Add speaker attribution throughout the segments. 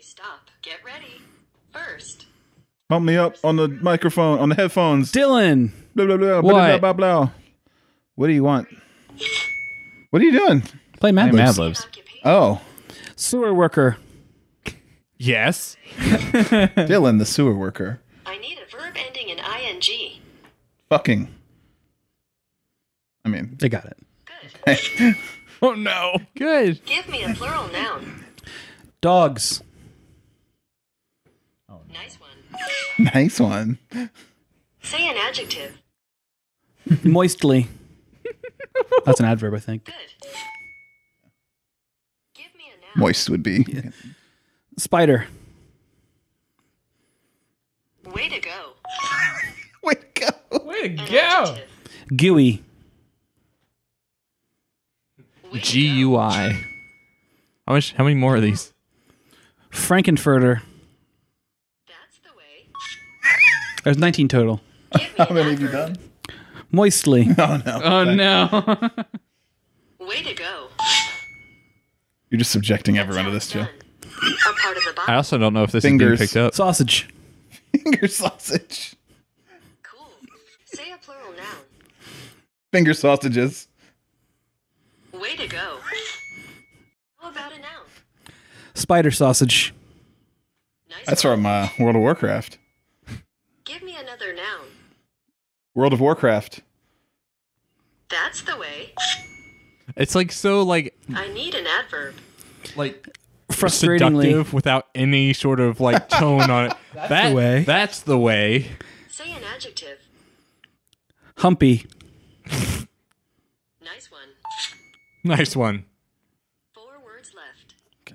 Speaker 1: Stop. Get ready. First.
Speaker 2: Pump me up on the microphone, on the headphones.
Speaker 3: Dylan.
Speaker 2: Blah, blah, blah, blah,
Speaker 3: What?
Speaker 2: blah, blah, blah. What do you want? What are you doing?
Speaker 3: Play Mad
Speaker 2: Mad
Speaker 3: Libs.
Speaker 1: An
Speaker 2: Libs.
Speaker 1: occupation.
Speaker 2: Oh,
Speaker 3: Sewer worker.
Speaker 4: Yes.
Speaker 2: Dylan, the sewer worker.
Speaker 1: I need a verb ending in ing.
Speaker 2: Fucking. I mean,
Speaker 3: They got it.
Speaker 1: Good.
Speaker 4: Oh no.
Speaker 3: Good.
Speaker 1: Give me a plural noun.
Speaker 3: Dogs.
Speaker 1: Nice one.
Speaker 2: nice one.
Speaker 1: Say an adjective.
Speaker 3: Moistly. That's an adverb, I think.
Speaker 1: Good. Give me a noun.
Speaker 2: Moist would be.
Speaker 3: Spider.
Speaker 1: Way to go.
Speaker 2: Wait, go.
Speaker 4: Way to
Speaker 1: An
Speaker 4: go.
Speaker 1: adjective.
Speaker 3: Gooey.
Speaker 1: Way to
Speaker 4: G U I. How much? How many more of these?
Speaker 3: Frankenfurter.
Speaker 1: go. That's the way.
Speaker 3: There's 19 total.
Speaker 1: Give me
Speaker 2: How
Speaker 1: an
Speaker 2: many have you
Speaker 1: adverb.
Speaker 2: done?
Speaker 3: Moistly.
Speaker 2: Oh, no.
Speaker 4: Oh no.
Speaker 1: Way to go.
Speaker 2: You're just subjecting
Speaker 1: That's
Speaker 2: everyone to
Speaker 1: how
Speaker 2: this,
Speaker 1: it's
Speaker 2: Joe.
Speaker 1: done. A part of the
Speaker 4: I
Speaker 1: body.
Speaker 4: also don't know if this
Speaker 2: Fingers.
Speaker 4: is being picked up.
Speaker 3: Sausage.
Speaker 2: Finger sausage.
Speaker 1: Cool. Say a plural noun.
Speaker 2: Finger sausages.
Speaker 1: Way to go. How about a noun?
Speaker 3: Spider sausage.
Speaker 1: Nice
Speaker 2: That's
Speaker 1: one.
Speaker 2: from uh, World of Warcraft.
Speaker 1: Give me another noun.
Speaker 2: World of Warcraft.
Speaker 1: That's the way.
Speaker 4: It's like so like
Speaker 1: I need an adverb.
Speaker 4: like
Speaker 3: Frustratingly.
Speaker 4: seductive without any sort of like tone on it. that's
Speaker 3: the way.
Speaker 4: That's the way.
Speaker 1: Say an adjective.
Speaker 3: Humpy.
Speaker 1: Nice one.
Speaker 4: Nice one.
Speaker 1: Four words left.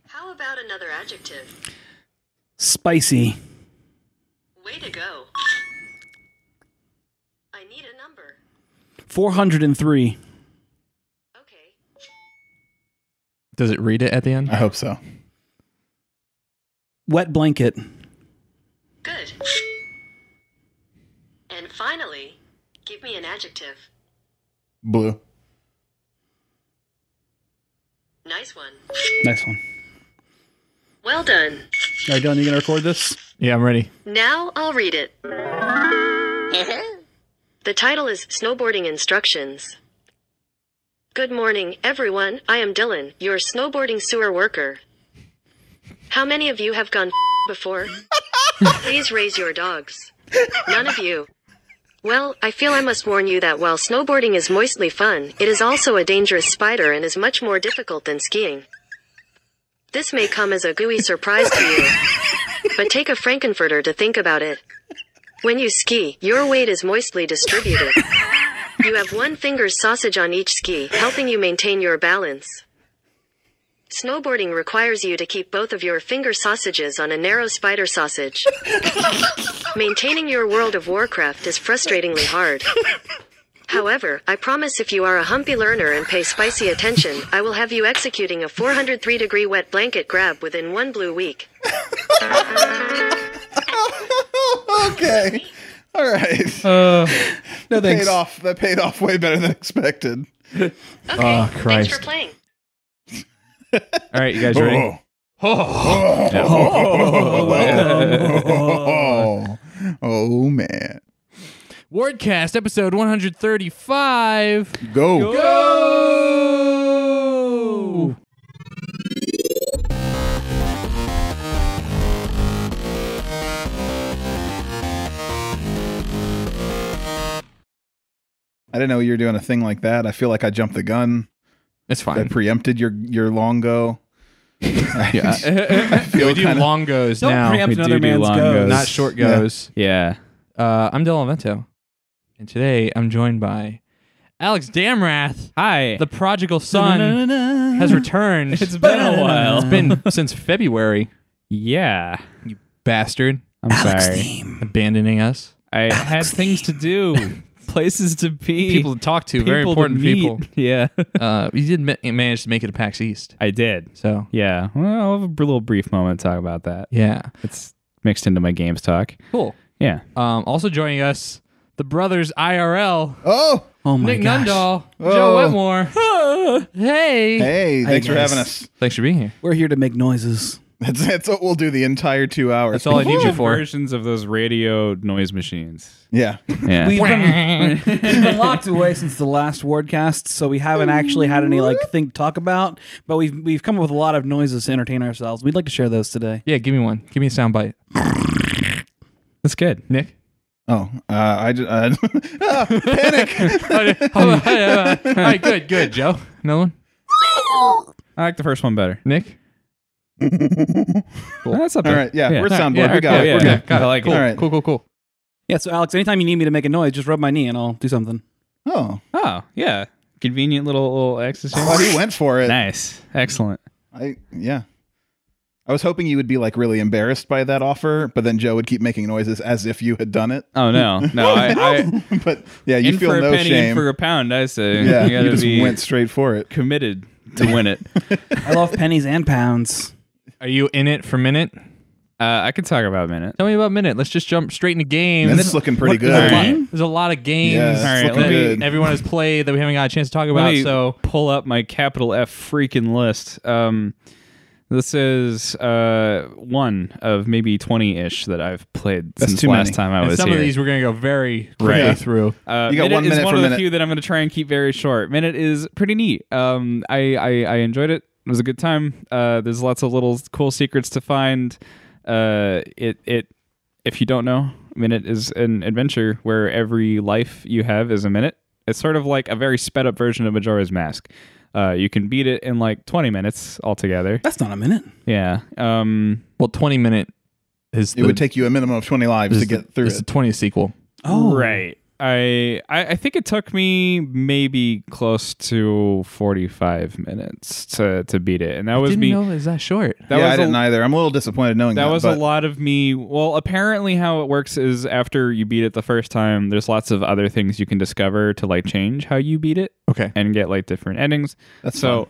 Speaker 1: How about another adjective?
Speaker 3: Spicy.
Speaker 1: Way to go. I need a number.
Speaker 3: 403.
Speaker 1: Okay.
Speaker 4: Does it read it at the end?
Speaker 2: I hope so.
Speaker 3: Wet blanket.
Speaker 1: Good. And finally, give me an adjective.
Speaker 2: Blue.
Speaker 1: Nice one.
Speaker 3: Nice one.
Speaker 1: Well done.
Speaker 3: All right, Dylan, you going to record this?
Speaker 4: Yeah, I'm ready.
Speaker 1: Now I'll read it. the title is Snowboarding Instructions. Good morning, everyone. I am Dylan, your snowboarding sewer worker. How many of you have gone before? Please raise your dogs. None of you. Well, I feel I must warn you that while snowboarding is moistly fun, it is also a dangerous spider and is much more difficult than skiing. This may come as a gooey surprise to you but take a Frankenfurter to think about it. When you ski, your weight is moistly distributed. You have one finger sausage on each ski, helping you maintain your balance. Snowboarding requires you to keep both of your finger sausages on a narrow spider sausage. Maintaining your World of Warcraft is frustratingly hard. However, I promise if you are a humpy learner and pay spicy attention, I will have you executing a 403 degree wet blanket grab within one blue week.
Speaker 2: okay. All right.
Speaker 3: No,
Speaker 2: paid off. That paid off way better than expected.
Speaker 1: Okay.
Speaker 4: Oh,
Speaker 1: Thanks
Speaker 4: Christ.
Speaker 1: for playing.
Speaker 4: All right, you guys ready?
Speaker 2: Oh.
Speaker 4: Oh.
Speaker 2: Oh. Oh, man.
Speaker 4: Wordcast episode 135.
Speaker 2: Go.
Speaker 4: Go.
Speaker 2: I didn't know you were doing a thing like that. I feel like I jumped the gun.
Speaker 4: It's
Speaker 2: I
Speaker 4: fine.
Speaker 2: preempted your your long go.
Speaker 5: Yeah.
Speaker 2: feel
Speaker 4: we do
Speaker 2: kinda-
Speaker 4: long goes
Speaker 3: Don't
Speaker 4: now.
Speaker 3: preempt
Speaker 5: we do
Speaker 3: another
Speaker 5: do
Speaker 3: man's
Speaker 5: long
Speaker 3: goes.
Speaker 5: goes.
Speaker 4: not short
Speaker 2: Yeah.
Speaker 4: goes.
Speaker 5: Yeah.
Speaker 4: Uh, I'm Dylan Vento, and today I'm joined by Alex Damrath.
Speaker 5: Hi.
Speaker 4: The prodigal son
Speaker 3: Na-na-na-na.
Speaker 4: has returned.
Speaker 5: It's been a while.
Speaker 4: It's been since February,
Speaker 5: yeah.
Speaker 4: bastard,
Speaker 5: I'm sorry.
Speaker 4: abandoning us.
Speaker 5: I had things to do, places to be,
Speaker 4: People to talk to, very
Speaker 5: people to
Speaker 4: important
Speaker 5: meet.
Speaker 4: people.
Speaker 5: Yeah.
Speaker 4: Uh, you did ma- manage to make it to PAX East,
Speaker 5: I did.
Speaker 4: so
Speaker 5: Yeah. Well, I'll have a br- little brief moment to talk about that.
Speaker 4: yeah,
Speaker 5: It's mixed into my games talk.
Speaker 4: cool.
Speaker 5: Yeah.
Speaker 4: Um, also joining us, the brothers IRL,
Speaker 2: Oh,
Speaker 3: Oh, my
Speaker 4: Nick
Speaker 3: gosh.
Speaker 4: Nundahl,
Speaker 2: Oh.
Speaker 4: Joe Wetmore. hey.
Speaker 2: hey! Thanks for
Speaker 3: guys.
Speaker 2: having us.
Speaker 4: thanks for being here.
Speaker 3: We're here to make noises.
Speaker 2: That's that's what we'll do the entire two hours.
Speaker 4: That's all I need you for.
Speaker 5: versions of those radio noise machines.
Speaker 2: Yeah.
Speaker 5: Yeah.
Speaker 3: We've been, we've been locked away since the last wordcast, so we haven't actually had any like thing to talk about. But we've we've come up with a lot of noises to entertain ourselves. We'd like to share those today.
Speaker 4: Yeah, give me one. Give me a sound bite.
Speaker 5: That's good.
Speaker 4: Nick?
Speaker 2: Oh, uh, I ju- uh, ah, panic.
Speaker 4: All right, good, good. Joe? Another one?
Speaker 5: I like the first one better.
Speaker 4: Nick?
Speaker 5: That's up
Speaker 2: All
Speaker 5: there.
Speaker 2: right, yeah, we're soundboard.
Speaker 4: yeah,
Speaker 2: we got it.
Speaker 5: yeah,
Speaker 2: we're
Speaker 5: yeah.
Speaker 2: good.
Speaker 5: Got it. I like
Speaker 2: All
Speaker 5: it.
Speaker 2: right.
Speaker 4: Cool, cool, cool.
Speaker 3: Yeah. So Alex, anytime you need me to make a noise, just rub my knee and I'll do something.
Speaker 2: Oh,
Speaker 5: Oh, yeah. Convenient little little
Speaker 2: well,
Speaker 5: exercise.
Speaker 2: he went for it.
Speaker 5: nice. Excellent.
Speaker 2: I yeah. I was hoping you would be like really embarrassed by that offer, but then Joe would keep making noises as if you had done it.
Speaker 5: Oh no. No, I, I
Speaker 2: but yeah, you
Speaker 5: in
Speaker 2: feel
Speaker 5: for a
Speaker 2: no
Speaker 5: penny in
Speaker 2: shame.
Speaker 5: for a pound, I say.
Speaker 2: yeah,
Speaker 5: you
Speaker 2: you,
Speaker 5: gotta
Speaker 2: just
Speaker 5: be
Speaker 2: went straight for it.
Speaker 5: committed to win it.
Speaker 3: I love pennies and pounds.
Speaker 4: Are you in it for minute?
Speaker 5: Uh, I could talk about a minute.
Speaker 4: Tell me about minute. Let's just jump straight into games.
Speaker 2: And it's looking pretty
Speaker 4: What- There's,
Speaker 2: good.
Speaker 4: a lot,
Speaker 5: Alright.
Speaker 4: there's a lot of games
Speaker 2: Yeah, it's
Speaker 5: Alright,
Speaker 2: looking
Speaker 5: let me-
Speaker 2: good.
Speaker 4: everyone has played that we haven't got a chance to talk
Speaker 5: Let
Speaker 4: about.
Speaker 5: me
Speaker 4: So
Speaker 5: pull up my capital F freaking list. Um, this is uh, one of maybe twenty ish that I've played
Speaker 2: That's
Speaker 5: since
Speaker 2: too
Speaker 5: last
Speaker 2: many.
Speaker 5: time I
Speaker 4: and
Speaker 5: was
Speaker 4: some
Speaker 5: here.
Speaker 4: of these we're going to go very quickly
Speaker 5: Right.
Speaker 4: through.
Speaker 5: Uh,
Speaker 2: You got
Speaker 5: minute
Speaker 2: one
Speaker 5: is
Speaker 2: minute
Speaker 5: one
Speaker 2: for
Speaker 5: of the
Speaker 2: minute.
Speaker 5: few that I'm going to try and keep very short. Minute is pretty neat. Um, I, I I enjoyed it. It was a good time. Uh, there's lots of little cool secrets to find. Uh, it it if you don't know, minute is an adventure where every life you have is a minute. It's sort of like a very sped up version of Majora's Mask. Uh, you can beat it in like 20 minutes altogether.
Speaker 3: That's not a minute.
Speaker 5: Yeah. Um,
Speaker 4: Well, 20 minute is
Speaker 2: It would take you a minimum of 20 lives to get through
Speaker 4: It's the
Speaker 2: it.
Speaker 4: 20th sequel.
Speaker 3: Oh,
Speaker 5: right. I, I I think it took me maybe close to 45 minutes to to beat it, and that was
Speaker 4: Didn't
Speaker 5: me.
Speaker 4: know it was that short.
Speaker 5: that
Speaker 2: yeah,
Speaker 5: was
Speaker 2: I didn't
Speaker 5: a,
Speaker 2: either. I'm a little disappointed knowing that.
Speaker 5: That was a
Speaker 2: but
Speaker 5: lot of me. Well, apparently, how it works is after you beat it the first time, there's lots of other things you can discover to like change how you beat it
Speaker 4: Okay.
Speaker 5: and get like different endings.
Speaker 2: That's
Speaker 5: so.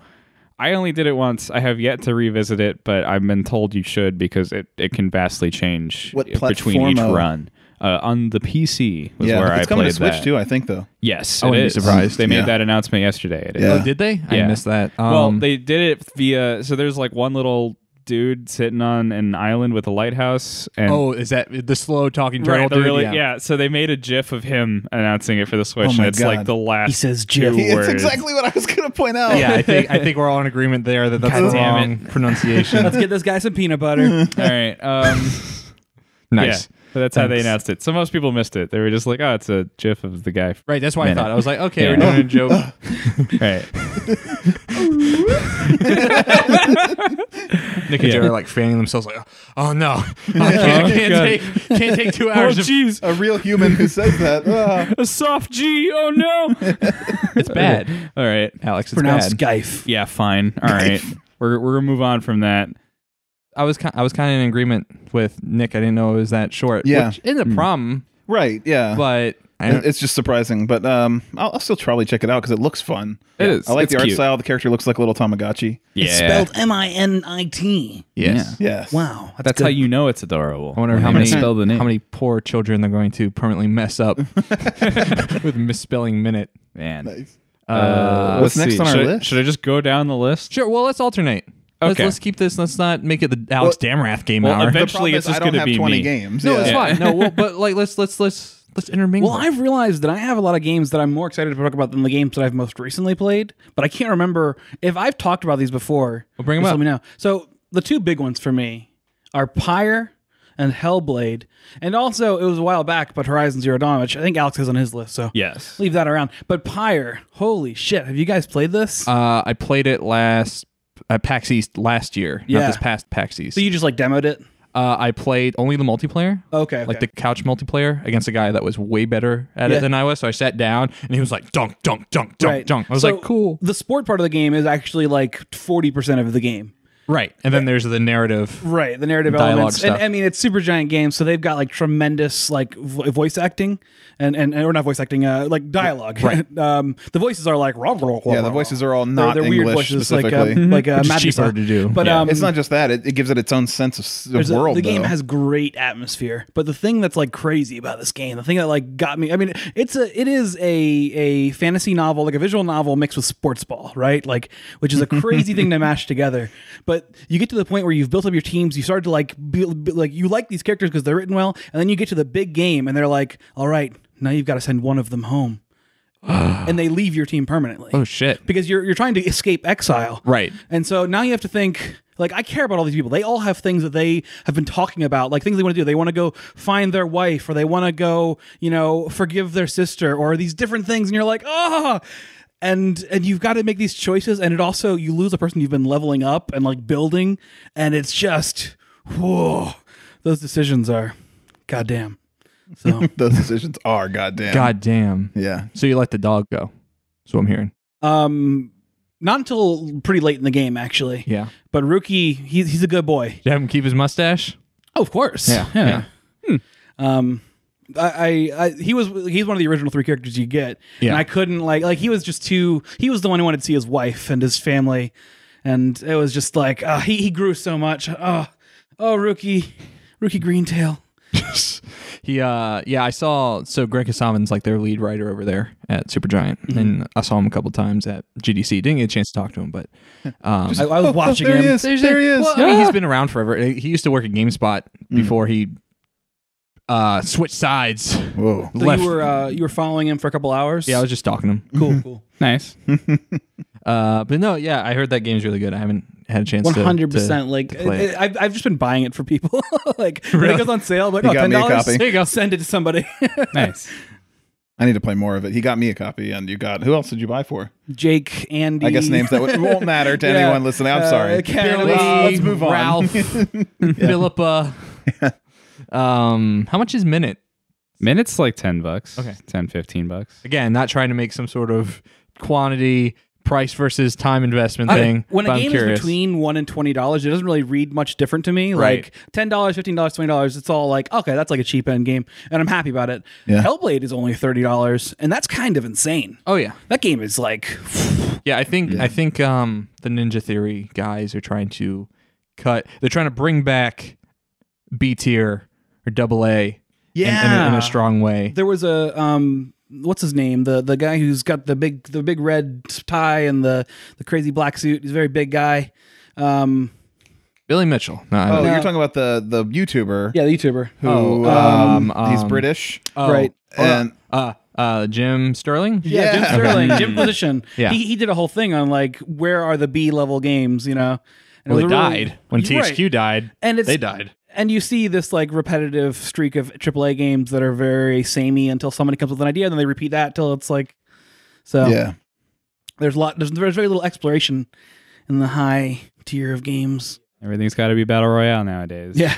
Speaker 5: I only did it once. I have yet to revisit it, but I've been told you should because it, it can vastly change
Speaker 2: What
Speaker 5: between each
Speaker 2: platformo?
Speaker 5: run. Uh, on the PC was
Speaker 2: yeah,
Speaker 5: where I
Speaker 2: it's coming
Speaker 5: played
Speaker 2: to Switch
Speaker 5: that.
Speaker 2: too, I think though.
Speaker 5: Yes,
Speaker 4: I
Speaker 5: it
Speaker 4: wouldn't be
Speaker 5: is.
Speaker 4: surprised.
Speaker 5: They made
Speaker 2: Yeah.
Speaker 5: that announcement yesterday. It is.
Speaker 2: Yeah.
Speaker 4: Oh, did they? I
Speaker 5: Yeah.
Speaker 4: missed that. Um,
Speaker 5: Well, they did it via. So there's like one little dude sitting on an island with a lighthouse, and
Speaker 4: Oh, is that the slow talking turtle
Speaker 5: Right, the
Speaker 4: dude?
Speaker 5: really- yeah. So they made a GIF of him announcing it for the Switch,
Speaker 2: Oh my
Speaker 5: and it's like
Speaker 2: God.
Speaker 5: the last.
Speaker 3: He says Jeff.
Speaker 5: two
Speaker 2: It's
Speaker 5: words.
Speaker 2: exactly what I was going to point out.
Speaker 4: Yeah, I think I think we're all in agreement there that that's the
Speaker 5: damn
Speaker 4: wrong pronunciation.
Speaker 3: Let's get this guy some peanut butter.
Speaker 5: All right. Um,
Speaker 4: nice.
Speaker 5: Yeah. So that's how they announced it. So most people missed it. They were just like, "Oh, it's a GIF of the guy."
Speaker 4: Right, that's why I
Speaker 5: Minute.
Speaker 4: thought. I was like, okay,
Speaker 5: Yeah.
Speaker 4: we're doing a joke.
Speaker 5: Right.
Speaker 4: Nick and
Speaker 5: Yeah.
Speaker 4: Joe are like fanning themselves, like, oh no, I can't, I can't
Speaker 5: God.
Speaker 4: take, can't take two
Speaker 5: oh,
Speaker 4: hours. of,
Speaker 5: jeez,
Speaker 2: A real human who says that. Ah.
Speaker 5: a soft G. Oh no.
Speaker 4: it's bad,
Speaker 5: All right.
Speaker 4: Alex. It's bad.
Speaker 3: Pronounced Gife.
Speaker 5: Yeah. Fine. All right. We're we're gonna move on from that.
Speaker 4: I was ki- I was kind of in agreement with Nick. I didn't know it was that short.
Speaker 2: Yeah.
Speaker 4: which isn't a problem,
Speaker 2: Right, yeah.
Speaker 4: but I
Speaker 2: It-
Speaker 4: don't,
Speaker 2: it's just surprising, but um, I'll, I'll still probably check it out because it looks fun.
Speaker 5: It is.
Speaker 2: I like
Speaker 5: It's
Speaker 2: the art
Speaker 5: cute.
Speaker 2: style. The character looks like a little Tamagotchi.
Speaker 5: Yeah.
Speaker 3: It's spelled M I N I T.
Speaker 4: yes.
Speaker 2: Yes.
Speaker 3: Wow, that's,
Speaker 5: That's
Speaker 3: good.
Speaker 5: how you know it's adorable.
Speaker 4: I wonder how many
Speaker 5: spell the name.
Speaker 4: how many poor children they're going to permanently mess up with misspelling minute.
Speaker 5: man.
Speaker 2: Nice.
Speaker 5: Uh,
Speaker 2: What's
Speaker 5: let's
Speaker 2: next on our
Speaker 5: should I-
Speaker 2: list?
Speaker 5: should I just go down the list?
Speaker 4: Sure. Well, let's alternate. Let's,
Speaker 5: Okay.
Speaker 4: let's keep this. Let's not make it the Alex Damrath game
Speaker 5: well,
Speaker 4: hour.
Speaker 5: eventually-
Speaker 2: The problem
Speaker 5: it's
Speaker 2: is
Speaker 5: just
Speaker 2: I don't
Speaker 5: gonna
Speaker 2: have
Speaker 5: be
Speaker 2: 20
Speaker 5: me.
Speaker 2: games.
Speaker 4: no,
Speaker 2: yeah.
Speaker 4: it's fine. No, well, but like, let's let's let's let's intermingle.
Speaker 3: Well, I've realized that I have a lot of games that I'm more excited to talk about than the games that I've most recently played, but I can't remember if I've talked about these before. Well,
Speaker 4: bring 'em up.
Speaker 3: Let me know. So the two big ones for me are Pyre and Hellblade, and also it was a while back, but Horizon Zero Dawn, which I think Alex has on his list. So
Speaker 5: Yes.
Speaker 3: leave that around. But Pyre, holy shit, have you guys played this?
Speaker 4: Uh, I played it last at PAX East last year, not
Speaker 3: Yeah.
Speaker 4: this past PAX East.
Speaker 3: so you just like demoed it?
Speaker 4: uh, I played only the multiplayer,
Speaker 3: Okay, okay.
Speaker 4: like the couch multiplayer, against a guy that was way better at it
Speaker 3: Yeah.
Speaker 4: than I was. So I sat down and he was like dunk, dunk, dunk, dunk, dunk. I was
Speaker 3: So
Speaker 4: like, cool,
Speaker 3: The sport part of the game is actually like forty percent of the game.
Speaker 4: right? And then there's the narrative.
Speaker 3: right the narrative
Speaker 4: Dialogue
Speaker 3: elements
Speaker 4: stuff.
Speaker 3: and i mean it's super giant game so they've got like tremendous like vo- voice acting and and or not voice acting uh like dialogue right um the voices are like rah, rah, rah,
Speaker 2: Yeah, the
Speaker 3: rah,
Speaker 2: voices
Speaker 3: rah.
Speaker 2: are all
Speaker 3: They're-
Speaker 2: not
Speaker 3: they're,
Speaker 2: English
Speaker 3: weird voices like uh,
Speaker 2: specifically.
Speaker 3: like uh,
Speaker 4: Which is
Speaker 3: Magic
Speaker 4: cheaper
Speaker 3: Song.
Speaker 4: to do.
Speaker 3: but
Speaker 5: Yeah.
Speaker 3: um
Speaker 2: it's not just that; it, it gives it its own sense of s-
Speaker 3: there's
Speaker 2: of
Speaker 3: a-
Speaker 2: world.
Speaker 3: the game
Speaker 2: though.
Speaker 3: has great atmosphere, but the thing that's like crazy about this game, the thing that like got me, I mean, it's a it is a a fantasy novel, like a visual novel mixed with sports ball, right? Like, which is a crazy thing to mash together. But but you get to the point where you've built up your teams. You start to like, build, bu- like you like these characters because they're written well, and then you get to the big game, and they're like, all right, now you've got to send one of them home, and they leave your team permanently
Speaker 4: Oh shit.
Speaker 3: because you're you're trying to escape exile,
Speaker 4: Right.
Speaker 3: And so now you have to think like I care about all these people. They all have things that they have been talking about, like things they want to do. They want to go find their wife, or they want to go, you know, forgive their sister, or these different things. And you're like, ah. And and you've got to make these choices, and it also you lose the person you've been leveling up and like building, and it's just whoa, those decisions are goddamn. So
Speaker 2: Those decisions are goddamn.
Speaker 4: God damn.
Speaker 2: Yeah.
Speaker 4: So you let the dog go. That's what I'm hearing.
Speaker 3: um, not until pretty late in the game actually.
Speaker 4: Yeah.
Speaker 3: But Rookie, he's he's a good boy.
Speaker 4: Did you have him keep his mustache?
Speaker 3: Oh, of course.
Speaker 4: Yeah,
Speaker 3: Um, I, I, I, he was, he's one of the original three characters you get,
Speaker 4: Yeah.
Speaker 3: and I couldn't like, like he was just too. He was the one who wanted to see his wife and his family, and it was just like, uh, he he grew so much. Oh, oh, rookie, rookie Greentail.
Speaker 4: He uh yeah, I saw so Greg Hassaman's like their lead writer over there at Supergiant.
Speaker 3: Mm-hmm.
Speaker 4: And I saw him a couple times at GDC. Didn't get a chance to talk to him, but um
Speaker 3: I, I was watching
Speaker 2: Oh, there
Speaker 3: him.
Speaker 2: He is. There he is. Ah.
Speaker 4: Well, I mean, he's been around forever. He used to work at GameSpot
Speaker 3: Mm.
Speaker 4: before he uh switched sides.
Speaker 2: Whoa.
Speaker 3: So
Speaker 4: left.
Speaker 3: you were uh, Mm. you were following him for a couple hours.
Speaker 4: Yeah, I was just stalking him.
Speaker 2: Mm-hmm.
Speaker 3: cool, cool.
Speaker 5: Nice.
Speaker 4: Uh, but no, yeah, I heard that game's really good. I haven't had a chance. to-
Speaker 3: One
Speaker 4: to-
Speaker 3: hundred percent. Like
Speaker 4: to play it.
Speaker 3: I, I've I've just been buying it for people. like when it goes on sale, I'm like
Speaker 2: He
Speaker 3: oh,
Speaker 2: got
Speaker 3: ten
Speaker 2: me a
Speaker 3: dollars.
Speaker 2: copy. There
Speaker 4: you go.
Speaker 3: Send it to somebody.
Speaker 5: Nice.
Speaker 2: I need to play more of it. He got me a copy, and you got who else did you buy for?
Speaker 3: Jake, Andy.
Speaker 2: I guess names that would, won't matter to
Speaker 3: Yeah.
Speaker 2: anyone listening. I'm
Speaker 3: Uh,
Speaker 2: sorry.
Speaker 3: Kennedy,
Speaker 4: Billy,
Speaker 2: Let's, let's move on.
Speaker 4: Ralph, Philippa. Um, how much is minute?
Speaker 5: Minutes like 10 bucks.
Speaker 4: Okay.
Speaker 5: 10, 15 bucks.
Speaker 4: Again, not trying to make some sort of quantity, price versus time investment
Speaker 3: I-
Speaker 4: thing.
Speaker 3: when
Speaker 4: but
Speaker 3: a
Speaker 4: I'm
Speaker 3: game
Speaker 4: curious.
Speaker 3: is between one and twenty dollars, it doesn't really read much different to me.
Speaker 4: Right.
Speaker 3: Like ten dollars, fifteen dollars, twenty dollars, it's all like okay, that's like a cheap end game, and I'm happy about it.
Speaker 2: Yeah.
Speaker 3: Hellblade is only thirty dollars, and that's kind of insane.
Speaker 4: oh yeah,
Speaker 3: That game is like
Speaker 4: yeah. I think I think um the Ninja Theory guys are trying to cut. They're trying to bring back B tier or double A. in, in, a, in
Speaker 3: Yeah.
Speaker 4: a strong way.
Speaker 3: there was a um. What's his name? The the guy who's got the big the big red tie and the the crazy black suit. He's a very big guy. Um,
Speaker 4: Billy Mitchell. No, I
Speaker 2: Oh,
Speaker 4: don't-
Speaker 2: you're talking about the the YouTuber
Speaker 3: yeah, the YouTuber.
Speaker 2: who
Speaker 4: Oh,
Speaker 2: um,
Speaker 4: um,
Speaker 2: he's
Speaker 4: um,
Speaker 2: British
Speaker 4: oh,
Speaker 3: right.
Speaker 2: and
Speaker 4: Uh, uh, Jim Sterling.
Speaker 3: Yeah, Jim
Speaker 2: Yeah.
Speaker 3: Sterling, Jim Position.
Speaker 4: Yeah.
Speaker 3: He, he did a whole thing on like where are the B level games, you know? And
Speaker 4: Well,
Speaker 3: it was
Speaker 4: they
Speaker 3: a really-
Speaker 4: died when
Speaker 3: You're right.
Speaker 4: THQ died.
Speaker 3: And it's
Speaker 4: They died.
Speaker 3: and you see this like repetitive streak of AAA games that are very samey until somebody comes with an idea, and then they repeat that till it's like so.
Speaker 2: yeah
Speaker 3: There's a lot. There's, there's very little exploration in the high tier of games.
Speaker 5: Everything's got to be Battle Royale nowadays.
Speaker 3: Yeah.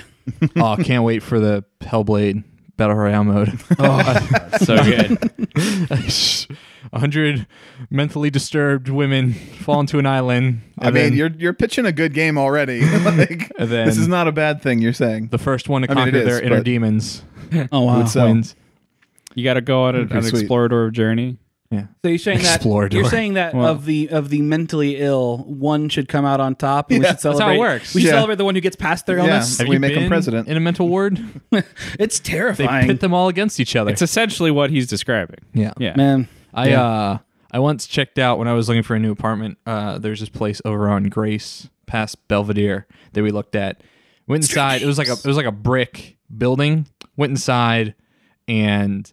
Speaker 4: oh, can't wait for the Hellblade Battle Royale mode.
Speaker 3: Oh.
Speaker 5: So good.
Speaker 4: 100 mentally disturbed women fall into an island.
Speaker 2: I
Speaker 4: and
Speaker 2: mean
Speaker 4: then
Speaker 2: you're you're pitching a good game already like
Speaker 4: And then-
Speaker 2: this is not a bad thing you're saying
Speaker 4: the first one to
Speaker 2: I mean, it
Speaker 4: conquer their
Speaker 2: is,
Speaker 4: inner
Speaker 2: but-
Speaker 4: demons
Speaker 3: Oh wow.
Speaker 2: would
Speaker 3: So
Speaker 2: sell.
Speaker 4: wins.
Speaker 5: You got to go on an,
Speaker 2: Pretty
Speaker 5: an
Speaker 2: sweet.
Speaker 5: explorator journey.
Speaker 4: Yeah.
Speaker 3: you're saying that
Speaker 4: Explorador.
Speaker 3: you're saying that
Speaker 5: Well-
Speaker 3: of the of the mentally ill, one should come out on top, and we should
Speaker 4: how it
Speaker 3: celebrate.
Speaker 4: works.
Speaker 3: We should
Speaker 2: Yeah.
Speaker 3: celebrate the one who gets past their illness.
Speaker 2: Have We you make him
Speaker 4: been
Speaker 2: president.
Speaker 4: in a mental ward.
Speaker 3: It's
Speaker 4: They
Speaker 3: terrifying.
Speaker 4: pit them all against each other.
Speaker 5: It's essentially what he's describing.
Speaker 4: yeah.
Speaker 5: Yeah.
Speaker 3: Oh, Man,
Speaker 4: I uh I once checked out when I was looking for a new apartment. Uh, there's this place over on Grace past Belvedere that we looked at. Went inside. It was like a it was like a brick building. Went inside, and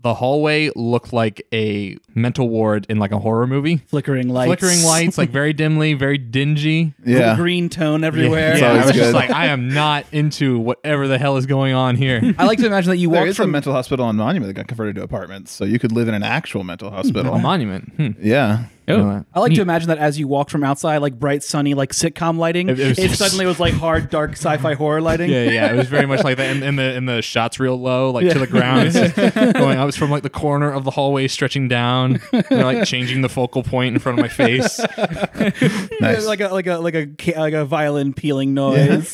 Speaker 4: the hallway looked like a mental ward in like a horror movie.
Speaker 3: flickering lights,
Speaker 4: Flickering lights, like very dimly, very dingy.
Speaker 3: Little
Speaker 2: yeah
Speaker 3: green tone everywhere.
Speaker 2: It's
Speaker 4: yeah, I
Speaker 2: always
Speaker 4: was just
Speaker 2: good.
Speaker 4: like, I am not into whatever the hell is going on here.
Speaker 3: I like to imagine that you
Speaker 2: there
Speaker 3: walk
Speaker 2: is a
Speaker 3: from
Speaker 2: mental hospital on Monument that got converted to apartments so you could live in an actual mental
Speaker 4: a
Speaker 2: hospital
Speaker 4: monument. Hmm.
Speaker 2: yeah
Speaker 5: Oh.
Speaker 3: I like to imagine that as you walk from outside, like bright sunny, like sitcom lighting, it,
Speaker 4: It- it was just-
Speaker 3: suddenly was like hard, dark sci-fi horror lighting.
Speaker 4: Yeah, yeah, it was very much like that. And, and the and the shots real low, like to the ground. It's just going up. It's from like the corner of the hallway, stretching down. And they're like changing the focal point in front of my face.
Speaker 2: nice
Speaker 3: like a like a like a ca- like a violin peeling noise.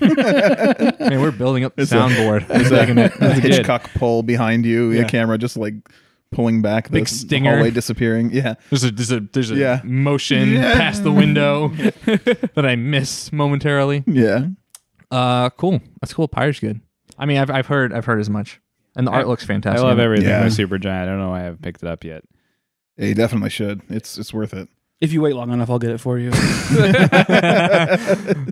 Speaker 4: Man, we're building up the soundboard.
Speaker 2: There's a, a
Speaker 5: good.
Speaker 2: Hitchcock pole behind you the camera just like pulling back the
Speaker 4: Big
Speaker 2: s-
Speaker 4: stinger.
Speaker 2: hallway disappearing yeah
Speaker 4: There's a there's a there's a
Speaker 2: Yeah.
Speaker 4: motion past the window that I miss momentarily.
Speaker 2: yeah
Speaker 4: Uh, cool. That's cool. Pyre's good. I mean, I've I've heard I've heard as much, and the art looks
Speaker 5: I
Speaker 4: fantastic.
Speaker 5: love everything
Speaker 2: Yeah.
Speaker 5: with Supergiant. I don't know why I haven't picked it up yet.
Speaker 2: Yeah, you definitely should it's it's worth it
Speaker 3: If you wait long enough, I'll get it for you.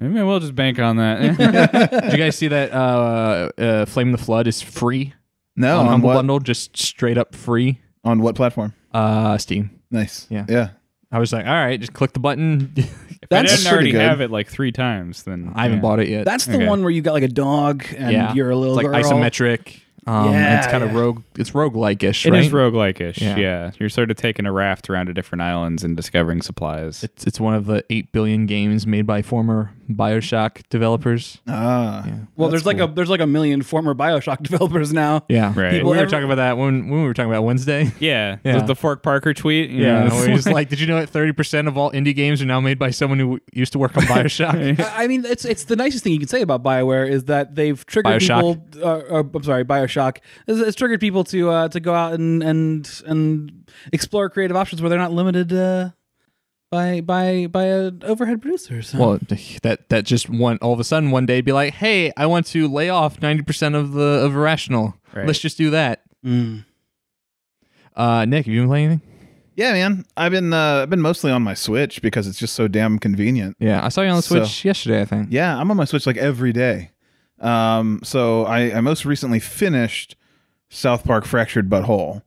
Speaker 5: Maybe I will just bank on that.
Speaker 4: Did you guys see that? Uh, uh, Flame the Flood is free
Speaker 2: No,
Speaker 4: Oh, on
Speaker 2: on,
Speaker 4: Humble
Speaker 2: what
Speaker 4: Bundle, just straight up free.
Speaker 2: on what platform?
Speaker 4: Uh, Steam.
Speaker 2: Nice.
Speaker 4: Yeah.
Speaker 2: Yeah.
Speaker 4: I was like, all right, just click the button.
Speaker 5: I
Speaker 3: That's
Speaker 5: didn't
Speaker 2: pretty
Speaker 5: already
Speaker 2: good.
Speaker 5: have it like three times. Then
Speaker 4: I haven't
Speaker 5: yeah.
Speaker 4: bought it yet.
Speaker 3: That's the
Speaker 5: Okay.
Speaker 3: one where you got like a dog and
Speaker 4: yeah,
Speaker 3: you're a little
Speaker 4: it's like
Speaker 3: girl.
Speaker 4: isometric. Um,
Speaker 3: Yeah,
Speaker 4: it's kind of
Speaker 3: yeah.
Speaker 4: rogue. It's roguelike ish.
Speaker 5: It
Speaker 4: right?
Speaker 5: is roguelike-ish,
Speaker 4: Yeah.
Speaker 5: yeah. You're sort of taking a raft around to different islands and discovering supplies.
Speaker 4: It's it's one of the eight billion games made by former Bioshock developers.
Speaker 2: Ah.
Speaker 3: Well, there's like a there's like a million former Bioshock developers now.
Speaker 4: Yeah,
Speaker 5: Right.
Speaker 4: People- we were
Speaker 3: Whatever-
Speaker 4: talking about that when when we were talking about Wednesday.
Speaker 5: yeah,
Speaker 4: Yeah.
Speaker 5: The, the Fork Parker tweet. you know,
Speaker 4: Yeah,
Speaker 5: it's
Speaker 4: where he's like, did you know that thirty percent of all indie games are now made by someone who used to work on Bioshock?
Speaker 3: I I mean, it's it's the nicest thing you can say about Bioware is that they've triggered
Speaker 4: Bioshock.
Speaker 3: people. Uh, uh, I'm sorry, Bioshock. It's, it's triggered people to uh, to go out and and and explore creative options where they're not limited uh, by by by an overhead producer. So.
Speaker 4: well, that that just one all of a sudden one day be like, hey, I want to lay off ninety percent of the of irrational.
Speaker 5: Right.
Speaker 4: Let's just do that.
Speaker 3: Mm.
Speaker 4: Uh, Nick, have you been playing anything?
Speaker 2: Yeah, man. I've been uh, I've been mostly on my Switch because it's just so damn convenient.
Speaker 4: Yeah, I saw you on the
Speaker 2: So-
Speaker 4: Switch yesterday. I think.
Speaker 2: Yeah, I'm on my Switch like every day. Um, so I, I most recently finished South Park Fractured Butthole,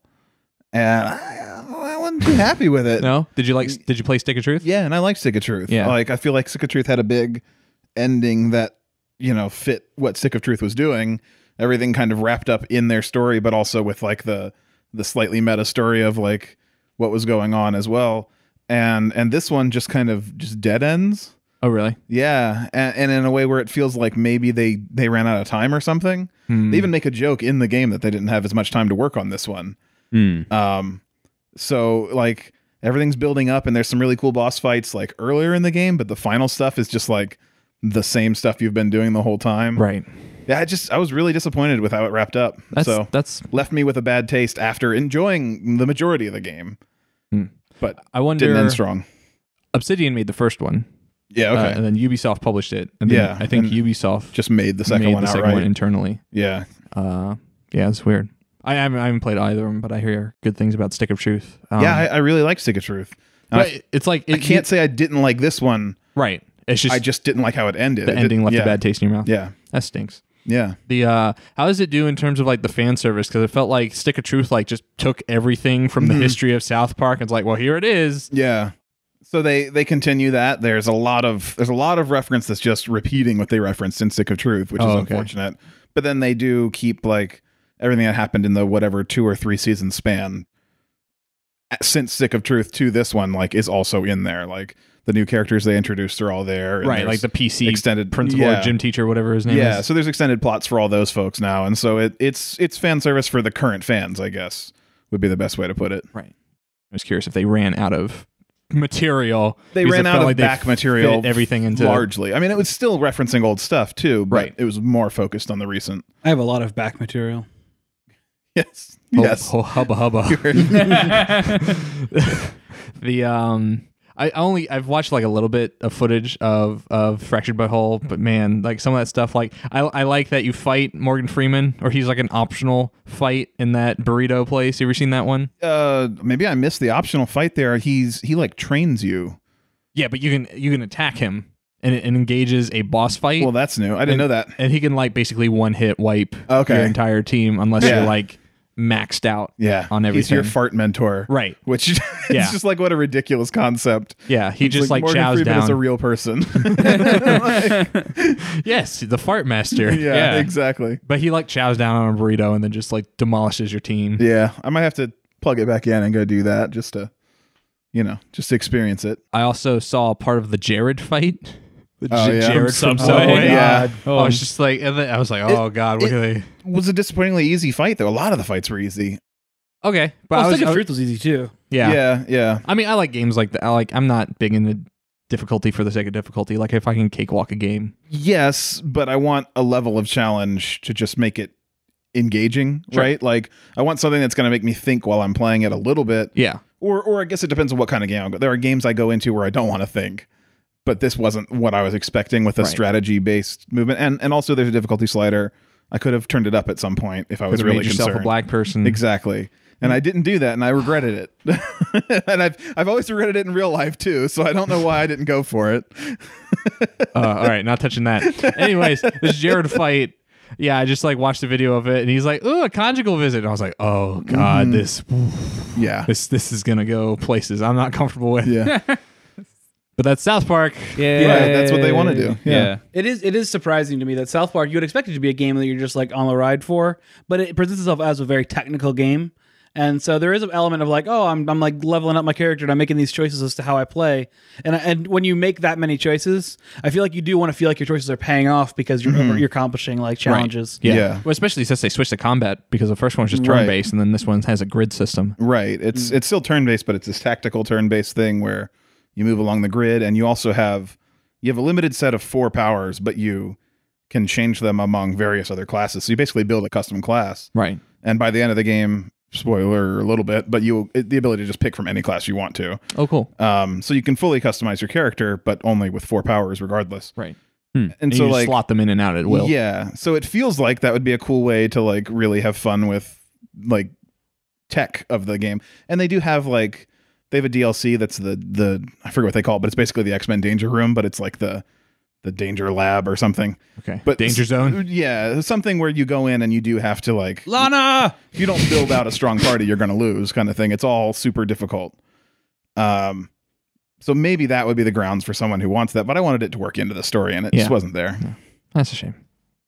Speaker 2: and I, I wasn't too happy with it.
Speaker 4: No, did you like? Did you play Stick of Truth?
Speaker 2: Yeah, and I like Sick of Truth.
Speaker 4: Yeah.
Speaker 2: Like I feel like Sick of Truth had a big ending that, you know, fit what Sick of Truth was doing. Everything kind of wrapped up in their story, but also with like the the slightly meta story of like what was going on as well. And and this one just kind of just dead ends.
Speaker 4: Oh, really?
Speaker 2: Yeah, and, and in a way where it feels like maybe they they ran out of time or something.
Speaker 4: Hmm.
Speaker 2: They even make a joke in the game that they didn't have as much time to work on this one.
Speaker 5: Hmm.
Speaker 2: Um, so like everything's building up, and there's some really cool boss fights like earlier in the game, but the final stuff is just like the same stuff you've been doing the whole time.
Speaker 4: Right.
Speaker 2: Yeah, I just I was really disappointed with how it wrapped up.
Speaker 4: That's
Speaker 2: so
Speaker 4: that's.
Speaker 2: left me with a bad taste after enjoying the majority of the game.
Speaker 4: Hmm.
Speaker 2: But
Speaker 4: I wonder.
Speaker 2: didn't end strong.
Speaker 4: Obsidian made the first one,
Speaker 2: Yeah,
Speaker 4: uh,
Speaker 2: okay.
Speaker 4: and then Ubisoft published it. And then
Speaker 2: Yeah,
Speaker 4: I think
Speaker 2: and
Speaker 4: Ubisoft
Speaker 2: just made the second
Speaker 4: made
Speaker 2: one
Speaker 4: the second
Speaker 2: outright.
Speaker 4: one internally.
Speaker 2: yeah.
Speaker 4: Uh, yeah, it's weird. I, I, haven't, I haven't played either of them, but I hear good things about Stick of Truth. Um,
Speaker 2: yeah, I, I really like Stick of Truth. And
Speaker 4: but
Speaker 2: I,
Speaker 4: it's like it,
Speaker 2: I can't say I didn't like this one.
Speaker 4: right. It's just,
Speaker 2: I just didn't like how it ended.
Speaker 4: the
Speaker 2: It
Speaker 4: ending
Speaker 2: did-
Speaker 4: left
Speaker 2: yeah,
Speaker 4: a bad taste in your mouth.
Speaker 2: Yeah.
Speaker 4: that stinks.
Speaker 2: Yeah.
Speaker 4: The uh, how does it do in terms of like the fan service? Because it felt like Stick of Truth like just took everything from
Speaker 2: Mm-hmm.
Speaker 4: the history of South Park and it's like, well, here it is.
Speaker 2: Yeah. So they they continue that. There's a lot of there's a lot of reference that's just repeating what they referenced in Sick of Truth, which
Speaker 4: Oh,
Speaker 2: is
Speaker 4: okay.
Speaker 2: unfortunate. But then they do keep like everything that happened in the whatever two or three season span a- since Sick of Truth to this one, like is also in there. Like the new characters they introduced are all there. and
Speaker 4: Right, like
Speaker 2: there's-
Speaker 4: the PC
Speaker 2: extended-
Speaker 4: principal or
Speaker 2: yeah.
Speaker 4: gym teacher, whatever his name
Speaker 2: yeah,
Speaker 4: is.
Speaker 2: so there's extended plots for all those folks now, and so it it's it's fan service for the current fans, I guess, would be the best way to put it.
Speaker 4: I was curious if they ran out of material.
Speaker 2: They
Speaker 4: because
Speaker 2: ran
Speaker 4: it
Speaker 2: out
Speaker 4: felt
Speaker 2: of
Speaker 4: like they
Speaker 2: back material,
Speaker 4: fit everything into
Speaker 2: largely. I mean, it was still referencing old stuff too, but
Speaker 4: Right.
Speaker 2: it was more focused on the recent.
Speaker 3: I have a lot of back material.
Speaker 2: Yes,
Speaker 4: Oh,
Speaker 2: yes.
Speaker 4: oh, hubba hubba. the um, I only I've watched like a little bit of footage of of fractured butthole, but man, like some of that stuff. Like I I like that you fight Morgan Freeman, or he's like an optional fight in that burrito place. You ever seen that one?
Speaker 2: Uh, maybe I missed the optional fight there. He's he like trains you.
Speaker 4: Yeah, but you can you can attack him, and it, it engages a boss fight.
Speaker 2: Well, that's new. I didn't know that.
Speaker 4: and he can like basically one hit wipe
Speaker 2: Okay.
Speaker 4: your entire team unless
Speaker 2: Yeah.
Speaker 4: you're like maxed out.
Speaker 2: Yeah,
Speaker 4: on
Speaker 2: He's your
Speaker 4: everything.
Speaker 2: fart mentor,
Speaker 4: Right.
Speaker 2: Which it's
Speaker 4: Yeah.
Speaker 2: just like what a ridiculous concept.
Speaker 4: Yeah, he
Speaker 2: It's
Speaker 4: just like,
Speaker 2: Morgan
Speaker 4: chows
Speaker 2: Freeman
Speaker 4: down.
Speaker 2: is a real person.
Speaker 4: yes, the fart master.
Speaker 2: yeah,
Speaker 5: Yeah.
Speaker 2: exactly.
Speaker 4: But he like chows down on a burrito and then just like demolishes your team.
Speaker 2: Yeah, I might have to plug it back in and go do that just to, you know, just to experience it.
Speaker 4: I also saw part of the Jared fight. The
Speaker 2: Oh, yeah.
Speaker 4: Jared
Speaker 5: From
Speaker 4: from
Speaker 5: Subway.
Speaker 4: Subway.
Speaker 2: Yeah.
Speaker 4: Oh, I was just like, and then I was like, oh god, what
Speaker 2: it-
Speaker 4: are they?
Speaker 2: was a disappointingly easy fight though. A lot of the fights were easy.
Speaker 4: Okay, but
Speaker 3: well,
Speaker 4: I was,
Speaker 3: Stick
Speaker 4: I
Speaker 3: of
Speaker 4: was-
Speaker 3: Truth was easy too.
Speaker 4: yeah.
Speaker 2: yeah. yeah.
Speaker 4: I mean, I like games like that. I like, I'm not big into difficulty for the sake of difficulty. Like, if I can cakewalk a game,
Speaker 2: Yes, but I want a level of challenge to just make it engaging,
Speaker 4: Sure.
Speaker 2: right? Like I want something that's going to make me think while I'm playing it a little bit.
Speaker 4: yeah,
Speaker 2: Or or I guess it depends on what kind of game. I go. There are games I go into where I don't want to think. But this wasn't what I was expecting with a
Speaker 4: Right.
Speaker 2: strategy-based movement and and also there's a difficulty slider. I could have turned it up at some point if I was
Speaker 4: Could've
Speaker 2: really
Speaker 4: made yourself
Speaker 2: concerned.
Speaker 4: Mm-hmm. a black person.
Speaker 2: Exactly. and I didn't do that, and I regretted it. and I've I've always regretted it in real life too, so I don't know why I didn't go for it.
Speaker 4: Uh, all right, not touching that. Anyways, this Jared fight. Yeah, I just like watched the video of it, and he's like, "Ooh, a conjugal visit," and I was like, "Oh God,
Speaker 2: Mm-hmm.
Speaker 4: this
Speaker 2: Yeah,
Speaker 4: this this is gonna go places I'm not comfortable with."
Speaker 2: yeah,
Speaker 4: But that's South Park.
Speaker 2: Yeah, that's what they wanna do. Yeah.
Speaker 3: It is it is surprising to me that South Park you would expect it to be a game that you're just like on the ride for, but it presents itself as a very technical game. And so there is an element of like, oh, I'm, I'm like leveling up my character and I'm making these choices as to how I play. And and when you make that many choices, I feel like you do want to feel like your choices are paying off because you're over, you're accomplishing like challenges.
Speaker 4: Yeah.
Speaker 2: Yeah.
Speaker 4: Well, especially since they switched to combat because the first one was just turn based, and then this one has a grid system.
Speaker 2: right.
Speaker 4: Mm.
Speaker 2: It's it's still turn based, but it's this tactical turn based thing where you move along the grid, and you also have you have a limited set of four powers, but you can change them among various other classes. So you basically build a custom class.
Speaker 4: Right.
Speaker 2: and by the end of the game spoiler a little bit but you the ability to just pick from any class you want to
Speaker 4: Oh, cool.
Speaker 2: um so you can fully customize your character but only with four powers regardless
Speaker 4: Right.
Speaker 2: and,
Speaker 4: And
Speaker 2: so
Speaker 4: you just
Speaker 2: like
Speaker 4: slot them in and out at will.
Speaker 2: yeah so it feels like that would be a cool way to like really have fun with like tech of the game and they do have like they have a dlc that's the the i forget what they call it but it's basically the x-men danger room but it's like the the danger lab or something
Speaker 4: Okay.
Speaker 2: but
Speaker 4: danger zone.
Speaker 2: yeah something where you go in and you do have to like
Speaker 3: Lana,
Speaker 2: if you don't build out a strong party, you're going to lose, kind of thing. It's all super difficult. Um, so maybe that would be the grounds for someone who wants that, but I wanted it to work into the story, and it
Speaker 4: Yeah.
Speaker 2: just wasn't there.
Speaker 4: That's a shame.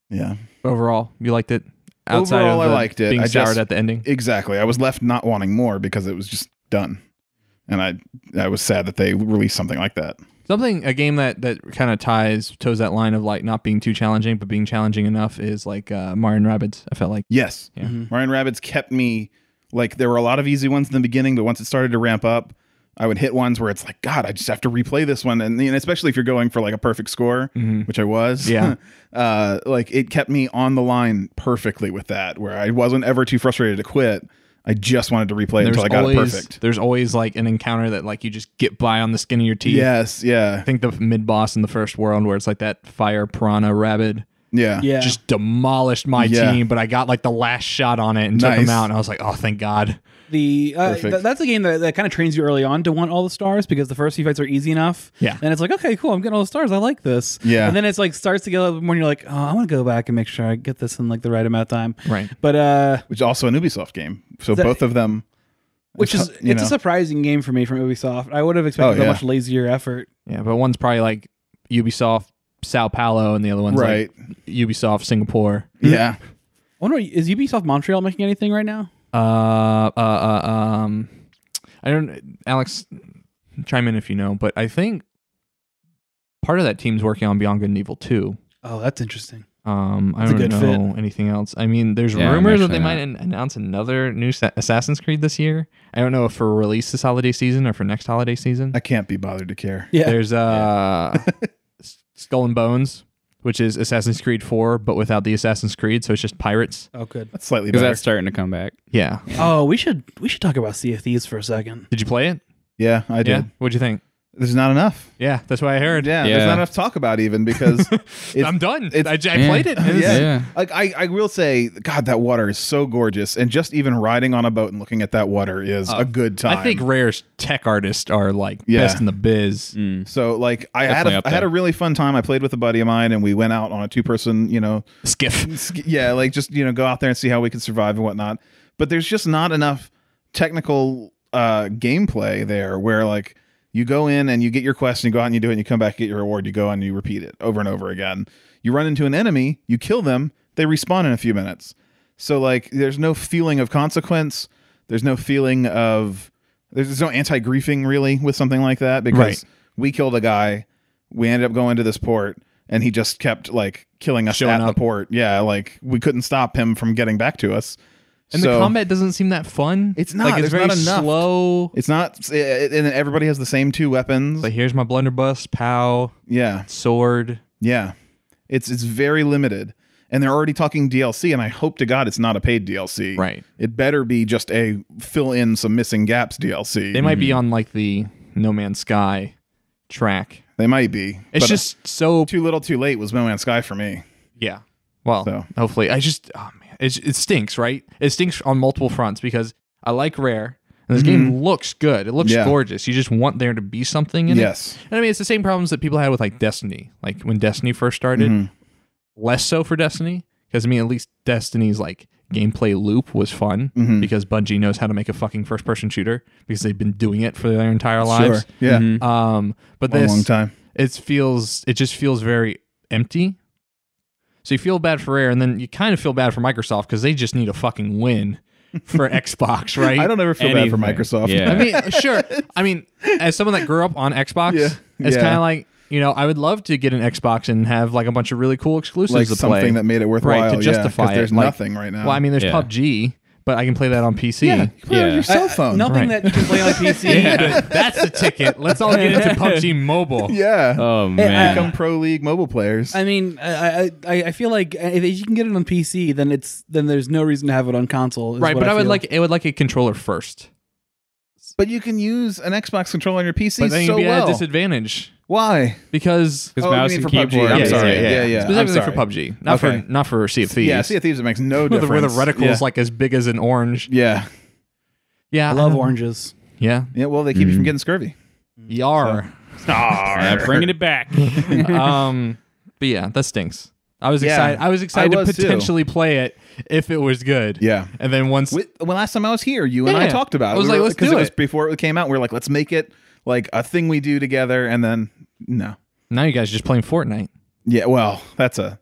Speaker 2: Yeah,
Speaker 4: Overall, you liked it. Outside
Speaker 2: Overall, I
Speaker 4: of the
Speaker 2: liked it.
Speaker 4: Being
Speaker 2: I
Speaker 4: soured
Speaker 2: just-
Speaker 4: at the ending.
Speaker 2: exactly. I was left not wanting more because it was just done, and I I was sad that they released something like that.
Speaker 4: Something a game that that kind of ties toes that line of like not being too challenging but being challenging enough is like uh Mario Rabbids. I felt like
Speaker 2: Yes,
Speaker 4: Yeah.
Speaker 3: Mm-hmm.
Speaker 2: Ryan Rabbits kept me like there were a lot of easy ones in the beginning, but once it started to ramp up. I would hit ones where it's like, God, I just have to replay this one, and, and especially if you're going for like a perfect score, which I was,
Speaker 4: Mm-hmm. Yeah.
Speaker 2: uh, like it kept me on the line perfectly with that, where I wasn't ever too frustrated to quit. I just wanted to replay it
Speaker 4: there's
Speaker 2: until I got
Speaker 4: always
Speaker 2: it perfect.
Speaker 4: there's always like an encounter that like you just get by on the skin of your teeth.
Speaker 2: Yes, yeah,
Speaker 4: I think the mid boss in the first world where it's like that fire piranha rabid
Speaker 2: yeah,
Speaker 3: yeah,
Speaker 4: just demolished my
Speaker 2: Yeah.
Speaker 4: team, but I got like the last shot on it and took
Speaker 2: Nice.
Speaker 4: him out, and I was like, oh, thank God.
Speaker 3: the uh,
Speaker 2: Perfect.
Speaker 3: th- that's a game that, that kind of trains you early on to want all the stars because the first few fights are easy enough.
Speaker 4: Yeah.
Speaker 3: and it's like okay, cool, I'm getting all the stars. I like this.
Speaker 2: Yeah.
Speaker 3: and then it's like starts to get a little bit more. And you're like, oh, I want to go back and make sure I get this in like the right amount of time.
Speaker 4: Right.
Speaker 3: But uh,
Speaker 2: Which is also an Ubisoft game, so
Speaker 3: That-
Speaker 2: both of them.
Speaker 3: which is
Speaker 2: you
Speaker 3: it's a
Speaker 2: know.
Speaker 3: surprising game for me from Ubisoft. I would have expected
Speaker 2: Oh,
Speaker 3: a
Speaker 2: yeah.
Speaker 3: much lazier effort.
Speaker 4: Yeah, but one's probably like Ubisoft Sao Paulo, and the other one's
Speaker 2: right?
Speaker 4: like Ubisoft Singapore.
Speaker 2: yeah,
Speaker 3: I wonder is Ubisoft Montreal making anything right now?
Speaker 4: Uh, uh, uh, um, I don't, Alex, chime in if you know, but I think part of that team's working on Beyond Good and Evil 2.
Speaker 3: Oh, that's interesting.
Speaker 4: Um, I
Speaker 3: It's a
Speaker 4: don't
Speaker 3: good
Speaker 4: know
Speaker 3: fit.
Speaker 4: anything else. I mean, there's
Speaker 5: Yeah, I'm
Speaker 4: rumors that
Speaker 5: actually
Speaker 4: they might an- announce another new Sa- Assassin's Creed this year. I don't know if for release this holiday season or for next holiday season.
Speaker 2: I can't be bothered to care.
Speaker 3: Yeah.
Speaker 4: There's uh, S- Skull and Bones, which is Assassin's Creed 4, but without the Assassin's Creed, so it's just pirates.
Speaker 3: Oh, good.
Speaker 2: That's slightly
Speaker 5: Because
Speaker 2: better.
Speaker 5: that's starting to come back.
Speaker 4: Yeah.
Speaker 3: Oh, we should we should talk about Sea of Thieves for a second.
Speaker 4: Did you play it?
Speaker 2: yeah, I did.
Speaker 4: Yeah. What'd you think?
Speaker 2: There's not enough.
Speaker 4: Yeah, that's what I heard.
Speaker 2: Yeah, there's
Speaker 5: Yeah.
Speaker 2: not enough to talk about even because it's,
Speaker 4: I'm done.
Speaker 2: it's-
Speaker 4: I, I
Speaker 5: Yeah.
Speaker 4: played it. It's-
Speaker 2: Yeah.
Speaker 5: Yeah.
Speaker 2: Like I, I will say, God, that water is so gorgeous, and just even riding on a boat and looking at that water is a good time.
Speaker 4: Uh, I think Rare's tech artists are like
Speaker 2: Yeah. Mm.
Speaker 4: best in the biz.
Speaker 2: so. Like I had
Speaker 5: Definitely
Speaker 2: a,
Speaker 5: up
Speaker 2: I had a
Speaker 5: there.
Speaker 2: really fun time. I played with a buddy of mine, and we went out on a two person, you know,
Speaker 4: Skiff.
Speaker 2: sk- yeah, like just you know, go out there and see how we could survive and whatnot. But there's just not enough technical uh, gameplay there where like you go in and you get your quest and you go out and you do it and you come back and get your reward. You go and you repeat it over and over again. You run into an enemy, you kill them, they respawn in a few minutes. So like, there's no feeling of consequence. There's no feeling of there's, there's no anti griefing really with something like that because
Speaker 4: Right.
Speaker 2: we killed a guy. We ended up going to this port and he just kept like killing us
Speaker 4: Showing
Speaker 2: at the
Speaker 4: up.
Speaker 2: port. Yeah, like we couldn't stop him from getting back to us.
Speaker 4: And the
Speaker 2: So-
Speaker 4: combat doesn't seem that fun.
Speaker 2: It's
Speaker 4: Like
Speaker 2: not.
Speaker 4: it's very
Speaker 2: There's not enough.
Speaker 4: slow.
Speaker 2: It's not, it, and everybody has the same two weapons.
Speaker 4: Like here's my blunderbuss, pow,
Speaker 2: yeah,
Speaker 4: sword.
Speaker 2: yeah. It's it's very limited, and they're already talking DLC. And I hope to God it's not a paid DLC.
Speaker 4: Right.
Speaker 2: It better be just a fill in some missing gaps DLC.
Speaker 4: They might
Speaker 2: Mm-hmm.
Speaker 4: be on like the No Man's Sky track.
Speaker 2: They might be. But
Speaker 4: It's
Speaker 2: uh,
Speaker 4: just so
Speaker 2: too little, too late was No Man's Sky for me.
Speaker 4: yeah. Well,
Speaker 2: So.
Speaker 4: hopefully, I just oh man, it it stinks, right? It stinks on multiple fronts because I like rare. And this game looks good. It looks
Speaker 2: Mm-hmm. Yeah.
Speaker 4: gorgeous. You just want there to be something in it.
Speaker 2: Yes.
Speaker 4: And I mean, it's the same problems that people had with like Destiny. Like when Destiny first started,
Speaker 2: Mm-hmm.
Speaker 4: less so for Destiny because I mean, at least Destiny's like gameplay loop was fun
Speaker 2: Mm-hmm.
Speaker 4: because Bungie knows how to make a fucking first person shooter because they've been doing it for their entire lives.
Speaker 2: Sure. Yeah.
Speaker 4: Um, but
Speaker 2: A
Speaker 4: this
Speaker 2: long time.
Speaker 4: it feels it just feels very empty. So you feel bad for Rare, and then you kind of feel bad for Microsoft because they just need a fucking win for Xbox, right?
Speaker 2: I don't ever feel bad for
Speaker 5: Anything.
Speaker 2: Microsoft.
Speaker 5: Yeah.
Speaker 4: I mean, sure. I mean, as someone that grew up on Xbox,
Speaker 2: Yeah.
Speaker 4: it's
Speaker 2: Yeah.
Speaker 4: kind of like you know, I would love to get an Xbox and have like a bunch of really cool exclusives
Speaker 2: like
Speaker 4: to
Speaker 2: something
Speaker 4: play.
Speaker 2: that made it worthwhile.
Speaker 4: right to
Speaker 2: yeah, 'cause
Speaker 4: justify it.
Speaker 2: There's
Speaker 4: Like-
Speaker 2: nothing right now.
Speaker 4: Well, I mean, there's
Speaker 5: Yeah.
Speaker 4: PUBG, but I can play that on PC.
Speaker 2: Play it on
Speaker 5: Yeah.
Speaker 2: your cell phone.
Speaker 3: Nothing that
Speaker 4: Right.
Speaker 3: you can play on PC.
Speaker 4: Yeah, that's the ticket. Let's all get into PUBG Mobile.
Speaker 2: Uh, Yeah.
Speaker 5: Oh
Speaker 3: I-
Speaker 5: man.
Speaker 2: Become pro league mobile players.
Speaker 3: I mean, I, I I I feel like if you can get it on PC, then it's then there's no reason to have it on console. is
Speaker 4: Right,
Speaker 3: what
Speaker 4: but I, would
Speaker 3: feel.
Speaker 4: like it would like a controller first.
Speaker 2: but you can use an Xbox controller on your PC
Speaker 4: But then
Speaker 2: so
Speaker 4: you'd be at
Speaker 2: well.
Speaker 4: a disadvantage
Speaker 2: Why?
Speaker 4: because
Speaker 5: Because
Speaker 2: Oh, you
Speaker 5: mouse
Speaker 2: mean
Speaker 5: and
Speaker 2: for PUBG.
Speaker 5: keyboard.
Speaker 2: I'm
Speaker 5: yeah,
Speaker 2: sorry.
Speaker 5: Yeah, yeah.
Speaker 2: yeah. I'm
Speaker 4: specifically
Speaker 2: sorry.
Speaker 4: for PUBG, not
Speaker 2: Okay.
Speaker 4: for not for Sea of Thieves.
Speaker 2: Yeah, Sea of Thieves it makes no
Speaker 4: where the,
Speaker 2: difference.
Speaker 4: where the reticle
Speaker 2: yeah.
Speaker 4: is like as big as an orange.
Speaker 2: Yeah.
Speaker 4: Yeah,
Speaker 3: I love oranges.
Speaker 4: Yeah,
Speaker 2: Yeah, well they keep
Speaker 4: Hmm.
Speaker 2: you from getting scurvy.
Speaker 4: yar.
Speaker 5: Uh, bringing it back.
Speaker 4: um, but yeah, that stinks. I was
Speaker 2: Yeah.
Speaker 4: excited. I was excited
Speaker 2: I was
Speaker 4: to
Speaker 2: too.
Speaker 4: potentially play it if it was good.
Speaker 2: Yeah.
Speaker 4: and then once
Speaker 2: Wi- When last time I was here, you and I
Speaker 4: Yeah.
Speaker 2: talked about it.
Speaker 4: I was
Speaker 2: We
Speaker 4: like,
Speaker 2: were-
Speaker 4: let's
Speaker 2: 'cause
Speaker 4: do
Speaker 2: was
Speaker 4: it.
Speaker 2: before it came out. We are like, let's make it like a thing we do together and then no.
Speaker 4: now you guys are just playing Fortnite.
Speaker 2: Yeah, well, that's a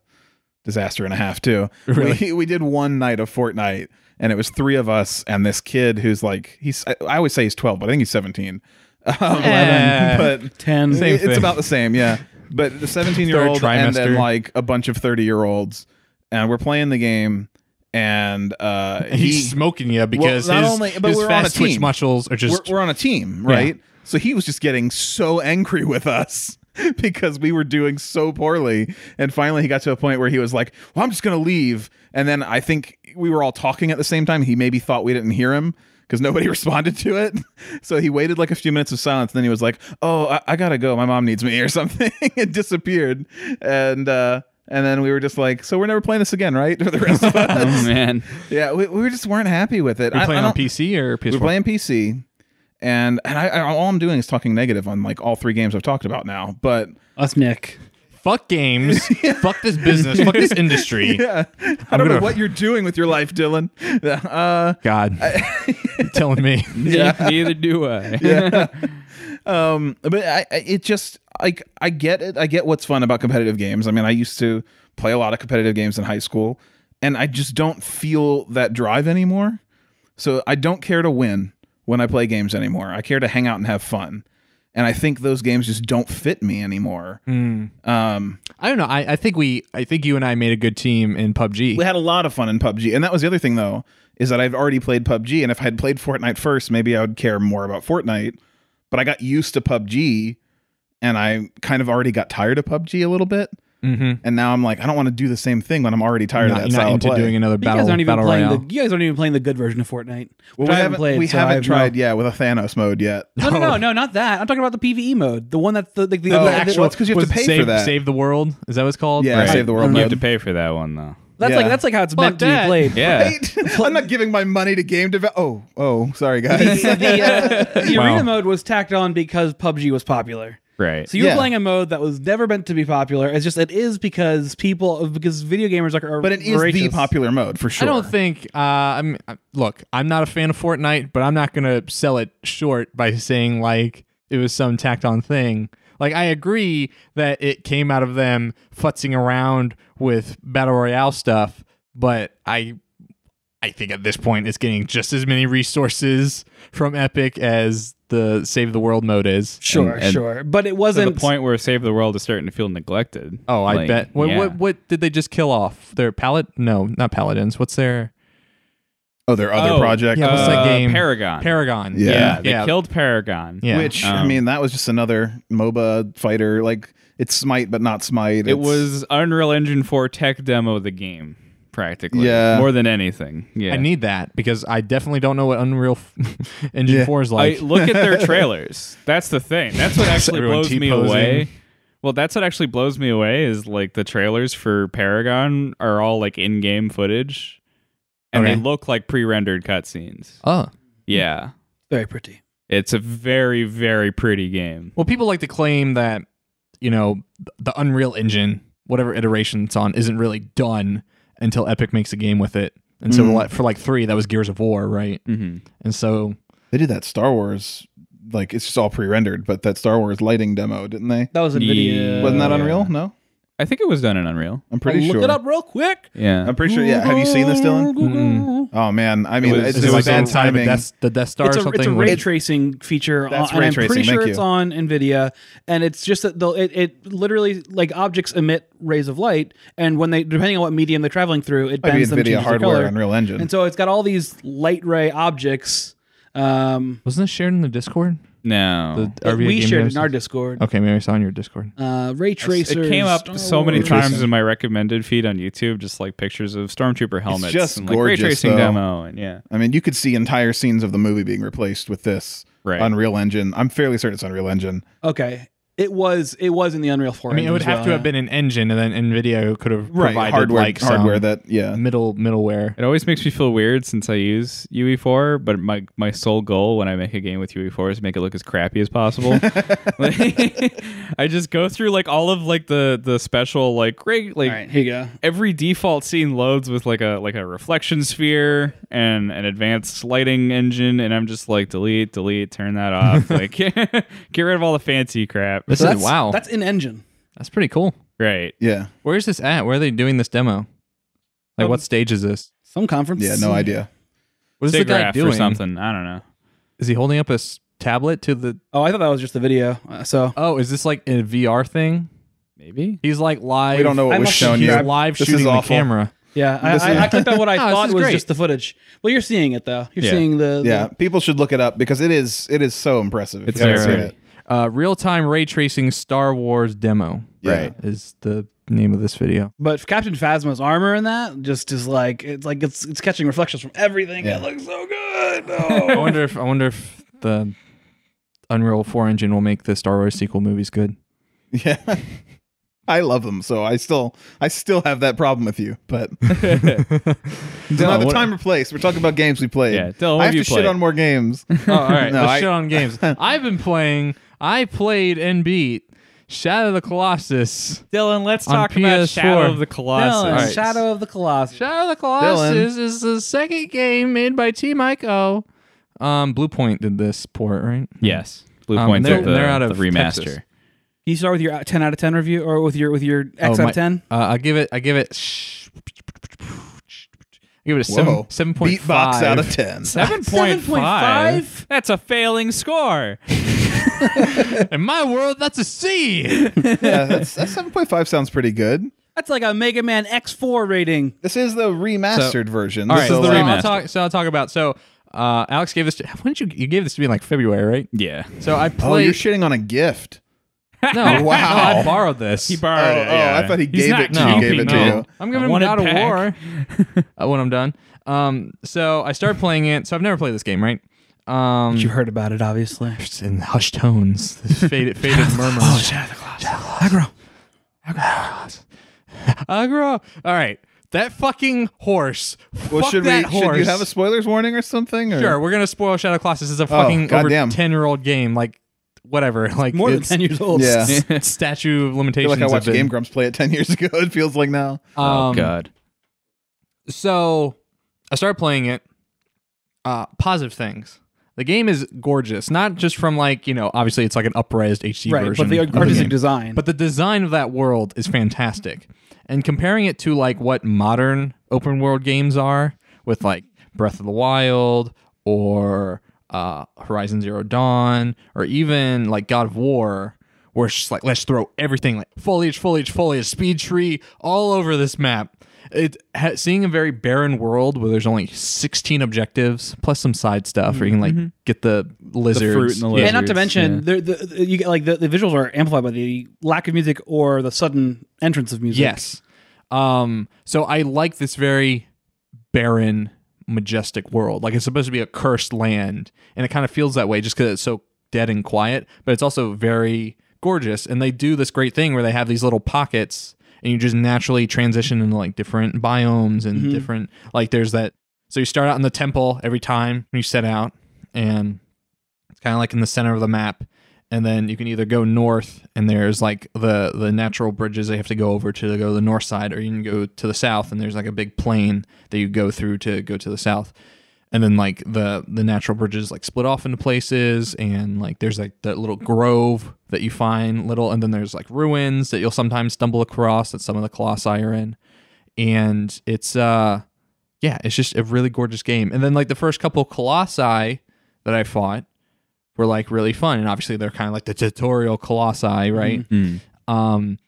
Speaker 2: disaster and a half too. We, we did one night of Fortnite, and it was three of us and this kid who's like he's. I, I always say he's twelve, but I think he's seventeen. Um,
Speaker 4: Eh.
Speaker 2: but
Speaker 3: Ten.
Speaker 2: it- it's
Speaker 4: thing.
Speaker 2: about the same, yeah. But the seventeen-year-old and then
Speaker 4: trimester.
Speaker 2: like a bunch of thirty-year-olds, and we're playing the game, and uh,
Speaker 4: He's
Speaker 2: he
Speaker 4: smoking you because
Speaker 2: not
Speaker 4: his,
Speaker 2: only- but
Speaker 4: his
Speaker 2: we're on a
Speaker 4: fast twitch
Speaker 2: team.
Speaker 4: muscles are just
Speaker 2: we're, we're on a team, right? So he was just getting so angry with us because we were doing so poorly. And finally, he got to a point where he was like, Well, I'm just going to leave. And then I think we were all talking at the same time. He maybe thought we didn't hear him because nobody responded to it. So he waited like a few minutes of silence. And then he was like, Oh, I, I got to go. My mom needs me or something. and disappeared. And, uh, and then we were just like, so we're never playing this again, right? For the rest of us.
Speaker 5: Oh man.
Speaker 2: yeah, we, we just weren't happy with it.
Speaker 4: You're
Speaker 2: I- I
Speaker 4: playing on
Speaker 2: don't-
Speaker 4: PC or PS4?
Speaker 2: we're playing PC, and and I, I all I'm doing is talking negative on like all three games I've talked about now. But
Speaker 3: Us, Nick.
Speaker 4: fuck games. fuck this business. Fuck this industry.
Speaker 2: yeah, I don't know
Speaker 4: gonna-
Speaker 2: what you're doing with your life, Dylan. Uh,
Speaker 4: God, You're telling me.
Speaker 5: yeah. Neither do I.
Speaker 2: um, but I, I it just like I get it. I get what's fun about competitive games. I mean, I used to play a lot of competitive games in high school, and I just don't feel that drive anymore. So I don't care to win when I play games anymore. I care to hang out and have fun. And I think those games just don't fit me anymore. Um,
Speaker 4: I don't know. I, I think we. I think you and I made a good team in PUBG.
Speaker 2: we had a lot of fun in PUBG. And that was the other thing though, is that I've already played PUBG and if I had played Fortnite first, maybe I would care more about Fortnite. But I got used to PUBG and I kind of already got tired of PUBG a little bit. Mm-hmm. And now I'm like, I don't want to do the same thing when I'm already tired
Speaker 4: not,
Speaker 2: of that
Speaker 4: not
Speaker 2: style of
Speaker 4: into
Speaker 2: play.
Speaker 4: doing another
Speaker 3: You
Speaker 4: battle.
Speaker 3: guys aren't even
Speaker 4: battle
Speaker 3: playing
Speaker 4: royale.
Speaker 3: the. You guys aren't even playing the good version of Fortnite.
Speaker 2: Well,
Speaker 3: which
Speaker 2: we
Speaker 3: I haven't
Speaker 2: haven't,
Speaker 3: played.
Speaker 2: we
Speaker 3: so I
Speaker 2: haven't
Speaker 3: have no-
Speaker 2: tried, yeah, with a Thanos mode yet.
Speaker 3: No, no, no, no, not that. I'm talking about the PVE mode, the one that's the like the,
Speaker 2: Oh,
Speaker 3: the
Speaker 2: actual-
Speaker 3: actual.
Speaker 2: it's 'cause you have
Speaker 4: Was
Speaker 2: to
Speaker 4: it
Speaker 2: pay
Speaker 4: save,
Speaker 2: for that.
Speaker 4: Save the world. Is that what it's called?
Speaker 2: Yeah, save the world
Speaker 5: You
Speaker 2: mode.
Speaker 5: have to pay for that one though.
Speaker 3: That's like
Speaker 2: yeah.
Speaker 3: that's like how it's
Speaker 4: Fuck
Speaker 3: meant to
Speaker 4: that.
Speaker 3: be played.
Speaker 5: Yeah.
Speaker 2: I'm not giving my money to game develop. Oh, oh, sorry guys.
Speaker 3: the, uh, the
Speaker 4: Wow.
Speaker 3: arena mode was tacked on because PUBG was popular.
Speaker 5: Right.
Speaker 3: So you're
Speaker 2: Yeah.
Speaker 3: playing a mode that was never meant to be popular. It's just it is because people because video gamers like are
Speaker 2: but it is the
Speaker 3: voracious.
Speaker 2: popular mode for sure.
Speaker 4: I don't think. Uh, I'm. I- Look, I'm not a fan of Fortnite, but I'm not gonna sell it short by saying like it was some tacked on thing. Like I agree that it came out of them futzing around with battle royale stuff, but I, I think at this point it's getting just as many resources from Epic as the Save the World mode is.
Speaker 3: Sure,
Speaker 5: And- and-
Speaker 3: sure. But it
Speaker 5: to the
Speaker 3: wasn't
Speaker 5: point where Save the World is starting to feel neglected.
Speaker 4: Oh, I
Speaker 5: Like,
Speaker 4: bet. What,
Speaker 5: yeah.
Speaker 4: what what did they just kill off? Their pallet? No, not paladins. What's their
Speaker 2: Oh, their other
Speaker 5: Oh,
Speaker 2: project.
Speaker 4: yeah, what's
Speaker 5: uh,
Speaker 4: that game?
Speaker 5: Paragon.
Speaker 4: Paragon?
Speaker 2: Yeah.
Speaker 5: yeah, they
Speaker 4: yeah.
Speaker 5: killed Paragon.
Speaker 4: Yeah.
Speaker 2: Which I
Speaker 5: Um,
Speaker 2: mean, that was just another MOBA fighter. Like it's Smite, but not Smite.
Speaker 5: It
Speaker 2: It's-
Speaker 5: was Unreal Engine 4 tech demo of the game, practically.
Speaker 2: Yeah.
Speaker 5: More than anything. Yeah.
Speaker 4: I need that because I definitely don't know what Unreal Engine
Speaker 2: Yeah.
Speaker 4: 4 is
Speaker 5: I-
Speaker 4: like.
Speaker 5: look at their trailers. That's the thing. That's what actually
Speaker 4: Everyone
Speaker 5: blows me
Speaker 4: T-posing.
Speaker 5: away. Well, that's what actually blows me away is like the trailers for Paragon are all like in-game footage, and
Speaker 4: Okay.
Speaker 5: they look like pre-rendered cutscenes.
Speaker 4: oh,
Speaker 5: Yeah.
Speaker 3: Very pretty.
Speaker 5: It's a very, very pretty game.
Speaker 4: Well, people like to claim that, you know, the Unreal Engine, whatever iteration it's on, isn't really done until Epic makes a game with it. And
Speaker 2: Mm-hmm.
Speaker 4: so like, for like three, that was Gears of War, right?
Speaker 5: Mm-hmm.
Speaker 4: And so
Speaker 2: They did that Star Wars, like it's just all pre-rendered, but that Star Wars lighting demo, didn't they?
Speaker 3: That was Nvidia.
Speaker 5: Yeah.
Speaker 2: Wasn't that
Speaker 5: Yeah.
Speaker 2: Unreal? No,
Speaker 5: I think it was done in Unreal.
Speaker 2: I'm pretty
Speaker 3: Look
Speaker 2: sure.
Speaker 3: it up real quick.
Speaker 5: Yeah.
Speaker 2: I'm pretty sure. Yeah, have you seen this, Dylan?
Speaker 3: Mm-mm.
Speaker 2: Oh man, I mean,
Speaker 5: was-
Speaker 2: it's,
Speaker 5: it
Speaker 4: is
Speaker 2: it
Speaker 4: it
Speaker 2: was
Speaker 4: like
Speaker 2: bad
Speaker 4: the, time of
Speaker 2: timing.
Speaker 4: Death, the Death Star
Speaker 3: It's
Speaker 4: or
Speaker 3: a,
Speaker 4: something?
Speaker 3: it's a
Speaker 4: with-
Speaker 3: ray tracing feature, on,
Speaker 2: That's
Speaker 3: and
Speaker 2: ray
Speaker 3: I'm pretty
Speaker 2: tracing,
Speaker 3: sure
Speaker 2: thank
Speaker 3: it's
Speaker 2: you.
Speaker 3: on NVIDIA, and it's just that they'll, it, it literally like objects emit rays of light, and when they depending on what medium they're traveling through, it
Speaker 2: Maybe
Speaker 3: bends them to
Speaker 2: Nvidia hardware,
Speaker 3: color.
Speaker 2: Unreal Engine.
Speaker 3: And so it's got all these light ray objects. Um,
Speaker 4: Wasn't this shared in the Discord?
Speaker 5: No.
Speaker 4: The RBA
Speaker 3: we
Speaker 4: Game
Speaker 3: shared
Speaker 4: Devs?
Speaker 3: in our
Speaker 2: Oh.
Speaker 3: Discord.
Speaker 4: Okay, maybe I saw in your Discord.
Speaker 3: Uh, ray tracers.
Speaker 5: it came up
Speaker 3: Star
Speaker 5: so many
Speaker 3: Wars.
Speaker 5: times in my recommended feed on YouTube, just like pictures of stormtrooper helmets.
Speaker 2: just
Speaker 5: and, like,
Speaker 2: gorgeous,
Speaker 5: Ray tracing
Speaker 2: though.
Speaker 5: demo, and yeah,
Speaker 2: I mean, you could see entire scenes of the movie being replaced with this
Speaker 5: Right.
Speaker 2: Unreal Engine. I'm fairly certain it's Unreal Engine.
Speaker 3: Okay, it was it was in the Unreal Four.
Speaker 4: I mean, it would have to have been an engine, and then NVIDIA could have provided
Speaker 2: hardware,
Speaker 4: like
Speaker 2: hardware
Speaker 4: some
Speaker 2: that yeah.
Speaker 4: middle middleware.
Speaker 5: it always makes me feel weird since I use UE4. But my my sole goal when I make a game with UE4 is to make it look as crappy as possible. Like, I just go through like all of like the the special like great like
Speaker 3: All right, here you go.
Speaker 5: every default scene loads with like a like a reflection sphere and an advanced lighting engine and i'm just like delete delete turn that off like get rid of all the fancy crap
Speaker 4: This is wow. That's,
Speaker 3: That's in engine.
Speaker 4: pretty cool.
Speaker 5: right
Speaker 2: Yeah,
Speaker 4: Where's this at? Where are they doing this demo? Like, what stage is this?
Speaker 3: Some conference.
Speaker 2: yeah, no idea.
Speaker 4: What is the guy
Speaker 5: Sigraph
Speaker 4: doing?
Speaker 5: or something i don't know
Speaker 4: Is he holding up a s- tablet to the?
Speaker 3: Oh, I thought that was just the video. Uh, so
Speaker 4: Oh, is this like a VR thing?
Speaker 5: maybe
Speaker 4: He's like live.
Speaker 2: We don't know
Speaker 3: I
Speaker 2: what was
Speaker 3: must
Speaker 2: shown
Speaker 4: He's
Speaker 2: yet.
Speaker 3: subscribe.
Speaker 4: live
Speaker 2: This is
Speaker 4: shooting the
Speaker 2: awful.
Speaker 4: camera.
Speaker 3: yeah, I,
Speaker 2: This is-
Speaker 3: I, I clicked out what I
Speaker 4: No, Oh, this
Speaker 3: thought
Speaker 4: is
Speaker 3: was
Speaker 4: great.
Speaker 3: just the footage. Well, you're seeing it though. You're
Speaker 5: Yeah.
Speaker 3: seeing the, the-
Speaker 2: Yeah, people should look it up because it is it is so impressive. It's
Speaker 5: very pretty.
Speaker 4: Uh, Real time ray tracing Star Wars demo.
Speaker 2: Yeah.
Speaker 4: Right is the name of this video.
Speaker 3: But Captain Phasma's armor in that just is like it's like it's it's catching reflections from everything.
Speaker 2: Yeah.
Speaker 3: It looks so good.
Speaker 4: I
Speaker 3: Oh.
Speaker 4: wonder if I wonder if the Unreal Four engine will make the Star Wars sequel movies good.
Speaker 2: Yeah. I love them, so I still I still have that problem with you. But it's not the
Speaker 4: what-
Speaker 2: time or place. We're talking about games we played.
Speaker 5: Yeah, Dylan, what
Speaker 2: I
Speaker 5: have
Speaker 2: have
Speaker 5: you
Speaker 2: to
Speaker 5: played?
Speaker 2: shit on more games.
Speaker 4: Oh, all right.
Speaker 2: No,
Speaker 4: Let's
Speaker 2: I-
Speaker 4: shit on games. I've been playing. I played and beat Shadow of the Colossus.
Speaker 5: dylan let's
Speaker 4: On
Speaker 5: talk about
Speaker 4: PS4.
Speaker 5: shadow of the colossus
Speaker 3: Dylan,
Speaker 4: All right.
Speaker 3: Shadow of the Colossus.
Speaker 4: Shadow of the Colossus is the second game made by Team Ico. Um, Blue Point did this port, right?
Speaker 5: yes blue
Speaker 4: Um,
Speaker 5: points
Speaker 4: they're-
Speaker 5: at the,
Speaker 4: they're out of
Speaker 5: the remaster
Speaker 4: Texas.
Speaker 3: Can you start with your uh, ten out of ten review or with your with your X
Speaker 4: Oh,
Speaker 3: out
Speaker 4: my-
Speaker 3: of ten?
Speaker 4: Uh, I give it. I give it. Sh- I give it a seven
Speaker 2: Whoa.
Speaker 4: seven point five.
Speaker 2: Beatbox out of ten.
Speaker 5: 7.5
Speaker 3: 7.5?
Speaker 5: that's a failing score
Speaker 4: In my world, that's a C.
Speaker 2: yeah, that's, that seven point five sounds pretty good.
Speaker 3: That's like a Mega Man X four rating.
Speaker 2: This is the remastered version.
Speaker 5: all
Speaker 2: This is
Speaker 5: right, so
Speaker 2: like-
Speaker 5: the remaster.
Speaker 4: I'll talk, so I'll talk about. So uh, Alex gave this. To, when did you you gave this to me in like February, right?
Speaker 5: yeah
Speaker 4: So I
Speaker 2: Oh, you're
Speaker 4: played.
Speaker 2: shitting on a gift.
Speaker 4: no,
Speaker 2: Wow.
Speaker 4: no, I borrowed this.
Speaker 5: he borrowed
Speaker 2: Oh,
Speaker 5: it
Speaker 2: oh,
Speaker 5: yeah.
Speaker 2: I thought he
Speaker 5: He's
Speaker 2: gave
Speaker 5: not
Speaker 2: it to
Speaker 4: no,
Speaker 2: you,
Speaker 5: keeping
Speaker 2: gave it to
Speaker 4: no.
Speaker 2: you.
Speaker 4: I'm
Speaker 5: I
Speaker 4: giving him
Speaker 5: want it
Speaker 4: out of
Speaker 5: back.
Speaker 4: war uh, when I'm done. Um, so I started playing it. So I've never played this game, right? Um,
Speaker 3: You heard about it, obviously.
Speaker 4: it's in hushed tones, this faded, faded murmurs. Oh, Shadow Aggro. Aggro. Aggro. All right. That fucking horse.
Speaker 2: Well,
Speaker 4: Fuck
Speaker 2: should we?
Speaker 4: that horse.
Speaker 2: Should you have a spoilers warning or something? Or?
Speaker 4: Sure, we're gonna spoil Shadow Colossus. It's a fucking over
Speaker 2: goddamn.
Speaker 4: ten year old game, like whatever. Like
Speaker 3: More than
Speaker 4: it's
Speaker 3: ten years old.
Speaker 2: Yeah. I
Speaker 4: s- statue of
Speaker 2: feel
Speaker 4: limitations.
Speaker 2: like I
Speaker 4: have
Speaker 2: watched
Speaker 4: been-
Speaker 2: Game Grumps play it ten years ago. It feels like now.
Speaker 5: oh
Speaker 4: Um,
Speaker 5: god
Speaker 4: so I started playing it. Uh, positive things. The game is gorgeous, not just from like you know, obviously it's like an upraised HD
Speaker 3: Right,
Speaker 4: version,
Speaker 3: but the
Speaker 4: of
Speaker 3: artistic
Speaker 4: game.
Speaker 3: design.
Speaker 4: But the design of that world is fantastic. And comparing it to like what modern open world games are with like Breath of the Wild or uh, Horizon Zero Dawn or even like God of War, where it's just like let's throw everything like foliage, foliage, foliage, speed tree all over this map. It ha- seeing a very barren world where there's only 16 objectives plus some side stuff where you can like get the lizards,
Speaker 5: and the
Speaker 4: Yeah.
Speaker 5: lizards.
Speaker 3: and not to
Speaker 5: yeah.
Speaker 3: mention, there the, the- you get like the, the visuals are amplified by the lack of music or the sudden entrance of music.
Speaker 4: Yes. Um, so I like this very barren, majestic world. Like it's supposed to be a cursed land, and it kind of feels that way just because it's so dead and quiet. But it's also very gorgeous, and they do this great thing where they have these little pockets, and you just naturally transition into like different biomes and different like there's that. So you start out in the temple every time when you set out, and it's kind of like in the center of the map. And then you can either go north, and there's like the the natural bridges they have to go over to go to the north side, or you can go to the south, and there's like a big plain that you go through to go to the south. And then like the the natural bridges like split off into places, and like there's like that little grove that you find little, and then there's like ruins that you'll sometimes stumble across that some of the colossi are in, and it's uh yeah, it's just a really gorgeous game. And then like the first couple colossi that I fought were like really fun, and obviously they're kind of like the tutorial colossi, right?
Speaker 5: Hmm. Mm-hmm.
Speaker 4: Um,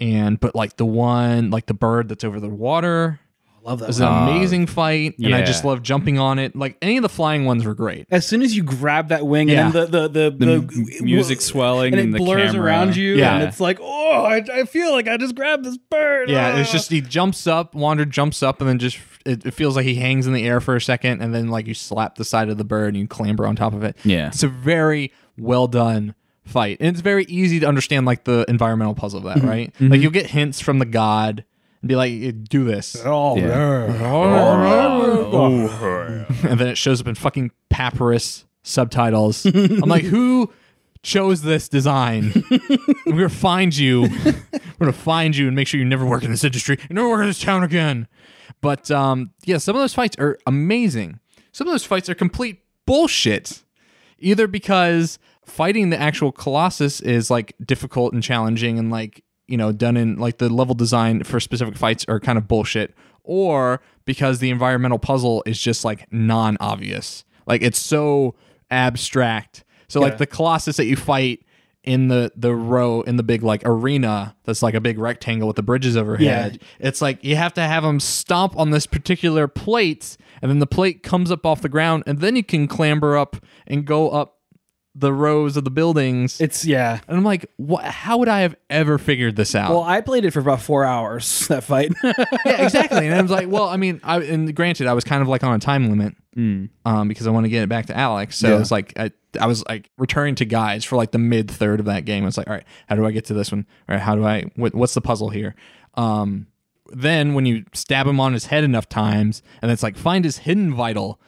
Speaker 4: and but like the one like the bird that's over the water
Speaker 3: Love that.
Speaker 4: was an
Speaker 5: Uh,
Speaker 4: amazing fight, and I
Speaker 5: yeah.
Speaker 4: just love jumping on it. Like any of the flying ones were great.
Speaker 3: as soon as you grab that wing
Speaker 4: Yeah.
Speaker 3: and then the the the,
Speaker 5: The
Speaker 3: the,
Speaker 5: m- music swelling
Speaker 3: and it
Speaker 5: and the
Speaker 3: blurs
Speaker 5: camera.
Speaker 3: around you
Speaker 4: Yeah.
Speaker 3: and it's like oh I, I feel like I just grabbed this bird
Speaker 4: Yeah, it's
Speaker 3: Ah.
Speaker 4: just he jumps up, Wander jumps up, and then just it, it feels like he hangs in the air for a second, and then like you slap the side of the bird and you clamber on top of it.
Speaker 5: Yeah.
Speaker 4: it's a very well done fight, and it's very easy to understand like the environmental puzzle of that,
Speaker 5: Mm-hmm.
Speaker 4: right? Like you'll get hints from the god and be like, "Do this,"
Speaker 3: oh
Speaker 5: Yeah. Oh,
Speaker 4: and then it shows up in fucking papyrus subtitles. I'm like, who chose this design? We're gonna find you. We're gonna find you and make sure you never work in this industry and never work in this town again. But um, yeah, some of those fights are amazing. Some of those fights are complete bullshit. Either because fighting the actual Colossus is like difficult and challenging and like, you know, done in like the level design for specific fights are kind of bullshit, or because the environmental puzzle is just like non obvious. Like it's so abstract. So like the Colossus that you fight in the the row in the big like arena that's like a big rectangle with the bridges overhead it's like you have to have them stomp on this particular plate and then the plate comes up off the ground and then you can clamber up and go up the rows of the buildings
Speaker 3: it's yeah
Speaker 4: and i'm like what how would i have ever figured this out
Speaker 3: well I played it for about four hours that fight
Speaker 4: yeah, exactly. And I was like, well, I mean, I and granted, I was kind of like on a time limit
Speaker 3: Mm.
Speaker 4: um, because I want to get it back to Alex. So it was like, I, I was like returning to guys for like the mid third of that game. It's like, all right, how do I get to this one? All right, how do I, what, what's the puzzle here? Um, then when you stab him on his head enough times and it's like, find his hidden vital.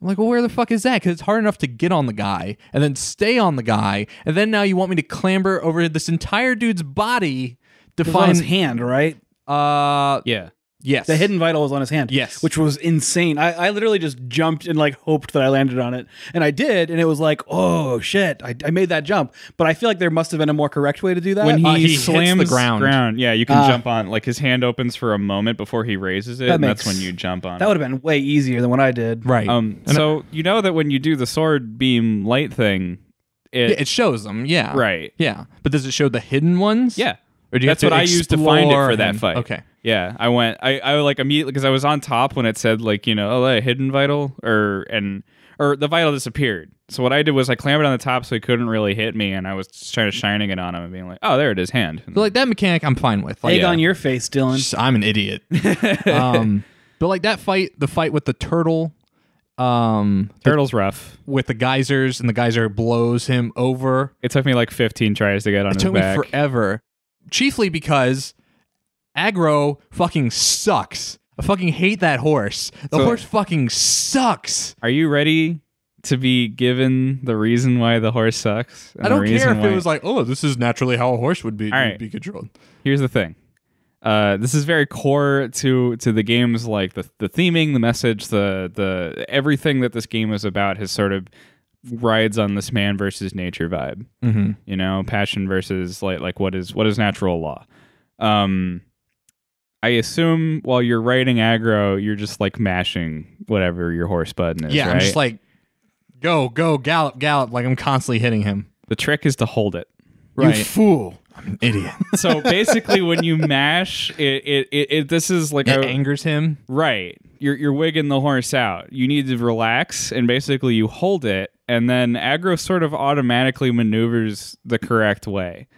Speaker 4: I'm like, well, where the fuck is that? Because it's hard enough to get on the guy and then stay on the guy. And then now you want me to clamber over this entire dude's body to
Speaker 3: It was on his
Speaker 4: find.
Speaker 3: hand right
Speaker 4: Uh,
Speaker 5: Yeah.
Speaker 4: yes.
Speaker 3: the hidden vital was on his hand
Speaker 4: Yes.
Speaker 3: which was insane I, I literally just jumped and like hoped that I landed on it and I did and it was like oh shit I, I made that jump but I feel like there must have been a more correct way to do that
Speaker 5: When he,
Speaker 4: Uh, he hits the
Speaker 5: slams
Speaker 4: ground.
Speaker 5: yeah, you can
Speaker 3: Ah.
Speaker 5: jump on. Like his hand opens for a moment before he raises it,
Speaker 3: That
Speaker 5: and that's
Speaker 3: makes-
Speaker 5: when you jump on.
Speaker 3: that
Speaker 5: it.
Speaker 3: would have been way easier than what I did
Speaker 4: Right.
Speaker 5: Um, so you know that when you do the sword beam light thing, it,
Speaker 4: Yeah, it shows them. Yeah.
Speaker 5: right?
Speaker 4: Yeah. But does it show the hidden ones?
Speaker 5: Yeah,
Speaker 4: Or do you
Speaker 5: that's
Speaker 4: have
Speaker 5: what
Speaker 4: to
Speaker 5: I used to find it
Speaker 4: explore
Speaker 5: for that
Speaker 4: and-
Speaker 5: fight.
Speaker 4: Okay.
Speaker 5: Yeah, I went. I I like immediately because I was on top when it said like you know oh a hidden vital or and or the vital disappeared. So what I did was I clambered on the top so he couldn't really hit me, and I was just trying to shining it on him and being like, oh there it is, hand.
Speaker 4: But like that mechanic, I'm fine with. Like,
Speaker 3: egg on your face Dylan
Speaker 4: Just- I'm an idiot. um, but like that fight, the fight with the turtle, um,
Speaker 5: Turtle's rough.
Speaker 4: with the geysers, and the geyser blows him over.
Speaker 5: It took me like 15 tries to get on
Speaker 4: It
Speaker 5: his
Speaker 4: took me
Speaker 5: back.
Speaker 4: forever, chiefly because aggro fucking sucks. I fucking hate that horse. The
Speaker 5: So-
Speaker 4: horse fucking sucks.
Speaker 5: Are you ready to be given the reason why the horse sucks? and
Speaker 4: I
Speaker 5: the
Speaker 4: don't care
Speaker 5: reason
Speaker 4: if
Speaker 5: why-
Speaker 4: it was like, oh, this is naturally how a horse would be,
Speaker 5: All right.
Speaker 4: be controlled.
Speaker 5: here's the thing uh, this is very core to to the games like the the theming the message the the everything that this game is about has sort of rides on this man versus nature vibe
Speaker 4: Mm-hmm.
Speaker 5: you know passion versus like like what is what is natural law um i assume while you're writing aggro you're just like mashing whatever your horse button is
Speaker 4: Yeah,
Speaker 5: right
Speaker 4: I'm just like, go, go, gallop, gallop. Like I'm constantly hitting him.
Speaker 5: the trick is to hold it
Speaker 2: You
Speaker 4: Right.
Speaker 2: fool.
Speaker 4: I'm an idiot.
Speaker 5: so basically when you mash it it, it, it this is like
Speaker 4: it
Speaker 5: I-
Speaker 4: angers him.
Speaker 5: Right. You're you're wigging the horse out. You need to relax and basically you hold it and then aggro sort of automatically maneuvers the correct way.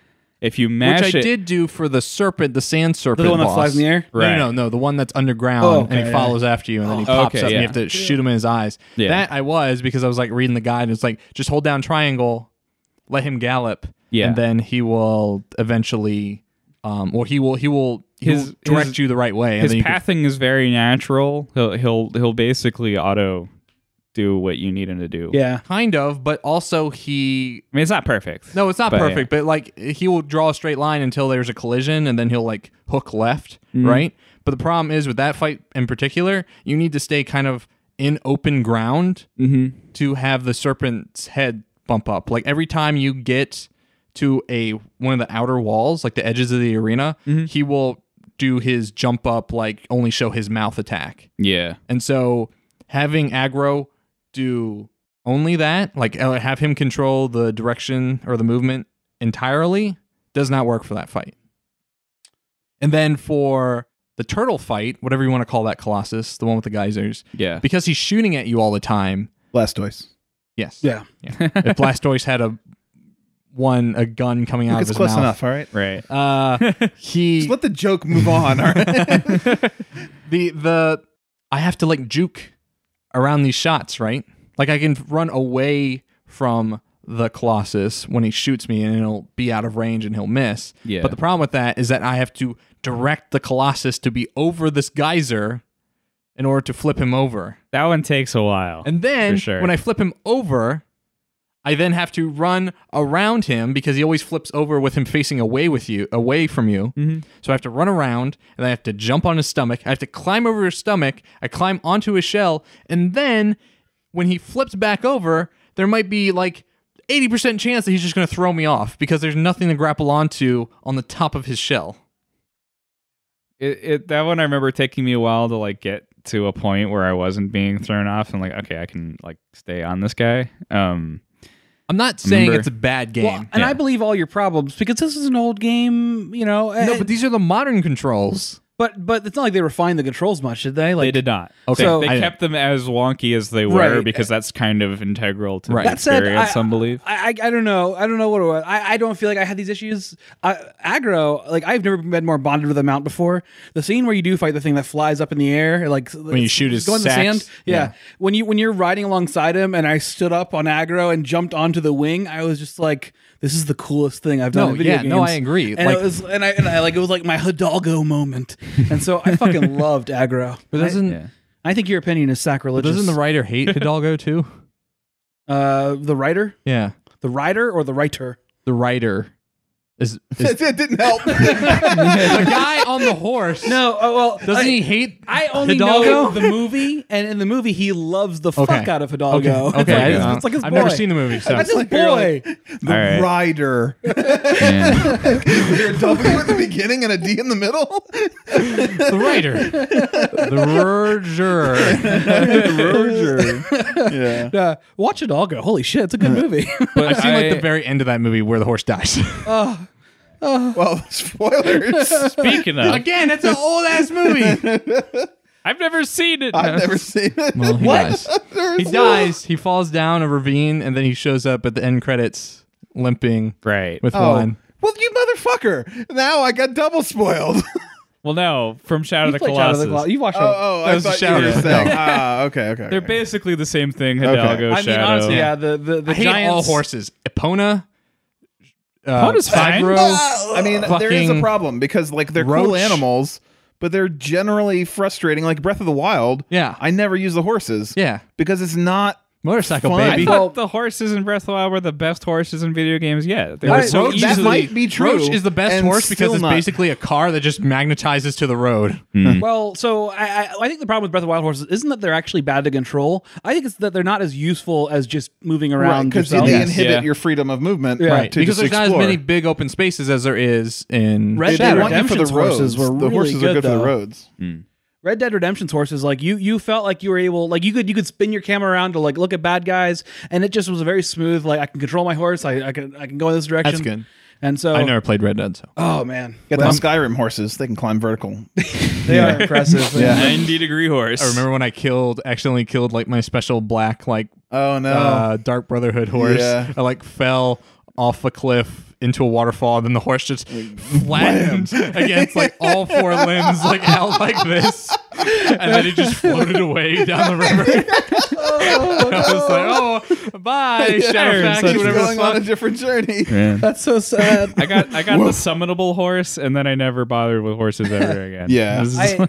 Speaker 5: If you mash
Speaker 4: Which I
Speaker 5: it
Speaker 4: did do for the serpent, the sand serpent.
Speaker 3: The one that
Speaker 4: boss.
Speaker 3: flies in the air?
Speaker 4: No,
Speaker 5: Right. Oh,
Speaker 4: No, no, no, the one that's underground
Speaker 3: Oh, okay,
Speaker 4: and he
Speaker 3: yeah.
Speaker 4: follows after you and then he pops
Speaker 5: Okay,
Speaker 4: up and
Speaker 5: yeah.
Speaker 4: you have to shoot him in his eyes.
Speaker 5: Yeah.
Speaker 4: That I was because I was like reading the guide and it's like, just hold down triangle, let him gallop,
Speaker 5: Yeah.
Speaker 4: and then he will eventually um well he will he will he
Speaker 5: His-
Speaker 4: will direct
Speaker 5: his-
Speaker 4: you the right way and
Speaker 5: his
Speaker 4: then you can
Speaker 5: pathing is very natural. He'll he'll he'll basically auto do what you need him to do.
Speaker 3: Yeah.
Speaker 4: kind of, but also he
Speaker 5: I mean, it's not perfect.
Speaker 4: No, it's not
Speaker 5: But, yeah.
Speaker 4: perfect, but like he will draw a straight line until there's a collision and then he'll like hook left,
Speaker 5: Mm.
Speaker 4: right? But the problem is with that fight in particular, you need to stay kind of in open ground
Speaker 5: Mm-hmm.
Speaker 4: to have the serpent's head bump up. Like every time you get to a one of the outer walls, like the edges of the arena,
Speaker 5: Mm-hmm.
Speaker 4: he will do his jump up like only show his mouth attack.
Speaker 5: Yeah.
Speaker 4: And so having aggro do only that, like uh, have him control the direction or the movement entirely, does not work for that fight. And then for the turtle fight, whatever you want to call that Colossus, the one with the geysers,
Speaker 5: Yeah.
Speaker 4: because he's shooting at you all the time.
Speaker 2: Blastoise.
Speaker 4: Yes.
Speaker 3: Yeah.
Speaker 4: if Blastoise had a one a gun coming out
Speaker 2: Look,
Speaker 4: of
Speaker 2: it's
Speaker 4: his
Speaker 2: close
Speaker 4: mouth,
Speaker 2: enough. All right.
Speaker 5: Right.
Speaker 4: Uh, he
Speaker 2: Just let the joke move on. All right.
Speaker 4: the the I have to like juke around these shots, right? Like I can run away from the Colossus when he shoots me and it'll be out of range and he'll miss.
Speaker 5: Yeah.
Speaker 4: But the problem with that is that I have to direct the Colossus to be over this geyser in order to flip him over.
Speaker 5: That one takes a while.
Speaker 4: And then
Speaker 5: For sure.
Speaker 4: when I flip him over, I then have to run around him because he always flips over with him facing away with you, away from you.
Speaker 3: Mm-hmm.
Speaker 4: So I have to run around and I have to jump on his stomach. I have to climb over his stomach. I climb onto his shell, and then when he flips back over, there might be like 80% chance that he's just going to throw me off because there's nothing to grapple onto on the top of his shell.
Speaker 5: it, it that one I remember taking me a while to like get to a point where I wasn't being thrown off and like okay I can like stay on this guy. Um
Speaker 4: I'm not saying
Speaker 5: Remember-
Speaker 4: it's a bad game.
Speaker 3: Well, and I believe all your problems because this is an old game, you know.
Speaker 4: no, but these are the modern controls.
Speaker 3: but but it's not like they refined the controls much, did they? Like
Speaker 5: they did not.
Speaker 4: Okay. So-
Speaker 5: So they
Speaker 4: I-
Speaker 5: kept them as wonky as they were
Speaker 3: Right.
Speaker 5: because that's kind of integral to
Speaker 4: Right.
Speaker 5: the
Speaker 3: That said,
Speaker 5: experience,
Speaker 3: I-
Speaker 5: I, believe.
Speaker 3: I, I I don't know. I don't know what it was. I, I don't feel like I had these issues. I, aggro, like I've never been more bonded with a mount before. The scene where you do fight the thing that flies up in the air, like when
Speaker 4: you shoot his
Speaker 3: going the
Speaker 4: sacks?
Speaker 3: sand. Yeah.
Speaker 4: Yeah.
Speaker 3: when you when you're riding alongside him, and I stood up on aggro and jumped onto the wing. I was just like, this is the coolest thing I've done.
Speaker 4: No,
Speaker 3: in video
Speaker 4: yeah, no,
Speaker 3: games.
Speaker 4: I agree.
Speaker 3: And
Speaker 4: Like-
Speaker 3: it was and I and I like it was like my Hidalgo moment, and so I fucking loved aggro.
Speaker 4: But doesn't
Speaker 5: yeah.
Speaker 3: I think your opinion is sacrilegious.
Speaker 4: doesn't the writer hate Hidalgo too?
Speaker 3: uh the writer,
Speaker 4: Yeah.
Speaker 3: the writer or the writer?
Speaker 4: the writer is, is
Speaker 2: it didn't help.
Speaker 4: the guy on the horse.
Speaker 3: No, oh, well,
Speaker 4: doesn't
Speaker 3: I-
Speaker 4: he hate?
Speaker 3: I only
Speaker 4: Hidalgo?
Speaker 3: know the movie, and in the movie, he loves the fuck
Speaker 4: Okay.
Speaker 3: out of Hidalgo.
Speaker 4: Okay,
Speaker 3: It's like
Speaker 4: I
Speaker 3: his-
Speaker 4: don't-
Speaker 3: it's like his
Speaker 4: I've
Speaker 3: boy.
Speaker 4: never seen the movie. So.
Speaker 3: It's his boy.
Speaker 2: the
Speaker 5: right.
Speaker 2: rider.
Speaker 5: Yeah.
Speaker 2: There are W at the beginning and a D in the middle.
Speaker 4: the writer, the
Speaker 2: Roger. Yeah.
Speaker 3: Uh, watch Hidalgo. Holy shit, it's a good movie.
Speaker 4: But I've seen like
Speaker 5: I-
Speaker 4: the very end of that movie where the horse dies.
Speaker 2: Well, spoilers.
Speaker 5: Speaking of,
Speaker 4: Again, that's an old ass movie.
Speaker 5: I've never seen it.
Speaker 2: I've never seen it.
Speaker 4: he dies. He dies. He falls down a ravine, and then he shows up at the end credits limping
Speaker 5: Right.
Speaker 4: with
Speaker 2: Oh.
Speaker 4: wine.
Speaker 2: Well, you motherfucker! Now I got double spoiled.
Speaker 5: well, no, from Shadow of the
Speaker 3: Like Shadow of
Speaker 5: Colossus.
Speaker 3: the Colossus. You watch.
Speaker 2: Oh, oh, I
Speaker 4: was the
Speaker 2: thought you were
Speaker 4: shower.
Speaker 2: saying. Ah, okay, okay.
Speaker 5: They're
Speaker 2: okay.
Speaker 5: basically the same thing,
Speaker 2: oh.
Speaker 5: Hidalgo,
Speaker 3: I mean,
Speaker 5: Shadow.
Speaker 3: honestly, yeah. The the the
Speaker 4: I hate all
Speaker 3: giants.
Speaker 4: horses. Epona. Uh,
Speaker 5: Epona's fine.
Speaker 4: Sagro.
Speaker 2: I mean, there is a
Speaker 4: Fucking
Speaker 2: problem because like they're cool
Speaker 4: roach.
Speaker 2: animals, but they're generally frustrating. Like Breath of the Wild.
Speaker 4: Yeah.
Speaker 2: I never use the horses.
Speaker 4: Yeah.
Speaker 2: because it's not.
Speaker 4: Motorcycle
Speaker 2: Fine.
Speaker 4: baby.
Speaker 5: I thought
Speaker 2: Well-
Speaker 5: the horses in Breath of the Wild were the best horses in video games yet. They
Speaker 4: All
Speaker 5: were
Speaker 4: right,
Speaker 5: so
Speaker 4: Roach-
Speaker 5: easily
Speaker 2: that might be true.
Speaker 4: Roach is the best
Speaker 2: and
Speaker 4: horse because
Speaker 2: still
Speaker 4: it's
Speaker 2: not-
Speaker 4: basically a car that just magnetizes to the road.
Speaker 3: Well, so I, I I think the problem with Breath of the Wild horses isn't that they're actually bad to control. I think it's that they're not as useful as just moving
Speaker 2: right
Speaker 3: around.
Speaker 2: because
Speaker 3: yourself.
Speaker 2: they
Speaker 5: Yes.
Speaker 2: inhibit
Speaker 5: Yeah.
Speaker 2: your freedom of movement.
Speaker 3: Right,
Speaker 2: to
Speaker 4: because
Speaker 2: just
Speaker 4: there's
Speaker 2: explore.
Speaker 4: not as many big open spaces as there is in
Speaker 3: Red
Speaker 2: They,
Speaker 3: Dead
Speaker 2: they want you for the
Speaker 3: Redemption's
Speaker 2: roads.
Speaker 3: horses were
Speaker 2: the
Speaker 3: really
Speaker 2: horses are
Speaker 3: good,
Speaker 2: good for
Speaker 3: though.
Speaker 2: the roads.
Speaker 3: Red Dead Redemption's horses, like you, you felt like you were able, like you could, you could spin your camera around to like look at bad guys, and it just was very smooth. Like I can control my horse, I, I can, I can go in this direction.
Speaker 4: That's good.
Speaker 3: And so,
Speaker 4: I never played Red Dead, so
Speaker 3: oh man,
Speaker 2: Get them Skyrim horses. They can climb vertical.
Speaker 3: they are impressive.
Speaker 2: Yeah.
Speaker 5: 90 degree horse.
Speaker 4: I remember when I killed, accidentally killed like my special black like
Speaker 2: Oh no.
Speaker 4: uh, Dark Brotherhood horse.
Speaker 2: Yeah.
Speaker 4: I like fell off a cliff into a waterfall, and then the horse just flattened against like all four limbs, like out like this, and then it just floated away down the river.
Speaker 3: Oh,
Speaker 4: I was like, oh, bye, Shadow
Speaker 5: Sure,
Speaker 4: Factory,
Speaker 5: such-
Speaker 4: whatever the
Speaker 2: going on a
Speaker 4: fuck.
Speaker 2: different journey.
Speaker 3: that's so sad.
Speaker 5: I got I got the summonable horse, and then I never bothered with horses ever again.
Speaker 2: Yeah.
Speaker 5: This is-
Speaker 3: I,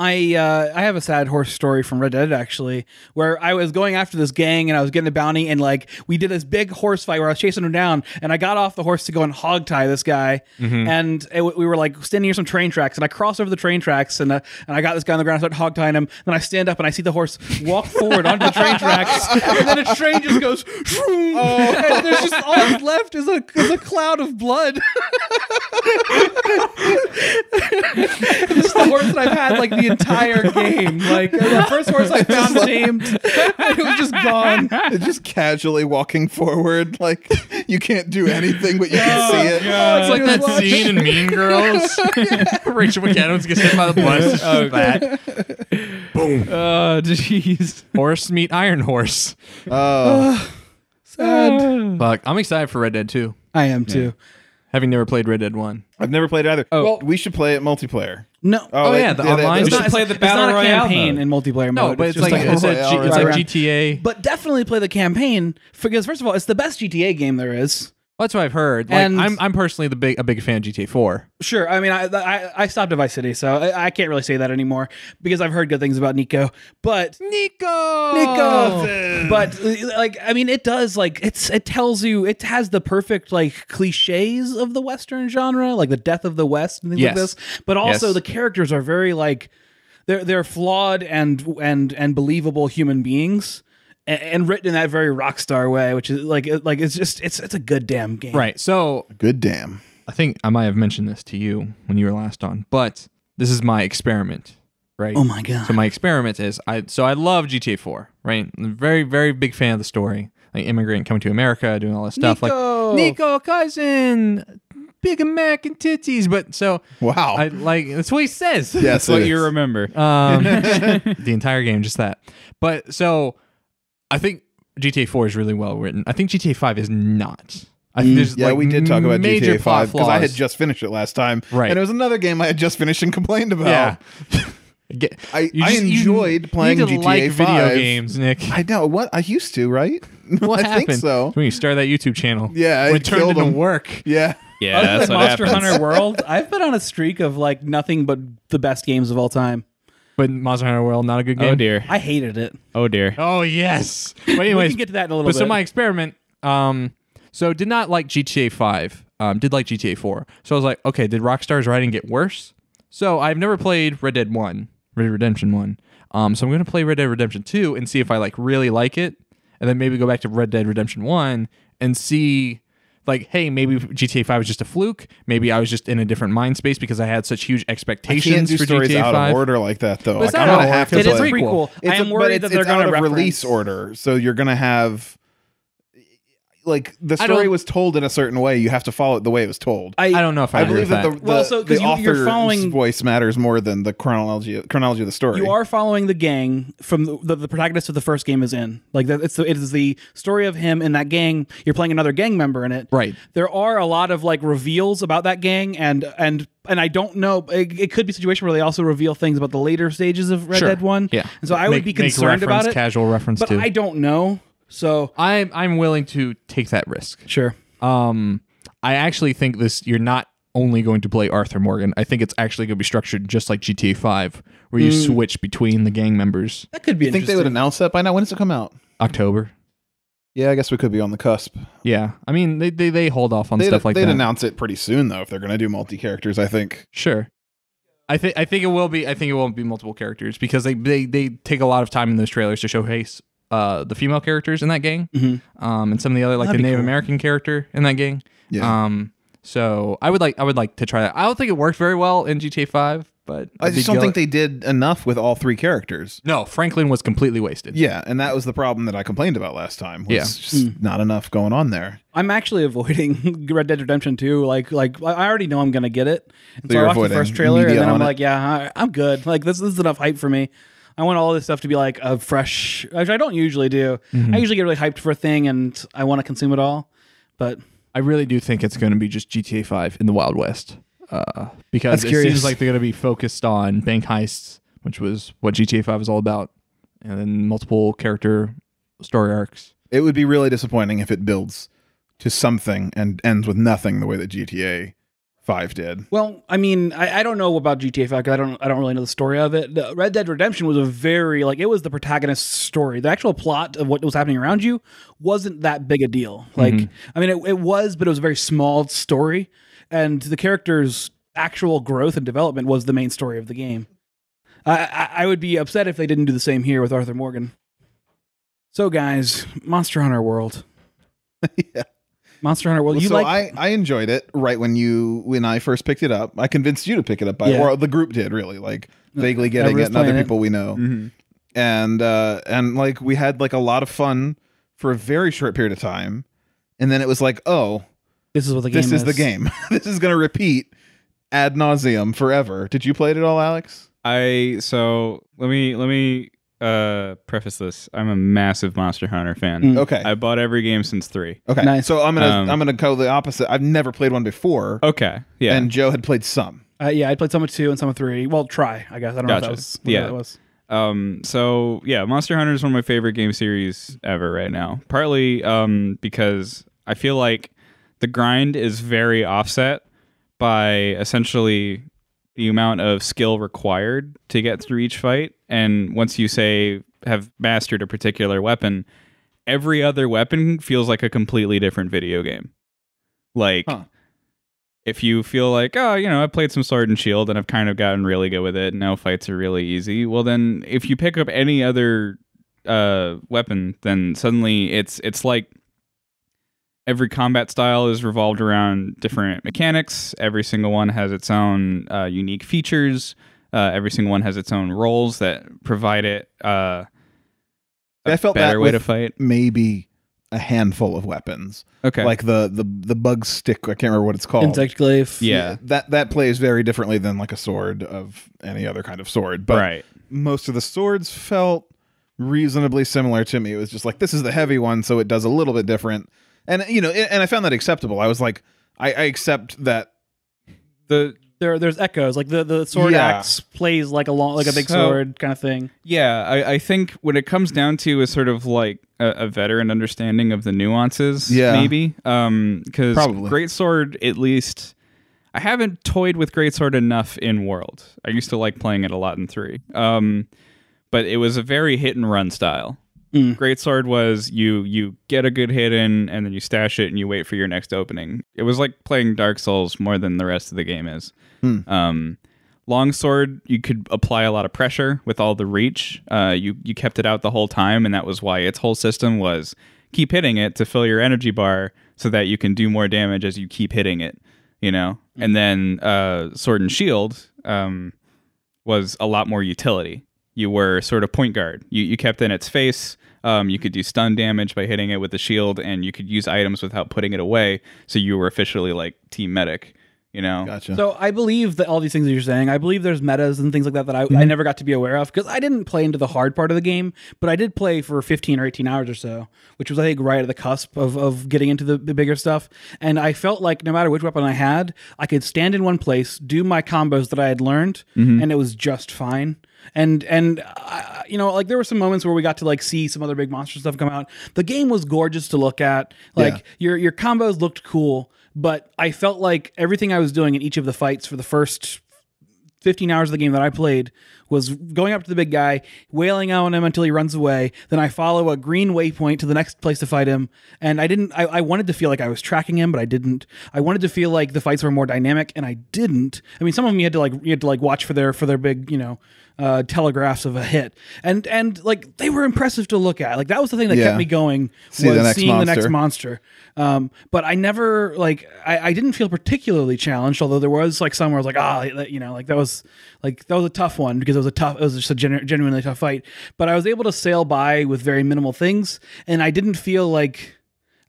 Speaker 3: I uh, I have a sad horse story from Red Dead actually, where I was going after this gang and I was getting a bounty and like we did this big horse fight where I was chasing him down and I got off the horse to go and hog tie this guy
Speaker 5: Mm-hmm.
Speaker 3: and it, we were like standing near some train tracks and I crossed over the train tracks and uh, and I got this guy on the ground and started hog tying him then I stand up and I see the horse walk forward onto the train tracks and then a train just goes shroom,
Speaker 5: Oh.
Speaker 3: and there's just all that's left is a is a cloud of blood. this is the horse that I've had like the entire game. Like the first horse I found named, and it was just gone.
Speaker 2: It's just casually walking forward, like you can't do anything, but you
Speaker 5: Oh,
Speaker 2: can see it.
Speaker 4: It's like that scene in Mean Girls. Rachel McAdams gets hit by the bus. It's just that.
Speaker 5: Oh, jeez.
Speaker 4: Horse meet Iron Horse.
Speaker 3: Sad.
Speaker 4: Fuck, I'm excited for Red Dead 2,
Speaker 3: I am too.
Speaker 4: having never played Red Dead 1.
Speaker 2: I've never played either. Oh,
Speaker 5: Well-
Speaker 2: we should play it multiplayer.
Speaker 3: No.
Speaker 4: Oh,
Speaker 2: wait,
Speaker 4: yeah, the
Speaker 2: they- they-
Speaker 4: online
Speaker 2: they-
Speaker 5: We should
Speaker 4: stuff.
Speaker 5: play the
Speaker 3: It's
Speaker 5: battle
Speaker 3: not a
Speaker 5: royale.
Speaker 3: campaign
Speaker 5: mode.
Speaker 3: in multiplayer
Speaker 4: No,
Speaker 3: mode.
Speaker 4: but it's,
Speaker 3: Oh, just
Speaker 4: like, it's, a,
Speaker 2: Royale
Speaker 4: G- it's
Speaker 2: right
Speaker 4: like
Speaker 2: around.
Speaker 4: GTA.
Speaker 3: But definitely play the campaign because first of all, it's the best GTA game there is.
Speaker 4: that's what I've heard. Like,
Speaker 3: And-
Speaker 4: I'm, I'm personally the big a big fan of GTA 4.
Speaker 3: Sure, I mean, I I, I stopped at Vice City, so I, I can't really say that anymore because I've heard good things about Nico. But
Speaker 4: Nico!
Speaker 3: Nico. Oh. But uh, like, I mean, it does like it's it tells you it has the perfect like cliches of the Western genre, like the death of the West and things
Speaker 4: Yes.
Speaker 3: like this. But also
Speaker 4: Yes.
Speaker 3: the characters are very like they're they're flawed and and and believable human beings. a- And written in that very rock star way, which is like, it- like it's just it's it's a good damn game,
Speaker 4: Right, so
Speaker 2: Good damn.
Speaker 4: I think I might have mentioned this to you when you were last on, but this is my experiment, right?
Speaker 3: Oh my god!
Speaker 4: So my experiment is I so I love GTA 4, right? I'm a very very big fan of the story, like immigrant coming to America, doing all this stuff,
Speaker 3: Nico!
Speaker 4: like Nico cousin, big Mac and titties. But so
Speaker 2: Wow.
Speaker 4: I like that's what he says.
Speaker 2: yes,
Speaker 5: What
Speaker 2: it
Speaker 5: you
Speaker 2: is.
Speaker 5: remember?
Speaker 4: Um, the entire game, just that. But so I think GTA 4 is really well written. I think GTA 5 is not. I think there's
Speaker 2: Mm, yeah,
Speaker 4: like
Speaker 2: we did talk about
Speaker 4: major
Speaker 2: GTA Five
Speaker 4: plot
Speaker 2: because I had
Speaker 4: flaws.
Speaker 2: just finished it last time,
Speaker 4: Right.
Speaker 2: And it was another game I had just finished and complained about.
Speaker 4: yeah. Get-
Speaker 2: I-
Speaker 4: you
Speaker 2: I
Speaker 4: you
Speaker 2: enjoyed
Speaker 4: need
Speaker 2: playing
Speaker 4: to
Speaker 2: GTA
Speaker 4: like video
Speaker 2: 5.
Speaker 4: games, Nick.
Speaker 2: I know what I used to, right?
Speaker 4: What
Speaker 2: I
Speaker 4: happened?
Speaker 2: think so.
Speaker 4: When you started that YouTube channel.
Speaker 2: Yeah,
Speaker 4: When
Speaker 2: it
Speaker 4: it turned
Speaker 2: killed
Speaker 4: into
Speaker 2: him.
Speaker 4: work.
Speaker 2: Yeah,
Speaker 5: Yeah,
Speaker 3: Other
Speaker 5: that's
Speaker 3: than
Speaker 5: what
Speaker 3: Monster
Speaker 5: happens.
Speaker 3: Hunter World, I've been on a streak of like nothing but the best games of all time.
Speaker 4: But Monster Hunter World, not a good game.
Speaker 5: Oh dear.
Speaker 3: I hated it.
Speaker 5: Oh dear.
Speaker 4: Oh yes. But
Speaker 3: we
Speaker 4: anyways,
Speaker 3: can get to that in a little
Speaker 4: but
Speaker 3: bit.
Speaker 4: so my experiment, um, so did not like GTA Five. Um, did like GTA Four. So I was like, okay, did Rockstar's writing get worse? So I've never played Red Dead One, Red Dead Redemption One. Um, so I'm gonna play Red Dead Redemption Two and see if I like really like it, and then maybe go back to Red Dead Redemption One and see. Like, hey, maybe GTA Five was just a fluke. Maybe I was just in a different mind space because I had such huge
Speaker 2: I
Speaker 4: expectations
Speaker 2: can't do
Speaker 4: for
Speaker 2: stories
Speaker 4: GTA
Speaker 2: out
Speaker 4: Five.
Speaker 2: of order like that though.
Speaker 4: it's
Speaker 2: Like, I'm
Speaker 4: not out
Speaker 2: gonna
Speaker 4: of
Speaker 2: have
Speaker 4: order.
Speaker 2: to
Speaker 3: it is
Speaker 2: play.
Speaker 4: a
Speaker 3: prequel. I
Speaker 2: It's a-
Speaker 3: am
Speaker 2: but
Speaker 3: worried
Speaker 2: it's-
Speaker 3: that they're
Speaker 2: it's out
Speaker 3: going to
Speaker 2: of
Speaker 3: reference.
Speaker 2: release order, so you're gonna have like the
Speaker 4: I don't-
Speaker 2: story was told in a certain way. You have to follow it the way it was told.
Speaker 3: I,
Speaker 4: I don't know if I,
Speaker 2: I
Speaker 4: agree
Speaker 2: believe that
Speaker 4: with
Speaker 2: the, the,
Speaker 3: Well, so, 'cause
Speaker 2: the
Speaker 3: you-
Speaker 2: author's
Speaker 3: you're following-
Speaker 2: voice matters more than the chronology chronology of the story.
Speaker 3: You are following the gang from the, the, the protagonist of the first game is in. Like that, it's the, it is the story of him in that gang. You're playing another gang member in it.
Speaker 4: Right.
Speaker 3: There are a lot of like reveals about that gang, and and and I don't know. It, it could be a situation where they also reveal things about the later stages of Red
Speaker 4: Sure.
Speaker 3: Dead One.
Speaker 4: Yeah.
Speaker 3: And so I would
Speaker 4: Make-
Speaker 3: be
Speaker 4: make
Speaker 3: concerned about
Speaker 4: reference,
Speaker 3: it.
Speaker 4: Casual reference
Speaker 3: but
Speaker 4: to.
Speaker 3: I don't know. So
Speaker 4: I'm I'm willing to take that risk.
Speaker 3: sure.
Speaker 4: Um, I actually think this you're not only going to play Arthur Morgan. I think it's actually going to be structured just like GTA 5, where
Speaker 3: Mm.
Speaker 4: you switch between the gang members.
Speaker 3: That could be.
Speaker 2: You think they would announce that by now? When does it come out?
Speaker 4: October.
Speaker 2: Yeah, I guess we could be on the cusp.
Speaker 4: Yeah, I mean they they, they hold off on
Speaker 2: They'd,
Speaker 4: stuff like
Speaker 2: they'd
Speaker 4: that.
Speaker 2: announce it pretty soon though if they're going to do multi characters. I think.
Speaker 4: Sure. I think I think it will be I think it will be multiple characters because they they, they take a lot of time in those trailers to showcase uh, the female characters in that gang,
Speaker 2: Mm-hmm.
Speaker 4: um, and some of the other like
Speaker 3: That'd
Speaker 4: the
Speaker 3: be
Speaker 4: Native
Speaker 3: cool.
Speaker 4: American character in that gang.
Speaker 2: Yeah.
Speaker 4: Um. So I would like I would like to try that. I don't think it worked very well in GTA Five, but
Speaker 2: I
Speaker 4: I'd be
Speaker 2: just don't
Speaker 4: go-
Speaker 2: think they did enough with all three characters.
Speaker 4: No, Franklin was completely wasted.
Speaker 2: Yeah, and that was the problem that I complained about last time. Was
Speaker 4: Yeah.
Speaker 2: just
Speaker 3: Hmm.
Speaker 2: not enough going on there.
Speaker 3: I'm actually avoiding Red Dead Redemption 2. Like, like I already know I'm gonna get it. And
Speaker 2: So
Speaker 3: so, I
Speaker 2: you're
Speaker 3: watched the
Speaker 2: avoiding
Speaker 3: first trailer, and
Speaker 2: media
Speaker 3: then I'm
Speaker 2: on it?
Speaker 3: like, yeah, I, I'm good. Like, this, this is enough hype for me. I want all this stuff to be like a fresh, which I don't usually do.
Speaker 2: Mm-hmm.
Speaker 3: I usually get really hyped for a thing, and I want to consume it all. But
Speaker 4: I really do think it's going to be just GTA Five in the Wild West, uh, because
Speaker 3: That's
Speaker 4: it
Speaker 3: curious.
Speaker 4: seems like they're going to be focused on bank heists, which was what GTA Five is all about, and then multiple character story arcs.
Speaker 2: It would be really disappointing if it builds to something and ends with nothing the way that GTA Five did.
Speaker 3: Well, I mean, I, I don't know about GTA Five 'cause I don't I don't really know the story of it. The Red Dead Redemption was a very like it was the protagonist's story. The actual plot of what was happening around you wasn't that big a deal. Like,
Speaker 2: Mm-hmm.
Speaker 3: I mean, it, it was, but it was a very small story, and the character's actual growth and development was the main story of the game. I I, I would be upset if they didn't do the same here with Arthur Morgan. So, guys, Monster Hunter World.
Speaker 2: Yeah.
Speaker 3: Monster Hunter World. you
Speaker 2: so
Speaker 3: like?
Speaker 2: I, I enjoyed it right when you when I first picked it up. I convinced you to pick it up, by,
Speaker 3: Yeah. Uh,
Speaker 2: or the group did really, like vaguely getting
Speaker 3: Everyone's
Speaker 2: it, and other
Speaker 3: playing it. Mm-hmm.
Speaker 2: people we know, and uh, and like we had like a lot of fun for a very short period of time, and then it was like, oh,
Speaker 3: this is what the game.
Speaker 2: this is, the game. this is going to repeat ad nauseum forever. Did you play it at all, Alex?
Speaker 5: I so let me let me uh preface this. I'm a massive Monster Hunter fan.
Speaker 3: Mm.
Speaker 2: Okay,
Speaker 5: I bought every game since three.
Speaker 2: okay.
Speaker 3: Nice.
Speaker 2: So I'm gonna
Speaker 5: Um,
Speaker 2: I'm gonna go the opposite. I've never played one before,
Speaker 5: Okay. Yeah.
Speaker 2: and Joe had played some.
Speaker 3: Uh, yeah, I played Summer Two and Summer Three. Well, try I guess I don't know if that
Speaker 5: Gotcha.
Speaker 3: was what
Speaker 5: Yeah.
Speaker 3: that was.
Speaker 5: Um, so yeah, Monster Hunter is one of my favorite game series ever right now. Partly um, because I feel like the grind is very offset by essentially the amount of skill required to get through each fight. And once you say have mastered a particular weapon, every other weapon feels like a completely different video game. Like
Speaker 2: Huh.
Speaker 5: if you feel like, oh, you know, I played some Sword and Shield and I've kind of gotten really good with it, and now fights are really easy. Well, then if you pick up any other uh, weapon, then suddenly it's it's like every combat style is revolved around different mechanics. Every single one has its own uh, unique features. Uh, every single one has its own roles that provide it uh,
Speaker 2: I felt
Speaker 5: better
Speaker 2: that
Speaker 5: way to
Speaker 2: with
Speaker 5: fight.
Speaker 2: maybe a handful of weapons.
Speaker 5: Okay,
Speaker 2: like the the the bug stick. I can't remember what it's called.
Speaker 3: Insect Glaive.
Speaker 5: yeah,
Speaker 2: That that plays very differently than like a sword of any other kind of sword. But
Speaker 5: right.
Speaker 2: most of the swords felt reasonably similar to me. It was just like this is the heavy one, so it does a little bit different. And you know, and I found that acceptable. I was like, I, I accept that.
Speaker 5: The
Speaker 3: There, there's echoes. Like the, the sword
Speaker 2: Yeah.
Speaker 3: axe plays like a long, like a big
Speaker 5: So-
Speaker 3: sword kind of thing.
Speaker 5: Yeah, I, I think what it comes down to is sort of like a, a veteran understanding of the nuances.
Speaker 2: Yeah.
Speaker 5: maybe. Um, because
Speaker 2: Probably.
Speaker 5: Great Sword, at least, I haven't toyed with Great Sword enough in World. I used to like playing it a lot in three. Um, but it was a very hit and run style.
Speaker 3: Mm.
Speaker 5: Great Sword was you you get a good hit in and then you stash it and you wait for your next opening. It was like playing Dark Souls more than the rest of the game is. Um, longsword you could apply a lot of pressure with all the reach uh, you you kept it out the whole time and that was why its whole system was keep hitting it to fill your energy bar so that you can do more damage as you keep hitting it you know and then uh, sword and shield um, was a lot more utility you were sort of point guard you, you kept in its face um, you could do stun damage by hitting it with the shield and you could use items without putting it away so you were officially like team medic you know
Speaker 2: Gotcha.
Speaker 3: So I believe that all these things that you're saying, I believe there's metas and things like that that I, I
Speaker 5: Mhm.
Speaker 3: never got to be aware of because I didn't play into the hard part of the game, but I did play for 15 or 18 hours or so, which was I think right at the cusp of, of getting into the, the bigger stuff. And I felt like no matter which weapon I had, I could stand in one place, do my combos that I had learned, and it was just fine. And and uh, you know, like there were some moments where we got to like see some other big monster stuff come out. The game was gorgeous to look at. Like your your combos looked cool, but I felt like everything I was doing in each of the fights for the first 15 hours of the game that I played was going up to the big guy, wailing on him until he runs away. Then I follow a green waypoint to the next place to fight him. And I didn't, I, I wanted to feel like I was tracking him, but I didn't. I wanted to feel like the fights were more dynamic and I didn't. I mean, some of them you had to like, you had to like watch for their, for their big, you know, uh, telegraphs of a hit. And, and like they were impressive to look at. Like that was the thing that
Speaker 2: Yeah.
Speaker 3: kept me going
Speaker 2: See the
Speaker 3: was
Speaker 2: next
Speaker 3: seeing the next
Speaker 2: monster.
Speaker 3: monster. Um, but I never like I, I didn't feel particularly challenged, although there was like some where I was like, ah, that- you know, like that was like that was a tough one because it was a tough, it was just a genu- genuinely tough fight. But I was able to sail by with very minimal things, and I didn't feel like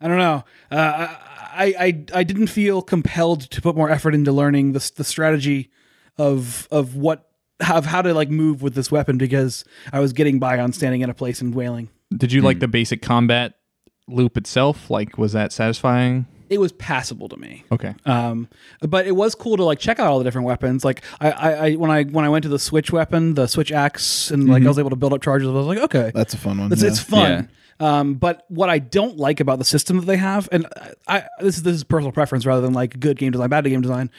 Speaker 3: I don't know. Uh, I, I I didn't feel compelled to put more effort into learning the the strategy of of what of how to like move with this weapon because I was getting by on standing in a place and wailing.
Speaker 4: Did you like the basic combat loop itself? Like, was that satisfying?
Speaker 3: It was passable to me.
Speaker 4: Okay.
Speaker 3: Um, but it was cool to like check out all the different weapons. Like I, I, I when I when I went to the switch weapon, the switch axe, and
Speaker 4: Mm-hmm.
Speaker 3: like I was able to build up charges. I was like, okay,
Speaker 2: That's a fun one.
Speaker 3: that's
Speaker 2: yeah.
Speaker 3: it's fun. Um, but what I don't like about the system that they have, and I, I this is this is personal preference rather than like good game design, bad game design.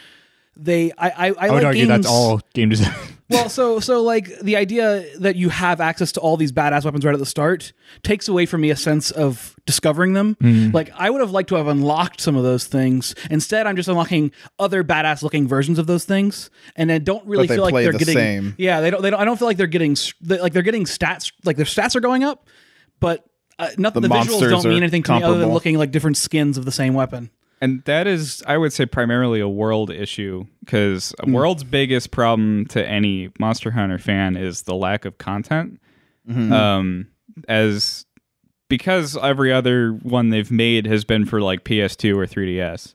Speaker 3: they I I, I,
Speaker 4: I would
Speaker 3: like
Speaker 4: argue
Speaker 3: games,
Speaker 4: that's all game design.
Speaker 3: well, so so like the idea that you have access to all these badass weapons right at the start takes away from me a sense of discovering them.
Speaker 2: Hmm.
Speaker 3: Like I would have liked to have unlocked some of those things. Instead, I'm just unlocking other badass looking versions of those things, and I don't really
Speaker 2: But they
Speaker 3: feel like
Speaker 2: play
Speaker 3: they're
Speaker 2: the
Speaker 3: getting.
Speaker 2: same.
Speaker 3: Yeah, they don't. They don't. I don't feel like they're getting s- they- like they're getting stats. Like their stats are going up, but uh, nothing.
Speaker 2: The
Speaker 3: The, visuals
Speaker 2: monsters
Speaker 3: don't
Speaker 2: are
Speaker 3: mean anything to me other than
Speaker 2: comparable.
Speaker 3: looking like different skins of the same weapon.
Speaker 5: And that is, I would say, primarily a world issue because world's biggest problem to any Monster Hunter fan is the lack of content.
Speaker 2: Mm-hmm.
Speaker 5: Um, as because every other one they've made has been for like PS2 or 3DS.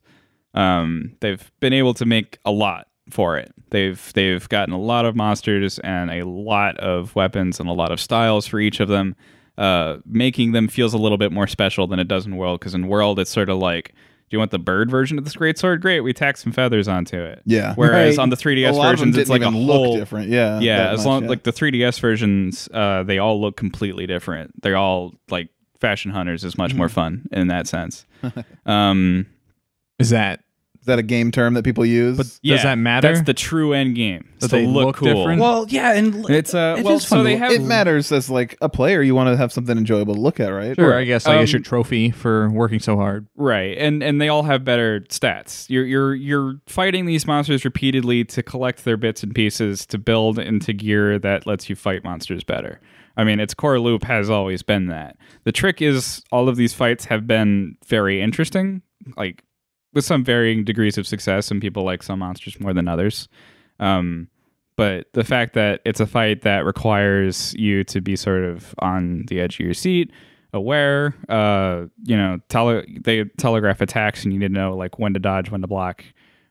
Speaker 5: Um, they've been able to make a lot for it. They've they've gotten a lot of monsters and a lot of weapons and a lot of styles for each of them. Uh, making them feels a little bit more special than it does in World because in World it's sort of like, do you want the bird version of this great sword? Great, we tack some feathers onto it.
Speaker 2: Yeah.
Speaker 5: Whereas
Speaker 3: Right.
Speaker 5: on the 3DS
Speaker 2: a lot of them
Speaker 5: versions,
Speaker 2: didn't
Speaker 5: it's like a
Speaker 2: even
Speaker 5: whole
Speaker 2: look different. Yeah,
Speaker 5: yeah
Speaker 2: Uh, that
Speaker 5: as
Speaker 2: much,
Speaker 5: long
Speaker 2: yeah.
Speaker 5: like the 3ds versions uh they all look completely different they're all like fashion hunters is much
Speaker 2: Mm-hmm.
Speaker 5: more fun in that sense um
Speaker 4: Is that
Speaker 2: is that a game term that people use? But
Speaker 5: yeah,
Speaker 4: does that matter?
Speaker 5: that's the true end game
Speaker 4: That
Speaker 5: It's to
Speaker 4: they
Speaker 5: look,
Speaker 4: look
Speaker 5: cool
Speaker 4: different?
Speaker 3: Well, yeah, and
Speaker 5: it's uh
Speaker 3: It
Speaker 5: well
Speaker 3: is fun
Speaker 5: so
Speaker 3: to
Speaker 5: they
Speaker 3: look-
Speaker 5: have
Speaker 2: it matters as like a player. You want to have something enjoyable to look at, right?
Speaker 4: sure. I guess like
Speaker 5: Um,
Speaker 4: it's your trophy for working so hard.
Speaker 5: right and and they all have better stats you're you're you're fighting these monsters repeatedly to collect their bits and pieces to build into gear that lets you fight monsters better i mean its core loop has always been that the trick is all of these fights have been very interesting like with some varying degrees of success some people like some monsters more than others um but the fact that it's a fight that requires you to be sort of on the edge of your seat aware uh you know tele- they telegraph attacks and you need to know like when to dodge when to block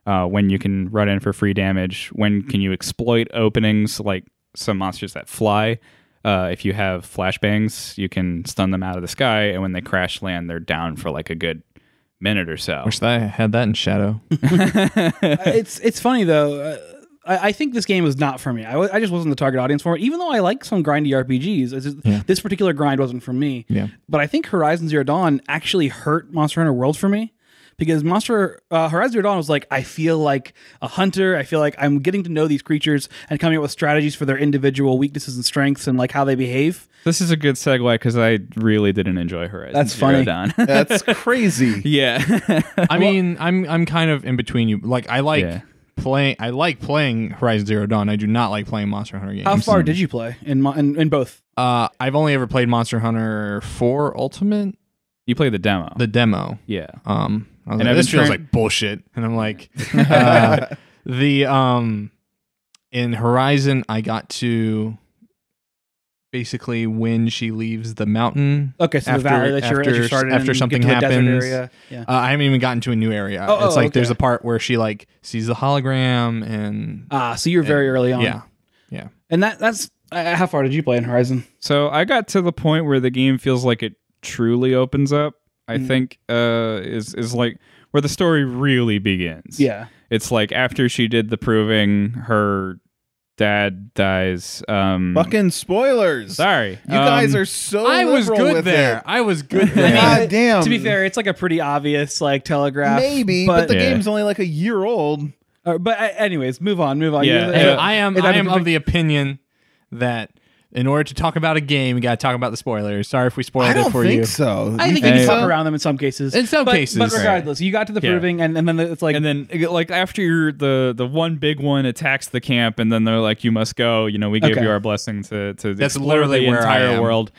Speaker 5: uh, when you can run in for free damage when can you exploit openings like some monsters that fly uh, if you have flashbangs you can stun them out of the sky and when they crash land they're down for like a good minute or so
Speaker 4: Wish I had that in Shadow.
Speaker 3: it's it's funny though. Uh, I, I think this game was not for me. I wa- I just wasn't the target audience for it. Even though I like some grindy RPGs, it's just- this particular grind wasn't for me.
Speaker 4: Yeah.
Speaker 3: But I think Horizon Zero Dawn actually hurt Monster Hunter World for me because Monster uh, Horizon Zero Dawn was like I feel like a hunter. I feel like I'm getting to know these creatures and coming up with strategies for their individual weaknesses and strengths and like how they behave.
Speaker 5: This is a good segue because I really didn't enjoy Horizon.
Speaker 3: That's
Speaker 5: Zero
Speaker 3: funny.
Speaker 5: Dawn.
Speaker 2: That's
Speaker 5: Hmm.
Speaker 2: crazy.
Speaker 5: yeah,
Speaker 4: I mean, I'm I'm kind of in between you. Like I like
Speaker 5: Yeah.
Speaker 4: playing I like playing Horizon Zero Dawn. I do not like playing Monster Hunter games.
Speaker 3: How far did you play in mo- in, in both?
Speaker 4: Uh, I've only ever played Monster Hunter 4 Ultimate,
Speaker 5: you played the demo.
Speaker 4: the demo.
Speaker 5: yeah,
Speaker 4: Um, I was
Speaker 5: And
Speaker 4: like,
Speaker 5: I've
Speaker 4: this
Speaker 5: been
Speaker 4: feels
Speaker 5: trying-
Speaker 4: like bullshit, and I'm like, uh, the um, in Horizon, I got to basically when she leaves the mountain.
Speaker 3: Okay, so
Speaker 4: After-
Speaker 3: the valley that you're, that you
Speaker 4: after-
Speaker 3: started
Speaker 4: after
Speaker 3: in, you
Speaker 4: something
Speaker 3: get to a desert
Speaker 4: happens.
Speaker 3: area. Yeah.
Speaker 4: Uh, I haven't even gotten to a new area.
Speaker 3: Oh,
Speaker 4: it's
Speaker 3: oh,
Speaker 4: like there's
Speaker 3: okay.
Speaker 4: a part where she like sees the hologram and
Speaker 3: Ah, so you're very early on.
Speaker 4: yeah,
Speaker 3: And that that's uh, how far did you play in Horizon?
Speaker 5: So I got to the point where the game feels like it truly opens up. I think uh, is is like where the story really begins.
Speaker 3: Yeah.
Speaker 5: it's like after she did the proving, her dad dies. Um,
Speaker 2: Fucking spoilers.
Speaker 5: sorry,
Speaker 2: You guys
Speaker 5: Um,
Speaker 2: are so.
Speaker 4: I was
Speaker 2: liberal
Speaker 4: good
Speaker 2: with
Speaker 4: there.
Speaker 2: it.
Speaker 4: I was good
Speaker 5: I mean,
Speaker 4: there.
Speaker 2: God damn.
Speaker 3: Uh, To be fair, it's like a pretty obvious like telegraph.
Speaker 2: maybe, but,
Speaker 3: but
Speaker 2: the
Speaker 5: Yeah.
Speaker 2: game's only like a year old.
Speaker 3: uh, but uh, anyways, move on, move on.
Speaker 5: Yeah.
Speaker 3: You-
Speaker 4: Hey,
Speaker 5: Yeah.
Speaker 4: I am.
Speaker 3: Is
Speaker 4: I
Speaker 3: that
Speaker 4: am
Speaker 3: a-
Speaker 4: of the opinion that in order to talk about a game, you got to talk about the spoilers. Sorry if we spoiled
Speaker 2: I
Speaker 4: it
Speaker 2: don't
Speaker 4: for
Speaker 2: think
Speaker 4: you.
Speaker 2: so.
Speaker 3: I
Speaker 2: You
Speaker 3: think you can
Speaker 5: Hey.
Speaker 3: talk around them in some cases.
Speaker 4: In some
Speaker 3: But-
Speaker 4: cases.
Speaker 3: but regardless, you got to the
Speaker 5: Yeah.
Speaker 3: proving, and, and then it's like,
Speaker 5: and then like after you're the the one big one attacks the camp and then they're like you must go you know we gave
Speaker 3: Okay.
Speaker 5: you our blessing to to
Speaker 4: That's
Speaker 5: explore
Speaker 4: literally
Speaker 5: the
Speaker 4: where I
Speaker 5: entire
Speaker 4: am.
Speaker 5: world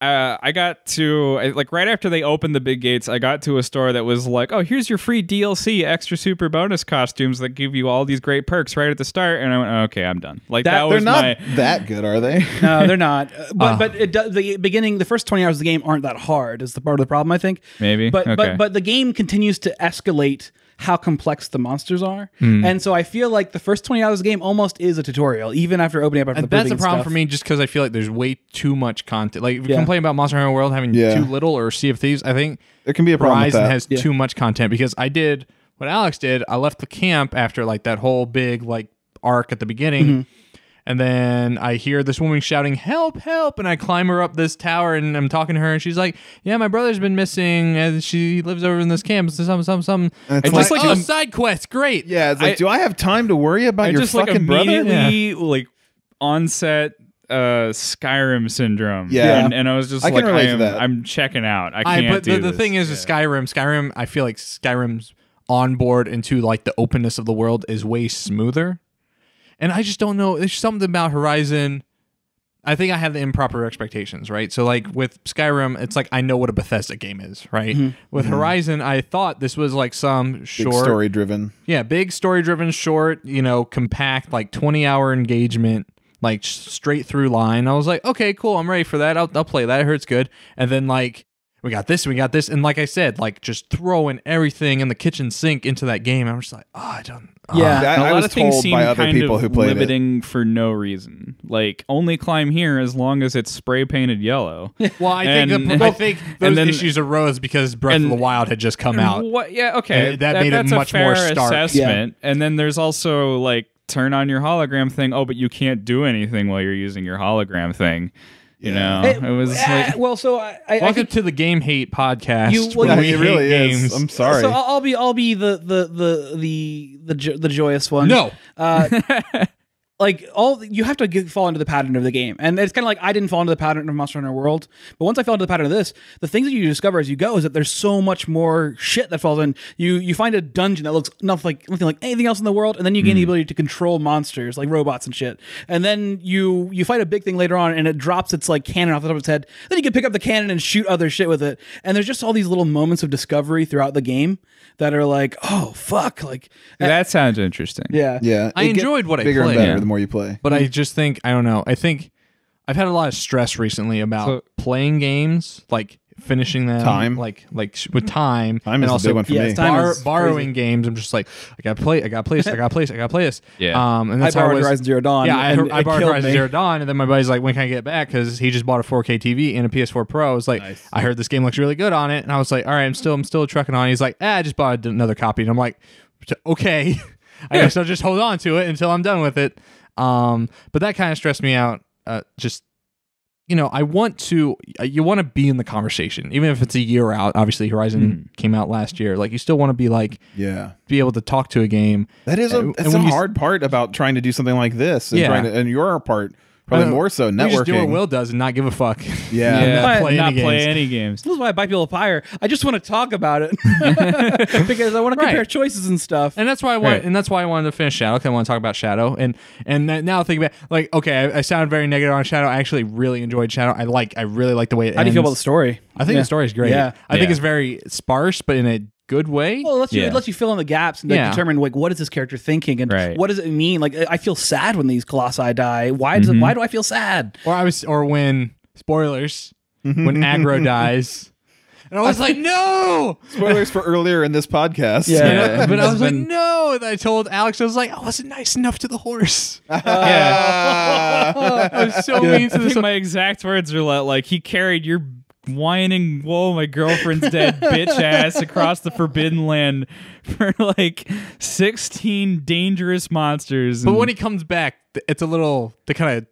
Speaker 5: uh, I got to I- like right after they opened the big gates. I got to a store that was like, "Oh, here's your free DLC, extra super bonus costumes that give you all these great perks right at the start." And I went, "Okay, I'm done." Like that,
Speaker 3: That-
Speaker 2: They're
Speaker 5: was
Speaker 2: not
Speaker 5: my
Speaker 2: that good, are they?
Speaker 3: no, they're not. Uh, But but it does, the beginning, the first twenty hours of the game aren't that hard. Is the part of the problem I think.
Speaker 5: Maybe.
Speaker 3: But
Speaker 5: Okay.
Speaker 3: but but the game continues to escalate how complex the monsters are, and so I feel like the first twenty hours of the game almost is a tutorial, even after opening up after the
Speaker 4: And that's
Speaker 3: proving
Speaker 4: the
Speaker 3: and
Speaker 4: problem
Speaker 3: stuff.
Speaker 4: for me, just because I feel like there's way too much content. Like if you
Speaker 3: Yeah.
Speaker 4: complain about Monster Hunter World having
Speaker 2: Yeah.
Speaker 4: too little or Sea of Thieves, I think
Speaker 2: There can be a problem with
Speaker 4: Horizon
Speaker 2: that.
Speaker 4: has too much content because I did what Alex did. I left the camp after like that whole big like arc at the beginning, And then I hear this woman shouting, "Help! Help!" And I climb her up this tower, and I'm talking to her, and she's like, "Yeah, my brother's been missing, and she lives over in this camp, so something, something, something."
Speaker 2: And
Speaker 4: And,
Speaker 2: it's
Speaker 4: just
Speaker 2: like,
Speaker 4: like, oh,
Speaker 2: um,
Speaker 4: side quest, great.
Speaker 2: Yeah, it's like,
Speaker 5: I-
Speaker 2: do I have time to worry about
Speaker 5: I
Speaker 2: your
Speaker 5: just like
Speaker 2: fucking brother?
Speaker 5: immediately like onset uh Skyrim syndrome.
Speaker 2: Yeah.
Speaker 5: and, and I was just
Speaker 2: I can
Speaker 5: like,
Speaker 2: relate
Speaker 5: I
Speaker 2: to
Speaker 5: am,
Speaker 2: that.
Speaker 5: I'm checking out. I
Speaker 4: I
Speaker 5: can't.
Speaker 4: but the,
Speaker 5: do
Speaker 4: the
Speaker 5: this.
Speaker 4: thing is, with Skyrim, Skyrim, I feel like Skyrim's on board into like the openness of the world is way smoother. And I just don't know. There's something about Horizon. I think I have the improper expectations, right? So like with Skyrim, it's like I know what a Bethesda game is, right? With Horizon, I thought this was like some short
Speaker 2: Story driven.
Speaker 4: yeah, big story driven, short, you know, compact, like 20 hour engagement, like s- straight through line. I was like, okay, cool. I'm ready for that. I'll, I'll play that. It hurts good. And then, like, we got this, we got this. And like I said, like just throwing everything in the kitchen sink into that game. I'm just like, oh, I don't. ah."
Speaker 5: Yeah,
Speaker 2: That-
Speaker 5: a
Speaker 2: I
Speaker 5: lot
Speaker 2: was
Speaker 5: of things
Speaker 2: told
Speaker 5: seem
Speaker 2: by other
Speaker 5: kind
Speaker 2: people
Speaker 5: of
Speaker 2: who played it.
Speaker 5: limiting for no reason. Like only climb here as long as it's spray painted yellow.
Speaker 4: Well, I think,
Speaker 5: And-
Speaker 4: the, I think
Speaker 5: and
Speaker 4: those
Speaker 5: then-
Speaker 4: issues arose because Breath of
Speaker 5: and-
Speaker 4: the Wild had just come out.
Speaker 5: What? Yeah. Okay.
Speaker 4: And that made it
Speaker 5: that's
Speaker 4: much
Speaker 5: a fair
Speaker 4: more stark.
Speaker 5: assessment. And then there's also like turn on your hologram thing. Oh, but you can't do anything while you're using your hologram thing. You know,
Speaker 3: It-
Speaker 5: it, was
Speaker 3: Ah,
Speaker 5: like
Speaker 3: well, so I, I, I
Speaker 4: Welcome
Speaker 3: could,
Speaker 4: to the Game Hate Podcast.
Speaker 3: You-
Speaker 4: where
Speaker 3: well,
Speaker 2: I
Speaker 4: we
Speaker 2: mean, it
Speaker 4: hate
Speaker 2: really
Speaker 4: games.
Speaker 2: is. I'm sorry.
Speaker 3: so I'll, I'll be I'll be the the the the the, jo- the joyous one.
Speaker 4: No.
Speaker 3: Uh, Like all, you have to get, fall into the pattern of the game, and it's kind of like I didn't fall into the pattern of Monster Hunter World, but once I fell into the pattern of this, the things that you discover as you go is that there's so much more shit that falls in. You you find a dungeon that looks nothing like nothing like anything else in the world, and then you gain
Speaker 2: Hmm.
Speaker 3: the ability to control monsters like robots and shit. And then you you fight a big thing later on, and it drops its like cannon off the top of its head. Then you can pick up the cannon and shoot other shit with it. And there's just all these little moments of discovery throughout the game that are like, oh fuck, like
Speaker 5: that sounds interesting.
Speaker 3: yeah,
Speaker 2: Yeah,
Speaker 4: I
Speaker 2: it gets
Speaker 4: enjoyed what I
Speaker 2: bigger
Speaker 4: played.
Speaker 2: and better
Speaker 5: Yeah.
Speaker 2: the more you play.
Speaker 4: But I just think I don't know. I think I've had a lot of stress recently about
Speaker 5: So-
Speaker 4: playing games, like finishing them,
Speaker 2: Time.
Speaker 4: like like sh- with time,
Speaker 2: Time is
Speaker 4: and
Speaker 2: the
Speaker 4: also
Speaker 2: big one for
Speaker 3: yeah,
Speaker 2: me.
Speaker 3: it's time.
Speaker 4: bor-
Speaker 3: is
Speaker 4: borrowing games. I'm just like I gotta play, I gotta play this, I gotta play this, I gotta play this.
Speaker 5: Yeah.
Speaker 4: Um, and
Speaker 3: I
Speaker 4: that's how
Speaker 3: borrowed
Speaker 4: was-
Speaker 3: Horizon Zero Dawn.
Speaker 4: Yeah, I,
Speaker 3: and
Speaker 4: I
Speaker 3: it
Speaker 4: borrowed
Speaker 3: killed
Speaker 4: Horizon
Speaker 3: me.
Speaker 4: Zero Dawn, and then my buddy's like, "When can I get it back?" Because he just bought a 4K TV and a PS4 Pro. I was like, "I heard this game looks really good on it," and I was like, "All right, I'm still, I'm still trucking on." He's like, "Ah, I just bought another copy," and I'm like, "Okay, I guess I'll just hold on to it until I'm done with it." Um, but that kind of stressed me out. Uh, just you know, I want to, uh, you want to be in the conversation, even if it's a year out. Obviously, Horizon came out last year. Like, you still want to be like
Speaker 2: Mm-hmm. Yeah,
Speaker 4: be able to talk to a game
Speaker 2: that is a
Speaker 4: And-
Speaker 2: that's
Speaker 4: and
Speaker 2: a
Speaker 4: when you-
Speaker 2: hard part about trying to do something like this, and
Speaker 4: Yeah.
Speaker 2: trying to, and your part probably
Speaker 4: Uh,
Speaker 2: more so
Speaker 4: We just do what
Speaker 2: networking.
Speaker 4: Will does and not give a fuck.
Speaker 2: Yeah.
Speaker 5: Yeah,
Speaker 3: Not
Speaker 4: play
Speaker 5: not
Speaker 4: any
Speaker 5: play
Speaker 4: games.
Speaker 5: any games.
Speaker 3: This is why I bite people apart. I just want to talk about it because I want to compare
Speaker 4: Right.
Speaker 3: choices and stuff.
Speaker 4: And that's why I want,
Speaker 5: Right.
Speaker 4: and that's why I wanted to finish Shadow. 'cause I want to talk about Shadow, and and that, now think about like okay, I, I sounded very negative on Shadow. I actually really enjoyed Shadow. I like, I really like the way it.
Speaker 3: How do you feel about the
Speaker 4: ends.
Speaker 3: story?
Speaker 4: I think the story's great.
Speaker 3: Yeah.
Speaker 4: I think
Speaker 5: Yeah.
Speaker 4: it's very sparse, but in a good way.
Speaker 3: Well, it lets you
Speaker 5: Yeah.
Speaker 3: it lets you fill in the gaps and like,
Speaker 4: Yeah.
Speaker 3: determine like what is this character thinking and
Speaker 5: Right.
Speaker 3: what does it mean. Like I feel sad when these colossi die. Why does it, why do I feel sad?
Speaker 4: or I was, or when spoilers, when aggro dies, and I was like, no.
Speaker 2: Spoilers for earlier in this podcast.
Speaker 3: Yeah.
Speaker 4: And I- but I
Speaker 5: It's
Speaker 4: was
Speaker 5: been-
Speaker 4: like, no. And I told Alex, I was like, I wasn't nice enough to the horse. I was so mean
Speaker 5: I
Speaker 4: to this
Speaker 5: think my exact words are li- like he carried your whining whoa my girlfriend's dead bitch ass across the forbidden land for like 16 dangerous monsters
Speaker 4: But
Speaker 5: and-
Speaker 4: when he comes back, th- it's a little they kind of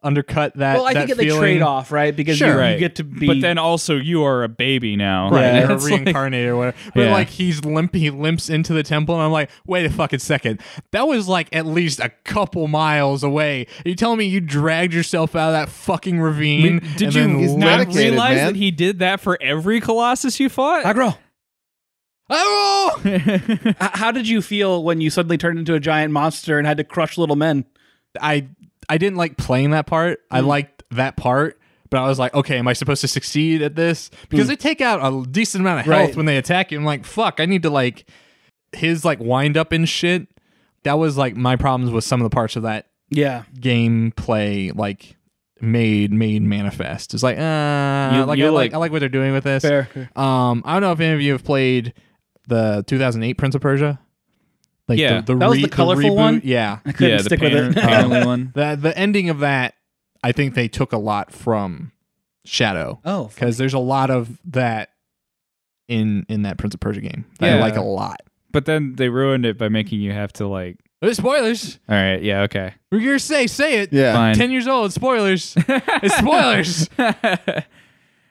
Speaker 4: undercut that.
Speaker 3: Well, I
Speaker 4: that
Speaker 3: think they
Speaker 4: feeling.
Speaker 3: trade off right because
Speaker 4: Sure.
Speaker 3: you, you
Speaker 5: Right.
Speaker 3: get to be.
Speaker 5: but then also you are a baby now
Speaker 4: Right,
Speaker 3: Yeah.
Speaker 4: you're
Speaker 5: It's like-
Speaker 4: reincarnated or whatever. But
Speaker 5: Yeah.
Speaker 4: like he's limp, he limps into the temple, and I'm like, wait a fucking second. That was like at least a couple miles away. Are you telling me you dragged yourself out of that fucking ravine?
Speaker 5: did
Speaker 4: and
Speaker 5: you
Speaker 4: then
Speaker 2: he's
Speaker 5: not
Speaker 4: limped-
Speaker 2: medicated,
Speaker 5: realize
Speaker 2: man.
Speaker 5: that he did that for every colossus you fought
Speaker 3: Agro,
Speaker 4: Oh!
Speaker 3: h- how did you feel when you suddenly turned into a giant monster and had to crush little men?
Speaker 4: I I didn't like playing that part. I
Speaker 3: Mm.
Speaker 4: liked that part, but I was like, okay, am I supposed to succeed at this? Because they take out a decent amount of health
Speaker 3: Mm. Right.
Speaker 4: when they attack you. I'm like, fuck, I need to like his like wind up and shit. That was like my problems with some of the parts of that
Speaker 3: Yeah,
Speaker 4: gameplay, like made made manifest. It's like, uh,
Speaker 5: You-
Speaker 4: like
Speaker 5: you
Speaker 4: I like,
Speaker 5: like-
Speaker 4: I like what they're doing with this.
Speaker 3: fair.
Speaker 4: Um, I don't know if any of you have played the 2008 Prince of Persia. Like
Speaker 5: Yeah.
Speaker 4: the, the
Speaker 3: That was
Speaker 4: re-
Speaker 3: the colorful
Speaker 4: reboot.
Speaker 3: one?
Speaker 4: Yeah,
Speaker 3: I couldn't
Speaker 5: yeah
Speaker 3: stick
Speaker 5: the
Speaker 3: with it.
Speaker 5: painterly one
Speaker 4: the the ending of that i think they took a lot from shadow
Speaker 3: oh,
Speaker 4: because there's a lot of that in in that prince of persia game that i
Speaker 5: Yeah.
Speaker 4: like a lot
Speaker 5: but then they ruined it by making you have to like
Speaker 4: Oh, spoilers.
Speaker 5: All right. Yeah. Okay.
Speaker 4: We're gonna say say it.
Speaker 2: Yeah.
Speaker 5: Fine.
Speaker 4: Ten years old. Spoilers. it's spoilers. What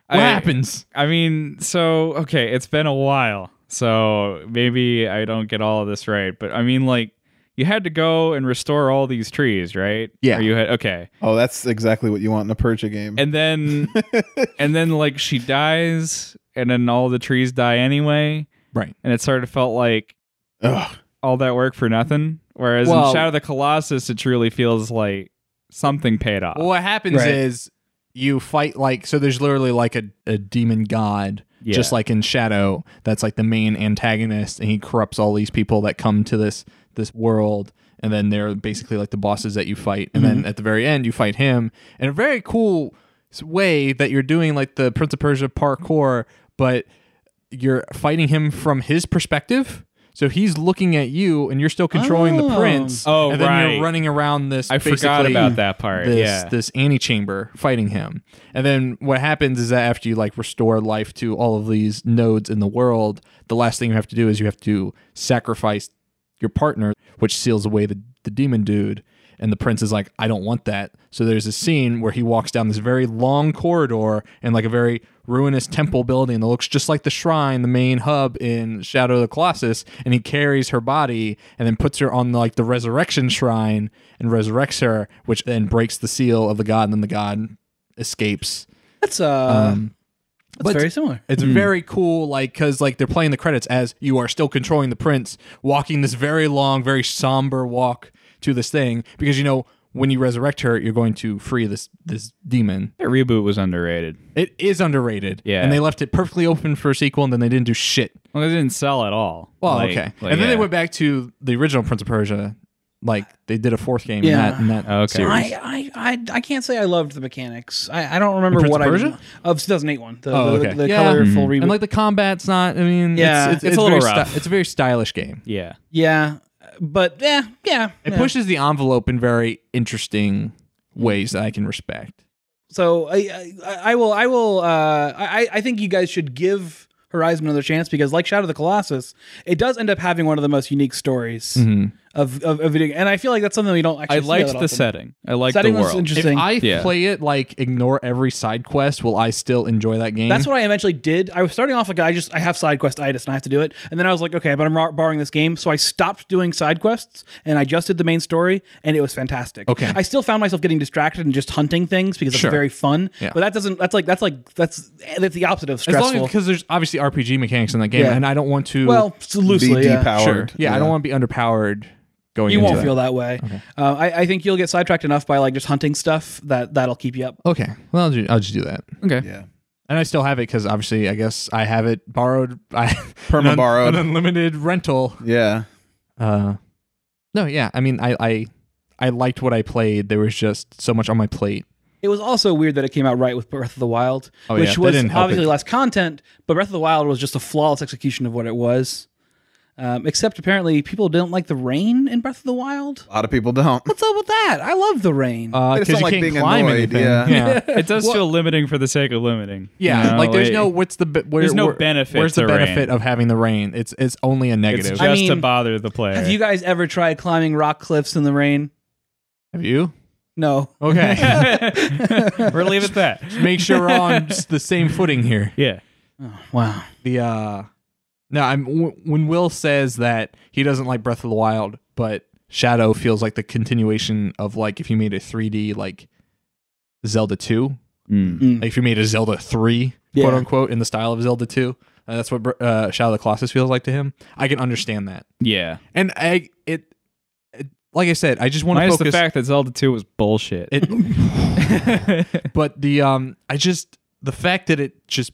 Speaker 5: I-
Speaker 4: happens?
Speaker 5: I mean, so okay, it's been a while, so maybe I don't get all of this right, but I mean, like, you had to go and restore all these trees, right?
Speaker 2: Yeah.
Speaker 5: Or you had okay,
Speaker 2: Oh, that's exactly what you want in a Percha game.
Speaker 5: and then and then like she dies, and then all the trees die anyway,
Speaker 4: Right.
Speaker 5: and it sort of felt like
Speaker 2: Ugh.
Speaker 5: all that work for nothing. Whereas
Speaker 4: Well-
Speaker 5: in Shadow of the Colossus, it truly feels like something paid off.
Speaker 4: Well, what happens
Speaker 2: Right.
Speaker 4: is you fight like so. There's literally like a, a demon god,
Speaker 5: Yeah.
Speaker 4: just like in Shadow. That's like the main antagonist, and he corrupts all these people that come to this this world. And then they're basically like the bosses that you fight. And then at the very end, you fight him in a very cool s- way that you're doing like the Prince of Persia parkour, but you're fighting him from his perspective. So he's looking at you, and you're still controlling the
Speaker 3: Oh.
Speaker 4: prince.
Speaker 5: Oh,
Speaker 4: and then
Speaker 5: right.
Speaker 4: you're running around this.
Speaker 5: I forgot
Speaker 4: basically-
Speaker 5: about that part.
Speaker 4: this
Speaker 5: yeah.
Speaker 4: this antechamber fighting him. And then what happens is that after you like restore life to all of these nodes in the world, the last thing you have to do is you have to sacrifice your partner, which seals away the, the demon dude. And the prince is like, I don't want that. So there's a scene where he walks down this very long corridor and like a very ruinous temple building that looks just like the shrine, the main hub in Shadow of the Colossus. And he carries her body and then puts her on like the resurrection shrine and resurrects her, which then breaks the seal of the god. And then the god escapes.
Speaker 3: That's uh,
Speaker 4: Um,
Speaker 3: that's
Speaker 4: but-
Speaker 3: very similar.
Speaker 4: it's
Speaker 5: Hmm.
Speaker 4: very cool, like because like they're playing the credits as you are still controlling the prince, walking this very long, very somber walk to this thing. Because you know when you resurrect her, you're going to free this this demon.
Speaker 5: that reboot was underrated.
Speaker 4: It is underrated,
Speaker 5: Yeah.
Speaker 4: And they left it perfectly open for a sequel, and then they didn't do shit.
Speaker 5: Well, it didn't sell at all.
Speaker 4: Well,
Speaker 5: Like-
Speaker 4: okay. and
Speaker 5: like,
Speaker 4: then
Speaker 5: yeah.
Speaker 4: they went back to the original Prince of Persia, like they did a fourth game.
Speaker 3: Yeah.
Speaker 4: in that, in that
Speaker 5: Okay.
Speaker 4: series.
Speaker 3: I, I, I, I can't say I loved the mechanics. I, I don't remember
Speaker 4: Prince
Speaker 3: what
Speaker 4: of
Speaker 3: I
Speaker 4: Persia?
Speaker 3: of 2008 one. The,
Speaker 4: Oh,
Speaker 3: the-
Speaker 4: okay.
Speaker 3: the,
Speaker 4: Yeah.
Speaker 3: colorful reboot.
Speaker 4: And like the combat's not. I mean,
Speaker 3: Yeah.
Speaker 4: it's, it's,
Speaker 5: Hmm. It's a
Speaker 4: very
Speaker 5: little rough.
Speaker 4: sty- it's a very stylish game.
Speaker 5: Yeah.
Speaker 3: yeah, but yeah, yeah.
Speaker 4: It
Speaker 3: yeah.
Speaker 4: pushes the envelope in very interesting ways that I can respect.
Speaker 3: So I, I, I will, I will. Uh, I, I think you guys should give Horizon another chance because, like Shadow of the Colossus, it does end up having one of the most unique stories
Speaker 4: Mm-hmm.
Speaker 3: of, of of video. And I feel like that's something we don't actually.
Speaker 5: I
Speaker 3: see
Speaker 5: liked
Speaker 3: that
Speaker 5: the
Speaker 3: often.
Speaker 5: setting. I liked
Speaker 3: Setting
Speaker 5: the
Speaker 3: was
Speaker 5: world.
Speaker 4: If
Speaker 3: interesting.
Speaker 4: I
Speaker 5: Yeah.
Speaker 4: play it like ignore every side quest, will I still enjoy that game?
Speaker 3: That's what I eventually did. I was starting off like I just I have side quest itis and I have to do it, and then I was like, okay, but I'm ro- borrowing this game, so I stopped doing side quests and I just did the main story, and it was fantastic.
Speaker 4: Okay.
Speaker 3: I still found myself getting distracted and just hunting things because it's
Speaker 4: Sure.
Speaker 3: very fun.
Speaker 4: Yeah.
Speaker 3: But that doesn't. That's like that's like that's that's the opposite of
Speaker 4: as
Speaker 3: stressful.
Speaker 4: long as because there's obviously RPG mechanics in that game,
Speaker 3: Yeah.
Speaker 4: and I don't want to.
Speaker 3: well, it's
Speaker 2: Be
Speaker 3: loosely, yeah.
Speaker 2: depowered.
Speaker 4: sure. Yeah, I don't want to be underpowered going.
Speaker 3: You
Speaker 4: into
Speaker 3: won't
Speaker 4: that.
Speaker 3: feel that way. Uh, I, I think you'll get sidetracked enough by like just hunting stuff that that'll keep you up.
Speaker 4: Okay, well I'll, ju- I'll just do that,
Speaker 5: Okay.
Speaker 2: Yeah.
Speaker 4: and I still have it because obviously I guess I have it borrowed. I an, un-
Speaker 2: Perma-borrowed.
Speaker 4: an unlimited rental.
Speaker 2: Yeah.
Speaker 4: Uh, no, yeah, I mean I I I liked what I played. There was just so much on my plate.
Speaker 3: It was also weird that it came out right with Breath of the Wild,
Speaker 4: Oh, yeah,
Speaker 3: which
Speaker 4: that
Speaker 3: was
Speaker 4: didn't help
Speaker 3: obviously
Speaker 4: it.
Speaker 3: less content, but Breath of the Wild was just a flawless execution of what it was. Um, except apparently people didn't like the rain in Breath of the Wild.
Speaker 2: A lot of people don't.
Speaker 3: What's up with that? I love the rain.
Speaker 4: Uh,
Speaker 2: I just don't
Speaker 4: because you
Speaker 2: like
Speaker 4: can't
Speaker 2: being
Speaker 4: climb
Speaker 2: annoyed,
Speaker 4: anything.
Speaker 2: yeah.
Speaker 5: It does feel limiting for the sake of limiting.
Speaker 4: Yeah,
Speaker 5: You know,
Speaker 4: like there's no what's the be- where,
Speaker 5: There's no
Speaker 4: where-
Speaker 5: benefit
Speaker 4: Where's the
Speaker 5: to rain.
Speaker 4: benefit of having the rain? It's it's only a
Speaker 5: It's
Speaker 4: negative.
Speaker 5: just
Speaker 3: I
Speaker 5: to
Speaker 3: mean,
Speaker 5: bother the player.
Speaker 3: Have you guys ever tried climbing rock cliffs in the rain?
Speaker 4: Have you?
Speaker 3: No.
Speaker 4: Okay,
Speaker 5: We're leave it at that.
Speaker 4: make sure we're on just the same footing here.
Speaker 5: Yeah.
Speaker 3: Wow.
Speaker 4: The uh, no, I'm w- when Will says that he doesn't like Breath of the Wild, but Shadow feels like the continuation of like if you made a 3D like Zelda 2,
Speaker 3: Mm.
Speaker 4: like if you made a Zelda 3,
Speaker 3: Yeah.
Speaker 4: quote unquote, in the style of Zelda 2. uh, that's what Br- uh, Shadow of the Colossus feels like to him. I can understand that,
Speaker 5: Yeah.
Speaker 4: and I it, it like I said, I just want to
Speaker 5: Minus
Speaker 4: focus.
Speaker 5: the fact that Zelda 2 was bullshit.
Speaker 4: It- but the um, I just the fact that it just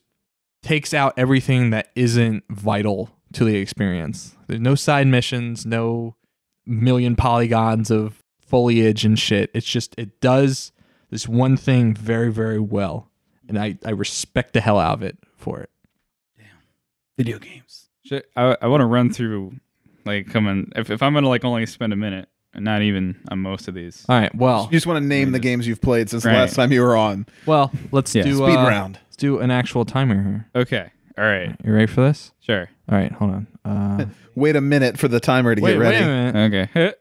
Speaker 4: takes out everything that isn't vital to the experience. There's no side missions, no million polygons of foliage and shit. It's just it does this one thing very very well, and I I respect the hell out of it for it.
Speaker 3: Video games.
Speaker 5: Shit, I, I want to run through, like, come on. If, if I'm going to, like, only spend a minute, and not even on most of these.
Speaker 4: All right, well,
Speaker 2: You just want to name the games you've played since
Speaker 5: Right.
Speaker 2: the last time you were on.
Speaker 4: well, let's
Speaker 5: Yeah.
Speaker 4: do
Speaker 2: Speed
Speaker 4: uh,
Speaker 2: round.
Speaker 4: Let's do an actual timer here.
Speaker 5: Okay. All right.
Speaker 4: You ready for this?
Speaker 5: Sure.
Speaker 4: All right, hold on. Uh,
Speaker 2: Wait a minute for the timer to
Speaker 4: wait,
Speaker 2: get
Speaker 4: wait
Speaker 2: ready.
Speaker 4: a minute.
Speaker 5: Okay.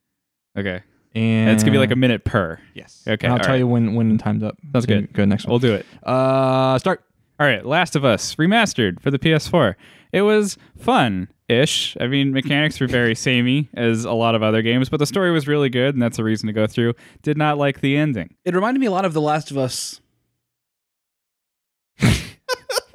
Speaker 5: Okay.
Speaker 4: And,
Speaker 5: And it's gonna be like a minute per.
Speaker 4: yes.
Speaker 5: Okay,
Speaker 4: And I'll
Speaker 5: all
Speaker 4: tell
Speaker 5: right.
Speaker 4: you when when the time's up.
Speaker 5: Sounds
Speaker 4: So
Speaker 5: good.
Speaker 4: Go next
Speaker 5: We'll
Speaker 4: one.
Speaker 5: do it.
Speaker 4: Uh, start.
Speaker 5: All right, Last of Us remastered for the PS4. It was fun ish. I mean, mechanics were very samey as a lot of other games, but the story was really good, and that's a reason to go through. Did not like the ending.
Speaker 3: It reminded me a lot of The Last of Us.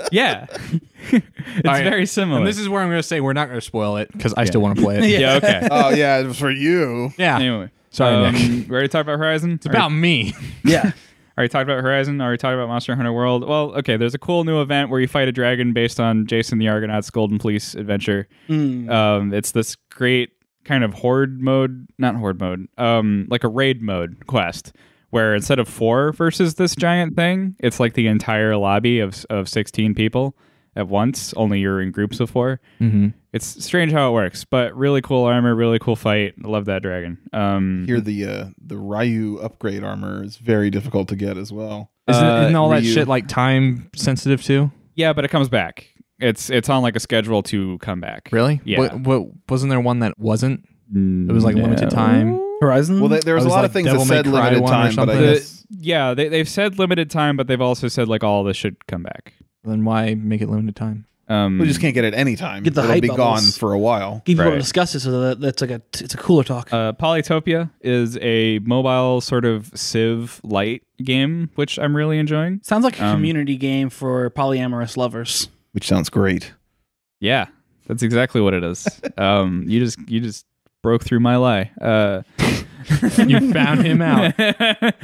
Speaker 5: Yeah, it's
Speaker 4: right.
Speaker 5: very similar.
Speaker 4: And this is where I'm going to say we're not going to spoil it because I still want to play it.
Speaker 5: yeah okay.
Speaker 2: oh yeah, it was for you.
Speaker 4: Yeah.
Speaker 5: anyway,
Speaker 4: Sorry,
Speaker 5: um,
Speaker 4: Nick.
Speaker 5: We already talked about Horizon.
Speaker 4: It's about me.
Speaker 3: Yeah.
Speaker 5: Already talked about Horizon. Already talked about Monster Hunter World. Well, okay. There's a cool new event where you fight a dragon based on Jason the Argonaut's Golden Police adventure. Um, it's this great kind of horde mode, not horde mode, um, like a raid mode quest where instead of four versus this giant thing, it's like the entire lobby of of 16 people at once. Only you're in groups of four.
Speaker 4: Mm-hmm.
Speaker 5: It's strange how it works, but really cool armor, really cool fight. I love that dragon. Um,
Speaker 2: Here the uh, the Ryu upgrade armor is very difficult to get as well.
Speaker 4: Isn't,
Speaker 5: Uh,
Speaker 4: isn't all that
Speaker 2: Ryu.
Speaker 4: shit like time sensitive too?
Speaker 5: Yeah, but it comes back. It's it's on like a schedule to come back.
Speaker 4: Really?
Speaker 5: Yeah.
Speaker 4: What, what wasn't there one that wasn't? It was like limited time.
Speaker 3: Horizon.
Speaker 2: Well, they, there Hmm. was,
Speaker 4: was
Speaker 2: a lot
Speaker 4: like
Speaker 2: of things that
Speaker 4: Devil May
Speaker 2: said
Speaker 4: Cry
Speaker 2: limited
Speaker 4: one or
Speaker 2: time, but I
Speaker 4: something.
Speaker 5: The-
Speaker 2: guess
Speaker 5: yeah, they they've said limited time, but they've also said like all this should come back.
Speaker 4: Then why make it limited time?
Speaker 5: Um,
Speaker 2: we just can't get it any time.
Speaker 3: Hmm. Get the
Speaker 2: It'll
Speaker 3: hype
Speaker 2: be gone
Speaker 3: bubbles.
Speaker 2: for a while.
Speaker 3: People
Speaker 5: Right.
Speaker 3: don't discuss it, so that, that's like a it's a cooler talk.
Speaker 5: uh, Polytopia is a mobile sort of Civ light game, which I'm really enjoying.
Speaker 3: Sounds like a
Speaker 5: um,
Speaker 3: community game for polyamorous lovers.
Speaker 2: Which sounds great.
Speaker 5: Yeah, that's exactly what it is. um, you just you just broke through my lie. Uh,
Speaker 4: You found him out.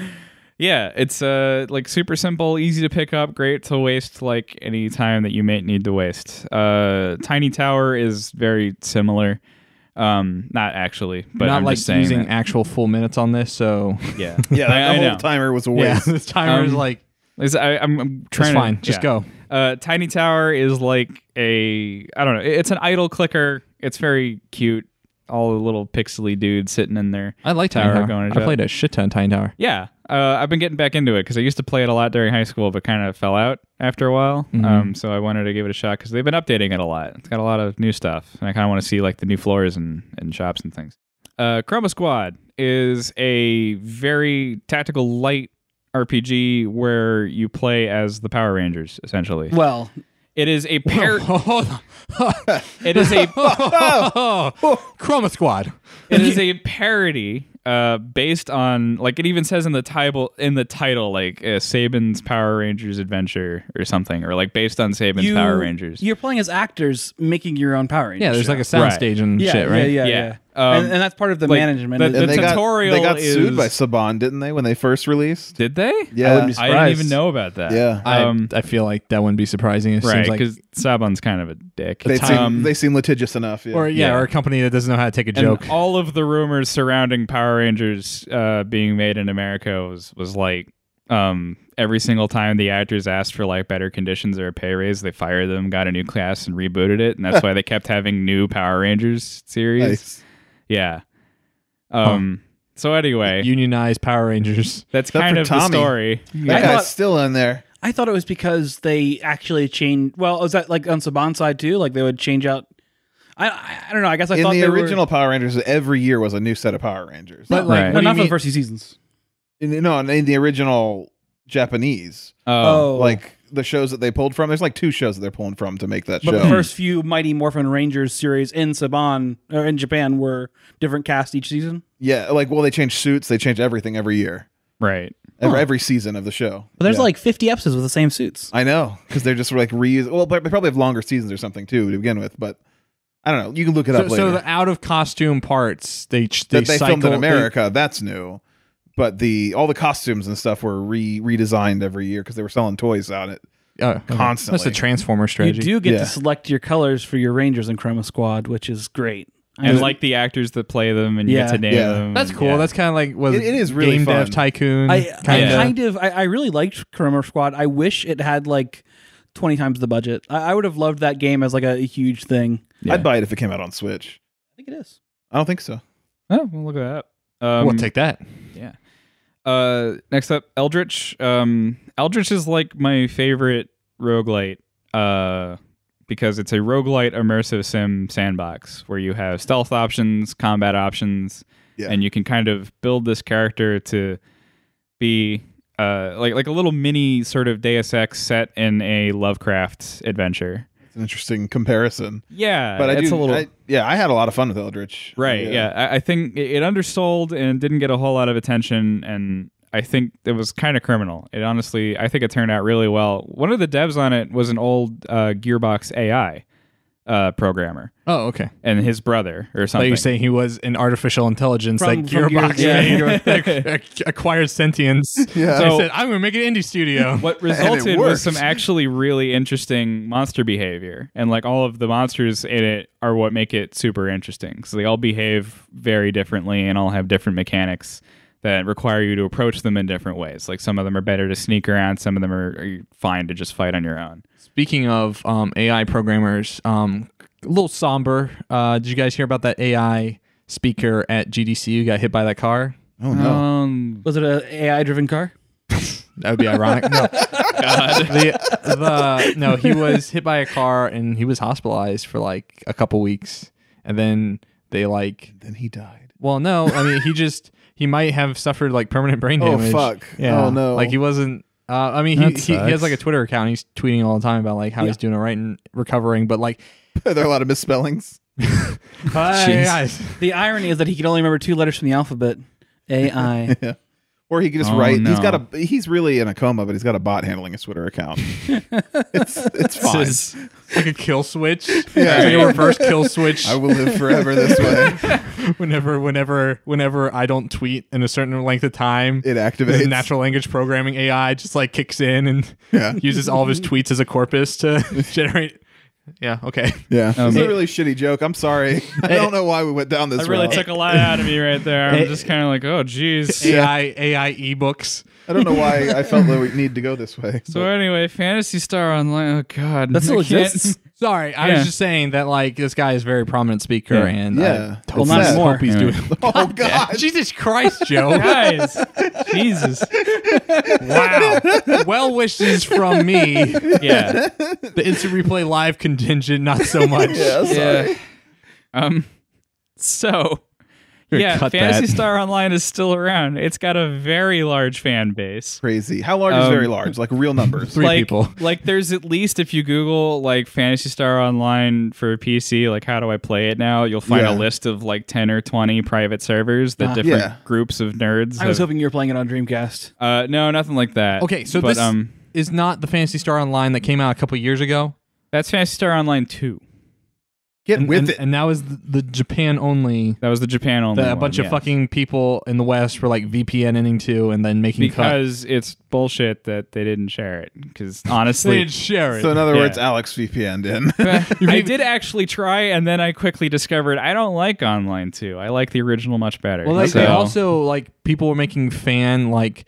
Speaker 5: yeah, it's uh like super simple, easy to pick up, great to waste like any time that you may need to waste. Uh, Tiny Tower is very similar. Um, not actually, but
Speaker 4: Not
Speaker 5: I'm
Speaker 4: like
Speaker 5: just saying
Speaker 4: using
Speaker 5: that.
Speaker 4: actual full minutes on this. So
Speaker 5: yeah,
Speaker 2: Yeah,
Speaker 5: I, I
Speaker 2: the
Speaker 5: know.
Speaker 2: whole timer was a
Speaker 4: yeah,
Speaker 2: waste.
Speaker 4: this timer is
Speaker 5: Um,
Speaker 4: like
Speaker 5: It's- I, am
Speaker 4: it's
Speaker 5: trying to
Speaker 4: fine. Just
Speaker 5: yeah.
Speaker 4: go.
Speaker 5: Uh, Tiny Tower is like a I don't know. It's an idle clicker. It's very cute. All the little pixely dudes sitting in there.
Speaker 4: I like Tiny Tower.
Speaker 5: Tower going to
Speaker 4: I
Speaker 5: shut.
Speaker 4: played a shit ton of Tiny Tower.
Speaker 5: Yeah, uh, I've been getting back into it because I used to play it a lot during high school, but kind of fell out after a while. Um, so I wanted to give it a shot because they've been updating it a lot. It's got a lot of new stuff, and I kind of want to see like the new floors and, and shops and things. Uh, Chroma Squad is a very tactical light RPG where you play as the Power Rangers. Essentially,
Speaker 3: Well,
Speaker 5: it is a pair.
Speaker 4: Oh, Hold on.
Speaker 5: it is a
Speaker 4: Chroma Squad.
Speaker 5: it is a parody uh based on like it even says in the title in the title like uh, Saban's Power Rangers adventure or something or like based on Saban's
Speaker 3: you,
Speaker 5: Power Rangers.
Speaker 3: You're playing as actors making your own Power Rangers.
Speaker 4: Yeah, there's like a soundstage and
Speaker 3: yeah,
Speaker 4: shit, right?
Speaker 3: Yeah, yeah,
Speaker 5: Yeah.
Speaker 3: yeah.
Speaker 5: Um,
Speaker 3: and, and that's part of the
Speaker 5: like,
Speaker 3: management.
Speaker 5: the-
Speaker 3: is-
Speaker 5: the
Speaker 2: And they
Speaker 5: tutorial
Speaker 2: got they got sued
Speaker 5: is-
Speaker 2: by Saban, didn't they, when they first released?
Speaker 5: Did they?
Speaker 2: Yeah,
Speaker 3: wouldn't be
Speaker 5: I didn't even
Speaker 3: surprised.
Speaker 5: know about that.
Speaker 2: Yeah.
Speaker 4: I,
Speaker 5: Um,
Speaker 4: I feel like that wouldn't be surprising. It
Speaker 5: right,
Speaker 4: seems like,
Speaker 5: because Saban's kind of a dick.
Speaker 2: they seem
Speaker 5: Um,
Speaker 2: they seem litigious enough. Yeah.
Speaker 4: or yeah,
Speaker 5: yeah.
Speaker 4: or a company that doesn't know how to take a
Speaker 5: and
Speaker 4: joke.
Speaker 5: all of the rumors surrounding Power Rangers uh, being made in America was was like um, every single time the actors asked for like better conditions or a pay raise, they fired them, got a new class, and rebooted it, and that's why they kept having new Power Rangers series.
Speaker 2: nice.
Speaker 5: Yeah. Um. So anyway,
Speaker 4: Unionized Power Rangers.
Speaker 5: that's
Speaker 2: Except
Speaker 5: kind
Speaker 2: for
Speaker 5: of the
Speaker 2: Tommy.
Speaker 5: story.
Speaker 2: That
Speaker 3: I
Speaker 2: guy's
Speaker 3: thought-
Speaker 2: still in there.
Speaker 3: I thought it was because they actually changed. Well, was that like on Saban's side too? Like they would change out. I I, I don't know. I guess I
Speaker 2: In
Speaker 3: thought
Speaker 2: the
Speaker 3: they were-
Speaker 2: original Power Rangers, every year was a new set of Power Rangers.
Speaker 4: But like, what
Speaker 5: Right.
Speaker 3: no,
Speaker 4: do you
Speaker 3: not for the
Speaker 4: mean-
Speaker 3: first few seasons.
Speaker 2: In, no, in the original Japanese,
Speaker 5: Oh,
Speaker 2: like the shows that they pulled from, there's like two shows that they're pulling from to make that
Speaker 3: But
Speaker 2: show.
Speaker 3: the first few Mighty Morphin Rangers series in Saban or in Japan were different cast each season.
Speaker 2: yeah, like well, they change suits, they change everything every year,
Speaker 5: right.
Speaker 2: every, every season of the show.
Speaker 3: But there's
Speaker 2: Yeah.
Speaker 3: like 50 episodes with the same suits.
Speaker 2: I know because they're just like reuse. Well, but they probably have longer seasons or something too to begin with. But I don't know. You can look it
Speaker 4: So,
Speaker 2: up
Speaker 4: so
Speaker 2: later.
Speaker 4: the out of costume parts they ch- they,
Speaker 2: that they
Speaker 4: cycle,
Speaker 2: filmed in
Speaker 4: they-
Speaker 2: America. that's new. But the all the costumes and stuff were re redesigned every year because they were selling toys out it.
Speaker 4: Oh, okay.
Speaker 2: Constantly.
Speaker 4: That's the transformer strategy.
Speaker 3: You do get
Speaker 2: Yeah.
Speaker 3: to select your colors for your Rangers in Chroma Squad, which is great. I
Speaker 5: And
Speaker 3: mean,
Speaker 5: like the actors that play them, and you get
Speaker 3: Yeah.
Speaker 5: to name
Speaker 2: Yeah.
Speaker 5: them.
Speaker 4: That's
Speaker 5: and-
Speaker 4: cool.
Speaker 5: yeah.
Speaker 4: That's kind of like was
Speaker 2: It- it is really
Speaker 4: game dev
Speaker 2: fun.
Speaker 4: tycoon.
Speaker 3: I, I
Speaker 4: kinda.
Speaker 3: kind of, I, I really liked Chroma Squad. I wish it had like 20 times the budget. I, I would have loved that game as like a, a huge thing.
Speaker 5: Yeah.
Speaker 2: I'd buy it if it came out on Switch.
Speaker 3: I think it is.
Speaker 2: I don't think so.
Speaker 5: Oh, well, look at that. Um,
Speaker 4: we'll take that.
Speaker 5: Yeah. Uh, next up, Eldritch. Um, Eldritch is like my favorite roguelite. Uh, because it's a roguelite immersive sim sandbox where you have stealth options, combat options,
Speaker 2: Yeah.
Speaker 5: and you can kind of build this character to be uh, like like a little mini sort of Deus Ex set in a Lovecraft adventure.
Speaker 2: It's an interesting comparison.
Speaker 5: Yeah,
Speaker 2: But I
Speaker 5: Uh, it's
Speaker 2: do,
Speaker 5: a little
Speaker 2: I- yeah, I had a lot of fun with Eldritch.
Speaker 5: Right. Yeah. I, I think it, it undersold and didn't get a whole lot of attention. And I think it was kind of criminal. It honestly, I think it turned out really well. One of the devs on it was an old uh, Gearbox AI uh, programmer
Speaker 4: Oh, okay.
Speaker 5: and his brother or
Speaker 4: Thought
Speaker 5: something.
Speaker 4: you were saying he was an artificial intelligence
Speaker 3: From-
Speaker 4: like
Speaker 3: from
Speaker 4: Gearbox
Speaker 5: Gear-
Speaker 4: yeah. acquired sentience.
Speaker 2: Yeah.
Speaker 4: So,
Speaker 5: So-
Speaker 4: said, I'm gonna make an indie studio.
Speaker 5: what
Speaker 2: it
Speaker 5: resulted was some
Speaker 2: worked.
Speaker 5: actually really interesting monster behavior and like all of the monsters in it are what make it super interesting so they all behave very differently and all have different mechanics that require you to approach them in different ways like some of them are better to sneak around some of them are, are fine to just fight on your own
Speaker 4: Speaking of um, AI programmers, um, a little somber. Uh, did you guys hear about that AI speaker at GDC who got hit by that car?
Speaker 2: Oh no.
Speaker 5: um
Speaker 3: Was it an AI driven car?
Speaker 4: That would be ironic. No, The, the, no, he was hit by a car and he was hospitalized for like a couple weeks, and then they like.
Speaker 2: then he died.
Speaker 4: Well, no, I mean he just he might have suffered like permanent brain
Speaker 2: Oh,
Speaker 4: damage.
Speaker 2: fuck.
Speaker 4: Yeah.
Speaker 2: Oh, no.
Speaker 4: Like he wasn't. Uh, I mean, he,
Speaker 5: That
Speaker 4: he, he has
Speaker 5: sucks.
Speaker 4: like a Twitter account. He's tweeting all the time about like how he's doing all right and recovering. But like,
Speaker 2: there are a lot of misspellings.
Speaker 4: AI
Speaker 3: The irony is that he could only remember two letters from the alphabet. AI.
Speaker 2: Or he could just
Speaker 5: Oh,
Speaker 2: write. He's
Speaker 5: no.
Speaker 2: got a. He's really in a coma, but he's got a bot handling his Twitter account. it's it's fine.
Speaker 4: is like a kill switch.
Speaker 2: Yeah.
Speaker 4: It's like a reverse kill switch.
Speaker 2: I will live forever this way.
Speaker 4: whenever, whenever, whenever I don't tweet in a certain length of time,
Speaker 2: It
Speaker 4: his
Speaker 2: activates.
Speaker 4: natural language programming AI just like kicks in and
Speaker 2: Yeah.
Speaker 4: uses all of his tweets as a corpus to generate. Yeah. Okay.
Speaker 2: Yeah.
Speaker 5: Um,
Speaker 2: it's a really shitty joke. I'm sorry. I don't know why we went down this
Speaker 5: that really
Speaker 2: route.
Speaker 5: took a lot out of me right there i'm
Speaker 4: It-
Speaker 5: just kind of like oh geez
Speaker 4: AI AI ebooks.
Speaker 2: I don't know why I felt that we need to go this way.
Speaker 5: so anyway fantasy star online oh god
Speaker 3: That still
Speaker 5: I can't-
Speaker 3: exists.
Speaker 4: Sorry, I
Speaker 5: Yeah.
Speaker 4: was just saying that like this guy is a very prominent speaker
Speaker 5: Yeah.
Speaker 4: and
Speaker 2: Yeah.
Speaker 4: I
Speaker 2: Well,
Speaker 4: hope
Speaker 2: not
Speaker 4: he's-
Speaker 3: anymore.
Speaker 4: hope he's doing.
Speaker 2: oh God.
Speaker 4: Jesus Christ, Joe!
Speaker 5: guys jesus
Speaker 4: wow. Well wishes from me.
Speaker 5: yeah
Speaker 4: The instant replay live contingent, not so much.
Speaker 2: Yeah, sorry.
Speaker 5: Yeah. Um. So. Yeah,
Speaker 4: cut
Speaker 5: Fantasy
Speaker 4: that.
Speaker 5: Star Online is still around. It's got a very large fan base.
Speaker 2: Crazy. How large is
Speaker 5: Um,
Speaker 2: very large? Like real numbers.
Speaker 4: Three
Speaker 5: like,
Speaker 4: people.
Speaker 5: like there's at least if you Google like Fantasy Star Online for PC, like how do I play it now? You'll find
Speaker 2: Yeah.
Speaker 5: a list of like ten or twenty private servers that
Speaker 4: Uh,
Speaker 3: Ah.
Speaker 5: different
Speaker 2: Yeah.
Speaker 5: groups of nerds.
Speaker 3: I was
Speaker 5: have-
Speaker 3: hoping you were playing it on Dreamcast.
Speaker 5: uh, no, nothing like that.
Speaker 4: Okay, so
Speaker 5: but,
Speaker 4: this
Speaker 5: um,
Speaker 4: is not the Fantasy Star Online that came out a couple years ago.
Speaker 5: that's Fantasy Star Online two.
Speaker 2: Get
Speaker 4: And,
Speaker 2: with
Speaker 4: and,
Speaker 2: it.
Speaker 4: and that was the, the Japan only.
Speaker 5: That was the Japan only.
Speaker 4: That a
Speaker 5: one,
Speaker 4: bunch of
Speaker 5: yeah.
Speaker 4: fucking people in the West were like VPN inning to and then making cuts.
Speaker 5: because it's bullshit that they didn't share it. Because honestly,
Speaker 4: share
Speaker 2: so in other
Speaker 5: Yeah.
Speaker 2: words, Alex VPN'd in.
Speaker 5: I did actually try, and then I quickly discovered I don't like online too. I like the original much better.
Speaker 4: well, like,
Speaker 5: So-
Speaker 4: they also like people were making fan like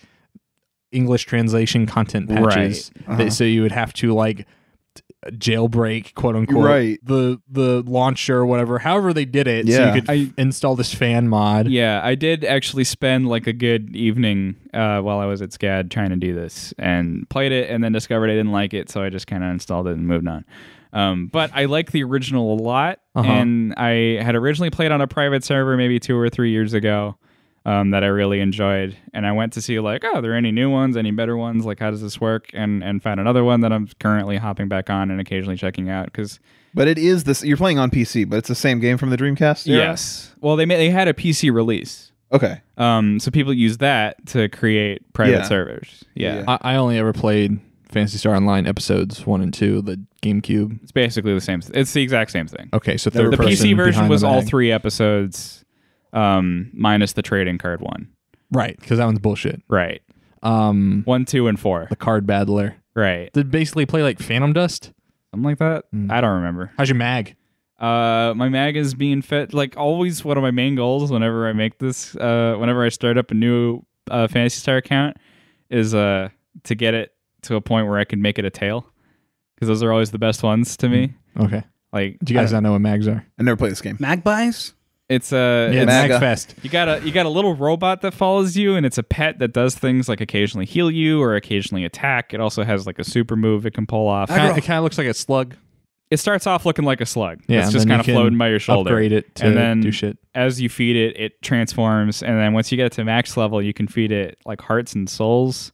Speaker 4: English translation content patches. That, so you would have to like t- jailbreak quote unquote
Speaker 2: Right.
Speaker 4: the the launcher or whatever however they did it so
Speaker 2: Yeah.
Speaker 4: you could
Speaker 5: I-
Speaker 4: install this fan mod
Speaker 5: yeah, I did actually spend like a good evening uh, while I was at SCAD trying to do this, and played it, and then discovered I didn't like it, so I just kind of installed it and moved on. Um, but I like the original a lot,
Speaker 4: Uh-huh.
Speaker 5: and I had originally played on a private server maybe two or three years ago. um, that I really enjoyed. And I went to see like, oh, are there any new ones, any better ones? Like, how does this work? And and found another one that I'm currently hopping back on and occasionally checking out because
Speaker 2: But it is this. You're playing on PC, but it's the same game from the Dreamcast. era?
Speaker 5: yes, well they made, they had a PC release,
Speaker 2: Okay.
Speaker 5: um, so people use that to create private
Speaker 2: Yeah.
Speaker 5: servers. Yeah.
Speaker 2: Yeah.
Speaker 4: I, I only ever played Fantasy Star Online episodes one and two, the GameCube.
Speaker 5: it's basically the same. It's the exact same thing.
Speaker 4: Okay, so
Speaker 2: Never
Speaker 4: third
Speaker 5: The
Speaker 2: played.
Speaker 4: person
Speaker 5: PC version
Speaker 4: behind
Speaker 5: was
Speaker 4: the
Speaker 5: all
Speaker 4: bag.
Speaker 5: three episodes, um, minus the trading card one.
Speaker 4: right? Because that one's bullshit.
Speaker 5: Right,
Speaker 4: Um,
Speaker 5: one, two, and four.
Speaker 4: the card battler.
Speaker 5: Right,
Speaker 4: Did basically play like Phantom Dust.
Speaker 5: something like that.
Speaker 4: Mm.
Speaker 5: I don't remember.
Speaker 4: How's your mag?
Speaker 5: Uh, my mag is being fed. Like always, one of my main goals whenever I make this, uh, whenever I start up a new uh, Fantasy Star account, is uh to get it to a point where I can make it a tail, because those are always the best ones to me.
Speaker 4: Okay,
Speaker 5: Like
Speaker 4: Mm. do you guys
Speaker 5: I-
Speaker 4: not know what mags are?
Speaker 2: I never played this game.
Speaker 3: Magpies?
Speaker 5: it's a
Speaker 4: Yeah,
Speaker 5: Uh, it's,
Speaker 2: mag- Maga.
Speaker 4: Magfest.
Speaker 5: you got a you got a little robot that follows you, and it's a pet that does things like occasionally heal you or occasionally attack. It also has like a super move it can pull off.
Speaker 4: Kinda- It kind of looks like a slug.
Speaker 5: it starts off looking like a slug.
Speaker 4: Yeah,
Speaker 5: it's
Speaker 4: and
Speaker 5: just
Speaker 4: then
Speaker 5: kind
Speaker 4: you
Speaker 5: of floating
Speaker 4: can
Speaker 5: by your shoulder.
Speaker 4: upgrade it to
Speaker 5: and then
Speaker 4: do shit.
Speaker 5: As you feed it, it transforms, and then once you get it to max level, you can feed it like hearts and souls,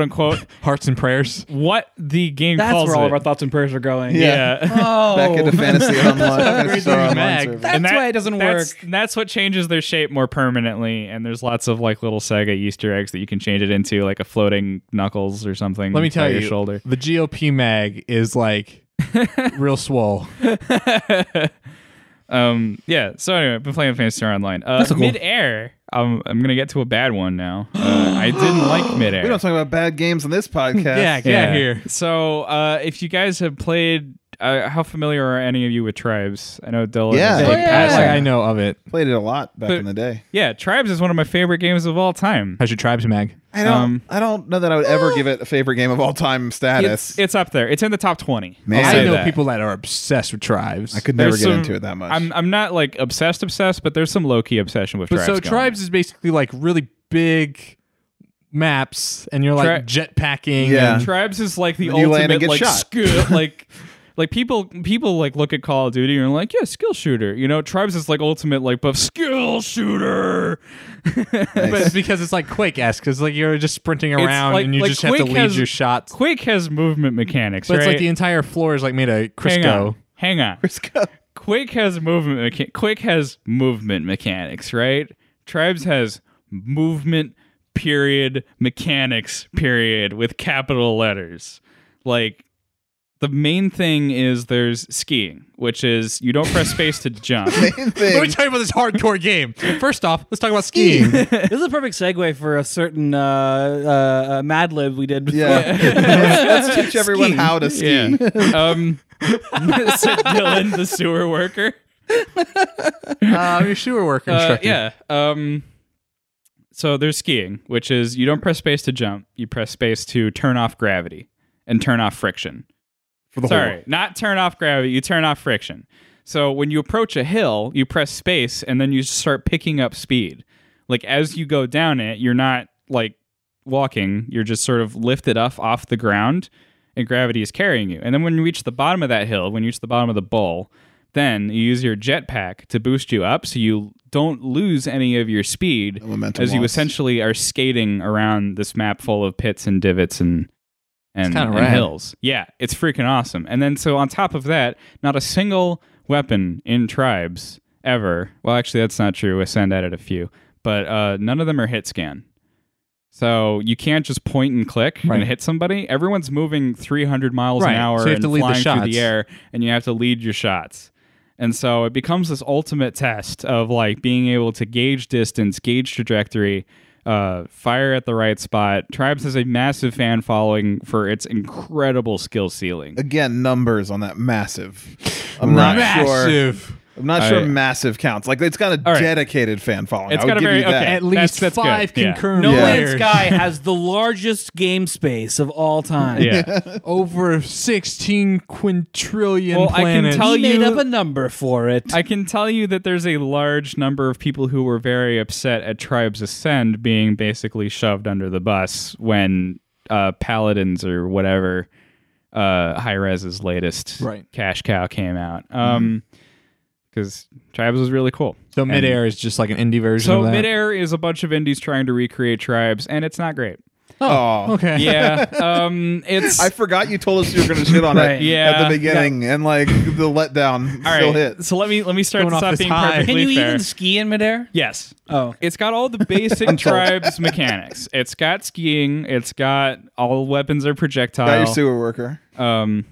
Speaker 5: unquote.
Speaker 4: Hearts and prayers.
Speaker 5: what the game
Speaker 3: That's
Speaker 5: calls
Speaker 3: where all
Speaker 5: it.
Speaker 3: of our thoughts and prayers are going.
Speaker 5: yeah.
Speaker 3: Oh,
Speaker 2: Back into fantasy online. Fantasy Star
Speaker 4: Reading
Speaker 2: Online
Speaker 4: mag.
Speaker 2: service.
Speaker 3: That's why it doesn't
Speaker 5: that's-
Speaker 3: work.
Speaker 5: and That's what changes their shape more permanently. And there's lots of like little Sega Easter eggs that you can change it into, like a floating knuckles or something.
Speaker 4: Let me
Speaker 5: by
Speaker 4: tell you,
Speaker 5: your shoulder.
Speaker 4: the GOP mag is like real swole.
Speaker 5: Um, yeah. So anyway, I've been playing Fantasy Star Online. Uh, Mid Air. Um, I'm gonna get to a bad one now. Uh, I didn't like Mid Air.
Speaker 2: We don't talk about bad games on this podcast.
Speaker 4: Yeah, get out here.
Speaker 5: So, uh, if you guys have played, uh, how familiar are any of you with Tribes? I know Dylan.
Speaker 2: Yeah.
Speaker 5: has
Speaker 2: Oh,
Speaker 5: played
Speaker 2: yeah.
Speaker 5: Pathfinder.
Speaker 4: Like, I know of it.
Speaker 2: Played it a lot back
Speaker 5: But-
Speaker 2: in the day.
Speaker 5: yeah. Tribes is one of my favorite games of all time.
Speaker 4: How's your tribes mag?
Speaker 2: I don't.
Speaker 5: Um,
Speaker 2: I don't know that I would ever give it a favorite game of all time status.
Speaker 5: It's, it's up there. It's in the top twenty.
Speaker 2: Man.
Speaker 5: I'll
Speaker 4: I
Speaker 5: say
Speaker 4: know
Speaker 5: that.
Speaker 4: people that are obsessed with tribes.
Speaker 2: I could never
Speaker 5: There's
Speaker 2: get
Speaker 5: some-
Speaker 2: into it that much.
Speaker 5: I'm I'm not like obsessed obsessed, but there's some low key obsession with
Speaker 4: But
Speaker 5: tribes.
Speaker 4: so
Speaker 5: going
Speaker 4: tribes is basically like really big maps, and you're like jetpacking.
Speaker 2: Yeah.
Speaker 5: on.
Speaker 4: and-
Speaker 5: tribes is like the
Speaker 2: Then you land
Speaker 5: ultimate
Speaker 2: and get
Speaker 5: like
Speaker 2: shot.
Speaker 5: sco- like like people people like look at Call of Duty and are like yeah skill shooter. You know tribes is like ultimate like buff skill shooter.
Speaker 4: but it's because it's like Quake esque, because like you're just sprinting
Speaker 5: It's
Speaker 4: around
Speaker 5: like-
Speaker 4: and you
Speaker 5: like
Speaker 4: just have to
Speaker 5: Quake
Speaker 4: lead
Speaker 5: has-
Speaker 4: your shots.
Speaker 5: Quake has movement mechanics,
Speaker 4: but it's like
Speaker 5: right?
Speaker 4: the entire floor is like made of
Speaker 5: Hang
Speaker 4: Crisco.
Speaker 5: on. Hang on. Quake has movement mecha- Quake has movement mechanics, right? Tribes has movement period mechanics period with capital letters. Like the main thing is there's skiing, which is you don't press space to jump.
Speaker 2: Main thing.
Speaker 4: Let me tell you about this hardcore game. First off, let's talk about skiing.
Speaker 3: this is a perfect segue for a certain uh, uh, uh, Mad Lib we did. Before.
Speaker 2: yeah. Let's teach everyone
Speaker 3: Skiing.
Speaker 2: how to ski.
Speaker 5: Yeah. Um said Dylan the sewer worker.
Speaker 4: I'm your sewer worker
Speaker 5: Uh,
Speaker 4: instructor.
Speaker 5: yeah. Um, so there's skiing, which is you don't press space to jump, you press space to turn off gravity and turn off friction. Sorry, not turn off gravity, you turn off friction. So when you approach a hill, you press space and then you just start picking up speed. Like as you go down it, you're not like walking, you're just sort of lifted up off the ground and gravity is carrying you. And then when you reach the bottom of that hill, when you reach the bottom of the bowl, then you use your jetpack to boost you up so you don't lose any of your speed
Speaker 2: momentum
Speaker 5: as you
Speaker 2: loss.
Speaker 5: essentially are skating around this map full of pits and divots and and,
Speaker 4: kinda
Speaker 5: and
Speaker 4: rad.
Speaker 5: hills. Yeah, it's freaking awesome. And then so on top of that, not a single weapon in tribes ever. Well, actually that's not true. Ascend added a few, but uh, none of them are hit scan. So you can't just point and click
Speaker 4: Right.
Speaker 5: and hit somebody. Everyone's moving 300 miles
Speaker 4: Right.
Speaker 5: an hour
Speaker 4: So you have
Speaker 5: and
Speaker 4: to lead the
Speaker 5: flying through
Speaker 4: shots.
Speaker 5: the air, and you have to lead your shots. And so it becomes this ultimate test of like being able to gauge distance, gauge trajectory, uh, fire at the right spot. Tribes has a massive fan following for its incredible skill ceiling.
Speaker 2: Again, numbers on that massive. I'm not sure.
Speaker 4: Massive.
Speaker 2: I'm not sure
Speaker 5: I-
Speaker 2: massive counts. Like it's got a
Speaker 5: right.
Speaker 2: dedicated fan following.
Speaker 5: It's
Speaker 2: I would
Speaker 5: got a
Speaker 2: give
Speaker 5: very-
Speaker 2: you that.
Speaker 5: okay.
Speaker 4: At least
Speaker 5: That's- that's
Speaker 4: five
Speaker 5: good. Yeah.
Speaker 4: concurrent
Speaker 3: No Man's
Speaker 4: players
Speaker 3: Sky has the largest game space of all time.
Speaker 5: Yeah.
Speaker 4: over 16 quintillion
Speaker 5: Well, I can
Speaker 4: planets.
Speaker 5: tell
Speaker 3: He made
Speaker 5: you-
Speaker 3: up a number for it.
Speaker 5: I can tell you that there's a large number of people who were very upset at Tribes Ascend being basically shoved under the bus when uh, Paladins or whatever uh, High Res's latest
Speaker 4: Right.
Speaker 5: cash cow came out. Um, because Tribes was really cool.
Speaker 4: so midair is just like an indie version
Speaker 5: So
Speaker 4: of that.
Speaker 5: midair is a bunch of indies trying to recreate tribes, and it's not great.
Speaker 2: Oh,
Speaker 4: okay.
Speaker 5: Yeah, um, it's
Speaker 2: I forgot you told us you were going to shit on it
Speaker 5: Right. Yeah.
Speaker 2: at the beginning, and like the letdown
Speaker 5: all
Speaker 2: still
Speaker 5: right.
Speaker 2: hit.
Speaker 5: So let me let me start
Speaker 4: Going
Speaker 5: this
Speaker 4: off
Speaker 5: off
Speaker 4: this
Speaker 5: being
Speaker 4: high.
Speaker 5: perfectly
Speaker 3: Can you
Speaker 5: fair.
Speaker 3: even ski in midair?
Speaker 5: yes,
Speaker 3: Oh,
Speaker 5: It's got all the basic tribes mechanics. It's got skiing. It's got all weapons are
Speaker 2: Got your
Speaker 5: projectile.
Speaker 2: sewer worker.
Speaker 5: Um,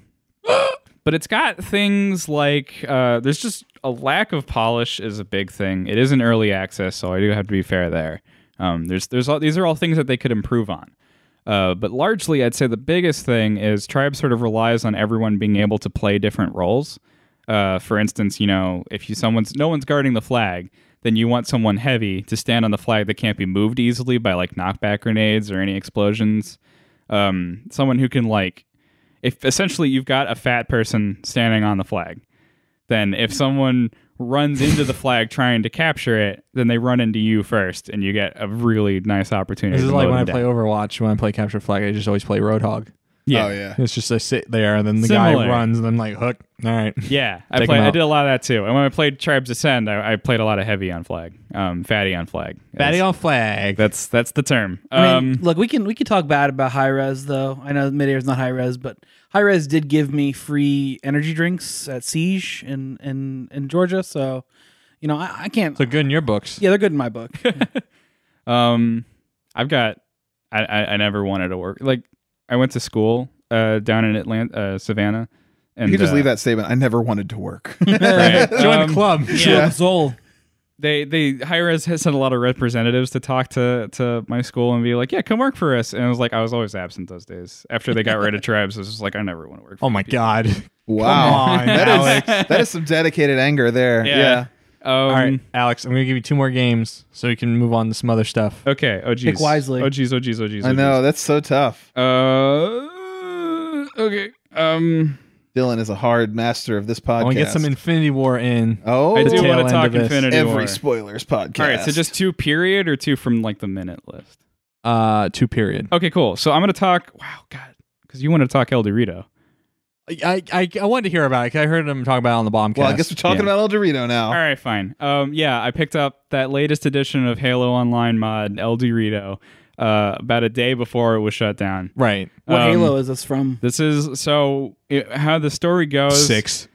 Speaker 5: but it's got things like uh, there's just a lack of polish is a big thing. It is an early access, so I do have to be fair there. Um, there's there's all, these are all things that they could improve on. Uh, but largely, I'd say the biggest thing is Tribe sort of relies on everyone being able to play different roles. Uh, for instance, you know, if you someone's no one's guarding the flag, then you want someone heavy to stand on the flag that can't be moved easily by like knockback grenades or any explosions. Um, someone who can like if essentially you've got a fat person standing on the flag, then if someone runs into the flag trying to capture it, then they run into you first, and you get a really nice opportunity.
Speaker 4: This is
Speaker 5: to
Speaker 4: like
Speaker 5: mow
Speaker 4: when I
Speaker 5: them
Speaker 4: play
Speaker 5: down.
Speaker 4: Overwatch, when I play Capture Flag, I just always play Roadhog.
Speaker 5: Yeah.
Speaker 2: Oh yeah.
Speaker 4: It's just I sit there and then the guy
Speaker 5: Similar.
Speaker 4: runs and I'm like, hook. All right.
Speaker 5: Yeah, I
Speaker 4: Take 'em
Speaker 5: played. I
Speaker 4: out.
Speaker 5: did a lot of that too. And when I played Tribes Ascend, I, I played a lot of heavy on flag, um, fatty on flag,
Speaker 4: Batty
Speaker 5: That's-
Speaker 4: on flag.
Speaker 5: That's that's the term.
Speaker 3: I mean,
Speaker 5: Um,
Speaker 3: look, we can we can talk bad about high res though. I know mid is not high res, but high res did give me free energy drinks at Siege in in, in Georgia. So, you know, I, I can't.
Speaker 4: so good in your books.
Speaker 3: yeah, they're good in my book.
Speaker 5: Um, I've got. I, I I never wanted to work. Like I went to school uh down in Atlanta, uh, Savannah, and
Speaker 2: You can just
Speaker 5: uh,
Speaker 2: leave that statement. I never wanted to work.
Speaker 5: right.
Speaker 4: Join
Speaker 5: Um,
Speaker 4: the club.
Speaker 5: Yeah.
Speaker 3: Soul.
Speaker 5: They they high res has sent a lot of representatives to talk to to my school and be like, yeah, come work for us. And I was like, I was always absent those days. After they got rid of tribes, I was just like, I never want to work. For
Speaker 4: Oh my god.
Speaker 2: wow.
Speaker 4: Come on,
Speaker 2: that is that is some dedicated anger there.
Speaker 5: Yeah.
Speaker 2: yeah.
Speaker 5: Um,
Speaker 4: All right,
Speaker 2: Mm-hmm.
Speaker 4: Alex, I'm gonna give you two more games so you can move on to some other stuff.
Speaker 5: Okay. Oh geez.
Speaker 3: wisely.
Speaker 5: Oh geez. Oh geez. Oh geez.
Speaker 2: I
Speaker 5: oh,
Speaker 2: know that's so tough.
Speaker 5: geez. Uh. Okay. Um.
Speaker 2: Dylan is a hard master of this
Speaker 4: I
Speaker 2: podcast.
Speaker 4: want to get some Infinity War in.
Speaker 2: oh,
Speaker 5: I
Speaker 4: The
Speaker 5: do
Speaker 4: tail
Speaker 5: want
Speaker 4: end
Speaker 5: to talk
Speaker 4: of this.
Speaker 5: Infinity
Speaker 2: every
Speaker 5: War.
Speaker 2: spoilers podcast.
Speaker 5: All right, so just two period or two from like the minute list.
Speaker 4: Uh, two period.
Speaker 5: Okay, cool. So I'm gonna talk. Wow, God, because you want to talk El Dorito.
Speaker 4: I, I I wanted to hear about it 'cause I heard him talk about it on the bombcast.
Speaker 2: well, I guess we're talking
Speaker 5: Yeah.
Speaker 2: about El Dorito now.
Speaker 5: All right, fine. Um, yeah, I picked up that latest edition of Halo Online mod El Dorito uh, about a day before it was shut down.
Speaker 4: right.
Speaker 3: What
Speaker 5: Um,
Speaker 3: Halo is this from?
Speaker 5: This is so it, how the story goes.
Speaker 4: Six.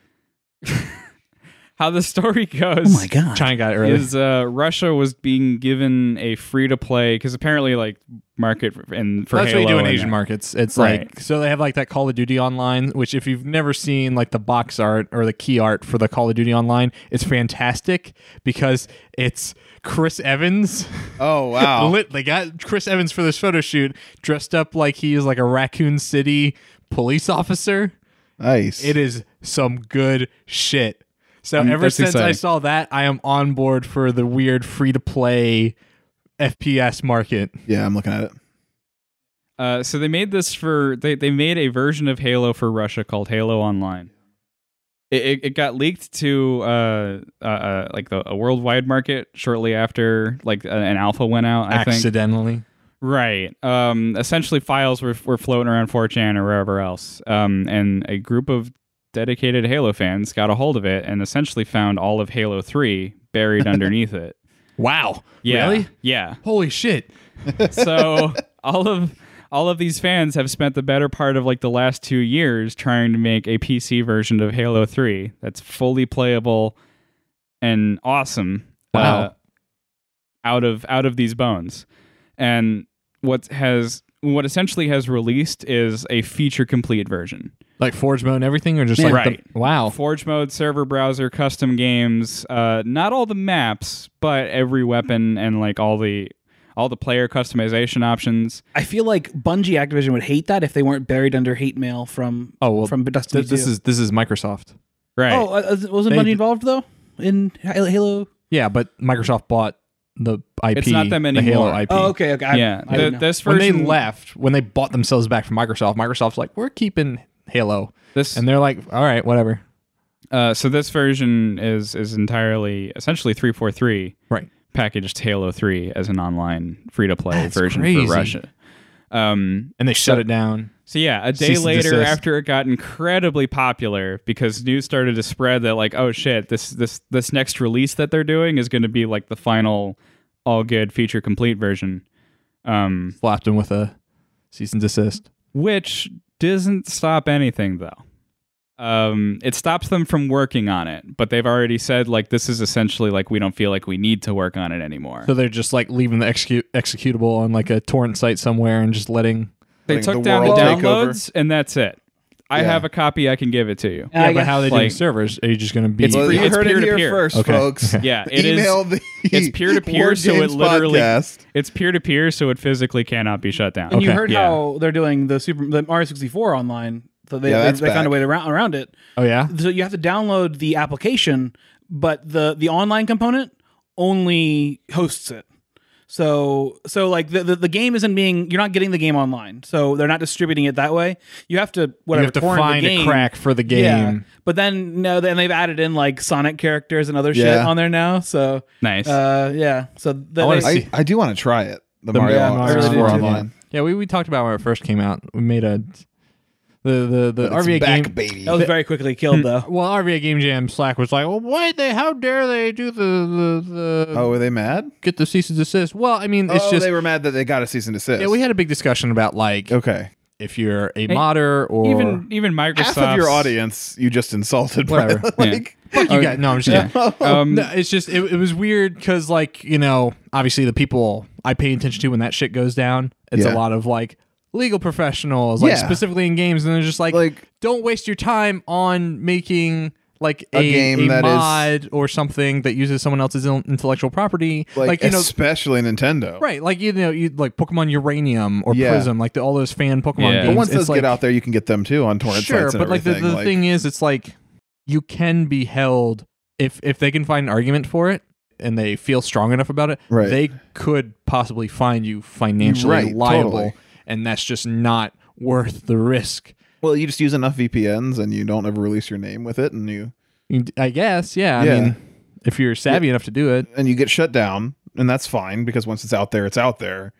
Speaker 5: How the story goes.
Speaker 3: Oh my god!
Speaker 4: China got it early.
Speaker 5: Is uh, Russia was being given a free to play because apparently like market and for
Speaker 4: That's
Speaker 5: Halo
Speaker 4: what you do in
Speaker 5: and
Speaker 4: Asian
Speaker 5: that-
Speaker 4: markets. It's
Speaker 5: Right.
Speaker 4: like so they have like that Call of Duty Online, which if you've never seen like the box art or the key art for the Call of Duty Online, it's fantastic because it's Chris Evans.
Speaker 2: Oh wow.
Speaker 4: Lit, they got Chris Evans for this photo shoot dressed up like he is like a Raccoon City police officer.
Speaker 2: nice.
Speaker 4: It is some good shit. So
Speaker 5: Um,
Speaker 4: ever
Speaker 5: that's
Speaker 4: since I
Speaker 5: exciting.
Speaker 4: saw that, I am on board for the weird free to play FPS market.
Speaker 2: Yeah, I'm looking at it.
Speaker 5: Uh, so they made this for they they made a version of Halo for Russia called Halo Online. It it, it got leaked to uh, uh, uh like the, a worldwide market shortly after like a- an alpha went out. I think
Speaker 4: accidentally.
Speaker 5: right. Um, essentially files were were floating around 4chan or wherever else. Um, and a group of dedicated Halo fans got a hold of it and essentially found all of Halo Three buried underneath it.
Speaker 4: Wow.
Speaker 5: Yeah.
Speaker 4: Really?
Speaker 5: Yeah.
Speaker 4: Holy shit.
Speaker 5: so all of all of these fans have spent the better part of like the last two years trying to make a PC version of Halo Three that's fully playable and awesome. uh,
Speaker 4: Wow.
Speaker 5: out of out of these bones, and what has what essentially has released is a feature complete version.
Speaker 4: Like Forge mode and everything, or just like the-
Speaker 5: Right.
Speaker 4: wow.
Speaker 5: Forge mode, server browser, custom games. Uh, not all the maps, but every weapon and like all the all the player customization options.
Speaker 3: I feel like Bungie Activision would hate that if they weren't buried under hate mail from
Speaker 4: Oh, well,
Speaker 3: from Destiny
Speaker 4: Th- this
Speaker 3: 2.
Speaker 4: is this is Microsoft.
Speaker 5: Right.
Speaker 3: oh uh, uh, wasn't
Speaker 4: They-
Speaker 3: Bungie involved though in Halo- Halo?
Speaker 4: Yeah, but Microsoft bought the IP.
Speaker 5: It's not them
Speaker 4: The Halo
Speaker 5: anymore.
Speaker 4: IP.
Speaker 3: Oh okay okay I,
Speaker 5: yeah,
Speaker 3: I
Speaker 5: the-
Speaker 3: didn't know.
Speaker 5: this
Speaker 4: When they
Speaker 5: version
Speaker 4: left, when they bought themselves back from Microsoft, Microsoft's like, we're keeping Halo,
Speaker 5: This
Speaker 4: and they're like, all right, whatever.
Speaker 5: uh, so this version is is entirely essentially three four three
Speaker 4: Right.
Speaker 5: packaged Halo three as an online free to play
Speaker 4: That's
Speaker 5: version
Speaker 4: crazy.
Speaker 5: for Russia. Um,
Speaker 4: And they shut it down.
Speaker 5: so yeah, a day
Speaker 4: Cease and
Speaker 5: later,
Speaker 4: desist.
Speaker 5: after it got incredibly popular, because news started to spread that like, oh shit, this this this next release that they're doing is going to be like the final all good feature complete version. Um,
Speaker 4: slapped him with a cease and desist.
Speaker 5: which doesn't stop anything though. Um, it stops them from working on it, but they've already said like this is essentially like we don't feel like we need to work on it anymore.
Speaker 4: So they're just like leaving the execute executable on like a torrent site somewhere and just letting.
Speaker 5: they
Speaker 2: Letting
Speaker 5: took
Speaker 2: the
Speaker 5: down the
Speaker 2: world take over.
Speaker 5: downloads, and that's it. I
Speaker 2: Yeah.
Speaker 5: have a copy. I can give it to you.
Speaker 3: Yeah, I
Speaker 4: but
Speaker 3: guess-
Speaker 4: how are they
Speaker 5: like-
Speaker 4: doing servers? Are you just going to be?
Speaker 5: It's
Speaker 2: Well,
Speaker 5: free-
Speaker 2: you
Speaker 5: it's
Speaker 2: heard it here
Speaker 5: peer-to-peer.
Speaker 2: first,
Speaker 4: Okay.
Speaker 2: folks.
Speaker 5: Yeah, it is-
Speaker 2: Email the
Speaker 5: it's peer-to-peer,
Speaker 2: Board
Speaker 5: so it
Speaker 2: Games
Speaker 5: literally-
Speaker 2: podcast.
Speaker 5: It's peer to peer, so it physically cannot be shut down.
Speaker 3: And you
Speaker 4: Okay,
Speaker 3: heard
Speaker 5: yeah.
Speaker 3: how they're doing the Super the Mario 64 online. So they,
Speaker 2: Yeah,
Speaker 3: they,
Speaker 2: that's
Speaker 3: they found a
Speaker 2: back.
Speaker 3: way to round, around it.
Speaker 4: oh yeah,
Speaker 3: So you have to download the application, but the the online component only hosts it. So so like the, the, the game isn't being you're not getting the game online. So they're not distributing it that way. You have to whatever
Speaker 4: you have to
Speaker 3: torrent the
Speaker 4: find a
Speaker 3: game.
Speaker 4: crack for the game.
Speaker 3: Yeah. But then no then they've added in like Sonic characters and other shit
Speaker 2: Yeah.
Speaker 3: on there now. So
Speaker 5: Nice.
Speaker 3: uh yeah. So the,
Speaker 4: I wanna see-
Speaker 2: I, I do want to try it. The, Mario
Speaker 4: yeah,
Speaker 2: Online
Speaker 4: Mario
Speaker 2: Super
Speaker 4: Online.
Speaker 2: Online.
Speaker 4: Yeah, we, we talked about when it first came out. We made a The the the
Speaker 2: It's
Speaker 4: RVA
Speaker 2: back,
Speaker 4: game.
Speaker 2: baby.
Speaker 3: That was
Speaker 5: Oh,
Speaker 3: very quickly killed though.
Speaker 4: Well, RVA Game Jam Slack was like, "Well, why they? How dare they do the the, the
Speaker 2: oh, were they mad?
Speaker 4: get the cease and desist?" Well, I mean, it's
Speaker 2: oh,
Speaker 4: just
Speaker 2: they were mad that they got a cease and desist.
Speaker 4: yeah. We had a big discussion about like
Speaker 2: okay.
Speaker 4: if you're a modder or
Speaker 5: even even Microsoft.
Speaker 2: Half of your audience you just insulted. Brian.
Speaker 4: Whatever.
Speaker 2: like,
Speaker 4: fuck you guys. No, I'm just kidding.
Speaker 5: Um,
Speaker 4: No, it's just it, it was weird because like you know obviously the people I pay attention to when that shit goes down it's
Speaker 2: Yeah.
Speaker 4: a lot of like legal professionals like
Speaker 2: Yeah.
Speaker 4: specifically in games and they're just like,
Speaker 2: Like-
Speaker 4: don't waste your time on making like a,
Speaker 2: game
Speaker 4: a
Speaker 2: that is-
Speaker 4: mod or something that uses someone else's in- intellectual property
Speaker 2: like,
Speaker 4: like, you know
Speaker 2: especially Nintendo.
Speaker 4: right like you know you like Pokemon Uranium or
Speaker 2: Yeah.
Speaker 4: Prism like the, all those fan Pokemon
Speaker 5: Yeah.
Speaker 4: games
Speaker 5: But
Speaker 2: But once
Speaker 4: it's
Speaker 2: those
Speaker 4: like,
Speaker 2: get out there, you can get them too on torrent
Speaker 4: sure
Speaker 2: sites. and
Speaker 4: but like the,
Speaker 2: everything,
Speaker 4: the thing is it's like you can be held if if they can find an argument for it and they feel strong enough about it
Speaker 2: Right.
Speaker 4: they could possibly find you financially
Speaker 2: Right,
Speaker 4: liable
Speaker 2: totally.
Speaker 4: and that's just not worth the risk
Speaker 2: well, you just use enough VPNs and you don't ever release your name with it, and you
Speaker 4: You- i guess yeah, i
Speaker 2: Yeah.
Speaker 4: mean if you're savvy enough to do it
Speaker 2: and you get shut down, and that's fine because once it's out there, it's out there.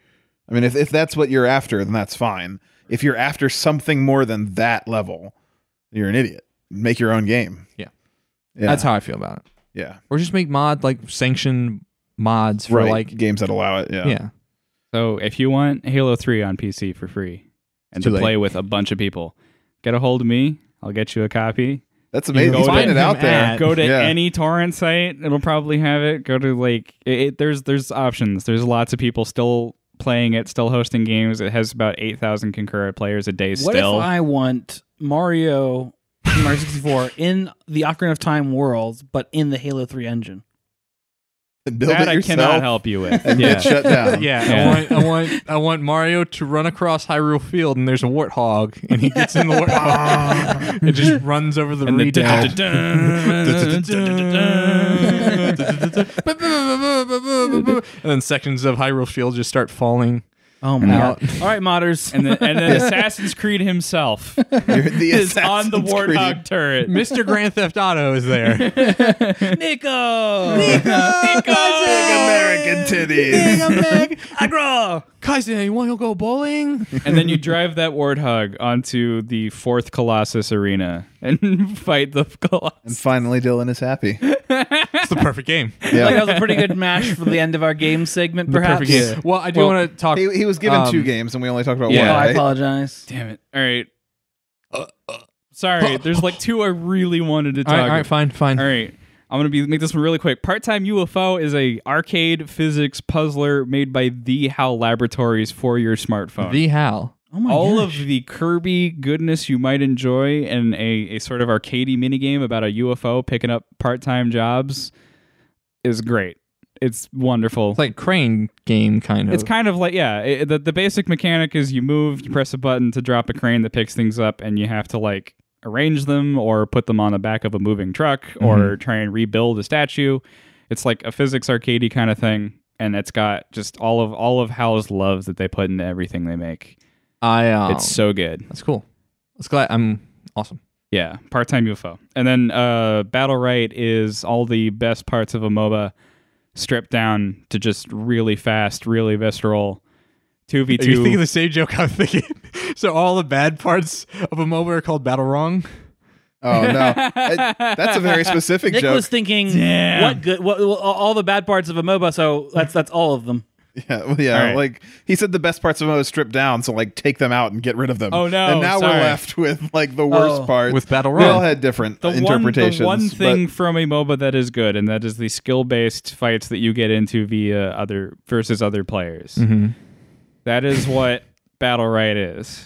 Speaker 2: I mean, if if that's what you're after, then that's fine. If you're after something more than that level, you're an idiot. Make your own game.
Speaker 4: Yeah.
Speaker 2: yeah,
Speaker 4: that's how i feel about it
Speaker 2: yeah,
Speaker 4: or just make mod like sanction mods for
Speaker 2: right.
Speaker 4: like
Speaker 2: games that allow it. Yeah,
Speaker 4: yeah,
Speaker 5: So if you want Halo 3 on PC for free and to
Speaker 4: too late.
Speaker 5: play with a bunch of people, get a hold of me. I'll get you a copy.
Speaker 2: that's amazing.
Speaker 5: go
Speaker 2: Find
Speaker 5: to
Speaker 2: it out
Speaker 4: him
Speaker 2: there.
Speaker 4: at-
Speaker 5: Go to
Speaker 2: Yeah.
Speaker 5: any torrent site; it'll probably have it. Go to like it, it- there's there's options. There's lots of people still playing it, still hosting games. It has about eight thousand concurrent players a day
Speaker 3: What if
Speaker 5: still.
Speaker 3: I want Mario from Mario 64 in the Ocarina of Time world, but in the Halo 3 engine?
Speaker 2: Build
Speaker 5: that
Speaker 2: it
Speaker 5: I
Speaker 2: yourself
Speaker 5: cannot help you with.
Speaker 2: And
Speaker 5: yeah.
Speaker 2: get shut down.
Speaker 4: Yeah,
Speaker 5: Yeah.
Speaker 4: I want, I want, I want Mario to run across Hyrule Field, and there's a warthog, and he gets in the warthog. it just runs over the
Speaker 5: And the
Speaker 4: redoubt.
Speaker 5: dun-
Speaker 4: and then sections of Hyrule Field just start falling.
Speaker 3: Oh my god! All right, modders.
Speaker 5: and then, and then Assassin's Creed himself
Speaker 2: You're the
Speaker 5: is on the
Speaker 2: Assassin's
Speaker 5: warthog
Speaker 2: Creed.
Speaker 5: turret.
Speaker 4: Mr. Grand Theft Auto is there.
Speaker 3: Nico,
Speaker 2: American titties.
Speaker 3: Agra.
Speaker 4: Kaizen, you want to go bowling?
Speaker 5: and then you drive that warthog onto the fourth Colossus arena and fight the Colossus.
Speaker 2: And finally, Dylan is happy.
Speaker 4: It's the perfect game.
Speaker 3: Like, that
Speaker 2: Yeah.
Speaker 3: was a pretty good mash for the end of our game segment,
Speaker 4: The
Speaker 3: perhaps.
Speaker 4: perfect game. Well, I do
Speaker 5: Well,
Speaker 4: want to talk.
Speaker 2: He, he was given
Speaker 4: um,
Speaker 2: two games, and we only talked about
Speaker 5: yeah.
Speaker 3: Oh, I
Speaker 2: one. Right?
Speaker 3: apologize.
Speaker 5: Damn it! All right. Sorry, there's like two I really wanted to talk.
Speaker 4: All right, all right, fine, fine.
Speaker 5: All right. I'm gonna be make this one really quick. Part-time UFO is a arcade physics puzzler made by The How Laboratories for your smartphone.
Speaker 4: The Hal.
Speaker 3: Oh my
Speaker 5: all
Speaker 3: god!
Speaker 5: of the Kirby goodness you might enjoy and a, a sort of arcadey minigame about a UFO picking up part time jobs is great. It's wonderful.
Speaker 4: It's like crane game kind of.
Speaker 5: It's kind of like yeah. It, the the basic mechanic is you move, you press a button to drop a crane that picks things up, and you have to like arrange them or put them on the back of a moving truck or try and rebuild a statue. It's like a physics arcadey kind of thing, and it's got just all of all of Hal's love that they put into everything they make.
Speaker 4: I. Um,
Speaker 5: It's so good.
Speaker 4: That's cool. That's glad I'm awesome.
Speaker 5: Yeah, part time UFO. And then uh, Battle Right is all the best parts of a MOBA stripped down to just really fast, really visceral. 2v2.
Speaker 4: Are you thinking the same joke I'm thinking? so all the bad parts of a MOBA are called battle wrong.
Speaker 2: Oh no, I- that's a very specific
Speaker 3: Nick
Speaker 2: joke.
Speaker 3: was thinking, what good? What, what- all the bad parts of a MOBA. So that's that's all of them.
Speaker 2: Yeah, well, yeah.
Speaker 5: right.
Speaker 2: Like he said, the best parts of them was stripped down, so like take them out and get rid of them.
Speaker 5: Oh, no,
Speaker 2: And now
Speaker 5: sorry.
Speaker 2: we're left with like the worst
Speaker 3: Oh.
Speaker 2: part
Speaker 4: With Battle
Speaker 2: We all
Speaker 4: Royale.
Speaker 2: had different
Speaker 5: the one,
Speaker 2: interpretations.
Speaker 5: the one
Speaker 2: but-
Speaker 5: thing from a MOBA that is good, and that is the skill based fights that you get into via other versus other players.
Speaker 4: Mm-hmm.
Speaker 5: That is what Battle Right is.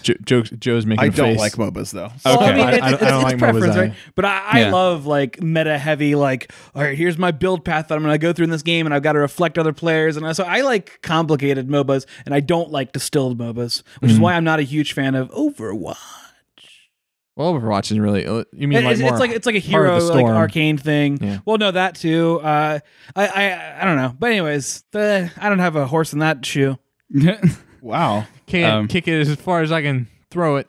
Speaker 4: Jo- Joe's, Joe's making.
Speaker 2: I
Speaker 4: a
Speaker 2: don't
Speaker 4: face.
Speaker 2: like MOBAs though.
Speaker 5: Okay.
Speaker 3: Well, I mean,
Speaker 4: I-
Speaker 3: it's,
Speaker 4: I don't-
Speaker 3: it's,
Speaker 4: I don't
Speaker 3: it's
Speaker 4: like
Speaker 3: preference,
Speaker 4: MOBAI.
Speaker 3: right? But I, I
Speaker 5: Yeah.
Speaker 3: love like meta heavy, like, all right, here's my build path that I'm going to go through in this game, and I've got to reflect other players. And I, so I like complicated MOBAs, and I don't like distilled MOBAs, which
Speaker 4: Mm-hmm.
Speaker 3: is why I'm not a huge fan of Overwatch.
Speaker 4: Well, Overwatch isn't really. uh, You mean
Speaker 3: It-
Speaker 4: like
Speaker 3: it's,
Speaker 4: more
Speaker 3: it's like it's like a
Speaker 4: Heart
Speaker 3: hero
Speaker 4: of the
Speaker 3: like
Speaker 4: Storm.
Speaker 3: arcane thing.
Speaker 4: Yeah.
Speaker 3: Well, no, that too. Uh, I, I I don't know, but anyways, the, I don't have a horse in that shoe.
Speaker 2: Wow.
Speaker 4: Can't
Speaker 5: um,
Speaker 4: kick it as far as I can throw it.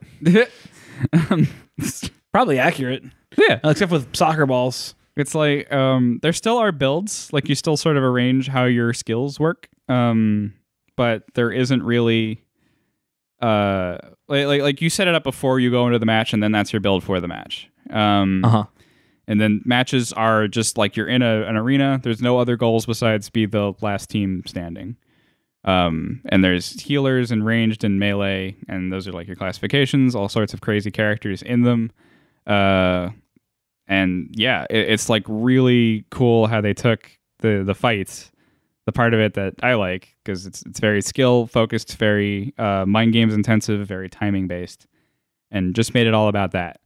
Speaker 3: Probably accurate, Uh,
Speaker 5: yeah.
Speaker 3: except with soccer balls.
Speaker 5: It's like um, there still are builds. Like you still sort of arrange how your skills work, um, but there isn't really uh, Like, like like you set it up before you go into the match, and then that's your build for the match. Um,
Speaker 4: Uh huh.
Speaker 5: and then matches are just like you're in a, an arena. There's no other goals besides be the last team standing. Um, and there's healers and ranged and melee, and those are like your classifications. All sorts of crazy characters in them. Uh, and yeah, it, it's like really cool how they took the the fights, the part of it that I like because it's it's very skill focused, very uh, mind games intensive, very timing based, and just made it all about that.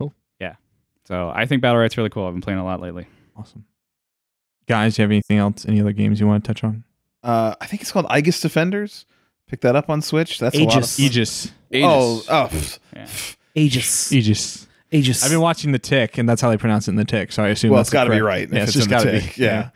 Speaker 4: Cool.
Speaker 5: Yeah. So I think Battle Right's really cool. I've been playing a lot lately.
Speaker 4: Awesome. Guys, you have anything else? Any other games you want to touch on?
Speaker 2: Uh, I think it's called Aegis Defenders. Pick that up on Switch. That's a lot of
Speaker 3: Aegis.
Speaker 4: Aegis.
Speaker 2: Oh, oh, pff,
Speaker 5: Yeah.
Speaker 2: pff.
Speaker 3: Aegis.
Speaker 4: Aegis.
Speaker 3: Aegis.
Speaker 4: I've been watching The Tick, and that's how they pronounce it in The Tick. So I assume
Speaker 2: well,
Speaker 4: that's
Speaker 2: it's got to be
Speaker 4: correct-
Speaker 2: right.
Speaker 4: Yeah,
Speaker 2: if
Speaker 4: it's just
Speaker 2: in the
Speaker 4: got to be.
Speaker 2: tick, Yeah.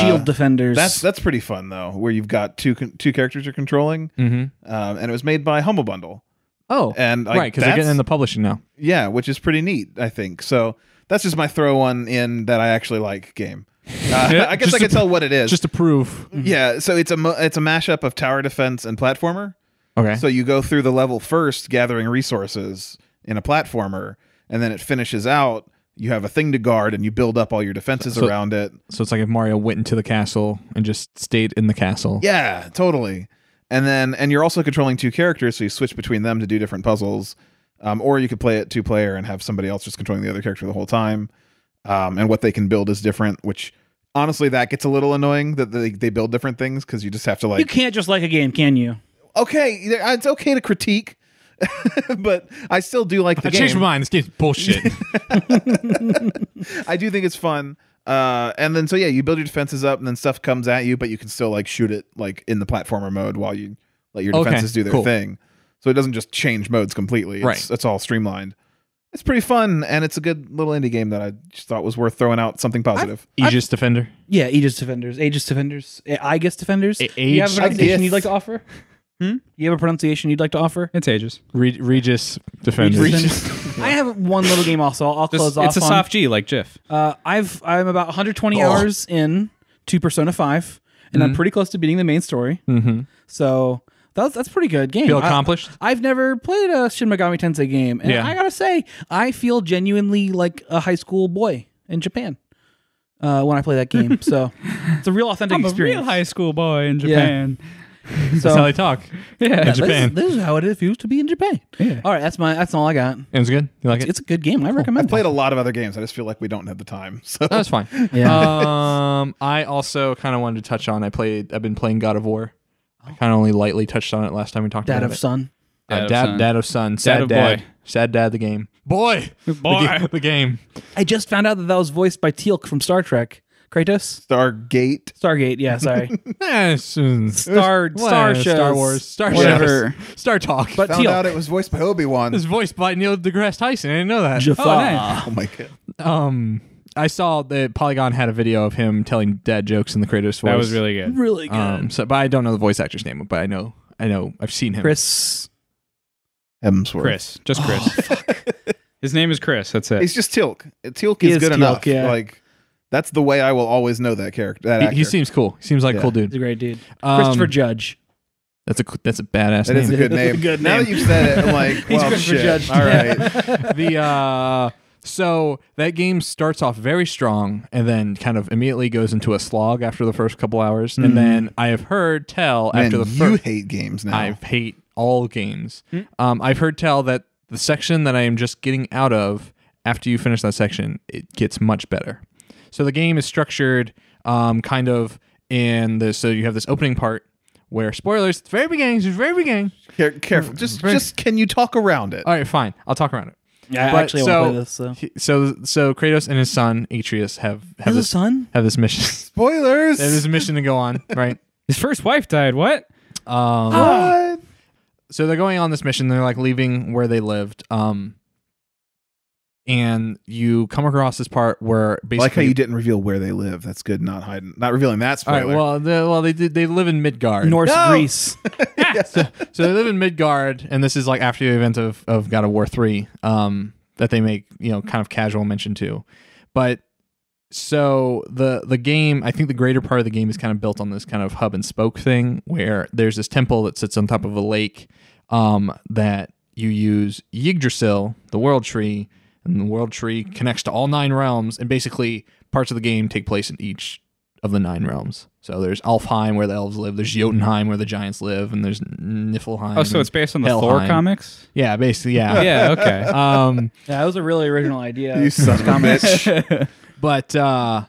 Speaker 3: Shield
Speaker 2: Uh,
Speaker 3: defenders.
Speaker 2: that's that's pretty fun though, where you've got two con- two characters you're controlling,
Speaker 4: Mm-hmm.
Speaker 2: um, and it was made by Humble Bundle,
Speaker 4: Oh,
Speaker 2: and like,
Speaker 4: right, because they're
Speaker 2: that's-
Speaker 4: getting in the publishing now.
Speaker 2: yeah, which is pretty neat, I think. So that's just my throw one in that I actually like game. Uh, I guess
Speaker 4: Just
Speaker 2: I
Speaker 4: to-
Speaker 2: can tell what it is.
Speaker 4: Just to prove.
Speaker 2: yeah, so it's a mo- it's a mashup of tower defense and platformer.
Speaker 4: Okay.
Speaker 2: So you go through the level first, gathering resources in a platformer, and then it finishes out. You have a thing to guard, and you build up all your defenses
Speaker 4: So-
Speaker 2: around it.
Speaker 4: So it's like if Mario went into the castle and just stayed in the castle.
Speaker 2: Yeah, totally. And then, and you're also controlling two characters, so you switch between them to do different puzzles. Um, or you could play it two player and have somebody else just controlling the other character the whole time. Um, and what they can build is different, which honestly, that gets a little annoying that they, they build different things because you just have to
Speaker 3: you
Speaker 2: like,
Speaker 3: can't just like a game, can you?
Speaker 2: okay, it's okay to critique, but I still do like the
Speaker 4: I
Speaker 2: game.
Speaker 4: changed my mind. This game's bullshit.
Speaker 2: I do think it's fun. Uh, and then so yeah, you build your defenses up, and then stuff comes at you, but you can still like shoot it like in the platformer mode while you let your
Speaker 4: Okay,
Speaker 2: defenses do their
Speaker 4: cool.
Speaker 2: thing. So it doesn't just change modes completely. It's,
Speaker 4: Right.
Speaker 2: it's all streamlined. It's pretty fun, and it's a good little indie game that I just thought was worth throwing out something positive.
Speaker 4: Aegis Defender.
Speaker 3: Yeah, Aegis defenders. Aegis defenders. A- Aegis defenders.
Speaker 4: A-
Speaker 3: Do you have a
Speaker 4: Aegis-
Speaker 3: pronunciation
Speaker 2: Aegis.
Speaker 3: you'd like to offer?
Speaker 5: Hmm?
Speaker 3: You have a pronunciation you'd like to offer?
Speaker 5: It's ages.
Speaker 4: Re- Regis Defender.
Speaker 3: Aegis defenders? I have one little game also. I'll, I'll
Speaker 5: Just,
Speaker 3: close off.
Speaker 5: it's a
Speaker 3: on.
Speaker 5: soft G like GIF.
Speaker 3: Uh, I've I'm about 120
Speaker 4: Oh.
Speaker 3: hours in to Persona 5, and
Speaker 5: Mm-hmm.
Speaker 3: I'm pretty close to beating the main story.
Speaker 4: Mm-hmm.
Speaker 3: So that's that's a pretty good game.
Speaker 4: Feel
Speaker 3: I-
Speaker 4: accomplished?
Speaker 3: I've never played a Shin Megami Tensei game, and
Speaker 4: Yeah.
Speaker 3: I gotta say, I feel genuinely like a high school boy in Japan uh, when I play that game. so it's a real authentic experience.
Speaker 5: high school boy in
Speaker 3: Japan.
Speaker 4: That's
Speaker 3: so
Speaker 4: how they talk
Speaker 5: Yeah.
Speaker 4: in
Speaker 3: this is-
Speaker 4: Japan.
Speaker 3: This, is how it feels to be in Japan. All right, that's my that's all I got.
Speaker 4: it was good. You like it?
Speaker 3: It's a good game. I recommend.
Speaker 2: I've played
Speaker 3: it.
Speaker 2: a lot of other games. I just feel like we don't have the time. So
Speaker 4: That was fine.
Speaker 3: Yeah.
Speaker 4: Um, I also kind of wanted to touch on. I played. I've been playing God of War. I kind of only lightly touched on it last time we talked
Speaker 3: Dad
Speaker 4: about
Speaker 3: of
Speaker 4: it.
Speaker 3: Son.
Speaker 4: Uh,
Speaker 5: Dad of
Speaker 4: dad,
Speaker 5: Son.
Speaker 4: dad of son. Sad dad.
Speaker 5: of boy.
Speaker 4: Sad dad. The game. Boy.
Speaker 5: Boy.
Speaker 4: The, ga- the game.
Speaker 3: I just found out that that was voiced by Teal'c from Star Trek. Kratos.
Speaker 2: Stargate.
Speaker 3: Stargate, yeah, sorry.
Speaker 4: Eh, it's- it's-
Speaker 3: Star Star
Speaker 4: whatever,
Speaker 3: shows.
Speaker 4: Star Wars. Star
Speaker 5: Whatever.
Speaker 4: shows. Star Talk.
Speaker 3: But
Speaker 2: Found out
Speaker 3: Teal.
Speaker 2: it was voiced by Obi Wan.
Speaker 4: It's voiced by Neil deGrasse Tyson. I didn't know that.
Speaker 3: Jafar.
Speaker 5: nice.
Speaker 2: Oh my god!
Speaker 4: Um, I saw that Polygon had a video of him telling dad jokes in the Kratos voice.
Speaker 5: That was really good.
Speaker 3: Really good.
Speaker 4: Um, so, but I don't know the voice actor's name, but I know, I know, I've seen him.
Speaker 3: Chris.
Speaker 2: Hemsworth.
Speaker 5: Chris. Just Chris. His name is Chris. That's it.
Speaker 2: It's just Tilk. Tilk
Speaker 3: He
Speaker 2: is,
Speaker 3: is
Speaker 2: good
Speaker 3: Teal'c,
Speaker 2: enough.
Speaker 3: yeah.
Speaker 2: Like that's the way I will always know that character. That
Speaker 4: He,
Speaker 2: actor.
Speaker 4: he seems cool. He seems like a
Speaker 2: Yeah.
Speaker 4: cool
Speaker 3: He's
Speaker 4: dude.
Speaker 3: a great dude.
Speaker 4: Um,
Speaker 3: Christopher Judge.
Speaker 4: That's a that's a badass
Speaker 2: That is a
Speaker 4: name.
Speaker 2: good name.
Speaker 3: Good
Speaker 2: Now
Speaker 3: name.
Speaker 2: that you've said it, I'm like, well,
Speaker 3: Christopher
Speaker 2: shit.
Speaker 3: Judge.
Speaker 2: All right.
Speaker 4: the uh, so that game starts off very strong and then kind of immediately goes into a slog after the first couple hours, and then I have heard tell after the
Speaker 2: Mm-hmm. Man, you
Speaker 4: first.
Speaker 2: hate games now.
Speaker 4: I hate all games. Um, I've heard tell that the section that I am just getting out of, after you finish that section, it gets much better. So the game is structured um, kind of in the so you have this opening part where spoilers, it's very beginning, it's very beginning.
Speaker 2: Care- careful. Just, just can you talk around it?
Speaker 4: All right, fine, I'll talk around it.
Speaker 3: Yeah, I
Speaker 4: But
Speaker 3: actually
Speaker 4: so-
Speaker 3: want to play this. So.
Speaker 4: he- So so Kratos and his son Atreus have have
Speaker 3: Has a
Speaker 4: this
Speaker 3: son?
Speaker 4: have this mission.
Speaker 2: Spoilers.
Speaker 4: they have this mission to go on, right?
Speaker 5: His first wife died. What?
Speaker 4: Um,
Speaker 2: What?
Speaker 4: so they're going on this mission they're like leaving where they lived um and you come across this part where basically
Speaker 2: I like how you didn't reveal where they live. That's good. Not hiding, not revealing that
Speaker 4: all
Speaker 2: spoiler.
Speaker 4: right well they, well they did- they live in midgard
Speaker 3: Norse
Speaker 2: No!
Speaker 3: Greece.
Speaker 4: so they live in midgard and this is like after the event of of god of war 3 um that they make you know kind of casual mention to but so the the game i think the greater part of the game is kind of built on this kind of hub and spoke thing where there's this temple that sits on top of a lake um, that you use Yggdrasil, the world tree, and the world tree connects to all nine realms, and basically parts of the game take place in each of the nine realms. So there's Alfheim where the elves live, there's Jotunheim where the giants live, and there's Niflheim.
Speaker 5: Oh, so it's based on the Thor
Speaker 4: Helheim.
Speaker 5: comics?
Speaker 4: yeah, basically, yeah.
Speaker 5: Yeah, okay.
Speaker 4: Um,
Speaker 3: Yeah, that was a really original idea.
Speaker 2: You son of a bitch.
Speaker 4: but uh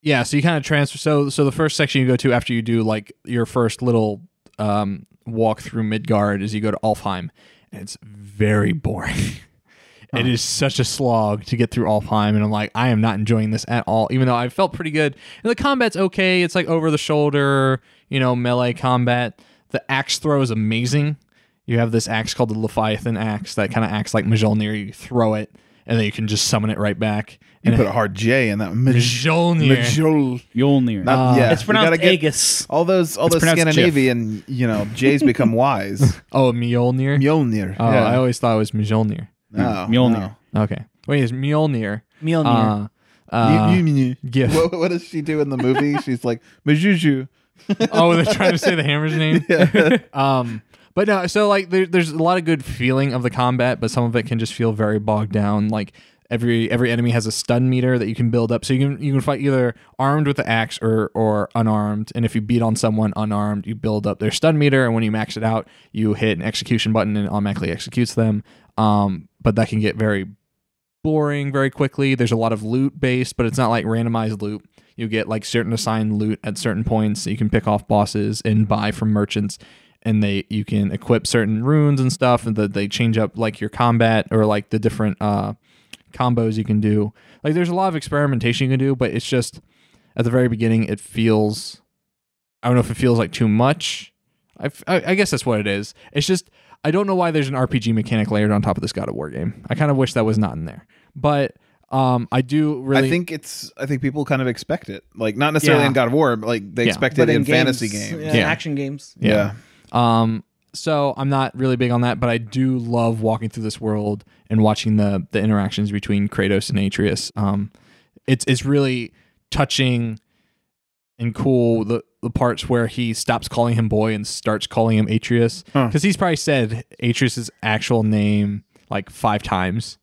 Speaker 4: yeah so you kind of transfer so so the first section you go to after you do like your first little um walk through midgard is you go to alfheim and it's very boring it is such a slog to get through alfheim and i'm like i am not enjoying this at all even though i felt pretty good and the combat's okay it's like over the shoulder you know melee combat the axe throw is amazing you have this axe called the leviathan axe that kind of acts like Mjolnir. you throw it and then you can just summon it right back
Speaker 2: You
Speaker 4: and
Speaker 2: put a hard J in that. Maj-
Speaker 4: Mjolnir.
Speaker 2: Majol.
Speaker 5: Mjolnir.
Speaker 2: Not, yeah.
Speaker 3: it's
Speaker 2: we
Speaker 3: pronounced
Speaker 2: gotta get-
Speaker 3: Aegis.
Speaker 2: All those, all those
Speaker 5: pronounced Jif.
Speaker 2: Scandinavian, you know, J's become Y's.
Speaker 4: Oh, Mjolnir.
Speaker 2: Mjolnir.
Speaker 4: oh,
Speaker 2: yeah.
Speaker 4: I always thought it was Mjolnir.
Speaker 2: No,
Speaker 5: Mjolnir.
Speaker 2: no.
Speaker 4: Okay. Wait, it's Mjolnir.
Speaker 3: Mjolnir.
Speaker 4: Uh, uh,
Speaker 2: You- you- you-
Speaker 4: Gif.
Speaker 2: What, what does she do in the movie? She's like Majuju.
Speaker 4: oh, they're trying to say the hammer's name.
Speaker 2: Yeah.
Speaker 4: Um, but no, so like there, there's a lot of good feeling of the combat, but some of it can just feel very bogged down. Like every every enemy has a stun meter that you can build up, so you can you can fight either armed with the axe or or unarmed. And if you beat on someone unarmed, you build up their stun meter, and when you max it out, you hit an execution button and it automatically executes them. Um, but that can get very boring very quickly. There's a lot of loot based, but it's not like randomized loot. You get like certain assigned loot at certain points. You can pick off bosses and buy from merchants, and they you can equip certain runes and stuff, and that they change up like your combat or like the different uh, combos you can do. Like there's a lot of experimentation you can do, but it's just at the very beginning it feels. I don't know if it feels like too much. I, f- I- I guess that's what it is. It's just I don't know why there's an RPG mechanic layered on top of this God of War game. I kind of wish that was not in there, but um, I do really.
Speaker 2: I think it's. I think people kind of expect it, like not necessarily
Speaker 4: Yeah.
Speaker 2: in God of War, but like they
Speaker 4: Yeah.
Speaker 2: expect
Speaker 3: But
Speaker 2: it in,
Speaker 3: in
Speaker 2: fantasy
Speaker 3: games,
Speaker 2: games.
Speaker 3: yeah,
Speaker 4: Yeah.
Speaker 3: action games.
Speaker 4: Yeah. Um, so I'm not really big on that, but I do love walking through this world and watching the the interactions between Kratos and Atreus. Um, it's it's really touching and cool the the parts where he stops calling him boy and starts calling him Atreus
Speaker 2: Huh.
Speaker 4: because he's probably said Atreus's actual name like five times.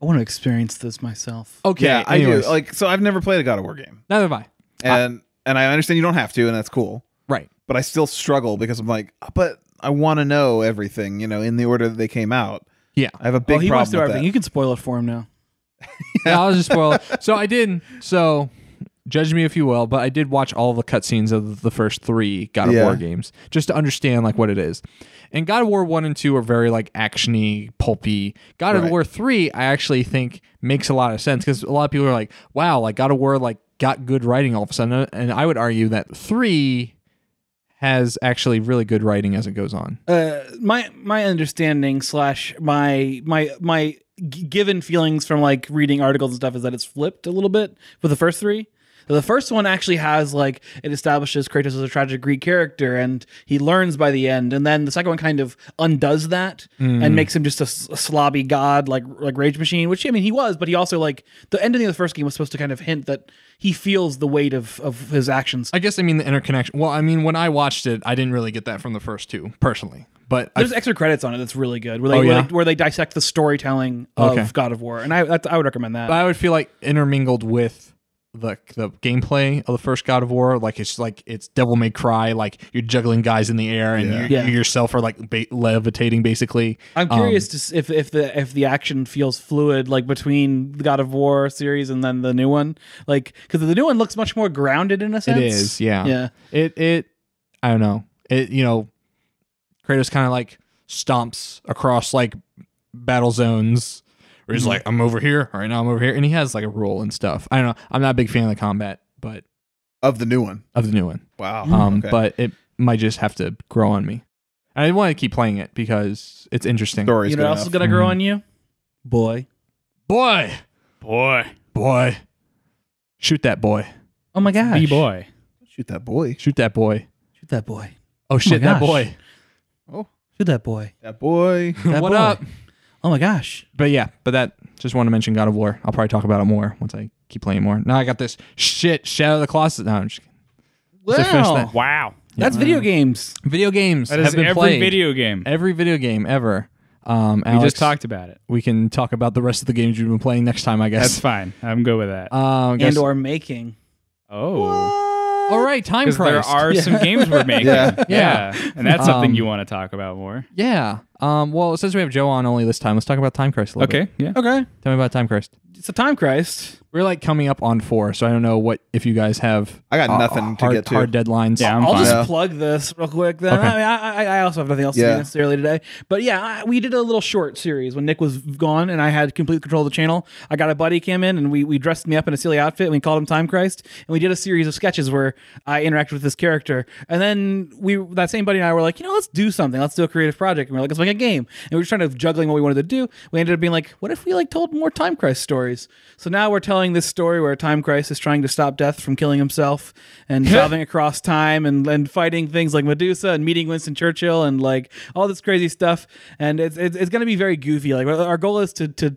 Speaker 3: I want to experience this myself.
Speaker 4: Okay,
Speaker 2: Yeah, I
Speaker 4: anyways.
Speaker 2: do. Like, so I've never played a God of War game,
Speaker 4: neither have I.
Speaker 2: and and I understand you don't have to, and that's cool.
Speaker 4: Right.
Speaker 2: But I still struggle because I'm like, but I want to know everything, you know, in the order that they came out.
Speaker 4: Yeah.
Speaker 2: I have a
Speaker 3: Oh,
Speaker 2: big
Speaker 3: he wants
Speaker 2: problem
Speaker 3: to
Speaker 2: with
Speaker 3: everything.
Speaker 2: that.
Speaker 3: You can spoil it for him now.
Speaker 4: yeah, I'll just spoil. So I did. So judge me if you will, but I did watch all the cutscenes of the first three God of
Speaker 2: Yeah.
Speaker 4: War games just to understand like what it is. And God of War one and two are very like actiony, pulpy. God of
Speaker 2: Right.
Speaker 4: War three, I actually think makes a lot of sense because a lot of people are like, "Wow, like God of War like got good writing all of a sudden," and I would argue that three has actually really good writing as it goes on.
Speaker 3: Uh, my my understanding slash my my my g- given feelings from like reading articles and stuff is that it's flipped a little bit with the first three. The first one actually has like it establishes Kratos as a tragic Greek character, and he learns by the end. And then the second one kind of undoes that and makes him just a, s- a slobby god, like like rage machine. Which I mean, he was, but he also like the ending of the first game was supposed to kind of hint that he feels the weight of of his actions.
Speaker 4: I guess I mean the interconnection. Well, I mean when I watched it, I didn't really get that from the first two personally, but I
Speaker 3: There's extra credits on it that's really good, where they,
Speaker 4: Oh,
Speaker 3: where,
Speaker 4: yeah?
Speaker 3: they where they dissect the storytelling of
Speaker 4: Okay.
Speaker 3: God of War, and I that's, I would recommend that.
Speaker 4: But I would feel like intermingled with the the gameplay of the first God of War, like it's like it's Devil May Cry, like you're juggling guys in the air and
Speaker 2: Yeah.
Speaker 4: You,
Speaker 3: Yeah.
Speaker 4: you yourself are like ba- levitating basically.
Speaker 3: I'm
Speaker 4: Um,
Speaker 3: curious to s- if if the if the action feels fluid, like between the God of War series and then the new one, like because the new one looks much more grounded in a sense.
Speaker 4: it is, yeah.
Speaker 3: yeah.
Speaker 4: It it I don't know. It you know, Kratos kind of like stomps across like battle zones.
Speaker 3: Mm-hmm.
Speaker 4: Where he's like, I'm over here. All right now, I'm over here, and he has like a rule and stuff. I don't know. I'm not a big fan of the combat, but
Speaker 2: of the new one.
Speaker 4: of the new one.
Speaker 2: Wow.
Speaker 5: Mm,
Speaker 4: um,
Speaker 2: Okay.
Speaker 4: but it might just have to grow on me. And I want to keep playing it because it's interesting.
Speaker 2: story's
Speaker 3: You know
Speaker 2: good
Speaker 3: what else
Speaker 2: enough.
Speaker 3: is gonna grow
Speaker 4: Mhm.
Speaker 3: on you, boy?
Speaker 4: Boy,
Speaker 5: boy.
Speaker 4: boy, shoot that boy,
Speaker 3: Oh my gosh,
Speaker 5: B boy.
Speaker 2: Shoot that boy.
Speaker 4: shoot that boy.
Speaker 3: Shoot that boy!
Speaker 4: Oh shit, that
Speaker 3: gosh.
Speaker 4: boy.
Speaker 3: Shoot that boy!
Speaker 2: That boy.
Speaker 3: That
Speaker 4: what
Speaker 3: boy.
Speaker 4: up?
Speaker 3: Oh my gosh!
Speaker 4: But yeah, but that just want to mention God of War. I'll probably talk about it more once I keep playing more. Now I got this shit Shadow of the Colossus. No, I'm just kidding. So finish that.
Speaker 5: Wow.
Speaker 3: That's video games.
Speaker 4: Video games
Speaker 5: That is
Speaker 4: have been
Speaker 5: every
Speaker 4: played.
Speaker 5: video game.
Speaker 4: Every video game ever. Um,
Speaker 5: we
Speaker 4: Alex,
Speaker 5: just talked about it.
Speaker 4: We can talk about the rest of the games you've been playing next time, I
Speaker 5: That's
Speaker 4: guess.
Speaker 5: fine. I'm good with that.
Speaker 4: um, guess-
Speaker 3: And or making.
Speaker 5: oh,
Speaker 4: all right, time
Speaker 5: because there
Speaker 4: Christ.
Speaker 5: are some games we're making.
Speaker 2: Yeah.
Speaker 5: Yeah.
Speaker 4: Yeah.
Speaker 5: and that's something
Speaker 4: Um,
Speaker 5: you want to talk about more.
Speaker 4: yeah. Um, well, since we have Joe on only this time, let's talk about Time Christ a little
Speaker 5: Okay,
Speaker 4: bit.
Speaker 5: yeah.
Speaker 3: Okay.
Speaker 4: Tell me about Time Christ.
Speaker 3: It's a time Christ.
Speaker 4: We're like coming up on four, so I don't know what if you guys have.
Speaker 2: I got
Speaker 4: uh,
Speaker 2: nothing to
Speaker 4: hard,
Speaker 2: get to.
Speaker 4: Hard deadlines.
Speaker 5: Yeah, I'm
Speaker 3: I'll
Speaker 5: fine.
Speaker 3: just
Speaker 2: Yeah.
Speaker 3: plug this real quick. Then
Speaker 4: Okay.
Speaker 3: I, mean, I, I- I also have nothing else to
Speaker 2: Yeah.
Speaker 3: do necessarily today. But yeah, I, we did a little short series when Nick was gone and I had complete control of the channel. I got a buddy came in and we, we dressed me up in a silly outfit and we called him Time Christ and we did a series of sketches where I interacted with this character. And then we that same buddy and I were like, you know, let's do something. Let's do a creative project. And we are like, let's make a game. And we were trying to juggling what we wanted to do. We ended up being like, what if we like told more Time Christ stories? So now we're telling this story where Time Christ is trying to stop death from killing himself and traveling across time and, and fighting things like Medusa and meeting Winston Churchill and like all this crazy stuff. And it's, it's, it's going to be very goofy. Like our our goal is to, to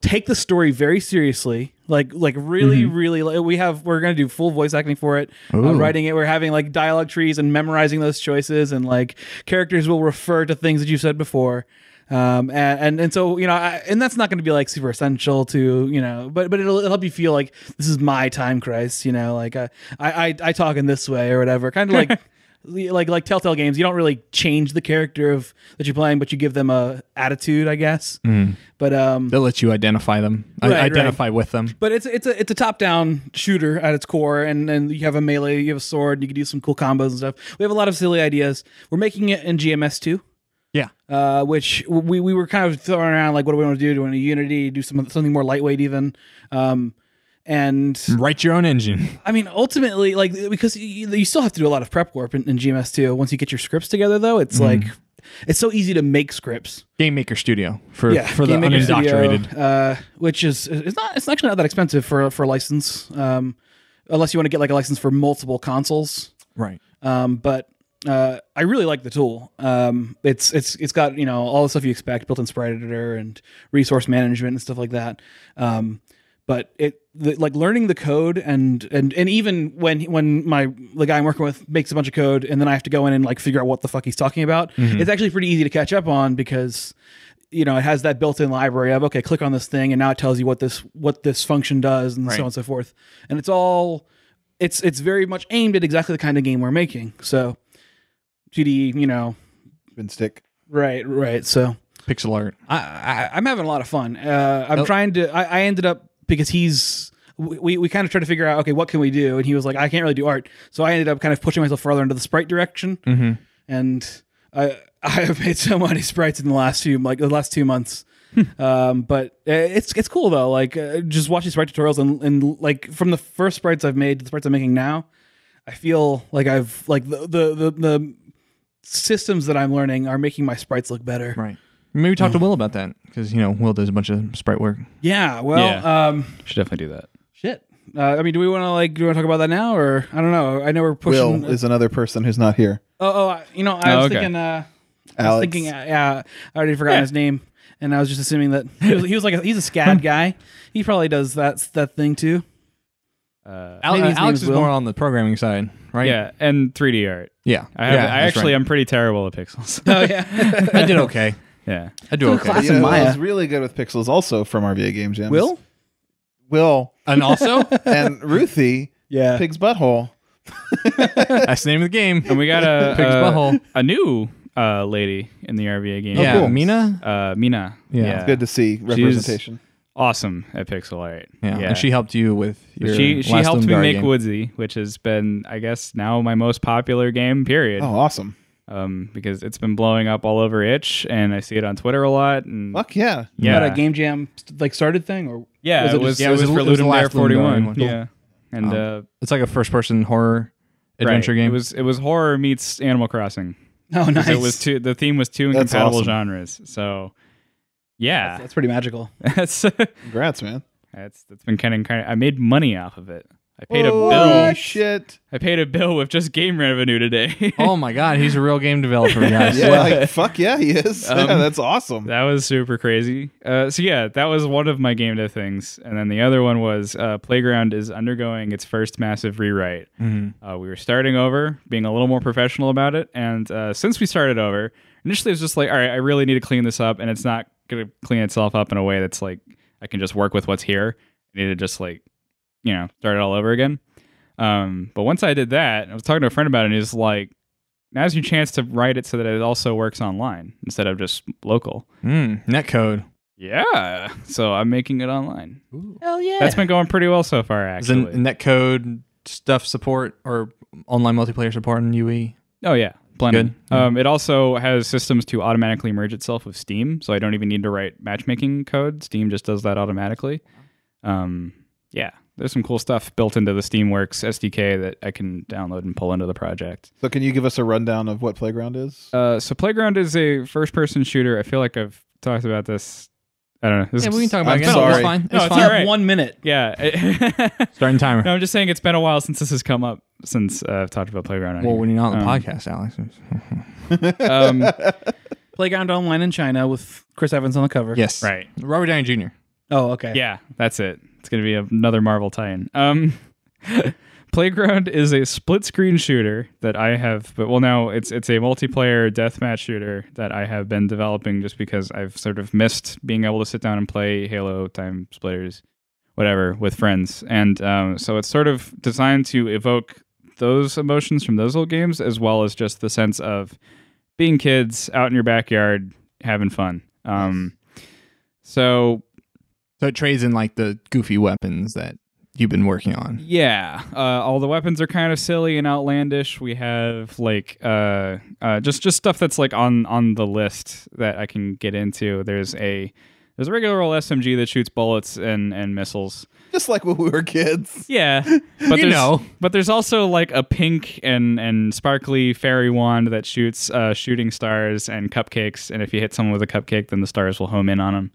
Speaker 3: take the story very seriously. Like, like really, really, like, we have we're gonna do full voice acting for it. Uh, writing it, we're having like dialogue trees and memorizing those choices, and like characters will refer to things that you've said before. Um, and, and and so you know, I, and that's not going to be like super essential to you know, but but it'll, it'll help you feel like this is my time, Christ. You know, like uh, I I, I talk in this way or whatever, kind of like. Like like Telltale games, you don't really change the character of that you're playing, but you give them a attitude, I guess. But um,
Speaker 4: They'll let you identify them. I-
Speaker 3: Right, right.
Speaker 4: identify with them.
Speaker 3: but it's it's a it's a top down shooter at its core, and then you have a melee, you have a sword, you can do some cool combos and stuff. We have a lot of silly ideas. We're making it in GMS two,
Speaker 4: Yeah.
Speaker 3: uh, which we we were kind of throwing around like, what do we want to do? Do we want to do Unity? Do some something more lightweight even? Um, and
Speaker 4: Write your own engine.
Speaker 3: I mean, ultimately, like because you, you still have to do a lot of prep work in, in GMS two. Once you get your scripts together, though, it's like it's so easy to make scripts
Speaker 4: Game Maker Studio for for the
Speaker 3: Game Maker Studio,
Speaker 4: unindoctrinated.
Speaker 3: uh, which is it's not it's actually not that expensive for for a license, um, unless you want to get like a license for multiple consoles.
Speaker 4: Right.
Speaker 3: Um, but uh, I really like the tool. Um, it's it's it's got you know all the stuff you expect, built-in sprite editor and resource management and stuff like that. Um, but it the, like learning the code and and and even when when my the guy I'm working with makes a bunch of code and then I have to go in and like figure out what the fuck he's talking about. It's actually pretty easy to catch up on because you know it has that built-in library of okay click on this thing and now it tells you what this what this function does and so on and so forth and it's all it's it's very much aimed at exactly the kind of game we're making so gde you know
Speaker 2: Been stick.
Speaker 3: right right so
Speaker 4: Pixel art.
Speaker 3: I, I i'm having a lot of fun uh i'm trying to I, I ended up because he's we, we- we kind of tried to figure out okay what can we do and he was like i can't really do art so i ended up kind of pushing myself further into the sprite direction and I I have made so many sprites in the last few like the last two months. um, but uh, it's it's cool though. Like uh, just watching sprite tutorials and and like from the first sprites I've made to the sprites I'm making now, I feel like I've like the the the, the systems that I'm learning are making my sprites look better.
Speaker 4: Right. Maybe talk to Will about that because you know Will does a bunch of sprite work.
Speaker 3: Yeah. Well.
Speaker 5: Yeah.
Speaker 3: Um.
Speaker 5: Should definitely do that.
Speaker 3: Shit. Uh, I mean, do we want to like do we want to talk about that now or I don't know. I know we're pushing.
Speaker 2: Will is another person who's not here.
Speaker 3: oh, oh, I- you know, I
Speaker 5: Oh,
Speaker 3: was
Speaker 5: okay.
Speaker 3: thinking. Uh, I was
Speaker 2: Alex.
Speaker 3: thinking, uh, yeah, I already forgotten his name, and I was just assuming that he was, he was like a, he's a scad guy. He probably does that that thing too.
Speaker 4: Al-
Speaker 3: Maybe
Speaker 4: uh,
Speaker 3: his name
Speaker 4: Alex
Speaker 3: is
Speaker 4: is
Speaker 3: Will.
Speaker 4: more on the programming side, right?
Speaker 5: Yeah, and 3D art.
Speaker 4: Yeah.
Speaker 5: I have.
Speaker 4: Yeah,
Speaker 5: I
Speaker 4: that's
Speaker 5: actually,
Speaker 4: right.
Speaker 5: I'm pretty terrible at pixels.
Speaker 3: Oh yeah,
Speaker 4: I did okay.
Speaker 5: yeah.
Speaker 4: I do okay.
Speaker 2: But,
Speaker 3: That's
Speaker 2: you know,
Speaker 3: Maya.
Speaker 2: Will's really good with pixels also from our video game jams.
Speaker 3: Will.
Speaker 2: Will
Speaker 4: And also,
Speaker 2: and Ruthie,
Speaker 3: Yeah.
Speaker 2: Pig's Butthole.
Speaker 4: that's the name of the game.
Speaker 5: And we got a
Speaker 4: Pig's
Speaker 5: a,
Speaker 4: butthole.
Speaker 5: a new uh, lady in the RVA game.
Speaker 4: yeah,
Speaker 2: Oh, cool.
Speaker 4: Mina.
Speaker 5: Uh, Mina.
Speaker 4: Yeah.
Speaker 2: Good to see representation.
Speaker 5: awesome at pixel art.
Speaker 4: Yeah. and she helped you with your.
Speaker 5: she she
Speaker 4: last
Speaker 5: helped me
Speaker 4: Lumgar
Speaker 5: make
Speaker 4: game.
Speaker 5: Woodsy, which has been I guess now my most popular game. Period.
Speaker 2: Oh, awesome.
Speaker 5: Um, because it's been blowing up all over itch, and I see it on Twitter a lot. And
Speaker 2: Fuck yeah.
Speaker 5: yeah,
Speaker 3: About a game jam st- like started thing or
Speaker 5: yeah,
Speaker 3: was
Speaker 5: it
Speaker 3: it
Speaker 5: was
Speaker 4: just- yeah,
Speaker 5: it was, for
Speaker 4: it was the
Speaker 5: Ludum Dare
Speaker 4: last Ludum Dare
Speaker 5: Forty One.
Speaker 4: one. Cool.
Speaker 5: Yeah, and uh,
Speaker 4: It's like a first-person horror adventure
Speaker 5: right.
Speaker 4: game.
Speaker 5: It was it was horror meets Animal Crossing.
Speaker 3: no,
Speaker 5: 'Cause
Speaker 3: oh, nice.
Speaker 5: It was two. The theme was two
Speaker 2: That's
Speaker 5: incompatible
Speaker 2: awesome.
Speaker 5: genres. So yeah,
Speaker 3: That's pretty magical.
Speaker 5: that's that's,
Speaker 2: Congrats, man.
Speaker 5: that's been kind of kind of. I made money off of it. I paid a
Speaker 2: Holy
Speaker 5: bill.
Speaker 2: shit.
Speaker 5: I paid a bill with just game revenue today.
Speaker 4: Oh my god, he's a real game developer, guys.
Speaker 2: Yeah, like, fuck yeah, he is. yeah, that's awesome.
Speaker 5: That was super crazy. Uh, so yeah, that was one of my game dev things, and then the other one was uh, Playground is undergoing its first massive rewrite. Uh, we were starting over, being a little more professional about it, and uh, since we started over, initially it was just like, all right, I really need to clean this up, and it's not going to clean itself up in a way that's like I can just work with what's here. I need to just like, you know, start it all over again. Um, but once I did that, I was talking to a friend about it, and he's like, now's your chance to write it so that it also works online instead of just local.
Speaker 4: Mm, netcode.
Speaker 5: Yeah. So I'm making it online.
Speaker 4: Hell yeah.
Speaker 5: That's been going pretty well so far,
Speaker 4: Is the
Speaker 5: actually.
Speaker 4: netcode stuff support or online multiplayer support in E? UE?
Speaker 5: oh, yeah. Plenty.
Speaker 4: Good. Mm-hmm.
Speaker 5: Um, it also has systems to automatically merge itself with Steam. So I don't even need to write matchmaking code. Steam just does that automatically. Um, yeah. There's some cool stuff built into the Steamworks SDK that I can download and pull into the project.
Speaker 2: So, can you give us a rundown of what Playground is?
Speaker 5: Uh, so Playground is a first-person shooter. I feel like I've talked about this. I don't know. This
Speaker 4: Yeah,
Speaker 5: is-
Speaker 4: we can talk about
Speaker 2: I'm
Speaker 4: it again.
Speaker 2: sorry.
Speaker 4: It's fine. It's
Speaker 5: No, it's
Speaker 4: fine.
Speaker 5: all right.
Speaker 3: One minute.
Speaker 5: Yeah.
Speaker 4: Starting timer.
Speaker 5: no, I'm just saying it's been a while since this has come up since uh, I've talked about Playground. on
Speaker 4: Well,
Speaker 5: here.
Speaker 4: when you're not on the
Speaker 5: Um,
Speaker 4: podcast, Alex.
Speaker 5: um,
Speaker 3: Playground Online in China with Chris Evans on the cover.
Speaker 4: yes.
Speaker 5: right.
Speaker 4: Robert Downey Jr.
Speaker 3: Oh, okay.
Speaker 5: Yeah, that's it. It's gonna be another Marvel tie-in. Um, Playground is a split-screen shooter that I have, but well, now it's it's a multiplayer deathmatch shooter that I have been developing just because I've sort of missed being able to sit down and play Halo, Time Splitters, whatever, with friends, and um, so it's sort of designed to evoke those emotions from those old games as well as just the sense of being kids out in your backyard having fun. Um, So
Speaker 4: So it trades in like the goofy weapons that you've been working on.
Speaker 5: Yeah, uh, all the weapons are kind of silly and outlandish. We have like uh, uh, just just stuff that's like on on the list that I can get into. There's a there's a regular old SMG that shoots bullets and and missiles.
Speaker 2: Just like when we were kids.
Speaker 5: Yeah,
Speaker 4: You
Speaker 5: but there's,
Speaker 4: know.
Speaker 5: but there's also like a pink and and sparkly fairy wand that shoots uh, shooting stars and cupcakes. And if you hit someone with a cupcake, then the stars will home in on them.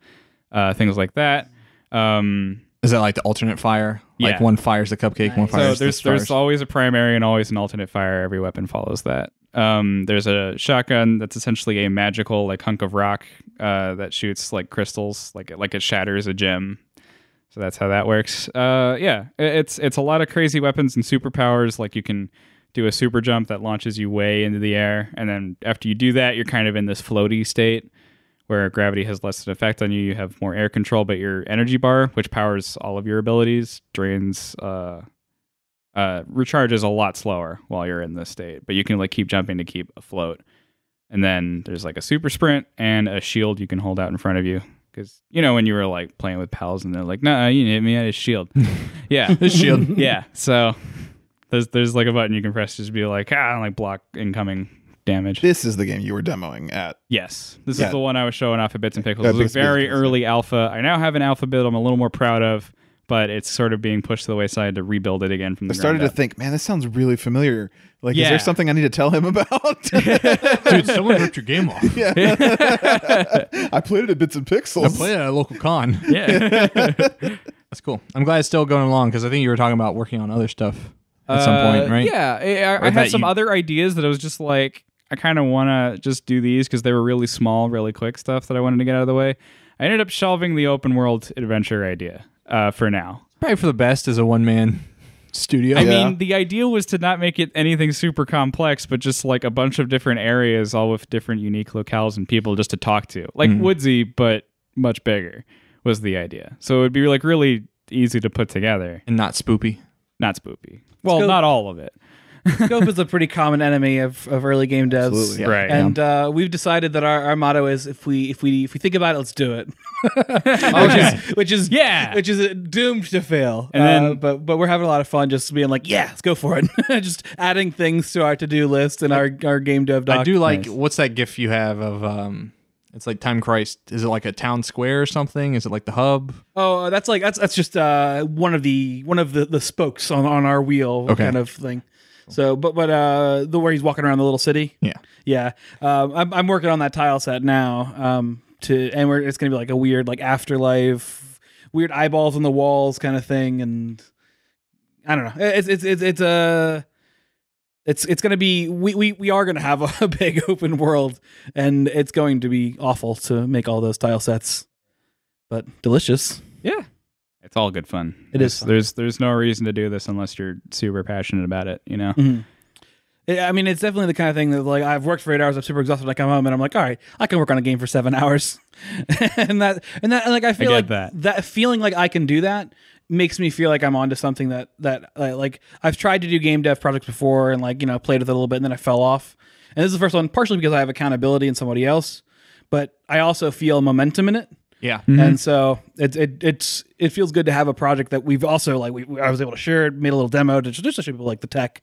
Speaker 5: Uh, things like that. Um,
Speaker 4: Is that like the alternate fire? Like
Speaker 5: Yeah.
Speaker 4: one fires the cupcake, one
Speaker 5: So
Speaker 4: fires
Speaker 5: there's
Speaker 4: the stars.
Speaker 5: there's always a primary and always an alternate fire. Every weapon follows that. Um, there's a shotgun that's essentially a magical like hunk of rock uh, that shoots like crystals, like it- like it shatters a gem. So that's how that works. Uh, yeah, i- it's it's a lot of crazy weapons and superpowers. Like you can do a super jump that launches you way into the air, and then after you do that, you're kind of in this floaty state where gravity has less of an effect on you. You have more air control, but your energy bar, which powers all of your abilities, drains uh, uh, recharges a lot slower while you're in this state, but you can like keep jumping to keep afloat. And then there's like a super sprint and a shield you can hold out in front of you. Because you know when you were like playing with pals and they're like, "Nah, you didn't hit me. I had a shield." yeah,
Speaker 4: The shield.
Speaker 5: yeah. So there's there's like a button you can press just to be like, ah, and like block incoming damage.
Speaker 2: This is the game you were demoing at.
Speaker 5: Yes, this
Speaker 2: Yeah.
Speaker 5: is the one I was showing off at Bits and Pickles.
Speaker 2: Yeah,
Speaker 5: It was a
Speaker 2: Bits and
Speaker 5: very
Speaker 2: Pickles,
Speaker 5: early alpha. I now have an alpha build. I'm a little more proud of, but it's sort of being pushed to the wayside to rebuild it again
Speaker 2: I
Speaker 5: from the
Speaker 2: started to
Speaker 5: ground up.
Speaker 2: think, man, this sounds really familiar. Like, is
Speaker 5: Yeah.
Speaker 2: there something I need to tell him about?
Speaker 4: Dude, someone ripped your game off.
Speaker 2: Yeah. I played it at Bits and Pixels.
Speaker 4: I played it at a local con.
Speaker 5: yeah.
Speaker 4: That's cool. I'm glad it's still going along because I think you were talking about working on other stuff at some point,
Speaker 5: Uh,
Speaker 4: right?
Speaker 5: Yeah, I- I, I,
Speaker 4: Or that
Speaker 5: had some
Speaker 4: you-
Speaker 5: other ideas that I was just like, I kind of want to just do these because they were really small, really quick stuff that I wanted to get out of the way. I ended up shelving the open world adventure idea uh, for now.
Speaker 4: Probably for the best as a one man studio.
Speaker 5: I
Speaker 2: Yeah.
Speaker 5: mean, the idea was to not make it anything super complex, but just like a bunch of different areas, all with different unique locales and people just to talk to, like
Speaker 4: Mm-hmm.
Speaker 5: woodsy, but much bigger was the idea. So it would be like really easy to put together,
Speaker 4: and not spoopy.
Speaker 5: not spoopy. Well,
Speaker 3: go-
Speaker 5: not all of it.
Speaker 3: Scope is a pretty common enemy of, of early game devs.
Speaker 2: Absolutely.
Speaker 4: Yeah.
Speaker 5: Right.
Speaker 3: And uh, we've decided that our, our motto is if we if we if we think about it, let's do it. which is which is
Speaker 5: Yeah.
Speaker 3: which is uh, doomed to fail.
Speaker 5: And
Speaker 3: uh,
Speaker 5: then-
Speaker 3: but but we're having a lot of fun just being like, yeah, let's go for it. just adding things to our to do list and our our game dev doc.
Speaker 4: I do like what's that gif you have of um it's like Time Christ. Is it like a town square or something? Is it like the hub?
Speaker 3: Oh, that's like that's that's just uh, one of the one of the, the spokes on, on our wheel
Speaker 4: Okay.
Speaker 3: kind of thing. So, but but uh, the where he's walking around the little city.
Speaker 4: Yeah.
Speaker 3: Yeah, um, I'm, I'm working on that tile set now. Um, to and we're, it's gonna be like a weird like afterlife, weird eyeballs on the walls kind of thing, and I don't know. It's it's it's it's uh it's it's gonna be we we, we are gonna have a, big open world and it's going to be awful to make all those tile sets. But delicious.
Speaker 5: Yeah. It's all good fun.
Speaker 3: It
Speaker 5: There's-
Speaker 3: is fun.
Speaker 5: There's there's no reason to do this unless you're super passionate about it, you know.
Speaker 2: Mm.
Speaker 3: Yeah, I mean, it's definitely the kind of thing that like I've worked for eight hours. I'm super exhausted. I come home and I'm like, all right, I can work on a game for seven hours, and that and that and like I feel
Speaker 5: get
Speaker 3: like
Speaker 5: that.
Speaker 3: feeling like I can do that makes me feel like I'm onto something that that uh, like I've tried to do game dev projects before and like you know played with it a little bit and then I fell off. And this is the first one, partially because I have accountability in somebody else, but I also feel momentum in it.
Speaker 4: Yeah.
Speaker 5: Uh,
Speaker 2: Mm-hmm.
Speaker 3: And so it, it it's it feels good to have a project that we've also like we, we- I was able to share it, made a little demo to just to show people like the tech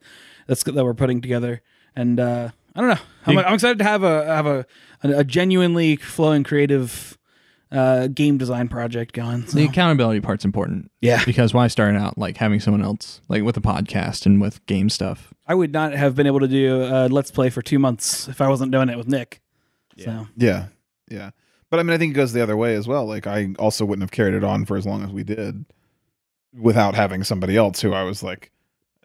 Speaker 3: that's that we're putting together. And uh, I don't know, I'm, I'm excited to have a have a a genuinely flowing creative uh, game design project going. So.
Speaker 4: The accountability part's important.
Speaker 3: Yeah.
Speaker 4: Because when I started out, like having someone else, like with a podcast and with game stuff.
Speaker 3: I would not have been able to do a let's play for two months if I wasn't doing it with Nick. So
Speaker 2: Yeah. Yeah. But I mean, I think it goes the other way as well. Like, I also wouldn't have carried it on for as long as we did without having somebody else who I was like,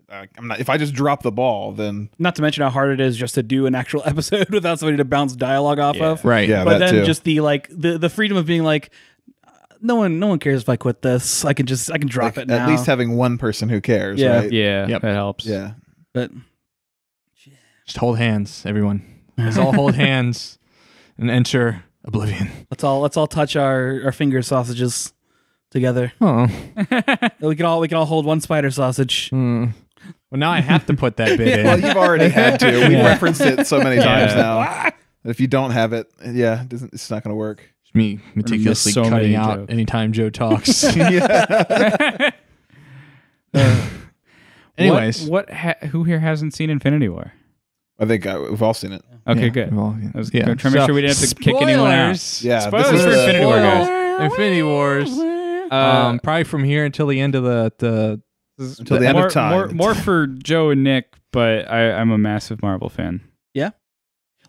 Speaker 2: I- I'm not, if I just drop the ball, then
Speaker 3: not to mention how hard it is just to do an actual episode without somebody to bounce dialogue off of.
Speaker 4: Right.
Speaker 2: yeah, that
Speaker 3: but then
Speaker 2: too.
Speaker 3: just the like the the freedom of being like no one no one cares if i quit this i can just i can drop
Speaker 2: like,
Speaker 3: it now.
Speaker 2: at least having one person who cares.
Speaker 3: Yeah.
Speaker 2: Right?
Speaker 5: Yeah,
Speaker 4: Yep.
Speaker 5: that helps.
Speaker 2: Yeah.
Speaker 3: but
Speaker 4: Just hold hands, everyone. Let's all hold hands and enter oblivion.
Speaker 3: let's all let's all touch our our finger sausages together
Speaker 4: Oh.
Speaker 3: we can all we can all hold one spider sausage
Speaker 4: Mm. Well, now I have to put that bit
Speaker 2: Well,
Speaker 4: in.
Speaker 2: you've already had to. We've referenced it so many times
Speaker 5: Yeah.
Speaker 2: now. If you don't have it, yeah, it doesn't, it's not going to work.
Speaker 4: Me meticulously
Speaker 5: so
Speaker 4: cutting
Speaker 5: many
Speaker 4: out
Speaker 5: jokes.
Speaker 4: anytime Joe talks. Uh,
Speaker 5: What-
Speaker 4: Anyways.
Speaker 5: what, ha- who here hasn't seen Infinity War?
Speaker 2: I think uh we've all seen it.
Speaker 5: Okay,
Speaker 4: Yeah.
Speaker 5: good.
Speaker 4: Well, yeah.
Speaker 5: I was
Speaker 4: Yeah.
Speaker 5: trying to make
Speaker 4: So-
Speaker 5: sure we didn't have to kick anyone out.
Speaker 2: Yeah,
Speaker 5: Spoilers
Speaker 2: this is uh,
Speaker 5: for
Speaker 2: the-
Speaker 5: Infinity War, guys.
Speaker 4: Infinity Wars.
Speaker 5: Um,
Speaker 4: um, probably from here until the end of the the
Speaker 2: Until the end
Speaker 5: more,
Speaker 2: of time.
Speaker 5: More, more for Joe and Nick, but I, I'm a massive Marvel fan.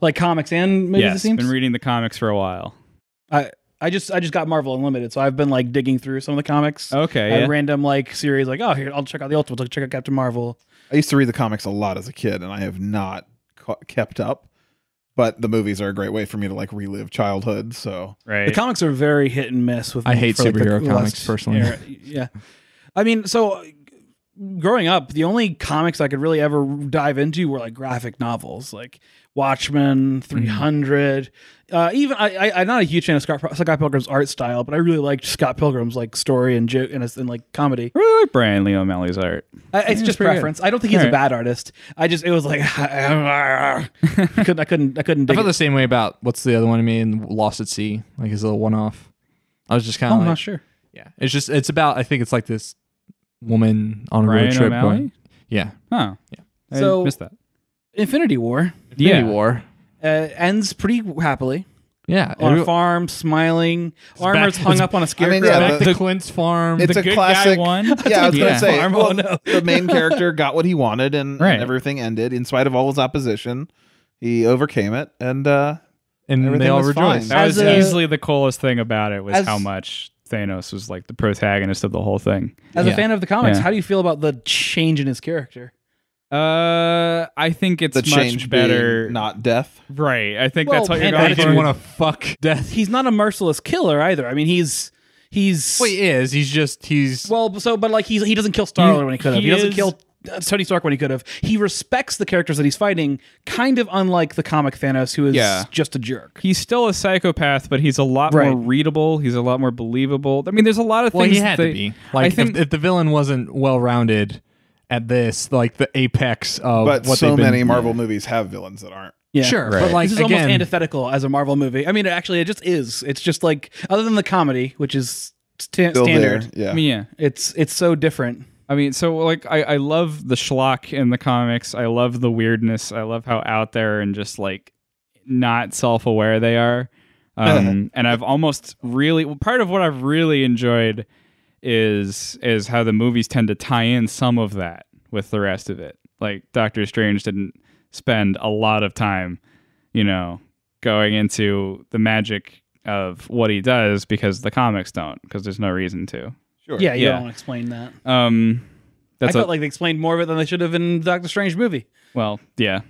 Speaker 3: like comics and movies it
Speaker 5: yes,
Speaker 3: seems
Speaker 5: been reading the comics for a while.
Speaker 3: i i just i just got marvel unlimited so i've been like digging through some of the comics
Speaker 5: Okay,
Speaker 3: A
Speaker 5: Oh, yeah.
Speaker 3: random like series, like oh here I'll check out the Ultimate, I'll check out Captain Marvel.
Speaker 2: I used to read the comics a lot as a kid, and I have not ca- kept up. But the movies are a great way for me to like relive childhood. So
Speaker 5: right.
Speaker 3: The comics are very hit and miss with.
Speaker 4: I
Speaker 3: me
Speaker 4: hate
Speaker 3: for, like, the
Speaker 4: superhero
Speaker 3: last
Speaker 4: comics, personally.
Speaker 3: era. Yeah, I mean, so uh, growing up, the only comics I could really ever dive into were like graphic novels, like
Speaker 4: Mm.
Speaker 3: Watchmen, Three Uh, even I, I, I'm not a huge fan of Scott, Scott Pilgrim's art style, but I really liked Scott Pilgrim's like story and joke and, his- and like comedy.
Speaker 5: I really like Brian Lee O'Malley's art.
Speaker 3: I, it's just
Speaker 4: pretty good.
Speaker 3: preference. I don't think he's a
Speaker 5: Alright.
Speaker 3: bad artist. I just it was like I couldn't I couldn't I couldn't
Speaker 4: I
Speaker 3: dig
Speaker 4: felt
Speaker 3: it.
Speaker 4: the same way about what's the other one I mean, Lost at Sea, like his little one off. I was just kind
Speaker 3: Oh,
Speaker 4: of
Speaker 3: I'm
Speaker 4: like,
Speaker 3: not sure.
Speaker 4: yeah. It's just it's about I think it's like this woman on a road
Speaker 5: Brian
Speaker 4: trip.
Speaker 5: O'Malley?
Speaker 4: going- yeah,
Speaker 5: Oh,
Speaker 4: Yeah.
Speaker 5: I
Speaker 3: So-
Speaker 5: missed that.
Speaker 3: Infinity War
Speaker 5: Yeah.
Speaker 4: Infinity War.
Speaker 3: uh, ends pretty happily.
Speaker 4: Yeah,
Speaker 3: on
Speaker 4: Every-
Speaker 3: a farm, smiling. Armor's
Speaker 4: back-
Speaker 3: hung
Speaker 4: it's-
Speaker 3: up on a
Speaker 2: I
Speaker 3: scarecrow.
Speaker 2: mean, yeah,
Speaker 4: back
Speaker 2: the-
Speaker 4: to Clint's farm.
Speaker 2: it's
Speaker 4: The-
Speaker 2: a
Speaker 5: good guy
Speaker 2: classic.
Speaker 5: won?
Speaker 2: Yeah, I was
Speaker 5: Yeah.
Speaker 2: gonna say
Speaker 3: Farm,
Speaker 2: well,
Speaker 3: oh no.
Speaker 2: the main character got what he wanted, and, and
Speaker 5: Right.
Speaker 2: everything ended in spite of all his opposition. He overcame it, and uh,
Speaker 4: and they
Speaker 2: everything
Speaker 4: all
Speaker 2: was fine.
Speaker 4: rejoice.
Speaker 5: That
Speaker 3: As
Speaker 5: was
Speaker 3: a-
Speaker 5: easily the coolest thing about it was
Speaker 3: as-
Speaker 5: how much Thanos was like the protagonist of the whole thing.
Speaker 3: As a
Speaker 4: Yeah.
Speaker 3: fan of the comics,
Speaker 5: Yeah.
Speaker 3: how do you feel about the change in his character?
Speaker 5: Uh, I think it's
Speaker 2: the
Speaker 5: much
Speaker 2: change
Speaker 5: better.
Speaker 2: being not death.
Speaker 5: right. I think
Speaker 3: Well,
Speaker 5: that's what you're
Speaker 3: and
Speaker 5: going
Speaker 4: I
Speaker 3: attitude.
Speaker 5: for.
Speaker 4: didn't want to fuck death.
Speaker 3: He's not a merciless killer either. I mean, he's he's
Speaker 4: Well, he is. He's just he's
Speaker 3: well, so but like he's he doesn't kill Star Lord when he could have. He,
Speaker 5: he
Speaker 3: doesn't
Speaker 5: is-
Speaker 3: kill uh, Tony Stark when he could have. He respects the characters that he's fighting, kind of unlike the comic Thanos, who is
Speaker 5: Yeah.
Speaker 3: just a jerk.
Speaker 5: he's still a psychopath, but he's a lot
Speaker 3: Right.
Speaker 5: more readable. He's a lot more believable. I mean, there's a lot of
Speaker 4: well.
Speaker 5: things.
Speaker 4: He had
Speaker 5: that-
Speaker 4: to be. Like
Speaker 5: I think.
Speaker 4: if, if the villain wasn't well rounded at this, like the apex of
Speaker 2: But
Speaker 4: what
Speaker 2: so
Speaker 4: they've been-
Speaker 2: many Marvel movies have villains that aren't.
Speaker 3: Yeah.
Speaker 4: Sure,
Speaker 5: Right.
Speaker 4: but like
Speaker 3: this is
Speaker 4: again,
Speaker 3: almost antithetical as a Marvel movie. I mean, it actually, it just is. It's just like other than the comedy, which is sta-
Speaker 2: Still
Speaker 3: standard.
Speaker 2: there, yeah.
Speaker 5: I mean, yeah.
Speaker 3: It's it's so different.
Speaker 5: I mean, so like I, I love the schlock in the comics. I love the weirdness. I love how out there and just like not self aware they are. Um, and I've almost really well, part of what I've really enjoyed is is how the movies tend to tie in some of that with the rest of it. Like Doctor Strange didn't spend a lot of time, you know, going into the magic of what he does because the comics don't because there's no reason to.
Speaker 2: Sure.
Speaker 3: Yeah, you
Speaker 5: Yeah.
Speaker 3: don't explain that.
Speaker 5: Um, That's
Speaker 3: I
Speaker 5: a,
Speaker 3: felt like they explained more of it than they should have in the Doctor Strange movie.
Speaker 5: well, yeah.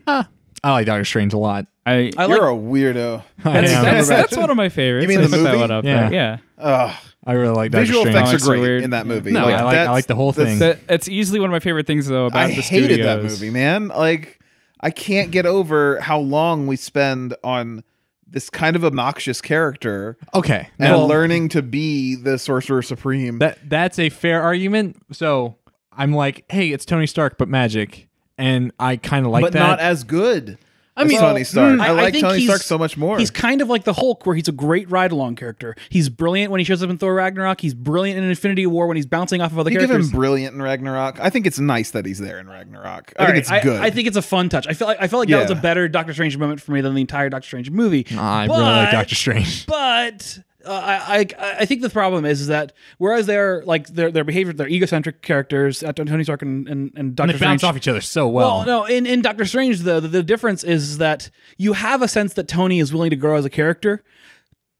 Speaker 4: I like Doctor Strange a lot.
Speaker 5: Uh, I,
Speaker 3: I like
Speaker 2: You're a weirdo.
Speaker 4: I,
Speaker 5: that's,
Speaker 4: am.
Speaker 5: that's, that's one of my favorites.
Speaker 2: You mean
Speaker 5: I
Speaker 2: the
Speaker 5: put that
Speaker 2: movie?
Speaker 5: one up
Speaker 4: Yeah.
Speaker 5: there. yeah.
Speaker 2: Ugh.
Speaker 4: I really like Doctor
Speaker 2: visual
Speaker 4: Strange.
Speaker 2: effects
Speaker 5: Comics
Speaker 2: are
Speaker 5: are
Speaker 2: great
Speaker 5: weird.
Speaker 2: in that movie.
Speaker 4: No, I like- I
Speaker 2: that's-
Speaker 4: like the whole
Speaker 2: that's-
Speaker 4: thing.
Speaker 5: That, that's easily one of my favorite things though about
Speaker 2: I
Speaker 5: the
Speaker 2: hated that
Speaker 5: studios.
Speaker 2: movie, man. Like, I can't get over how long we spend on this kind of obnoxious character
Speaker 4: Okay,
Speaker 2: and
Speaker 4: now-
Speaker 2: learning to be the Sorcerer Supreme.
Speaker 4: That that's a fair argument. So I'm like, hey, it's Tony Stark, but magic, and I kind of like
Speaker 2: but
Speaker 4: that.
Speaker 2: not as good. I
Speaker 3: mean-
Speaker 2: Tony Stark.
Speaker 3: Mm,
Speaker 2: I, like
Speaker 3: think
Speaker 2: Tony
Speaker 3: he's-
Speaker 2: Stark so much more.
Speaker 3: He's kind of like the Hulk, where he's a great ride along character. He's brilliant when he shows up in Thor Ragnarok. He's brilliant in Infinity War when he's bouncing off of other
Speaker 2: you give
Speaker 3: characters.
Speaker 2: him brilliant in Ragnarok. I think it's nice that he's there in Ragnarok. I
Speaker 3: All
Speaker 2: think
Speaker 3: right,
Speaker 2: it's good.
Speaker 3: I, think it's a fun touch. I feel like I felt like that
Speaker 2: Yeah.
Speaker 3: was a better Doctor Strange moment for me than the entire Doctor Strange movie.
Speaker 4: I really like
Speaker 3: But-
Speaker 4: Doctor Strange.
Speaker 3: but uh, I, I I think the problem is, is that whereas they're like their their behavior, they're egocentric characters, uh, Tony Stark and and, and Doctor
Speaker 4: They bounce
Speaker 3: Strange.
Speaker 4: off each other so well.
Speaker 3: well, no, in, in Doctor Strange, the, the the difference is that you have a sense that Tony is willing to grow as a character.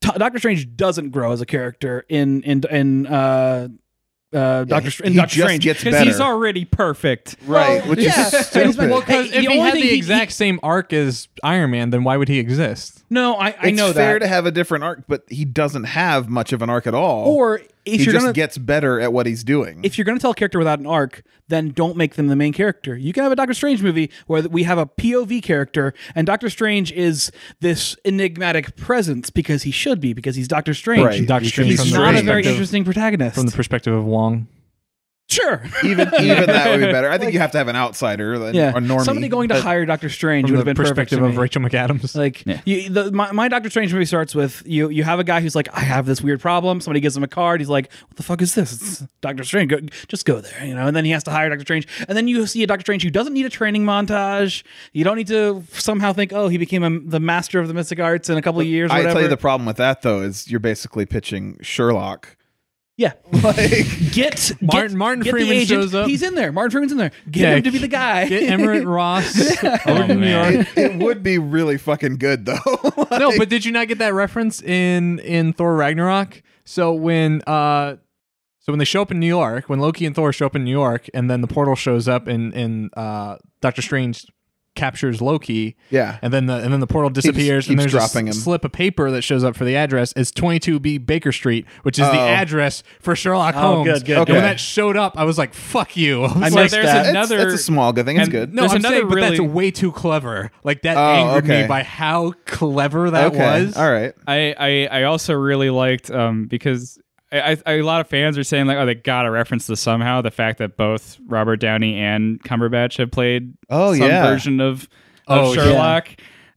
Speaker 3: T- Doctor Strange doesn't grow as a character in in in uh, uh, Doctor Str- in
Speaker 2: he
Speaker 3: Doctor
Speaker 2: just
Speaker 3: Strange
Speaker 2: gets
Speaker 3: 'Cause
Speaker 5: because
Speaker 2: better.
Speaker 5: he's already perfect.
Speaker 2: right,
Speaker 3: Well,
Speaker 2: which
Speaker 3: yeah.
Speaker 2: is stupid.
Speaker 3: Well,
Speaker 4: Because
Speaker 3: Hey,
Speaker 4: if
Speaker 3: the
Speaker 4: he
Speaker 3: only
Speaker 4: had
Speaker 3: thing
Speaker 4: the
Speaker 3: he-
Speaker 4: exact same arc as Iron Man, then why would he exist?
Speaker 3: No, I, I
Speaker 2: it's
Speaker 3: know
Speaker 2: fair
Speaker 3: that.
Speaker 2: to have a different arc, but he doesn't have much of an arc at all.
Speaker 3: or if
Speaker 2: he
Speaker 3: you're
Speaker 2: just
Speaker 3: gonna
Speaker 2: gets better at what he's doing.
Speaker 3: if you're going to tell a character without an arc, then don't make them the main character. You can have a Doctor Strange movie where we have a POV character, and Doctor Strange is this enigmatic presence because he should be, because he's Doctor Strange.
Speaker 2: Right.
Speaker 4: Doctor
Speaker 2: He's
Speaker 4: Strange
Speaker 3: He's
Speaker 4: from the
Speaker 3: not a
Speaker 4: perspective-
Speaker 3: very interesting protagonist.
Speaker 4: from the perspective of Wong.
Speaker 3: sure.
Speaker 2: even even that would be better. I think you have to have an outsider, a,
Speaker 3: yeah.
Speaker 2: a normie.
Speaker 3: Somebody going to
Speaker 2: but-
Speaker 3: hire Doctor Strange
Speaker 4: From
Speaker 3: would
Speaker 4: the
Speaker 3: have been perfect
Speaker 4: perspective
Speaker 3: to
Speaker 4: of
Speaker 3: me.
Speaker 4: Rachel McAdams.
Speaker 3: Like you, the, my, my Doctor Strange movie starts with you. You have a guy who's like, I have this weird problem. Somebody gives him a card. He's like, What the fuck is this? It's Doctor Strange. Go, just go there, you know. And then he has to hire Doctor Strange. And then you see a Doctor Strange who doesn't need a training montage. You don't need to somehow think, Oh, he became a, the master of the mystic arts in a couple of years. Or
Speaker 2: I
Speaker 3: whatever.
Speaker 2: tell you the problem with that though is you're basically pitching Sherlock.
Speaker 3: yeah.
Speaker 2: Like
Speaker 3: Get
Speaker 4: Martin-
Speaker 3: get-
Speaker 4: Martin
Speaker 3: get the
Speaker 4: Freeman
Speaker 3: agent.
Speaker 4: shows up.
Speaker 3: He's in there. Martin Freeman's in there. Get
Speaker 4: Yeah,
Speaker 3: him to be the guy.
Speaker 4: Get Emirate Ross over to New
Speaker 5: Oh, man.
Speaker 4: York.
Speaker 2: it, it would be really fucking good though. Like,
Speaker 4: no, but did you not get that reference in in Thor Ragnarok? So when uh so when they show up in New York, when Loki and Thor show up in New York and then the portal shows up and and uh Doctor Strange captures Loki
Speaker 2: yeah.
Speaker 4: and then the and then the portal
Speaker 2: just
Speaker 4: disappears and
Speaker 2: keeps
Speaker 4: there's a s-
Speaker 2: dropping him.
Speaker 4: slip of paper that shows up for the address it's 22B Baker Street, which is the
Speaker 2: Oh.
Speaker 4: address for Sherlock
Speaker 3: Oh,
Speaker 4: Holmes.
Speaker 3: good, good,
Speaker 4: And
Speaker 2: good.
Speaker 4: when that showed up, I was like, fuck you. I was
Speaker 3: I
Speaker 4: like,
Speaker 5: So
Speaker 3: missed
Speaker 5: there's
Speaker 3: that. It's-
Speaker 2: That's,
Speaker 5: another
Speaker 2: that's a small good thing. It's
Speaker 5: and
Speaker 2: good.
Speaker 4: no,
Speaker 5: There's
Speaker 4: I'm
Speaker 5: another
Speaker 4: saying, but that's
Speaker 5: really-
Speaker 4: way too clever. Like that
Speaker 2: Oh,
Speaker 4: angered
Speaker 2: okay.
Speaker 4: me by how clever that
Speaker 2: okay.
Speaker 4: was.
Speaker 2: All right.
Speaker 5: I, I I also really liked um because I, I, a lot of fans are saying like oh they gotta reference this somehow the fact that both Robert Downey and Cumberbatch have played
Speaker 2: Oh,
Speaker 5: some
Speaker 2: yeah.
Speaker 5: version of, of
Speaker 4: Oh, yeah.
Speaker 5: Sherlock.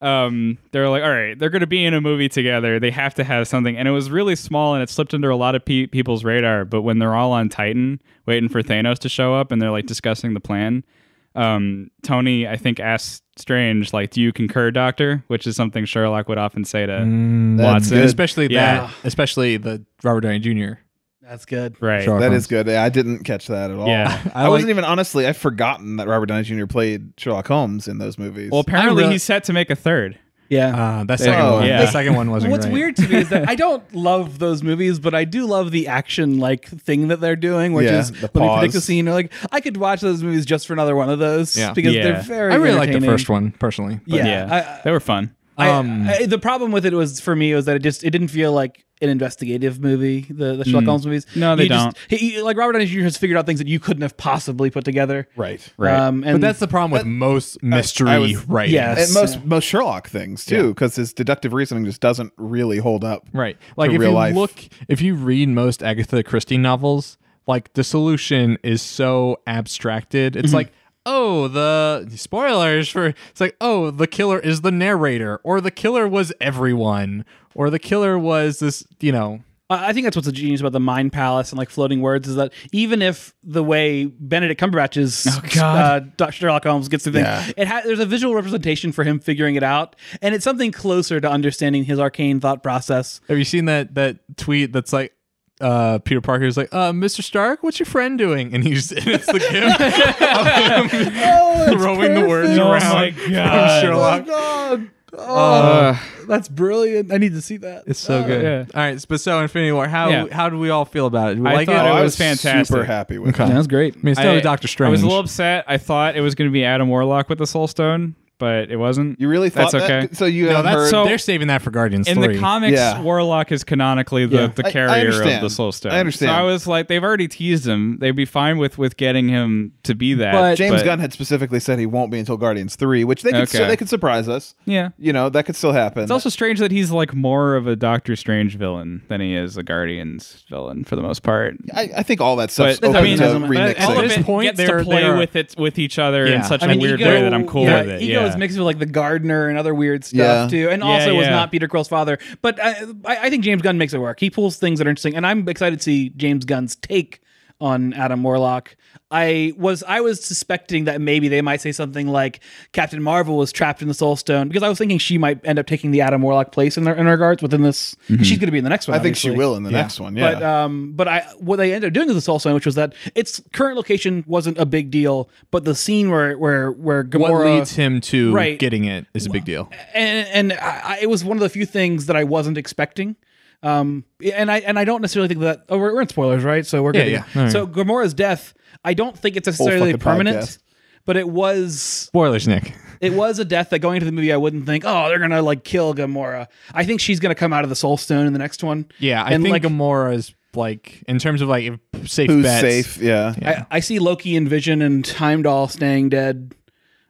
Speaker 5: Um, they're like, all right, they're going to be in a movie together. They have to have something, and it was really small, and it slipped under a lot of pe- people's radar. But when they're all on Titan, waiting for Thanos to show up, and they're like discussing the plan, um, Tony, I think, asked Strange, like, "Do you concur, Doctor?" Which is something Sherlock would often say to
Speaker 2: That's
Speaker 5: Watson,
Speaker 2: good.
Speaker 4: especially
Speaker 5: Yeah.
Speaker 4: that, especially the Robert Downey Jr.
Speaker 3: That's good.
Speaker 5: right?
Speaker 4: Sure.
Speaker 2: That is good. Yeah, I didn't catch that at all.
Speaker 5: Yeah.
Speaker 2: I, wasn't even honestly. I've forgotten that Robert Downey Jr. played Sherlock Holmes in those movies.
Speaker 5: Well, apparently
Speaker 4: really-
Speaker 5: he's set to make a third.
Speaker 3: Yeah.
Speaker 4: Uh, that second
Speaker 2: Oh,
Speaker 4: one.
Speaker 5: yeah.
Speaker 4: The second one wasn't.
Speaker 3: What's
Speaker 4: great.
Speaker 3: weird to me is that I don't love those movies, but I do love the action like thing that they're doing, which
Speaker 2: Yeah,
Speaker 3: is
Speaker 2: the
Speaker 3: let me predict a
Speaker 2: pause.
Speaker 3: scene. Or like I could watch those movies just for another one of those
Speaker 4: Yeah.
Speaker 3: because
Speaker 5: Yeah.
Speaker 3: they're very.
Speaker 4: I really like the
Speaker 3: entertaining.
Speaker 4: first one personally. but-
Speaker 3: Yeah,
Speaker 5: yeah,
Speaker 3: I-
Speaker 5: they were fun.
Speaker 3: I-
Speaker 4: Um,
Speaker 3: I- the problem with it was for me was that it just it didn't feel like an investigative movie. The, the
Speaker 4: Mm.
Speaker 3: Sherlock Holmes movies.
Speaker 5: No, they
Speaker 3: You just- he- he- like Robert Downey Jr. has figured out things that you couldn't have possibly put together.
Speaker 2: right.
Speaker 5: Right.
Speaker 3: Um, and
Speaker 4: but that's the problem with most mystery
Speaker 2: I was-
Speaker 4: writing.
Speaker 3: Yeah.
Speaker 2: And
Speaker 3: Yes.
Speaker 2: most most Sherlock things too, because his deductive reasoning just doesn't really hold up.
Speaker 4: Right. Like
Speaker 2: To
Speaker 4: if
Speaker 2: real
Speaker 4: you
Speaker 2: life.
Speaker 4: look, if you read most Agatha Christie novels, like the solution is so abstracted.
Speaker 3: Mm-hmm.
Speaker 4: It's like. Oh, the spoilers for it's like, oh, the killer is the narrator, or the killer was everyone, or the killer was this, you know,
Speaker 3: I I think that's what's the genius about the Mind Palace and like floating words is that even if the way Benedict Cumberbatch's uh, Dr. Sherlock Holmes gets through things,
Speaker 2: Yeah.
Speaker 3: it ha- there's a visual representation for him figuring it out, and it's something closer to understanding his arcane thought process.
Speaker 4: Have you seen that that tweet that's like uh Peter Parker's like, uh, Mr. Stark, what's your friend doing? And he's and it's the gif of him throwing the words
Speaker 5: Oh
Speaker 4: around
Speaker 5: my
Speaker 4: from
Speaker 5: God.
Speaker 4: Sherlock.
Speaker 2: God.
Speaker 5: Uh,
Speaker 3: That's brilliant. I need to see that.
Speaker 4: It's so good.
Speaker 5: yeah.
Speaker 4: All right, but so Infinity War, how
Speaker 5: Yeah.
Speaker 4: how do we all feel about it? Do we
Speaker 5: I
Speaker 4: like
Speaker 5: thought
Speaker 4: it?
Speaker 5: it was fantastic.
Speaker 2: Oh, Super happy with
Speaker 4: Okay.
Speaker 2: it.
Speaker 4: Yeah,
Speaker 3: that's great.
Speaker 4: I mean, it's
Speaker 5: I-
Speaker 4: still Doctor Strange.
Speaker 5: I was a little upset. I thought it was going to be Adam Warlock with the Soul Stone, but it wasn't.
Speaker 2: You really thought
Speaker 5: that's okay?
Speaker 2: that? So you
Speaker 4: no,
Speaker 2: have
Speaker 4: that's
Speaker 2: heard
Speaker 5: so-
Speaker 4: they're saving that for Guardians
Speaker 5: in
Speaker 4: 3.
Speaker 5: the comics,
Speaker 2: Yeah.
Speaker 5: Warlock is canonically the,
Speaker 4: Yeah.
Speaker 5: the
Speaker 2: I- I
Speaker 5: carrier of the
Speaker 2: understand.
Speaker 5: Soul Stone.
Speaker 2: I understand.
Speaker 5: So I was like, they've already teased him. They'd be fine with with getting him to be that.
Speaker 4: But-
Speaker 2: James
Speaker 5: but-
Speaker 2: Gunn had specifically said he won't be until Guardians three, which they could
Speaker 5: Okay.
Speaker 2: they could surprise us.
Speaker 5: Yeah.
Speaker 2: You know that could still happen.
Speaker 5: It's also strange that he's like more of a Doctor Strange villain than he is a Guardians villain for the most part.
Speaker 2: I, I think all that stuff's
Speaker 5: But-
Speaker 2: open
Speaker 5: I mean,
Speaker 2: to
Speaker 5: doesn't-
Speaker 2: remixing.
Speaker 4: all of it-
Speaker 5: Gets
Speaker 4: point, they're-
Speaker 5: to play
Speaker 4: they're-
Speaker 5: with it with each other
Speaker 4: Yeah.
Speaker 5: in such
Speaker 4: I
Speaker 5: a
Speaker 4: mean,
Speaker 5: weird
Speaker 3: Ego-
Speaker 5: way that I'm cool
Speaker 3: yeah,
Speaker 5: with it.
Speaker 3: Ego
Speaker 5: yeah.
Speaker 3: is mixed with like the gardener and other weird stuff
Speaker 2: Yeah.
Speaker 3: too, and
Speaker 5: Yeah,
Speaker 3: also was
Speaker 5: yeah.
Speaker 3: not Peter Krill's father. But I, I I think James Gunn makes it work. He pulls things that are interesting, and I'm excited to see James Gunn's take on Adam Warlock. I was I was suspecting that maybe they might say something like Captain Marvel was trapped in the Soul Stone because I was thinking she might end up taking the Adam Warlock place in, their, in regards within this. She's going to be in the next one.
Speaker 2: Mm-hmm. I think she
Speaker 3: obviously.
Speaker 2: will in the next one. Yeah.
Speaker 3: But um, but I what they ended up doing with the soul stone, which was that its current location wasn't a big deal, but the scene where where where
Speaker 4: what
Speaker 3: Gamora
Speaker 4: leads him to
Speaker 3: Right.
Speaker 4: getting it is a big deal.
Speaker 3: and and I, I- it was one of the few things that I wasn't expecting. Um, and I and I don't necessarily think that. Oh, we're, we're in spoilers, right? So we're good.
Speaker 4: yeah. All right.
Speaker 3: So Gamora's death, I don't think it's necessarily
Speaker 2: fucking
Speaker 3: permanent,
Speaker 2: podcast.
Speaker 3: but it was
Speaker 4: Spoilers, Nick.
Speaker 3: it was a death that going into the movie I wouldn't think, oh, they're gonna like kill Gamora. I think she's gonna come out of the Soul Stone in the next one.
Speaker 4: Yeah, I
Speaker 3: And,
Speaker 4: think
Speaker 3: like-
Speaker 4: Gamora is like in terms of like if- safe
Speaker 2: Who's
Speaker 5: uh,
Speaker 4: bets.
Speaker 2: safe? Yeah.
Speaker 3: I, I see Loki and Vision and Heimdall staying dead.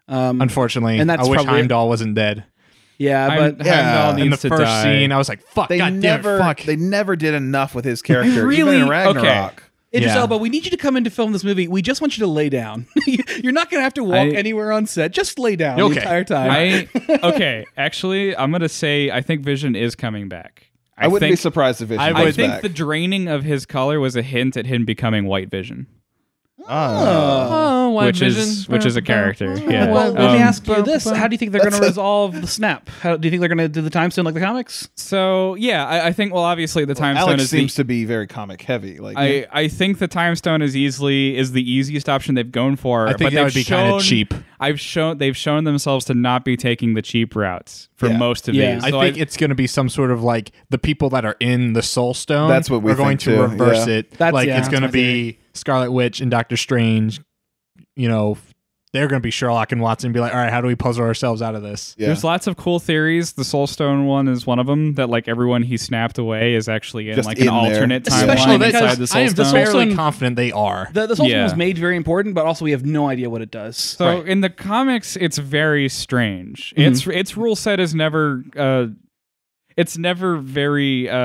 Speaker 4: Unfortunately,
Speaker 3: And that's
Speaker 4: I wish
Speaker 3: probably-
Speaker 4: Heimdall wasn't dead.
Speaker 3: Yeah,
Speaker 5: Heim-
Speaker 3: but
Speaker 5: Heimdall
Speaker 2: Yeah,
Speaker 4: In the
Speaker 5: needs to
Speaker 4: first
Speaker 5: die.
Speaker 4: scene, I was like, "Fuck,
Speaker 2: They
Speaker 4: god
Speaker 2: never
Speaker 4: damn, it, fuck."
Speaker 2: they never did enough with his character.
Speaker 3: Really?
Speaker 2: Even in
Speaker 3: Okay.
Speaker 2: Ragnarok.
Speaker 3: Idris
Speaker 4: Yeah.
Speaker 3: Elba, we need you to come in to film this movie. We just want you to lay down. You're not gonna have to walk
Speaker 5: I-
Speaker 3: anywhere on set. Just lay down
Speaker 4: Okay.
Speaker 3: the entire time.
Speaker 5: I okay. Actually, I'm gonna say I think Vision is coming back.
Speaker 2: I, wouldn't
Speaker 5: think,
Speaker 2: be surprised if Vision
Speaker 4: I
Speaker 5: I
Speaker 2: comes
Speaker 4: would-
Speaker 5: think
Speaker 2: back.
Speaker 5: the draining of his color was a hint at him becoming White Vision,
Speaker 4: oh, White
Speaker 5: which is
Speaker 4: Vision.
Speaker 5: which is a character. Yeah.
Speaker 3: well, let me
Speaker 5: Um,
Speaker 3: ask you this: How do you think they're going to resolve the snap? How do you think they're going to do the time stone like the comics?
Speaker 5: So yeah, I, I think well, obviously the time stone
Speaker 2: Alex
Speaker 5: is the-
Speaker 2: seems to be very comic heavy. Like
Speaker 5: I, I think the time stone is easily is the easiest option they've gone for.
Speaker 4: I think
Speaker 5: but
Speaker 4: that would
Speaker 5: they've
Speaker 4: be kinda
Speaker 5: shown-
Speaker 4: cheap.
Speaker 5: I've shown they've shown themselves to not be taking the cheap routes for
Speaker 2: Yeah.
Speaker 5: most of
Speaker 3: Yeah.
Speaker 5: these.
Speaker 4: I
Speaker 5: So
Speaker 4: think it's going to be some sort of like the people that are in the Soul Stone.
Speaker 2: That's what we
Speaker 4: are going
Speaker 2: think
Speaker 4: to
Speaker 2: too,
Speaker 4: reverse
Speaker 2: yeah.
Speaker 4: it.
Speaker 3: That's-
Speaker 4: like
Speaker 3: yeah,
Speaker 4: it's
Speaker 3: that's
Speaker 4: going to
Speaker 3: my
Speaker 4: be Scarlet Witch and Doctor Strange. You know, they're going to be Sherlock and Watson. And be like, all right, how do we puzzle ourselves out of this?
Speaker 2: yeah.
Speaker 5: There's lots of cool theories. The Soul Stone one is one of them. That like everyone he snapped away is actually in
Speaker 2: Just
Speaker 5: like
Speaker 2: in
Speaker 5: an
Speaker 2: there.
Speaker 5: alternate
Speaker 3: Especially
Speaker 5: timeline
Speaker 3: because
Speaker 5: inside the
Speaker 4: I
Speaker 5: Soul
Speaker 4: am
Speaker 5: Stone.
Speaker 4: fairly
Speaker 3: Stone-
Speaker 4: confident they are.
Speaker 3: The, the soul stone
Speaker 5: Yeah.
Speaker 3: was made very important, but also we have no idea what it does.
Speaker 5: So in the comics, it's very strange.
Speaker 4: Mm-hmm.
Speaker 5: Its its rule set is never uh, it's never very uh,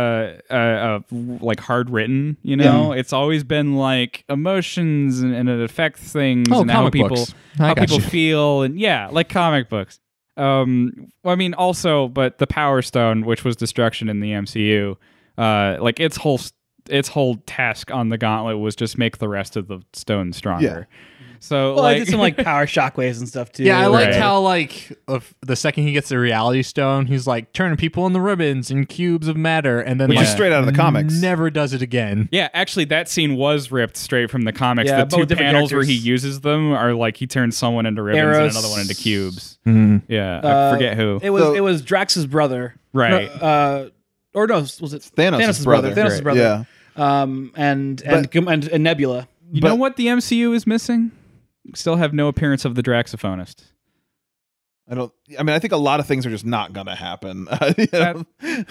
Speaker 5: uh, uh like hard written. You know, it's always been like emotions and, and it affects things
Speaker 4: Oh,
Speaker 5: and how
Speaker 4: comic
Speaker 5: people
Speaker 4: books. I
Speaker 5: how
Speaker 4: got
Speaker 5: people
Speaker 4: you.
Speaker 5: feel and yeah, like comic books. Um, well, I mean, also, but the Power Stone, which was destruction in the MCU, uh, like its whole s- its whole task on the Gauntlet was just make the rest of the stone stronger. So
Speaker 3: well,
Speaker 5: like
Speaker 3: I did some like power shockwaves and stuff too.
Speaker 4: Yeah, I liked
Speaker 5: Right.
Speaker 4: how like of- the second he gets the reality stone, he's like turning people into ribbons and cubes of matter, and then
Speaker 2: which
Speaker 4: like,
Speaker 2: is straight out of the comics.
Speaker 4: never does it again.
Speaker 5: Yeah, actually, that scene was ripped straight from the comics.
Speaker 3: Yeah, but
Speaker 5: the
Speaker 3: with
Speaker 5: two
Speaker 3: different
Speaker 5: panels where he
Speaker 3: characters.
Speaker 5: uses them are like he turns someone into ribbons and
Speaker 3: Eros.
Speaker 5: another one into cubes.
Speaker 2: Mm-hmm.
Speaker 4: Mm.
Speaker 5: Yeah,
Speaker 3: Uh,
Speaker 5: I forget who.
Speaker 3: It was
Speaker 2: So-
Speaker 3: it was Drax's brother,
Speaker 5: Right.
Speaker 3: No, uh, or no, was it
Speaker 2: Thanos' brother.
Speaker 3: Thanos'
Speaker 5: Right.
Speaker 3: brother. Yeah. Um, and and, and and Nebula.
Speaker 5: you
Speaker 2: but-
Speaker 5: know what the MCU is missing? Still have no appearance of the Draxophonist.
Speaker 2: I don't. I mean, I think a lot of things are just not gonna happen. You know?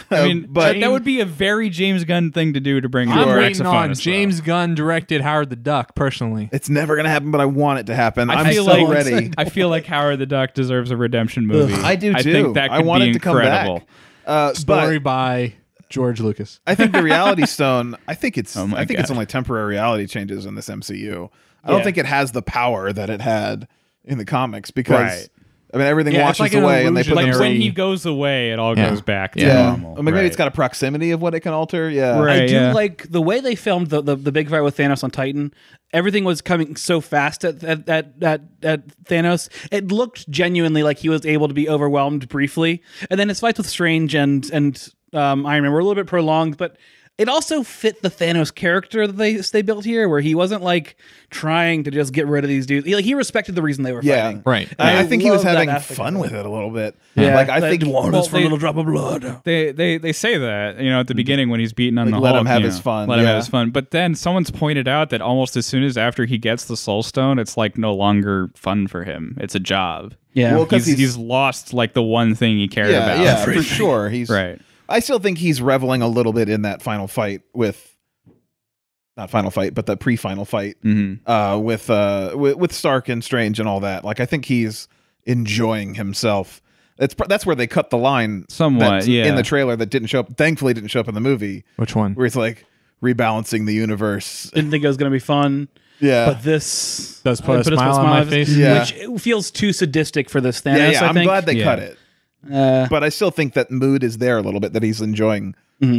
Speaker 5: I
Speaker 2: Um,
Speaker 5: mean,
Speaker 2: but
Speaker 5: that would be a very James Gunn thing to do to bring in the
Speaker 4: I'm
Speaker 5: Draxophonist.
Speaker 4: waiting on
Speaker 5: though.
Speaker 4: James Gunn directed Howard the Duck personally.
Speaker 2: it's never gonna happen. But I want it to happen.
Speaker 5: I
Speaker 2: am
Speaker 5: feel
Speaker 2: so
Speaker 5: like
Speaker 2: ready.
Speaker 5: I feel like Howard the Duck deserves a redemption movie.
Speaker 2: I do too.
Speaker 5: I think that could
Speaker 2: I want
Speaker 5: be
Speaker 2: it to come
Speaker 5: incredible.
Speaker 2: back. Uh,
Speaker 4: Story
Speaker 2: but
Speaker 4: by George Lucas.
Speaker 2: I think the reality stone. I think it's.
Speaker 5: Oh my
Speaker 2: I think it's
Speaker 5: God.
Speaker 2: only temporary reality changes in this MCU. I don't
Speaker 5: Yeah.
Speaker 2: think it has the power that it had in the comics because
Speaker 5: Right.
Speaker 2: I mean everything
Speaker 4: Yeah, it's
Speaker 2: washes
Speaker 4: like an
Speaker 2: away and they put
Speaker 4: illusionary-
Speaker 5: Like
Speaker 2: them.
Speaker 5: when he goes away, it all
Speaker 4: Yeah.
Speaker 5: goes back to
Speaker 4: Yeah.
Speaker 2: Yeah,
Speaker 5: normal.
Speaker 2: or maybe
Speaker 5: Right.
Speaker 2: it's got a proximity of what it can alter. Yeah,
Speaker 5: Right.
Speaker 3: I do
Speaker 5: yeah.
Speaker 3: like the way they filmed the, the the big fight with Thanos on Titan. Everything was coming so fast at at at, at, at Thanos. It looked genuinely like he was able to be overwhelmed briefly, and then his fights with Strange and and um, Iron Man were a little bit prolonged, but. It also fit the Thanos character that they they built here, where he wasn't like trying to just get rid of these dudes. He, like he respected the reason they were
Speaker 2: Yeah.
Speaker 3: fighting.
Speaker 4: Right.
Speaker 2: I,
Speaker 3: I
Speaker 2: I think he was
Speaker 3: love that
Speaker 2: having
Speaker 3: aspect
Speaker 2: fun
Speaker 3: of
Speaker 2: with it a little bit.
Speaker 3: Yeah,
Speaker 2: like I think
Speaker 3: want
Speaker 5: Well,
Speaker 3: us for a
Speaker 5: they-
Speaker 3: little drop of blood.
Speaker 5: They they they say that you know at the beginning when he's beating on
Speaker 2: Mm-hmm. Like,
Speaker 5: the
Speaker 2: let
Speaker 5: Hulk,
Speaker 2: him have
Speaker 5: you
Speaker 2: his
Speaker 5: know,
Speaker 2: fun,
Speaker 5: let him
Speaker 2: yeah.
Speaker 5: have his fun. But then someone's pointed out that almost as soon as after he gets the Soul Stone, it's like no longer fun for him. It's a job.
Speaker 3: Yeah,
Speaker 2: Well, 'cause
Speaker 5: he's, he's,
Speaker 2: he's-
Speaker 5: lost like the one thing he cared
Speaker 2: yeah,
Speaker 5: about.
Speaker 2: yeah, for sure. He's
Speaker 5: Right.
Speaker 2: I still think he's reveling a little bit in that final fight with, not final fight, but the pre-final fight
Speaker 5: Mhm.
Speaker 2: uh, with uh with, with Stark and Strange and all that. Like I think he's enjoying himself. That's pr- that's where they cut the line
Speaker 5: Somewhat,
Speaker 2: that's
Speaker 5: yeah.
Speaker 2: in the trailer that didn't show up. Thankfully, didn't show up in the movie
Speaker 4: Which one?
Speaker 2: where it's like rebalancing the universe.
Speaker 3: didn't think it was gonna be fun,
Speaker 2: Yeah,
Speaker 3: but this
Speaker 4: Does put a
Speaker 3: it
Speaker 4: smile on my face.
Speaker 2: Yeah.
Speaker 3: which it feels too sadistic for this Thanos.
Speaker 2: yeah, yeah.
Speaker 3: I
Speaker 2: I'm
Speaker 3: think.
Speaker 2: glad they
Speaker 5: Yeah.
Speaker 2: cut it,
Speaker 3: Uh,
Speaker 2: but I still think that mood is there a little bit that he's enjoying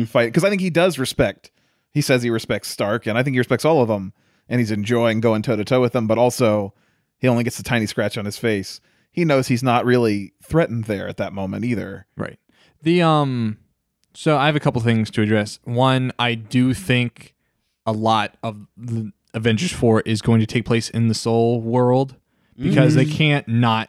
Speaker 2: fight because I think he does respect. He says he respects Stark, and I think he respects all of them, and he's enjoying going toe to toe with them. But also, he only gets a tiny scratch on his face. He knows he's not really threatened there at that moment either.
Speaker 4: Right. The um so I have a couple things to address. One, I do think a lot of the Avengers 4 is going to take place in the Soul world because they can't not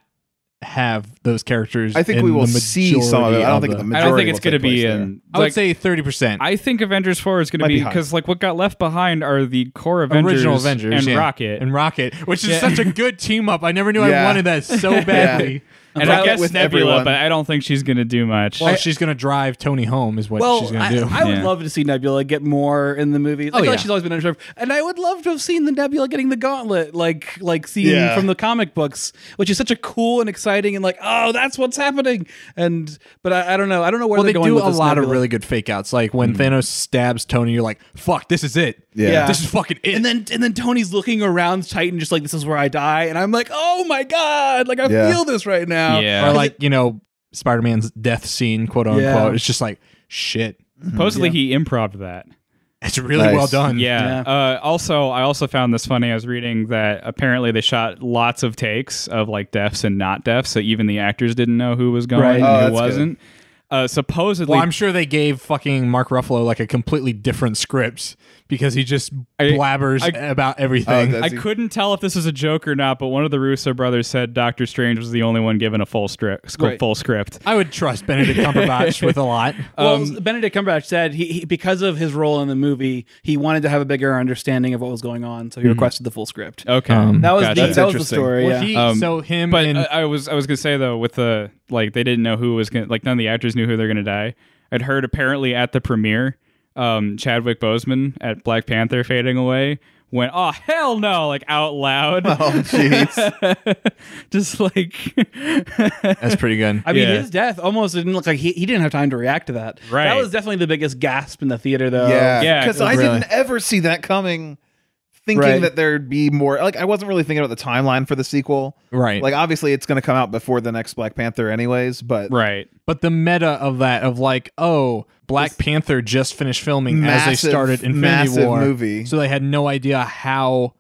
Speaker 4: have those characters.
Speaker 2: Mm. I think
Speaker 4: in
Speaker 2: we will
Speaker 4: the
Speaker 2: see some of it.
Speaker 4: majority
Speaker 2: I don't think the
Speaker 4: the,
Speaker 2: majority.
Speaker 5: I don't think
Speaker 2: will
Speaker 5: it's going to
Speaker 2: take place
Speaker 5: be
Speaker 2: there.
Speaker 5: in.
Speaker 4: I would
Speaker 5: like,
Speaker 4: say 30%.
Speaker 5: I think Avengers Four is going to
Speaker 2: Might be
Speaker 5: be
Speaker 2: high.
Speaker 5: because like what got left behind are the core Avengers,
Speaker 4: Original Avengers
Speaker 5: and
Speaker 4: yeah.
Speaker 5: Rocket.
Speaker 4: and Rocket, which is
Speaker 5: Yeah.
Speaker 4: such a good team up. I never knew
Speaker 2: Yeah.
Speaker 4: I wanted that so badly.
Speaker 5: And
Speaker 2: Rocket
Speaker 5: I guess
Speaker 2: with
Speaker 5: Nebula,
Speaker 2: everyone.
Speaker 5: but I don't think she's going to do much.
Speaker 4: Well, she's gonna drive Tony home, is what
Speaker 3: well,
Speaker 4: she's
Speaker 3: I,
Speaker 4: gonna do.
Speaker 3: I would
Speaker 5: Yeah.
Speaker 3: love to see Nebula get more in the movie. Like, I feel like
Speaker 4: Oh, yeah.
Speaker 3: she's always been underserved, and I would love to have seen the Nebula getting the gauntlet, like like seen
Speaker 2: Yeah.
Speaker 3: from the comic books, which is such a cool and exciting and like oh that's what's happening. And but I, I don't know, I don't know where
Speaker 4: well,
Speaker 3: they're
Speaker 4: they
Speaker 3: going
Speaker 4: do
Speaker 3: with
Speaker 4: a
Speaker 3: this
Speaker 4: lot of
Speaker 3: Nebula. Hmm.
Speaker 4: really good fake outs. Like when Thanos stabs Tony, you're like, "Fuck, this is it.
Speaker 2: Yeah.
Speaker 4: this is fucking it."
Speaker 3: And then and then Tony's looking around Titan just like this is where I die and I'm like, "Oh my god, like I
Speaker 2: Yeah.
Speaker 3: feel this right now."
Speaker 5: Yeah.
Speaker 4: or like you know, Spider Man's death scene, quote unquote.
Speaker 3: Yeah.
Speaker 4: It's just like shit.
Speaker 5: Supposedly he improv that.
Speaker 4: It's really
Speaker 2: Nice.
Speaker 4: well done.
Speaker 5: Yeah. Uh, also, I also found this funny. I was reading that apparently they shot lots of takes of like deafs and not deafs, so even the actors didn't know who was going
Speaker 3: Right.
Speaker 5: and
Speaker 2: Oh, that's
Speaker 5: who wasn't. Uh, supposedly,
Speaker 4: Well, I'm sure they gave fucking Mark Ruffalo like a completely different script because he just blabbers
Speaker 5: I-
Speaker 4: about everything.
Speaker 2: Oh,
Speaker 5: I
Speaker 2: that's-
Speaker 5: couldn't tell if this is a joke or not, but one of the Russo brothers said Doctor Strange was the only one given a full script. sc-
Speaker 3: Right.
Speaker 5: Full script.
Speaker 4: I would trust Benedict Cumberbatch with a lot.
Speaker 3: Well, Benedict Cumberbatch said he, he because of his role in the movie, he wanted to have a bigger understanding of what was going on, so he requested the full script.
Speaker 5: Okay,
Speaker 4: Um,
Speaker 3: That was
Speaker 5: Oh, Gotcha.
Speaker 3: the, that was the
Speaker 2: interesting.
Speaker 3: story.
Speaker 4: Well,
Speaker 3: yeah.
Speaker 4: he-
Speaker 5: Um,
Speaker 4: so him
Speaker 5: But
Speaker 4: and
Speaker 5: uh, I was I was gonna say though with the like they didn't know who was gonna like none of the actors knew who they're gonna die. I'd heard apparently at the premiere, um, Chadwick Boseman at Black Panther fading away went oh hell no like out loud
Speaker 2: Oh jeez.
Speaker 5: just like
Speaker 4: that's pretty good.
Speaker 3: I mean,
Speaker 5: Yeah.
Speaker 3: his death almost didn't look like he, he didn't have time to react to that.
Speaker 5: Right.
Speaker 3: That was definitely the biggest gasp in the theater, though.
Speaker 2: yeah,
Speaker 5: Yeah,
Speaker 2: Because
Speaker 5: it
Speaker 2: I
Speaker 5: was
Speaker 2: didn't ever see that coming. Thinking
Speaker 3: Right.
Speaker 2: that there'd be more. Like I wasn't really thinking about the timeline for the sequel.
Speaker 4: right.
Speaker 2: Like obviously it's going to come out before the next Black Panther, anyways. But
Speaker 5: right
Speaker 4: But the meta of that of like, oh, Black Panther just finished filming as
Speaker 2: Massive,
Speaker 4: they started Infinity
Speaker 2: massive
Speaker 4: War
Speaker 2: movie.
Speaker 4: so they had no idea how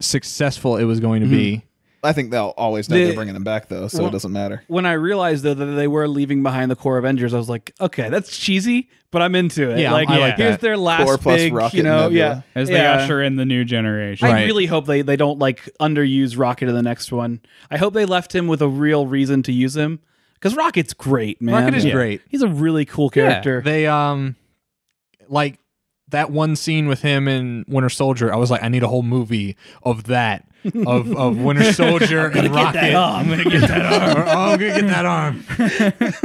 Speaker 4: successful it was going to be.
Speaker 2: I think they'll always know
Speaker 3: The-
Speaker 2: they're bringing him back though, so
Speaker 3: Well-
Speaker 2: it doesn't matter.
Speaker 3: When I realized though that they were leaving behind the core Avengers, I was like, okay, that's cheesy, but I'm into it.
Speaker 4: Yeah,
Speaker 3: like,
Speaker 4: I
Speaker 5: like
Speaker 3: here's
Speaker 4: that.
Speaker 3: their last
Speaker 2: Core plus
Speaker 3: big,
Speaker 2: Rocket
Speaker 3: you know,
Speaker 2: Nebula.
Speaker 3: yeah.
Speaker 5: as they
Speaker 3: yeah.
Speaker 5: usher in the new generation.
Speaker 3: I
Speaker 4: Right.
Speaker 3: really hope they they don't like underuse Rocket in the next one. I hope they left him with a real reason to use him because Rocket's great, man.
Speaker 4: Rocket is great.
Speaker 3: He's a really cool character.
Speaker 4: They um like that one scene with him and Winter Soldier, I was like, I need a whole movie of that. Of of Winter Soldier and Rocket.
Speaker 3: arm.
Speaker 4: gonna get that arm. Oh, I'm gonna get that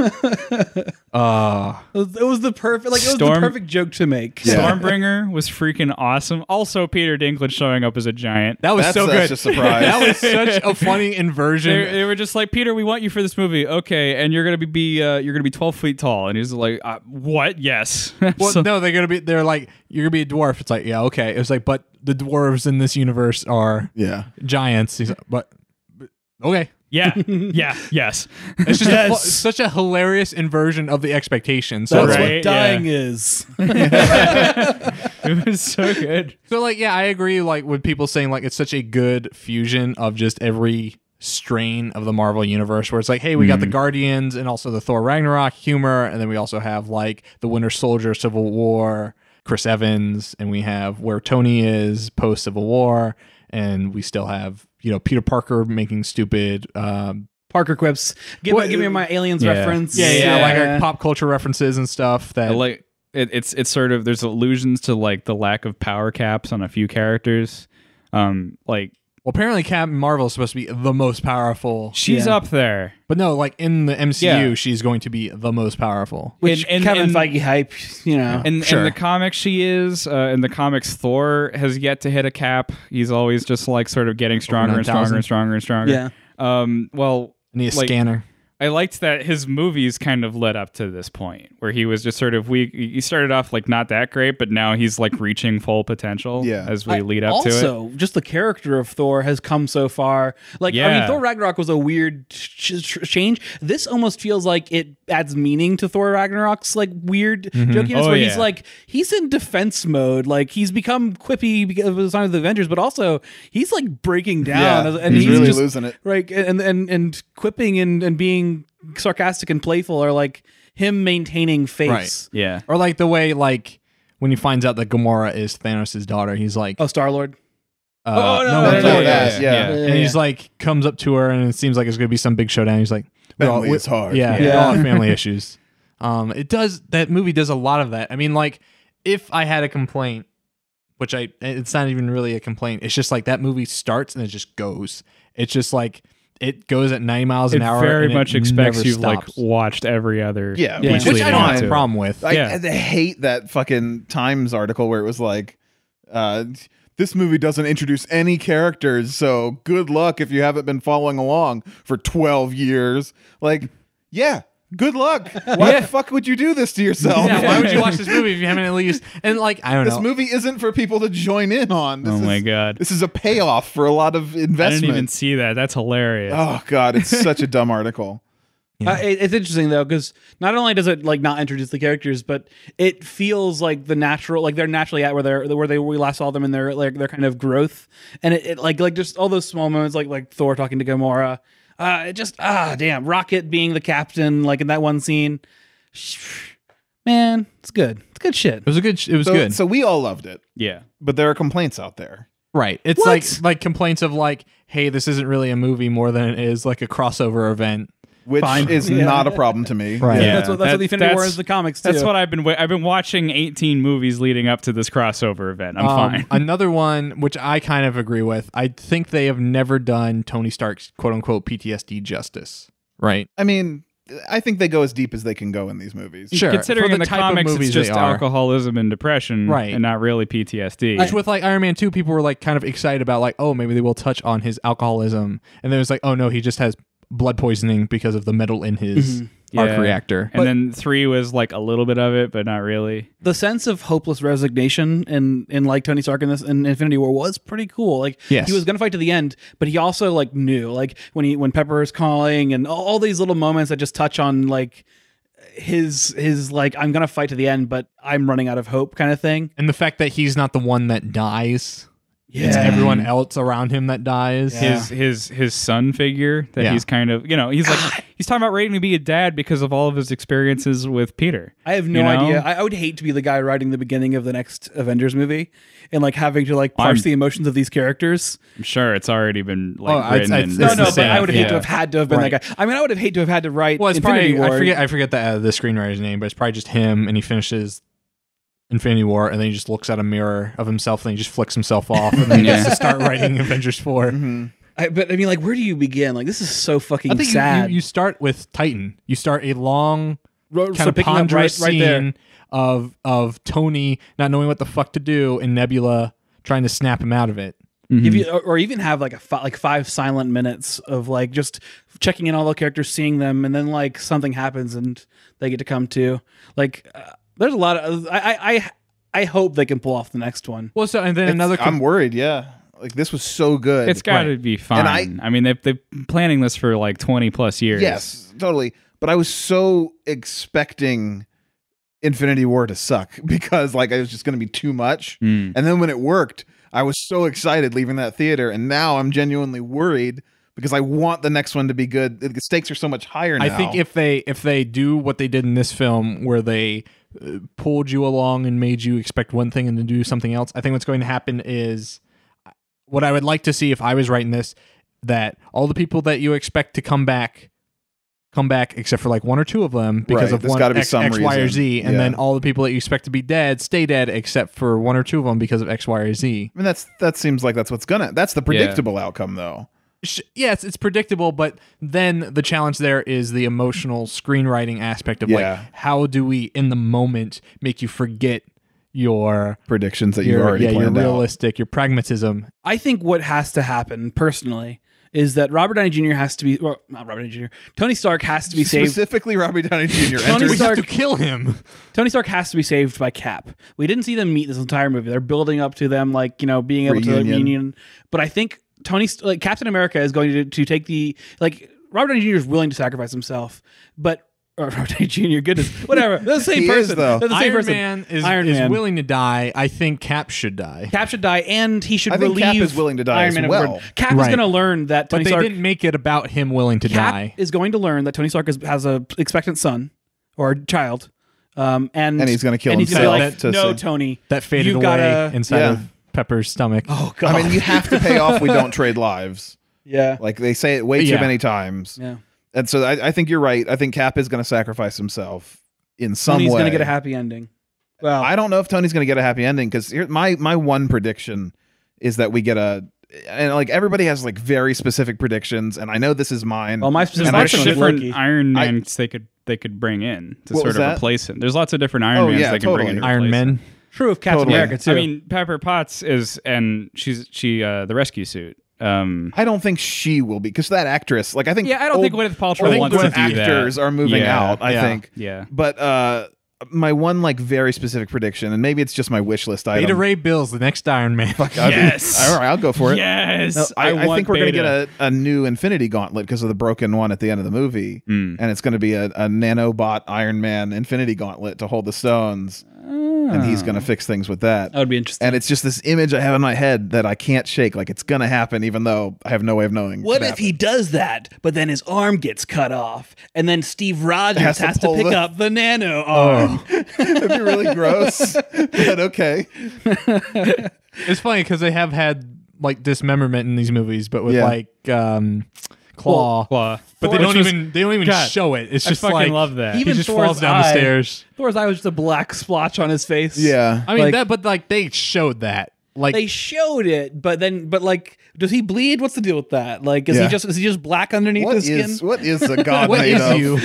Speaker 4: arm. uh
Speaker 3: It was- it was the perfect like it was the
Speaker 5: Storm-
Speaker 3: perfect joke to make.
Speaker 2: Yeah.
Speaker 5: Stormbringer was freaking awesome. Also, Peter Dinklage showing up as a giant.
Speaker 4: that was
Speaker 2: That's
Speaker 4: so
Speaker 2: such
Speaker 4: good.
Speaker 2: a surprise.
Speaker 4: that was such a funny inversion.
Speaker 5: they, they were just like Peter, we want you for this movie, okay? And you're gonna be, be uh, you're gonna be twelve feet tall, and he's like, uh, what? Yes.
Speaker 4: Well,
Speaker 5: So-
Speaker 4: no, they're gonna be. They're like, you're gonna be a dwarf. It's like, yeah, okay. It was like, but the dwarves in this universe are
Speaker 2: Yeah.
Speaker 4: giants. He's like, but, but- okay.
Speaker 5: yeah, yeah, yes.
Speaker 4: It's just a fu-
Speaker 3: Yes.
Speaker 4: such a hilarious inversion of the expectation. So,
Speaker 3: That's
Speaker 4: it's like,
Speaker 3: what
Speaker 5: Right, yeah.
Speaker 3: dying is.
Speaker 5: it was so good.
Speaker 4: so like, yeah, I agree. Like with people saying like it's such a good fusion of just every strain of the Marvel universe, where it's like, hey, we got the Guardians and also the Thor Ragnarok humor, and then we also have like the Winter Soldier, Civil War. Chris Evans, and we have where Tony is post Civil War, and we still have you know Peter Parker making stupid. Um,
Speaker 3: Parker quips. Give,
Speaker 4: What-
Speaker 3: me, give me my aliens
Speaker 5: Yeah.
Speaker 3: reference.
Speaker 4: yeah, yeah, like
Speaker 5: Yeah.
Speaker 4: uh, pop culture references and stuff that
Speaker 5: I like it, it's it's sort of there's allusions to like the lack of power caps on a few characters. Um, like
Speaker 4: Well, apparently Captain Marvel is supposed to be the most powerful.
Speaker 5: she's
Speaker 3: Yeah.
Speaker 5: up there.
Speaker 4: But no, like in the MCU,
Speaker 5: Yeah.
Speaker 4: she's going to be the most powerful.
Speaker 3: which
Speaker 5: and- and-
Speaker 3: Kevin
Speaker 5: and-
Speaker 3: Feige hype. You know,
Speaker 5: In,
Speaker 4: Sure.
Speaker 5: in the comics, she is. Uh, in the comics, Thor has yet to hit a cap. He's always just like sort of getting stronger and stronger
Speaker 4: 9,000.
Speaker 5: and stronger and stronger.
Speaker 3: Yeah.
Speaker 5: Um. Well,
Speaker 4: I need a
Speaker 5: like,
Speaker 4: scanner.
Speaker 5: I liked that his movies kind of led up to this point where he was just sort of we. He started off like not that great, but now he's like reaching full potential.
Speaker 2: Yeah.
Speaker 5: As we lead up to it.
Speaker 3: also, just the character of Thor has come so far. Like, I mean,
Speaker 5: Yeah.
Speaker 3: Thor Ragnarok was a weird ch- ch- change. This almost feels like it adds meaning to Thor Ragnarok's like weird jokiness,
Speaker 5: Oh,
Speaker 3: where
Speaker 5: yeah.
Speaker 3: he's like he's in defense mode. Like he's become quippy because of the sign of the Avengers, but also he's like breaking down,
Speaker 2: Yeah,
Speaker 3: and
Speaker 2: he's
Speaker 3: he's,
Speaker 2: really
Speaker 3: just,
Speaker 2: losing it.
Speaker 3: Right, and and and quipping and and being sarcastic and playful are like him maintaining face.
Speaker 4: Right.
Speaker 5: Yeah.
Speaker 4: Or like the way like when he finds out that Gamora is Thanos' daughter, he's like,
Speaker 3: Oh, Star Lord.
Speaker 4: uh,
Speaker 3: oh, no,
Speaker 4: one
Speaker 3: no, no,
Speaker 4: told
Speaker 2: no,
Speaker 4: us.
Speaker 2: that, yeah.
Speaker 5: yeah.
Speaker 4: And he's like comes up to her, and it seems like it's gonna be some big showdown. He's like, we all-
Speaker 2: Family
Speaker 4: we-
Speaker 2: is hard.
Speaker 4: Yeah, we
Speaker 3: Yeah.
Speaker 4: all have family issues. Um, it does that movie does a lot of that. I mean, like if I had a complaint, which I it's not even really a complaint. It's just like that movie starts and it just goes. It's just like it goes at ninety miles an
Speaker 5: it
Speaker 4: hour.
Speaker 5: very
Speaker 4: and
Speaker 5: much
Speaker 4: it
Speaker 5: expects
Speaker 4: never
Speaker 5: you've like
Speaker 4: stops.
Speaker 5: watched every other
Speaker 2: Yeah,
Speaker 3: Yeah.
Speaker 2: which
Speaker 4: which
Speaker 2: is
Speaker 4: I
Speaker 5: leading
Speaker 4: don't
Speaker 5: up
Speaker 2: fine.
Speaker 4: have
Speaker 5: to
Speaker 4: a
Speaker 5: it.
Speaker 4: problem with.
Speaker 2: I,
Speaker 5: Yeah.
Speaker 2: I hate that fucking Times article where it was like, uh, this movie doesn't introduce any characters, so good luck if you haven't been following along for 12 years. Like, yeah, good luck. Why the fuck would you do this to yourself?
Speaker 4: Yeah, why would you watch this movie if you haven't at least? And like, I don't
Speaker 2: this
Speaker 4: know.
Speaker 2: movie isn't for people to join in on. This
Speaker 5: Oh my
Speaker 2: is-
Speaker 5: God.
Speaker 2: This is a payoff for a lot of
Speaker 5: I didn't
Speaker 2: investment.
Speaker 5: even see that. That's hilarious.
Speaker 2: oh god, it's such a dumb article.
Speaker 3: Uh, it, it's interesting though because not only does it like not introduce the characters, but it feels like the natural, like they're naturally at where they're where they we last saw them in their like their kind of growth, and it, it like like just all those small moments like like Thor talking to Gamora, uh, it just ah damn Rocket being the captain like in that one scene, man, it's good, it's good shit.
Speaker 4: It was a good. sh- It was
Speaker 2: So,
Speaker 4: good.
Speaker 2: so we all loved it,
Speaker 5: Yeah.
Speaker 2: but there are complaints out there.
Speaker 4: Right. It's
Speaker 3: What?
Speaker 4: like like complaints of like, hey, this isn't really a movie more than it is like a crossover event.
Speaker 2: which
Speaker 3: Fine.
Speaker 2: is
Speaker 3: Yeah.
Speaker 2: not a problem to me.
Speaker 4: Right.
Speaker 5: Yeah.
Speaker 3: that's what that's
Speaker 5: that-
Speaker 3: what the Infinity War
Speaker 5: that's-
Speaker 3: is the comics too.
Speaker 5: That's what I've been. Wa- I've been watching 18 movies leading up to this crossover event. I'm
Speaker 4: Um,
Speaker 5: fine.
Speaker 4: another one which I kind of agree with. I think they have never done Tony Stark's quote unquote PTSD justice. Right.
Speaker 2: I mean, I think they go as deep as they can go in these movies.
Speaker 4: Sure.
Speaker 5: Considering
Speaker 4: for the
Speaker 5: in the
Speaker 4: type of
Speaker 5: comics, it's
Speaker 4: movies they
Speaker 5: just
Speaker 4: are.
Speaker 5: alcoholism and depression,
Speaker 4: Right.
Speaker 5: and not really PTSD.
Speaker 4: Which with like Iron Man 2, people were like kind of excited about like, oh, maybe they will touch on his alcoholism. And then it was like, oh no, he just has blood poisoning because of the metal in his arc
Speaker 5: Mm-hmm. Yeah.
Speaker 4: reactor.
Speaker 5: and then three was like a little bit of it, but not really.
Speaker 3: the sense of hopeless resignation in in like Tony Stark in this in Infinity War was pretty cool. Like
Speaker 4: Yes.
Speaker 3: he was gonna fight to the end, but he also like knew like when he when Pepper is calling and all, all these little moments that just touch on like his his like I'm gonna fight to the end, but I'm running out of hope kind of thing.
Speaker 4: and the fact that he's not the one that dies. It's
Speaker 3: Yeah.
Speaker 4: everyone else around him that dies.
Speaker 3: Yeah.
Speaker 5: His his his son figure that
Speaker 4: Yeah.
Speaker 5: he's kind of you know he's like he's talking about ready to be a dad because of all of his experiences with Peter.
Speaker 3: I have no
Speaker 5: You know?
Speaker 3: idea. I, I would hate to be the guy writing the beginning of the next Avengers movie and like having to like parse
Speaker 5: I'm-
Speaker 3: the emotions of these characters.
Speaker 5: I'm sure it's already been like
Speaker 4: Oh, it's-
Speaker 5: written.
Speaker 4: it's-
Speaker 5: and-
Speaker 4: it's
Speaker 3: No,
Speaker 4: This
Speaker 3: no,
Speaker 4: is
Speaker 3: but
Speaker 4: the
Speaker 3: I would have
Speaker 5: yeah.
Speaker 3: hated to have had to have been
Speaker 4: Right.
Speaker 3: that guy. I mean, I would have hated to have had to write.
Speaker 4: Well, it's
Speaker 3: Infinity
Speaker 4: probably
Speaker 3: War.
Speaker 4: I forget I forget the uh, the screenwriter's name, but it's probably just him, and he finishes Infinity War, and then he just looks at a mirror of himself, and he just flicks himself off, and then he has to start writing Avengers Four.
Speaker 3: Mm-hmm. I, but I mean, like, where do you begin? Like, this is so fucking
Speaker 4: I think you, you,
Speaker 3: sad.
Speaker 4: you start with Titan. You start a long
Speaker 3: Ro-
Speaker 4: kind
Speaker 3: so
Speaker 4: of
Speaker 3: picking up right,
Speaker 4: ponderous
Speaker 3: right there.
Speaker 4: scene of of Tony not knowing what the fuck to do, and Nebula trying to snap him out of it.
Speaker 3: Give
Speaker 5: Mm-hmm.
Speaker 4: Mm-hmm.
Speaker 3: you, or, or even have like a fi- like five silent minutes of like just checking in all the characters, seeing them, and then like something happens and they get to come to. Like, uh, there's a lot of I I I, I hope they can pull off the next one.
Speaker 4: Well, so and then another.
Speaker 2: It's- I'm worried. Yeah, like this was so good.
Speaker 5: It's got to be fine.
Speaker 2: And
Speaker 5: I, mean, they've, they've been planning this for like 20 plus years.
Speaker 2: yes, totally. But I was so expecting Infinity War to suck because like it was just going to be too
Speaker 4: Mm.
Speaker 2: much.
Speaker 5: Mm.
Speaker 2: And then when it worked, I was so excited leaving that theater, and now I'm genuinely worried because I want the next one to be good. The stakes are so much higher now.
Speaker 4: I think if they if they do what they did in this film, where they uh, pulled you along and made you expect one thing and then do something else, I think what's going to happen is what I would like to see if I was writing this that all the people that you expect to come back come back except for like one or two of them because
Speaker 2: Right,
Speaker 4: of
Speaker 2: there's
Speaker 4: one
Speaker 2: gotta be
Speaker 4: X-
Speaker 2: some
Speaker 4: X, Y, or
Speaker 2: reason.
Speaker 4: Z, and
Speaker 2: Yeah.
Speaker 4: then all the people that you expect to be dead stay dead except for one or two of them because of X, Y, or Z.
Speaker 2: I mean that's that seems like that's what's gonna that's the predictable outcome though.
Speaker 4: Sh- yes, it's predictable, but then the challenge there is the emotional screenwriting aspect of
Speaker 2: Yeah.
Speaker 4: like how do we in the moment make you forget your
Speaker 2: Predictions that you've
Speaker 4: your
Speaker 2: already
Speaker 4: yeah, your
Speaker 2: planned out.
Speaker 4: realistic, your pragmatism.
Speaker 3: I think what has to happen personally is that Robert Downey Jr. has to be, well, not Robert Downey Jr. Tony Stark has to be saved.
Speaker 2: Specifically, Robbie Downey Jr.
Speaker 3: Tony
Speaker 2: enters-
Speaker 4: We have
Speaker 3: Stark-
Speaker 4: to kill him.
Speaker 3: Tony Stark has to be saved by Cap. We didn't see them meet this entire movie. They're building up to them, like you know, being able to
Speaker 2: Reunion.
Speaker 3: reunion. But I think Tony, St- like Captain America, is going to, to take the like Robert Downey Jr. is willing to sacrifice himself, but or Robert Downey Jr. Goodness, whatever. They're the same
Speaker 2: He is,
Speaker 3: person.
Speaker 2: though.
Speaker 3: They're the same
Speaker 4: Iron
Speaker 3: person.
Speaker 4: Man is,
Speaker 3: Iron
Speaker 4: is
Speaker 3: Man.
Speaker 4: willing to die. I think Cap should die.
Speaker 3: Cap should die, and he should
Speaker 2: I think
Speaker 3: relieve.
Speaker 2: Cap is willing to die
Speaker 3: Iron
Speaker 2: as
Speaker 3: Man of
Speaker 2: well.
Speaker 3: burden. Cap is
Speaker 4: Right.
Speaker 3: going to learn that Tony
Speaker 4: But they
Speaker 3: Stark
Speaker 4: didn't make it about him willing to
Speaker 3: Cap
Speaker 4: die.
Speaker 3: is going to learn that Tony Stark is, has a expectant son or child, um, and
Speaker 2: And he's gonna kill
Speaker 3: and he's
Speaker 2: himself
Speaker 3: Gonna be
Speaker 2: to
Speaker 3: like, no,
Speaker 2: see-
Speaker 3: Tony,
Speaker 4: That faded
Speaker 3: you
Speaker 4: away
Speaker 3: gotta-
Speaker 4: inside
Speaker 2: Yeah.
Speaker 4: of Pepper's stomach.
Speaker 3: Oh God!
Speaker 2: I mean, you have to pay off. We don't trade lives.
Speaker 3: yeah,
Speaker 2: Like they say it way too
Speaker 4: Yeah.
Speaker 2: many times.
Speaker 3: yeah.
Speaker 2: And so I, I think you're right. I think Cap is going to sacrifice himself in some
Speaker 3: Tony's
Speaker 2: way.
Speaker 3: gonna get a happy ending. Well,
Speaker 2: I don't know if Tony's going to get a happy ending because my my one prediction is that we get a and like everybody has like very specific predictions, and I know this is mine.
Speaker 3: well, my
Speaker 5: There's
Speaker 3: specific
Speaker 2: And I
Speaker 5: lots of
Speaker 2: should've-
Speaker 3: question is
Speaker 5: different
Speaker 3: Loki.
Speaker 5: Iron
Speaker 2: I-
Speaker 5: Mans they could they could bring in to
Speaker 2: What
Speaker 5: sort
Speaker 2: was
Speaker 5: of
Speaker 2: that?
Speaker 5: replace him. There's lots of different Iron
Speaker 2: Oh,
Speaker 5: Mans
Speaker 2: yeah,
Speaker 5: they can bring in. to
Speaker 2: totally.
Speaker 4: Iron
Speaker 5: replace him.
Speaker 4: Men.
Speaker 3: True of Captain
Speaker 2: Totally.
Speaker 3: America too.
Speaker 5: I mean, Pepper Potts is, and she's she uh, the rescue suit. Um,
Speaker 2: I don't think she will be because that actress. Like I think
Speaker 5: yeah, I don't
Speaker 2: old-
Speaker 5: think Gwyneth Paltrow
Speaker 2: I think
Speaker 5: wants
Speaker 2: when
Speaker 5: to do that.
Speaker 2: actors are moving
Speaker 5: Yeah,
Speaker 2: out. I
Speaker 4: yeah.
Speaker 2: think.
Speaker 5: Yeah.
Speaker 2: But uh, my one like very specific prediction, and maybe it's just my wish list item.
Speaker 4: Beta Ray Bill's the next Iron Man.
Speaker 2: I'd be-
Speaker 5: Yes.
Speaker 2: all right, I'll go for it.
Speaker 5: Yes,
Speaker 2: No, I, I,
Speaker 5: want
Speaker 2: think we're
Speaker 5: beta.
Speaker 2: going to get a, a new Infinity Gauntlet because of the broken one at the end of the movie. And it's going to be a, a nanobot Iron Man Infinity Gauntlet to hold the stones. And he's going to fix things with that.
Speaker 3: that would be interesting.
Speaker 2: And it's just this image I have in my head that I can't shake. Like it's going to happen, even though I have no way of knowing.
Speaker 3: What
Speaker 2: it
Speaker 3: if he does that, but then his arm gets cut off, and then Steve Rogers has,
Speaker 2: Has to
Speaker 3: to,
Speaker 2: pull
Speaker 3: pick
Speaker 2: the- Oh.
Speaker 3: up the nano arm?
Speaker 2: happened. That'd be really gross. but okay.
Speaker 4: It's funny because they have had like dismemberment in these movies, but with
Speaker 2: Yeah.
Speaker 4: like um, claw,
Speaker 5: Claw.
Speaker 4: But they
Speaker 5: Which
Speaker 4: don't
Speaker 5: was-
Speaker 4: even they don't even
Speaker 5: God,
Speaker 4: show it. It's
Speaker 5: I
Speaker 4: just
Speaker 5: fucking
Speaker 4: like
Speaker 5: love that.
Speaker 4: He
Speaker 3: Even
Speaker 4: just
Speaker 3: Thor's
Speaker 4: falls down the
Speaker 3: eye.
Speaker 4: stairs.
Speaker 3: Thor's eye was just a black splotch on his face.
Speaker 2: Yeah.
Speaker 4: I mean
Speaker 3: Like-
Speaker 4: that, but like they showed that. Like
Speaker 3: they showed it, but then, but like, does he bleed? What's the deal with that? Like, is he
Speaker 2: Yeah.
Speaker 3: just is he just black underneath
Speaker 2: What
Speaker 3: his skin?
Speaker 2: is, what is a god
Speaker 4: what
Speaker 2: made
Speaker 4: is
Speaker 2: of?
Speaker 4: you?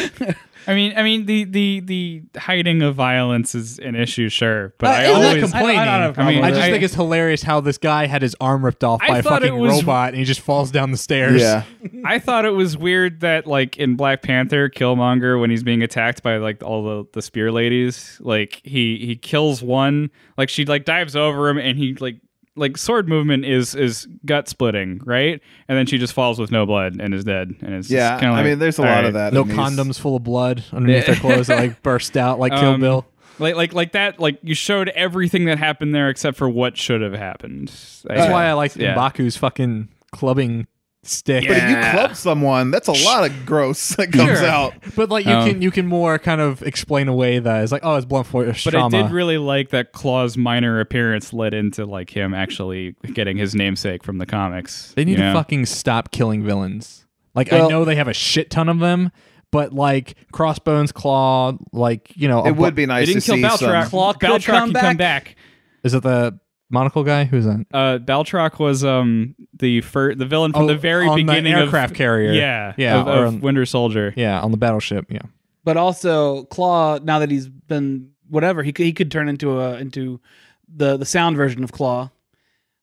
Speaker 5: I mean, I mean, the the the hiding of violence is an issue, sure, but
Speaker 3: Uh,
Speaker 5: I
Speaker 3: it's
Speaker 4: I'm
Speaker 3: not
Speaker 4: not
Speaker 5: always
Speaker 3: compl-
Speaker 4: complaining.
Speaker 3: I don't- I don't have a problem
Speaker 4: I, mean, I
Speaker 5: with
Speaker 4: just
Speaker 5: it.
Speaker 4: think it's hilarious how this guy had his arm ripped off
Speaker 5: I
Speaker 4: by a
Speaker 5: thought
Speaker 4: fucking
Speaker 5: it was-
Speaker 4: robot and he just falls down the stairs.
Speaker 2: Yeah.
Speaker 5: I thought it was weird that like in Black Panther, Killmonger when he's being attacked by like all the, the spear ladies, like he he kills one, like she like dives over him and he like like sword movement is is gut splitting, right? And then she just falls with no blood and is dead. And it's
Speaker 2: Yeah.
Speaker 5: kind of
Speaker 2: I mean, there's a lot of that.
Speaker 4: No
Speaker 2: in these-
Speaker 4: condoms full of blood underneath their clothes that like burst out like Kill
Speaker 5: Um,
Speaker 4: Bill.
Speaker 5: Like like like that. Like you showed everything that happened there except for what should have happened.
Speaker 4: That's why I liked
Speaker 5: yeah.
Speaker 4: Mbaku's fucking clubbing stick.
Speaker 2: But if you club someone, that's a lot of gross that comes
Speaker 4: Sure.
Speaker 2: out.
Speaker 4: But like you
Speaker 5: Um,
Speaker 4: can you can more kind of explain away that it's like oh it's blunt force
Speaker 5: But
Speaker 4: trauma.
Speaker 5: I did really like that Claw's minor appearance led into like him actually getting his namesake from the comics.
Speaker 4: they need
Speaker 5: you
Speaker 4: to
Speaker 5: know?
Speaker 4: fucking stop killing villains. Like I
Speaker 2: Well-
Speaker 4: know they have a shit ton of them, but like Crossbones, Claw, like you know a
Speaker 2: It
Speaker 4: bu-
Speaker 2: would be nice
Speaker 5: They didn't
Speaker 2: to
Speaker 5: kill
Speaker 2: see
Speaker 5: Baltrock.
Speaker 2: some.
Speaker 3: Claw could
Speaker 5: Baltrock
Speaker 3: come
Speaker 5: could
Speaker 3: back.
Speaker 5: come back.
Speaker 4: Is it the monocle guy? Who's that?
Speaker 5: Uh, Baltrock was um the fir- the villain from
Speaker 4: Oh,
Speaker 5: the very
Speaker 4: on the
Speaker 5: beginning
Speaker 4: aircraft
Speaker 5: of,
Speaker 4: carrier.
Speaker 5: Yeah,
Speaker 4: Yeah,
Speaker 5: of,
Speaker 4: or
Speaker 5: of
Speaker 4: on-
Speaker 5: Winter Soldier.
Speaker 4: Yeah, on the battleship. Yeah.
Speaker 3: But also, Claw, now that he's been whatever, he could, he could turn into a into the the sound version of Claw,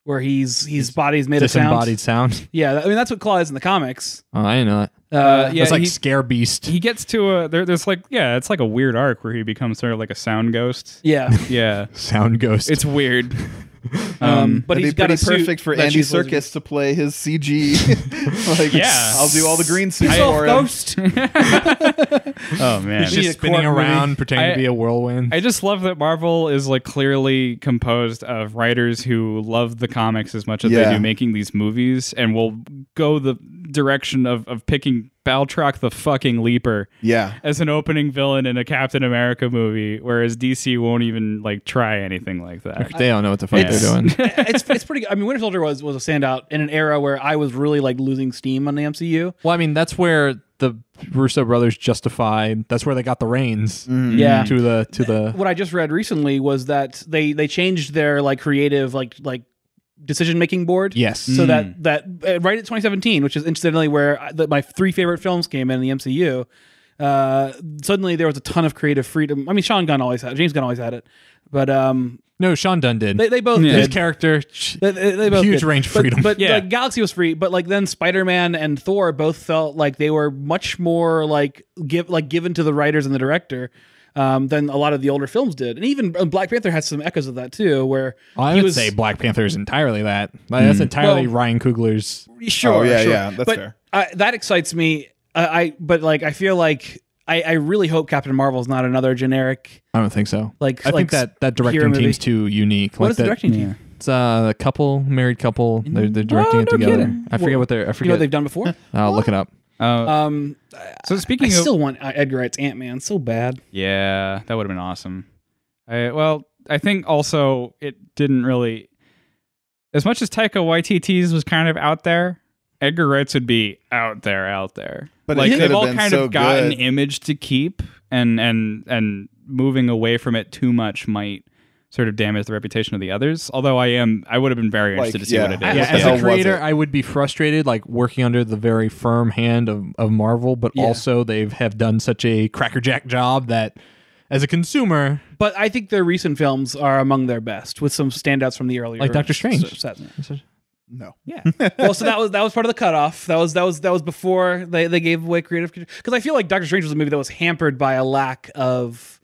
Speaker 3: where he's his body's made of sound.
Speaker 4: Disembodied sound.
Speaker 3: Yeah, I mean that's what Claw is in the comics.
Speaker 4: Oh, I didn't know that.
Speaker 3: Uh,
Speaker 5: Uh, yeah,
Speaker 4: It's like
Speaker 5: he,
Speaker 4: Scare Beast.
Speaker 5: he gets to a there, there's like yeah, it's like a weird arc where he becomes sort of like a sound ghost.
Speaker 3: yeah.
Speaker 5: Yeah,
Speaker 4: sound ghost.
Speaker 5: it's weird.
Speaker 3: Um, but
Speaker 2: It'd
Speaker 3: he's
Speaker 2: be
Speaker 3: got
Speaker 2: pretty
Speaker 3: a suit
Speaker 2: perfect for
Speaker 3: that
Speaker 2: Andy
Speaker 3: she's lizard-
Speaker 2: Circus to play his CG. like,
Speaker 5: Yeah.
Speaker 2: I'll do all the green suit
Speaker 3: Piss off,
Speaker 2: for him.
Speaker 3: Ghost.
Speaker 5: oh man,
Speaker 4: He's
Speaker 3: need a
Speaker 4: just spinning
Speaker 3: court
Speaker 4: around,
Speaker 3: movie.
Speaker 4: pretending
Speaker 5: I-
Speaker 4: to be a whirlwind.
Speaker 5: I just love that Marvel is like clearly composed of writers who love the comics as much as they
Speaker 2: Yeah.
Speaker 5: do making these movies and will go the direction of, of picking Baltrock the fucking Leaper
Speaker 2: Yeah.
Speaker 5: as an opening villain in a Captain America movie, whereas DC won't even like try anything like that.
Speaker 4: They all know what the fuck they're doing.
Speaker 3: it's it's pretty. I mean, Winter Soldier was was a standout in an era where I was really like losing steam on the MCU.
Speaker 4: Well, I mean, that's where the Russo brothers justified. That's where they got the reins
Speaker 5: Mm.
Speaker 2: Mm-hmm.
Speaker 3: Yeah.
Speaker 4: to the to the.
Speaker 3: What I just read recently was that they they changed their like creative like like decision making board.
Speaker 4: Yes.
Speaker 3: So that that uh, right at 2017, which is incidentally where I, that my three favorite films came in, the MCU. Uh, suddenly there was a ton of creative freedom. I mean, Sean Gunn always had, it, James Gunn always had it, but um,
Speaker 4: No, Sean Dunn did.
Speaker 3: they, they both
Speaker 5: Yeah.
Speaker 4: His
Speaker 3: did.
Speaker 4: character.
Speaker 3: They, they- they both
Speaker 4: Huge
Speaker 3: did.
Speaker 4: range of
Speaker 3: But-
Speaker 4: freedom.
Speaker 3: But
Speaker 5: Yeah.
Speaker 3: like, Galaxy was free. But like then Spider Man and Thor both felt like they were much more like give like given to the writers and the director. Um, than a lot of the older films did, and even uh, Black Panther has some echoes of that too. Where
Speaker 4: I
Speaker 3: he
Speaker 4: would
Speaker 3: was
Speaker 4: say Black Panther is entirely that. Like, That's entirely
Speaker 3: Well-
Speaker 4: Ryan Coogler's.
Speaker 3: sure,
Speaker 2: Oh, yeah,
Speaker 3: sure.
Speaker 2: yeah, that's
Speaker 3: but,
Speaker 2: fair.
Speaker 3: I, that excites me. I, I but like I feel like I, I really hope Captain Marvel's not another generic
Speaker 4: I don't think so.
Speaker 3: like
Speaker 4: I
Speaker 3: like
Speaker 4: think that that
Speaker 3: hero
Speaker 4: directing
Speaker 3: movie.
Speaker 4: team's too unique.
Speaker 3: What
Speaker 4: like
Speaker 3: is the
Speaker 4: that-
Speaker 3: directing team?
Speaker 4: It's uh, a couple, married couple. They're, they're directing it
Speaker 5: no
Speaker 4: together.
Speaker 5: kidding.
Speaker 4: I forget what they're.
Speaker 3: You know
Speaker 4: I
Speaker 3: what
Speaker 4: forget.
Speaker 3: they've done before.
Speaker 4: I'll look it up.
Speaker 5: Uh,
Speaker 3: Um,
Speaker 5: so
Speaker 3: I
Speaker 5: speaking of,
Speaker 3: still want uh, Edgar Wright's Ant Man so bad.
Speaker 5: yeah, that would have been awesome. I, well, I think also it didn't really, as much as Taika Waititi's was kind of out there. Edgar Wright's would be out there, out there.
Speaker 2: But
Speaker 5: like
Speaker 2: it could
Speaker 5: they've
Speaker 2: have
Speaker 5: all
Speaker 2: been
Speaker 5: kind
Speaker 2: so
Speaker 5: of got an
Speaker 2: good.
Speaker 5: image to keep, and and and moving away from it too much might sort of damage the reputation of the others. Although I am, I would have been very
Speaker 2: Like,
Speaker 5: interested to see
Speaker 2: yeah.
Speaker 5: what it is.
Speaker 2: I-
Speaker 4: yeah,
Speaker 2: What the
Speaker 4: as
Speaker 2: hell
Speaker 4: a
Speaker 2: was
Speaker 4: creator,
Speaker 2: it?
Speaker 4: I would be frustrated, like working under the very firm hand of, of Marvel, but also they've have done such a crackerjack job that, as a consumer,
Speaker 3: But I think their recent films are among their best, with some standouts from the earlier,
Speaker 4: Like Doctor Strange.
Speaker 3: s- sets.
Speaker 2: No.
Speaker 3: well, so that was that was part of the cutoff. That was that was that was before they, they gave away creative because I feel like Doctor Strange was a movie that was hampered by a lack of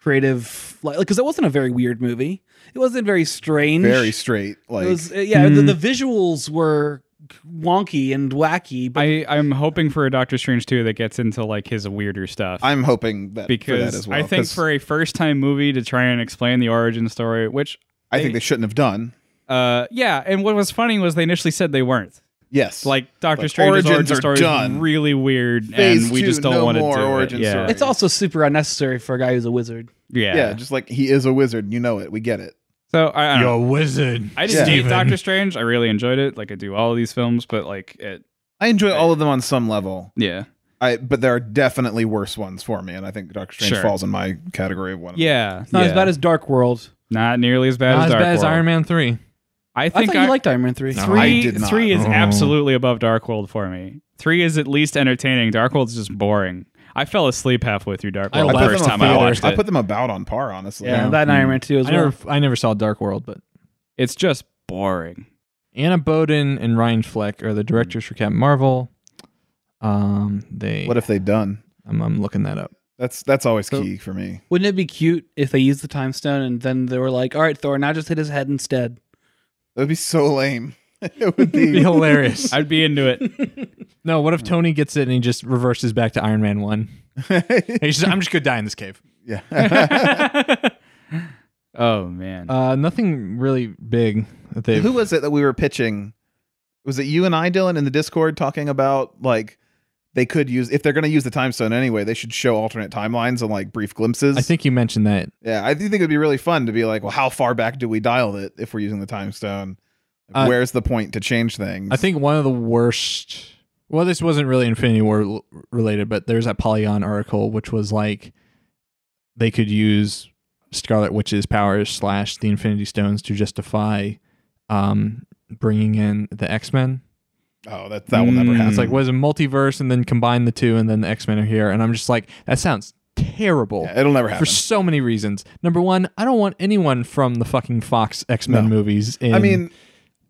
Speaker 3: creative, like because it wasn't a very weird movie. It wasn't very strange.
Speaker 2: Very straight. Like
Speaker 3: It was uh, yeah. The,
Speaker 4: Mm.
Speaker 3: the visuals were wonky and wacky, but
Speaker 5: I, I'm hoping for a Doctor Strange 2 that gets into like his weirder stuff.
Speaker 2: I'm hoping that for that
Speaker 5: because
Speaker 2: as well.
Speaker 5: I think
Speaker 2: 'cause
Speaker 5: for a first time movie to try and explain the origin story, which
Speaker 2: I think they shouldn't have done.
Speaker 5: uh yeah, and what was funny was they initially said they weren't.
Speaker 2: Yes.
Speaker 5: Like Doctor
Speaker 2: Like,
Speaker 5: Strange's
Speaker 2: origins
Speaker 5: origin
Speaker 2: are
Speaker 5: story
Speaker 2: done.
Speaker 5: is really weird
Speaker 2: Phase
Speaker 5: and we
Speaker 2: two,
Speaker 5: just don't
Speaker 2: no
Speaker 5: want to
Speaker 2: more
Speaker 5: do
Speaker 2: origin
Speaker 5: it. Yeah.
Speaker 2: story.
Speaker 3: it's also super unnecessary for a guy who's a wizard.
Speaker 5: yeah.
Speaker 2: yeah. just like he is a wizard. You know it. We get it.
Speaker 5: So I, I don't know.
Speaker 4: wizard.
Speaker 5: I just
Speaker 2: Yeah.
Speaker 5: hate Doctor Strange. I really enjoyed it. Like I do all of these films, but like it
Speaker 2: I enjoy all of them on some level.
Speaker 5: yeah.
Speaker 2: I but there are definitely worse ones for me, and I think Doctor Strange
Speaker 5: Sure.
Speaker 2: falls in my category of one. Of
Speaker 5: Yeah.
Speaker 3: It's not as
Speaker 5: yeah.
Speaker 3: bad as Dark World.
Speaker 5: not nearly as bad
Speaker 4: Not
Speaker 5: as
Speaker 4: as
Speaker 5: Dark
Speaker 4: bad as
Speaker 5: World.
Speaker 4: Iron Man three.
Speaker 5: I
Speaker 3: I,
Speaker 5: think
Speaker 3: thought you liked Iron Man three.
Speaker 4: No.
Speaker 5: Three,
Speaker 2: I did not.
Speaker 5: three is
Speaker 4: Oh.
Speaker 5: absolutely above Darkhold for me. Three is at least entertaining. Darkhold's just boring. I love them. I fell asleep halfway through Darkhold
Speaker 4: I
Speaker 5: the
Speaker 2: them. I put,
Speaker 5: first
Speaker 2: them
Speaker 5: time
Speaker 2: about-
Speaker 5: I watched it.
Speaker 2: I put them about on par, honestly.
Speaker 3: Yeah, that and Iron Man two as
Speaker 4: I
Speaker 3: well.
Speaker 4: never I never saw Dark World, but
Speaker 5: it's just boring.
Speaker 4: Anna Boden and Ryan Fleck are the directors for Captain Marvel. Um, they.
Speaker 2: What if they done?
Speaker 4: I'm, I'm looking that up?
Speaker 2: That's that's always
Speaker 4: So-
Speaker 2: key for me.
Speaker 3: Wouldn't it be cute if they used the time stone and then they were like, "All right, Thor, now just hit his head instead."
Speaker 2: That would be so lame. it would
Speaker 4: It'd be
Speaker 2: be.
Speaker 4: hilarious.
Speaker 5: I'd be into it.
Speaker 4: no, what if Tony gets it and he just reverses back to Iron Man one? He's just, I'm just gonna die in this cave.
Speaker 2: yeah.
Speaker 5: oh man.
Speaker 4: Uh, nothing really big that they've.
Speaker 2: Who was it that we were pitching? Was it you and I, Dylan, in the Discord talking about like they could use if they're going to use the time stone anyway, they should show alternate timelines and like brief glimpses.
Speaker 4: I think you mentioned that.
Speaker 2: Yeah, I do think it'd be really fun to be like, well, how far back do we dial it if we're using the time stone?
Speaker 4: Uh,
Speaker 2: Where's the point to change things?
Speaker 4: I think one of the worst. Well, this wasn't really Infinity War l- related, but there's that Polygon article, which was like they could use Scarlet Witch's powers slash the Infinity Stones to justify um, bringing in the X Men.
Speaker 2: Oh, that that will never
Speaker 5: Mm.
Speaker 2: happen.
Speaker 4: It's like was a multiverse, and then combine the two, and then the X Men are here, and I'm just like, that sounds terrible.
Speaker 2: Yeah, it'll never happen.
Speaker 4: for so many reasons. Number one, I don't want anyone from the fucking Fox X Men
Speaker 2: No.
Speaker 4: movies. In,
Speaker 2: I mean,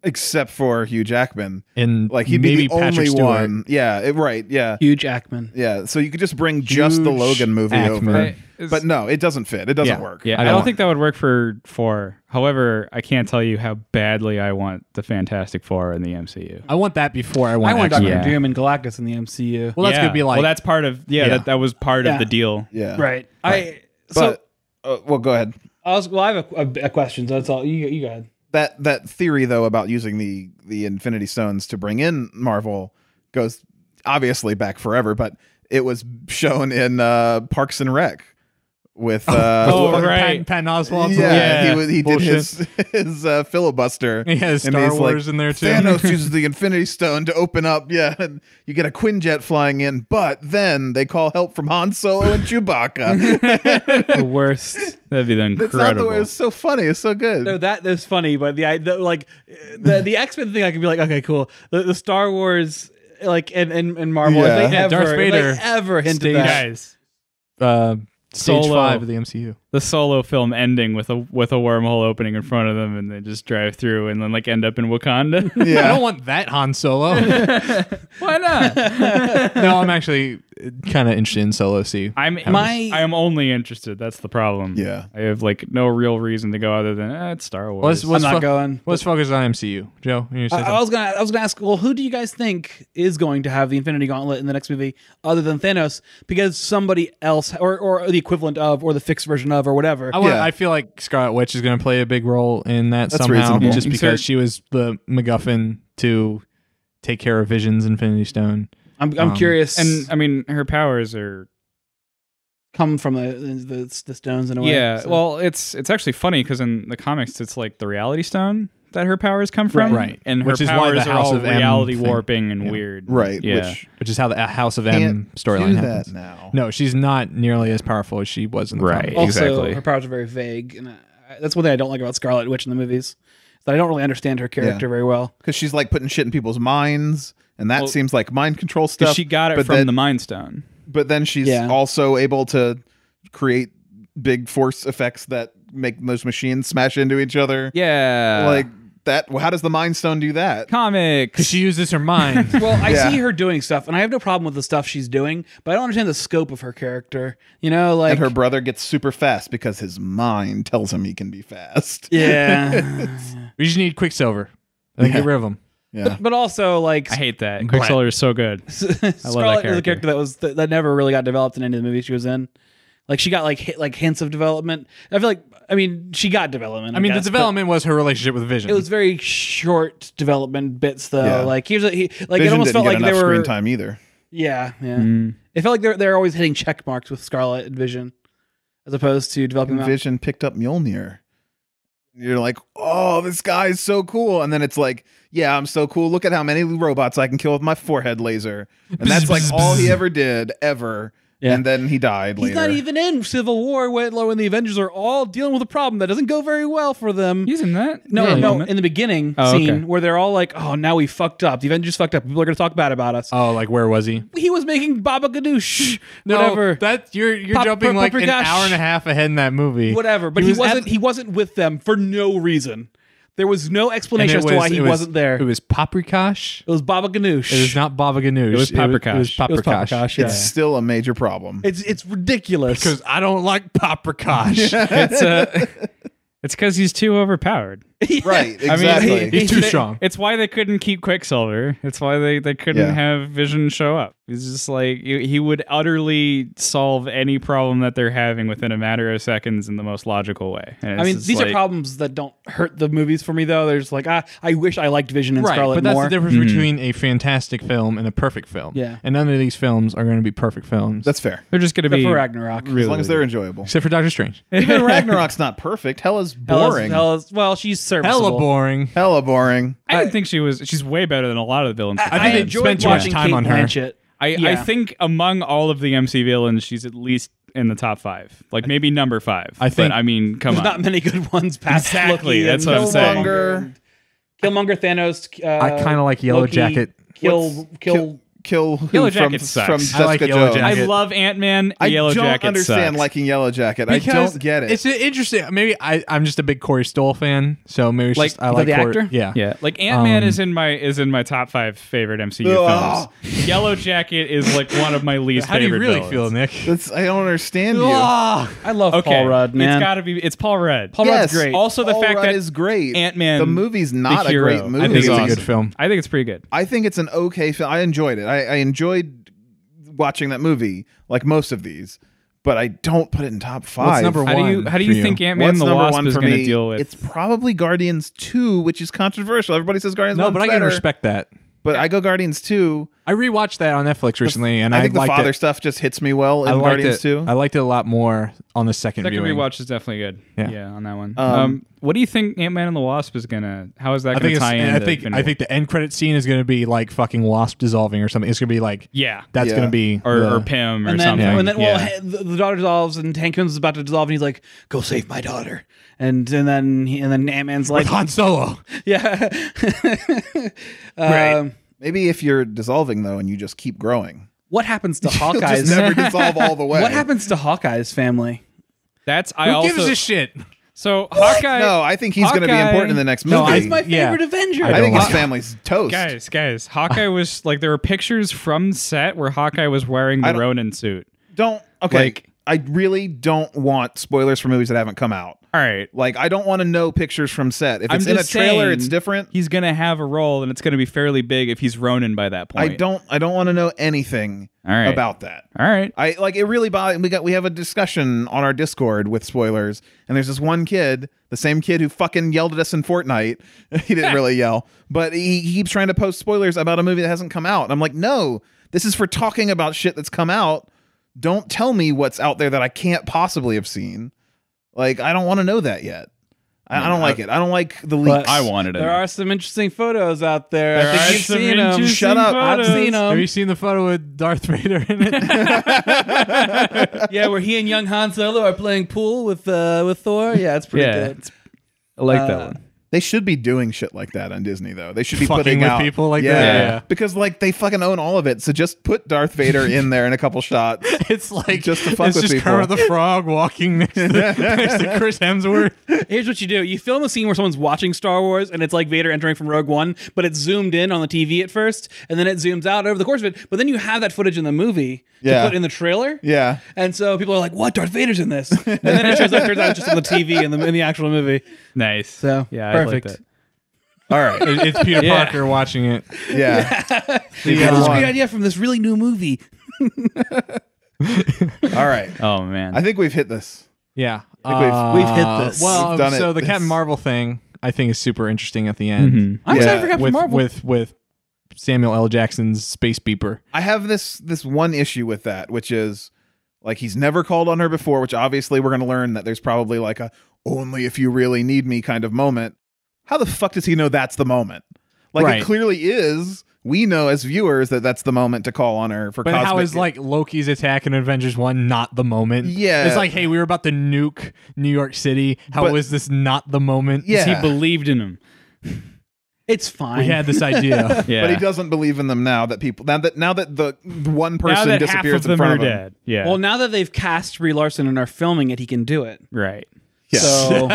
Speaker 2: except for Hugh Jackman,
Speaker 4: in
Speaker 2: like he'd
Speaker 4: maybe
Speaker 2: be the
Speaker 4: Patrick
Speaker 2: only
Speaker 4: Stewart.
Speaker 2: one. Yeah, it, right. Yeah,
Speaker 3: Huge Ackman.
Speaker 2: yeah. So you could just bring just the
Speaker 4: Huge
Speaker 2: Logan movie
Speaker 4: Ackman.
Speaker 2: over,
Speaker 4: I-
Speaker 5: it's-
Speaker 2: but no, it doesn't fit. It doesn't
Speaker 4: Yeah.
Speaker 2: work.
Speaker 5: yeah,
Speaker 4: I
Speaker 5: I
Speaker 4: don't-
Speaker 5: don't think that would work for four. However, I can't tell you how badly I want the Fantastic Four in the MCU.
Speaker 4: I want that before I
Speaker 3: I
Speaker 4: want.
Speaker 3: want
Speaker 4: X-Men.
Speaker 3: Doctor
Speaker 5: Yeah.
Speaker 3: Doom and Galactus in the MCU.
Speaker 4: Well, that's
Speaker 5: Yeah.
Speaker 4: gonna be like.
Speaker 5: well, that's part of yeah,
Speaker 4: Yeah.
Speaker 5: That, that was part
Speaker 3: Yeah.
Speaker 5: of the deal.
Speaker 2: yeah.
Speaker 3: right. I so
Speaker 2: But uh, well, go ahead.
Speaker 3: I was well. I have a, a, a question. So that's all. You you go ahead.
Speaker 2: that that theory though about using the the infinity stones to bring in marvel goes obviously back forever, but it was shown in uh, Parks and Rec with uh,
Speaker 4: Oh,
Speaker 2: fucking-
Speaker 4: right. Patton, Patton Oswalt.
Speaker 2: Yeah, he was, he did
Speaker 4: Bullshit.
Speaker 2: his his uh, filibuster.
Speaker 4: He has Star
Speaker 2: he's
Speaker 4: Wars in there, too.
Speaker 2: Thanos uses the Infinity Stone to open up. Yeah, and you get a Quinjet flying in, but then they call help from Han Solo and Chewbacca.
Speaker 5: the worst. That'd be
Speaker 2: That's not the way.
Speaker 5: incredible.
Speaker 2: It's so funny. It's so good.
Speaker 3: No, that is funny, but the I the, like the the X Men thing, I could be like, okay, cool. The, the Star Wars, like and and, and Marvel, if
Speaker 2: Yeah.
Speaker 3: they
Speaker 4: Yeah,
Speaker 3: ever,
Speaker 4: Darth
Speaker 3: if they
Speaker 4: Vader
Speaker 3: ever hinted
Speaker 4: stage-
Speaker 3: that.
Speaker 5: Guys,
Speaker 4: Uh, stage
Speaker 5: Solo.
Speaker 4: five of the MCU.
Speaker 5: the solo film ending with a with a wormhole opening in front of them, and they just drive through and then like end up in Wakanda.
Speaker 4: I
Speaker 2: Yeah,
Speaker 4: don't want that Han Solo. no,
Speaker 5: Why not?
Speaker 4: I'm actually kind of interested in Solo C.
Speaker 5: I'm
Speaker 3: My-
Speaker 5: I am only interested. That's the problem.
Speaker 2: Yeah.
Speaker 5: I have like no real reason to go other than eh, it's Star Wars.
Speaker 4: Let's- let's
Speaker 3: I'm not
Speaker 4: fuck-
Speaker 3: going.
Speaker 4: Let's focus on MCU, Joe. you
Speaker 3: I, I was gonna I was gonna ask, well, who do you guys think is going to have the Infinity Gauntlet in the next movie other than Thanos? Because somebody else, or or the equivalent of, or the fixed version of, or whatever.
Speaker 4: I, want,
Speaker 2: Yeah.
Speaker 4: I feel like Scarlet Witch is going to play a big role in that
Speaker 2: That's
Speaker 4: somehow,
Speaker 2: reasonable.
Speaker 4: just
Speaker 5: Yeah.
Speaker 4: because
Speaker 5: Insert-
Speaker 4: she was the MacGuffin to take care of Vision's Infinity Stone.
Speaker 3: I'm I'm
Speaker 4: Um,
Speaker 3: curious
Speaker 5: and I mean her powers are
Speaker 3: come from the the, the stones in a way.
Speaker 5: yeah.
Speaker 3: so.
Speaker 5: Well, it's it's actually funny because in the comics it's like the Reality Stone that her powers come from,
Speaker 4: Right. Right.
Speaker 5: And her
Speaker 4: Which is why
Speaker 5: powers
Speaker 4: the House
Speaker 5: are all
Speaker 4: of M
Speaker 5: reality
Speaker 4: thing.
Speaker 5: warping and
Speaker 4: Yeah.
Speaker 5: weird.
Speaker 2: right.
Speaker 5: Yeah.
Speaker 2: Which
Speaker 4: which is how the uh, House of M
Speaker 2: can't
Speaker 4: storyline
Speaker 2: do that
Speaker 4: happens.
Speaker 2: now.
Speaker 4: No, she's not nearly as powerful as she was in the
Speaker 5: Right.
Speaker 4: comics.
Speaker 3: also
Speaker 5: Exactly.
Speaker 3: her powers are very vague and uh, I, that's one thing i don't like about scarlet witch in the movies is that i don't really understand her character
Speaker 2: Yeah.
Speaker 3: very well
Speaker 2: because she's like putting shit in people's minds, and that
Speaker 5: Well,
Speaker 2: seems like mind control stuff.
Speaker 5: Because she got it
Speaker 2: but
Speaker 5: from
Speaker 2: then,
Speaker 5: the Mind Stone.
Speaker 2: but then she's
Speaker 3: Yeah.
Speaker 2: also able to create big force effects that make those machines smash into each other.
Speaker 5: Yeah.
Speaker 2: like that. How does the Mind Stone do that?
Speaker 5: comics.
Speaker 4: Because she uses her mind.
Speaker 3: well i
Speaker 2: Yeah.
Speaker 3: see her doing stuff and i have no problem with the stuff she's doing but i don't understand the scope of her character you know like
Speaker 2: and her brother gets super fast because his mind tells him he can be fast.
Speaker 3: yeah
Speaker 4: we just need Quicksilver. I think get rid of him.
Speaker 2: Yeah.
Speaker 3: but also like
Speaker 5: I hate that. Quicksilver is so good.
Speaker 3: scarlet was a
Speaker 5: character.
Speaker 3: character that was that never really got developed in any of the movies she was in like she got like hit like hints of development i feel like i mean she got development
Speaker 4: I mean,
Speaker 3: guess,
Speaker 4: the
Speaker 3: but-
Speaker 4: development was her relationship with Vision.
Speaker 3: it was very short development bits though
Speaker 2: Yeah.
Speaker 3: like here's a he, like it
Speaker 2: Vision
Speaker 3: almost
Speaker 2: didn't
Speaker 3: felt
Speaker 2: get
Speaker 3: like
Speaker 2: enough
Speaker 3: they were
Speaker 2: screen time either.
Speaker 3: yeah yeah
Speaker 4: Mm.
Speaker 3: it felt like they're they're always hitting check marks with scarlet and vision as opposed to developing them out.
Speaker 2: Vision picked up Mjolnir. You're like, oh, this guy's so cool, and then it's like, yeah, I'm so cool. Look at how many robots I can kill with my forehead laser, and that's like all he ever did ever.
Speaker 3: Yeah.
Speaker 2: And then he died
Speaker 3: He's
Speaker 2: later.
Speaker 3: not even in Civil War when, when the Avengers are all dealing with a problem that doesn't go very well for them.
Speaker 5: Using that?
Speaker 3: No,
Speaker 5: Yeah.
Speaker 3: no, in the beginning
Speaker 5: Oh,
Speaker 3: scene
Speaker 5: okay.
Speaker 3: where they're all like, "Oh, now we fucked up. The Avengers fucked up. People are going to talk bad about us."
Speaker 4: oh, like where was he?
Speaker 3: he was making Baba Ganoush, whatever,
Speaker 4: That you're you're
Speaker 3: Pop-
Speaker 4: jumping like an
Speaker 3: paprikash.
Speaker 4: hour and a half ahead in that movie.
Speaker 3: whatever. But he,
Speaker 4: was
Speaker 3: was not
Speaker 4: at-
Speaker 3: he wasn't with them for no reason. There was no
Speaker 4: and
Speaker 3: explanation
Speaker 4: it
Speaker 3: as to why
Speaker 4: was-
Speaker 3: he
Speaker 4: it was-
Speaker 3: wasn't there.
Speaker 4: It
Speaker 3: It was,
Speaker 4: was paprikash.
Speaker 3: Baba Ganoush.
Speaker 4: It was not baba ganoush.
Speaker 5: was paprikash.
Speaker 4: It was
Speaker 3: It was
Speaker 4: paprikash.
Speaker 3: Paprikash,
Speaker 2: it's still a major problem.
Speaker 3: It's it's ridiculous.
Speaker 4: Because I don't like paprikash.
Speaker 5: It's uh, it's because he's too overpowered.
Speaker 2: right,
Speaker 5: I mean,
Speaker 2: exactly.
Speaker 5: he-
Speaker 4: He's too strong.
Speaker 5: It's why they couldn't keep Quicksilver. It's why they, they couldn't
Speaker 2: Yeah.
Speaker 5: have Vision show up. He's just like he he would utterly solve any problem that they're having within a matter of seconds in the most logical way. And it's
Speaker 3: I mean,
Speaker 5: just
Speaker 3: these are
Speaker 5: like-
Speaker 3: problems that don't hurt the movies for me though. They're just like, ah, I wish I liked Vision and
Speaker 4: Right,
Speaker 3: Scarlet
Speaker 4: but that's
Speaker 3: more.
Speaker 4: the difference between a fantastic film and a perfect film.
Speaker 3: Yeah.
Speaker 4: and none of these films are going to be perfect films,
Speaker 2: That's fair.
Speaker 5: They're just going to
Speaker 3: Except
Speaker 5: be
Speaker 3: for Ragnarok.
Speaker 5: really-
Speaker 2: As long as they're enjoyable.
Speaker 4: except for Doctor Strange.
Speaker 2: Even Ragnarok's not perfect. Hella's
Speaker 3: Hell is-
Speaker 2: boring. Hella,
Speaker 3: hell is- well, she's serviceable.
Speaker 4: Hella boring.
Speaker 2: boring.
Speaker 5: I didn't think she was. She's way better than a lot of the villains.
Speaker 4: I
Speaker 3: I,
Speaker 4: think they
Speaker 3: enjoyed
Speaker 4: spent too much
Speaker 3: watching
Speaker 4: time
Speaker 3: Kate
Speaker 4: on her.
Speaker 3: Blanchett.
Speaker 5: I, I
Speaker 3: Yeah.
Speaker 5: think among all of the MC villains, she's at least in the top five. Like maybe number five.
Speaker 4: I think-
Speaker 5: But, I mean, come
Speaker 3: There's
Speaker 5: on.
Speaker 3: not many good ones past Loki
Speaker 5: Exactly, that's
Speaker 3: and
Speaker 5: what I'm saying.
Speaker 3: Killmonger, Killmonger, Thanos. Uh,
Speaker 4: I kinda like Yellow
Speaker 3: Loki,
Speaker 4: Jacket.
Speaker 3: Kill, kill.
Speaker 2: Kill who
Speaker 5: Yellow
Speaker 2: from,
Speaker 5: Jacket sucks.
Speaker 2: from
Speaker 5: I
Speaker 2: Jessica
Speaker 4: like Yellow
Speaker 2: Jones.
Speaker 4: Jacket.
Speaker 5: I
Speaker 4: Jacket.
Speaker 5: love Ant Man.
Speaker 2: I
Speaker 5: Yellow
Speaker 2: don't
Speaker 5: Jacket
Speaker 2: understand
Speaker 5: sucks.
Speaker 2: liking Yellow Jacket. I
Speaker 4: Because
Speaker 2: don't get it.
Speaker 4: It's an interesting. Maybe I, I'm just a big Corey Stoll fan, so maybe it's
Speaker 5: Like,
Speaker 4: just, I
Speaker 3: the-
Speaker 4: like
Speaker 3: the
Speaker 4: Corey-
Speaker 3: actor?
Speaker 4: Yeah,
Speaker 5: yeah, like Ant Man
Speaker 4: Um,
Speaker 5: is in my is in my top five favorite MCU
Speaker 2: Ugh.
Speaker 5: films. Yellow Jacket is like one of my least.
Speaker 4: How do you
Speaker 5: favorite
Speaker 4: really
Speaker 5: villains.
Speaker 4: feel, Nick?
Speaker 2: That's- I don't understand you.
Speaker 4: Ah,
Speaker 3: I love
Speaker 5: Okay,
Speaker 3: Paul Rudd, man.
Speaker 5: It's gotta be. It's Paul Rudd.
Speaker 4: Oh,
Speaker 3: Paul
Speaker 2: yes.
Speaker 3: Rudd's great.
Speaker 5: Also, the
Speaker 2: All
Speaker 5: fact
Speaker 2: Rudd
Speaker 5: that
Speaker 2: is great.
Speaker 5: Ant-Man,
Speaker 2: The movie's not
Speaker 5: the
Speaker 2: a
Speaker 5: hero.
Speaker 2: great movie.
Speaker 5: I think
Speaker 4: it's
Speaker 5: it's
Speaker 4: a
Speaker 5: awesome.
Speaker 4: good film.
Speaker 5: I think it's pretty good.
Speaker 2: I think it's an okay film. I enjoyed it. I, I enjoyed watching that movie, like most of these, but I don't put it in top five.
Speaker 4: number
Speaker 5: How do you
Speaker 4: One
Speaker 5: how do
Speaker 4: for
Speaker 5: you
Speaker 4: you.
Speaker 5: think Ant Man
Speaker 2: What's
Speaker 5: and the
Speaker 2: number
Speaker 5: Wasp
Speaker 2: one
Speaker 5: is
Speaker 2: for
Speaker 5: going to
Speaker 2: me?
Speaker 5: deal with?
Speaker 2: It's probably Guardians Two, which is controversial. Everybody says Guardians
Speaker 4: No,
Speaker 2: One's
Speaker 4: but I can
Speaker 2: better,
Speaker 4: respect that.
Speaker 2: But I go Guardians Two
Speaker 4: I rewatched that on Netflix recently, and I,
Speaker 2: I think the
Speaker 4: liked
Speaker 2: father
Speaker 4: it.
Speaker 2: stuff just hits me well in
Speaker 4: I liked
Speaker 2: Guardians
Speaker 4: it.
Speaker 2: too.
Speaker 4: I liked it a lot more on the second,
Speaker 5: Second
Speaker 4: viewing.
Speaker 5: rewatch is definitely good.
Speaker 4: Yeah.
Speaker 5: Yeah, on that one.
Speaker 2: Um,
Speaker 5: Um, what do you think Ant Man and the Wasp is gonna? How is that
Speaker 4: I
Speaker 5: gonna
Speaker 4: think, it's,
Speaker 5: tie in?
Speaker 4: I think I think the end credit scene is going to be like fucking wasp dissolving or something. It's going to be like
Speaker 5: yeah,
Speaker 4: that's
Speaker 2: Yeah.
Speaker 4: going to be
Speaker 5: or,
Speaker 4: the-
Speaker 5: or Pym or
Speaker 3: and then,
Speaker 5: something.
Speaker 3: and then well,
Speaker 5: Yeah.
Speaker 3: he- the, the daughter dissolves, and Hank Pym's about to dissolve, and he's like, "Go save my daughter." And and then he- and then Ant Man's like,
Speaker 4: Han Solo.
Speaker 3: "Yeah,
Speaker 2: Right.
Speaker 3: Um,
Speaker 2: Maybe if you're dissolving though and you just keep growing,
Speaker 3: What happens to
Speaker 2: you'll
Speaker 3: Hawkeye's?
Speaker 2: just never dissolve all the way.
Speaker 3: what happens to Hawkeye's family?
Speaker 5: that's I
Speaker 4: Who
Speaker 5: also
Speaker 4: gives a shit?
Speaker 5: so Hawkeye.
Speaker 2: No, I think he's going to be
Speaker 5: Hawkeye-
Speaker 2: important in the next movie.
Speaker 4: No, I-
Speaker 3: He's my
Speaker 4: Yeah.
Speaker 3: favorite Avenger.
Speaker 2: I think
Speaker 4: don't
Speaker 2: his
Speaker 4: like-
Speaker 2: family's toast.
Speaker 5: guys, guys, Hawkeye was like there were pictures from set where Hawkeye was wearing
Speaker 2: I
Speaker 5: the
Speaker 2: don't-
Speaker 5: Ronin suit.
Speaker 2: Don't okay.
Speaker 5: Like-
Speaker 2: I really don't want spoilers for movies that haven't come out.
Speaker 5: All right,
Speaker 2: Like I don't want to know pictures from set. If
Speaker 5: I'm
Speaker 2: it's in a
Speaker 5: just
Speaker 2: trailer,
Speaker 5: saying
Speaker 2: it's different.
Speaker 5: He's gonna have a role, and it's gonna be fairly big if he's Ronin by that
Speaker 2: I
Speaker 5: point.
Speaker 2: don't. I don't want to know anything
Speaker 5: All right.
Speaker 2: about that.
Speaker 5: All right.
Speaker 2: I like it really bothers we got we have a discussion on our Discord with spoilers and there's this one kid, the same kid who fucking yelled at us in Fortnite. he didn't really yell, but he, he keeps trying to post spoilers about a movie that hasn't come out. And I'm like, "No, this is for talking about shit that's come out. Don't tell me what's out there that I can't possibly have seen. Like I don't want to know that yet. I, I don't like it. I don't like the leaks.
Speaker 5: I wanted it.
Speaker 3: Mm, There are some interesting photos out there. I
Speaker 5: There
Speaker 3: think
Speaker 5: are
Speaker 3: you've
Speaker 5: some
Speaker 3: seen 'em.
Speaker 5: interesting
Speaker 2: Shut up.
Speaker 3: I've
Speaker 5: photos.
Speaker 3: seen
Speaker 4: Have you
Speaker 3: them.
Speaker 4: seen the photo with Darth Vader in it?
Speaker 3: yeah, where he and young Han Solo are playing pool with uh, with Thor. Yeah, it's pretty
Speaker 5: Yeah.
Speaker 3: good.
Speaker 5: I like that
Speaker 3: Uh,
Speaker 5: one.
Speaker 2: They should be doing shit like that on Disney though. They should be
Speaker 4: Fucking
Speaker 2: putting
Speaker 4: with
Speaker 2: out
Speaker 4: people like that? Yeah.
Speaker 2: because like they fucking own all of it. So just put Darth Vader in there in a couple shots.
Speaker 4: It's like
Speaker 2: Just to fuck
Speaker 4: it's
Speaker 2: with
Speaker 4: just
Speaker 2: people.
Speaker 4: Kermit the Frog walking next to, next to Chris Hemsworth.
Speaker 3: Here's what you do: you film a scene where someone's watching Star Wars, and it's like Vader entering from Rogue One, but it's zoomed in on the TV at first, and then it zooms out over the course of it. But then you have that footage in the movie
Speaker 2: Yeah.
Speaker 3: to put in the trailer.
Speaker 2: Yeah.
Speaker 3: And so people are like, "What? Darth Vader's in this?" And then it shows up, turns out it's just on the TV in the in the actual movie.
Speaker 5: Nice.
Speaker 3: So
Speaker 5: yeah, I like
Speaker 3: perfect.
Speaker 5: that.
Speaker 2: All right.
Speaker 4: It- It's Peter
Speaker 5: Yeah.
Speaker 4: Parker watching it.
Speaker 2: Yeah.
Speaker 3: We got this
Speaker 2: One.
Speaker 3: great idea from this really new movie.
Speaker 2: All right.
Speaker 5: Oh man.
Speaker 2: I think we've hit this.
Speaker 4: Yeah, Uh,
Speaker 2: think we've-
Speaker 3: we've hit this.
Speaker 4: Well,
Speaker 2: We've done
Speaker 4: so
Speaker 2: it.
Speaker 4: the Captain
Speaker 2: This-
Speaker 4: Marvel thing I think is super interesting at the end.
Speaker 5: Mhm.
Speaker 3: I'm
Speaker 2: Yeah.
Speaker 3: excited for Captain
Speaker 4: with,
Speaker 3: Marvel.
Speaker 4: with with Samuel L. Jackson's space beeper.
Speaker 2: I have this this one issue with that, which is like he's never called on her before, which obviously we're gonna learn that there's probably like a only if you really need me kind of moment. How the fuck does he know that's the moment? Like
Speaker 4: Right.
Speaker 2: it clearly is. We know as viewers that that's the moment to call on her for
Speaker 4: But
Speaker 2: cosmic.
Speaker 4: how is like Loki's attack in Avengers One not the moment?
Speaker 2: Yeah.
Speaker 4: it's like, hey, we were about to nuke New York City. How
Speaker 2: But-
Speaker 4: was this not the moment?
Speaker 2: Yeah.
Speaker 5: He believed in him.
Speaker 3: it's fine.
Speaker 4: we had this idea.
Speaker 5: Yeah.
Speaker 2: But he doesn't believe in them now that people now that now that the one
Speaker 5: Now
Speaker 2: person
Speaker 5: that half
Speaker 2: disappears
Speaker 5: of them
Speaker 2: in front
Speaker 5: are
Speaker 2: of him.
Speaker 5: dead. Yeah.
Speaker 3: Well, now that they've cast Brie Larson and are filming it, he can do it.
Speaker 5: right.
Speaker 2: Yes.
Speaker 3: So,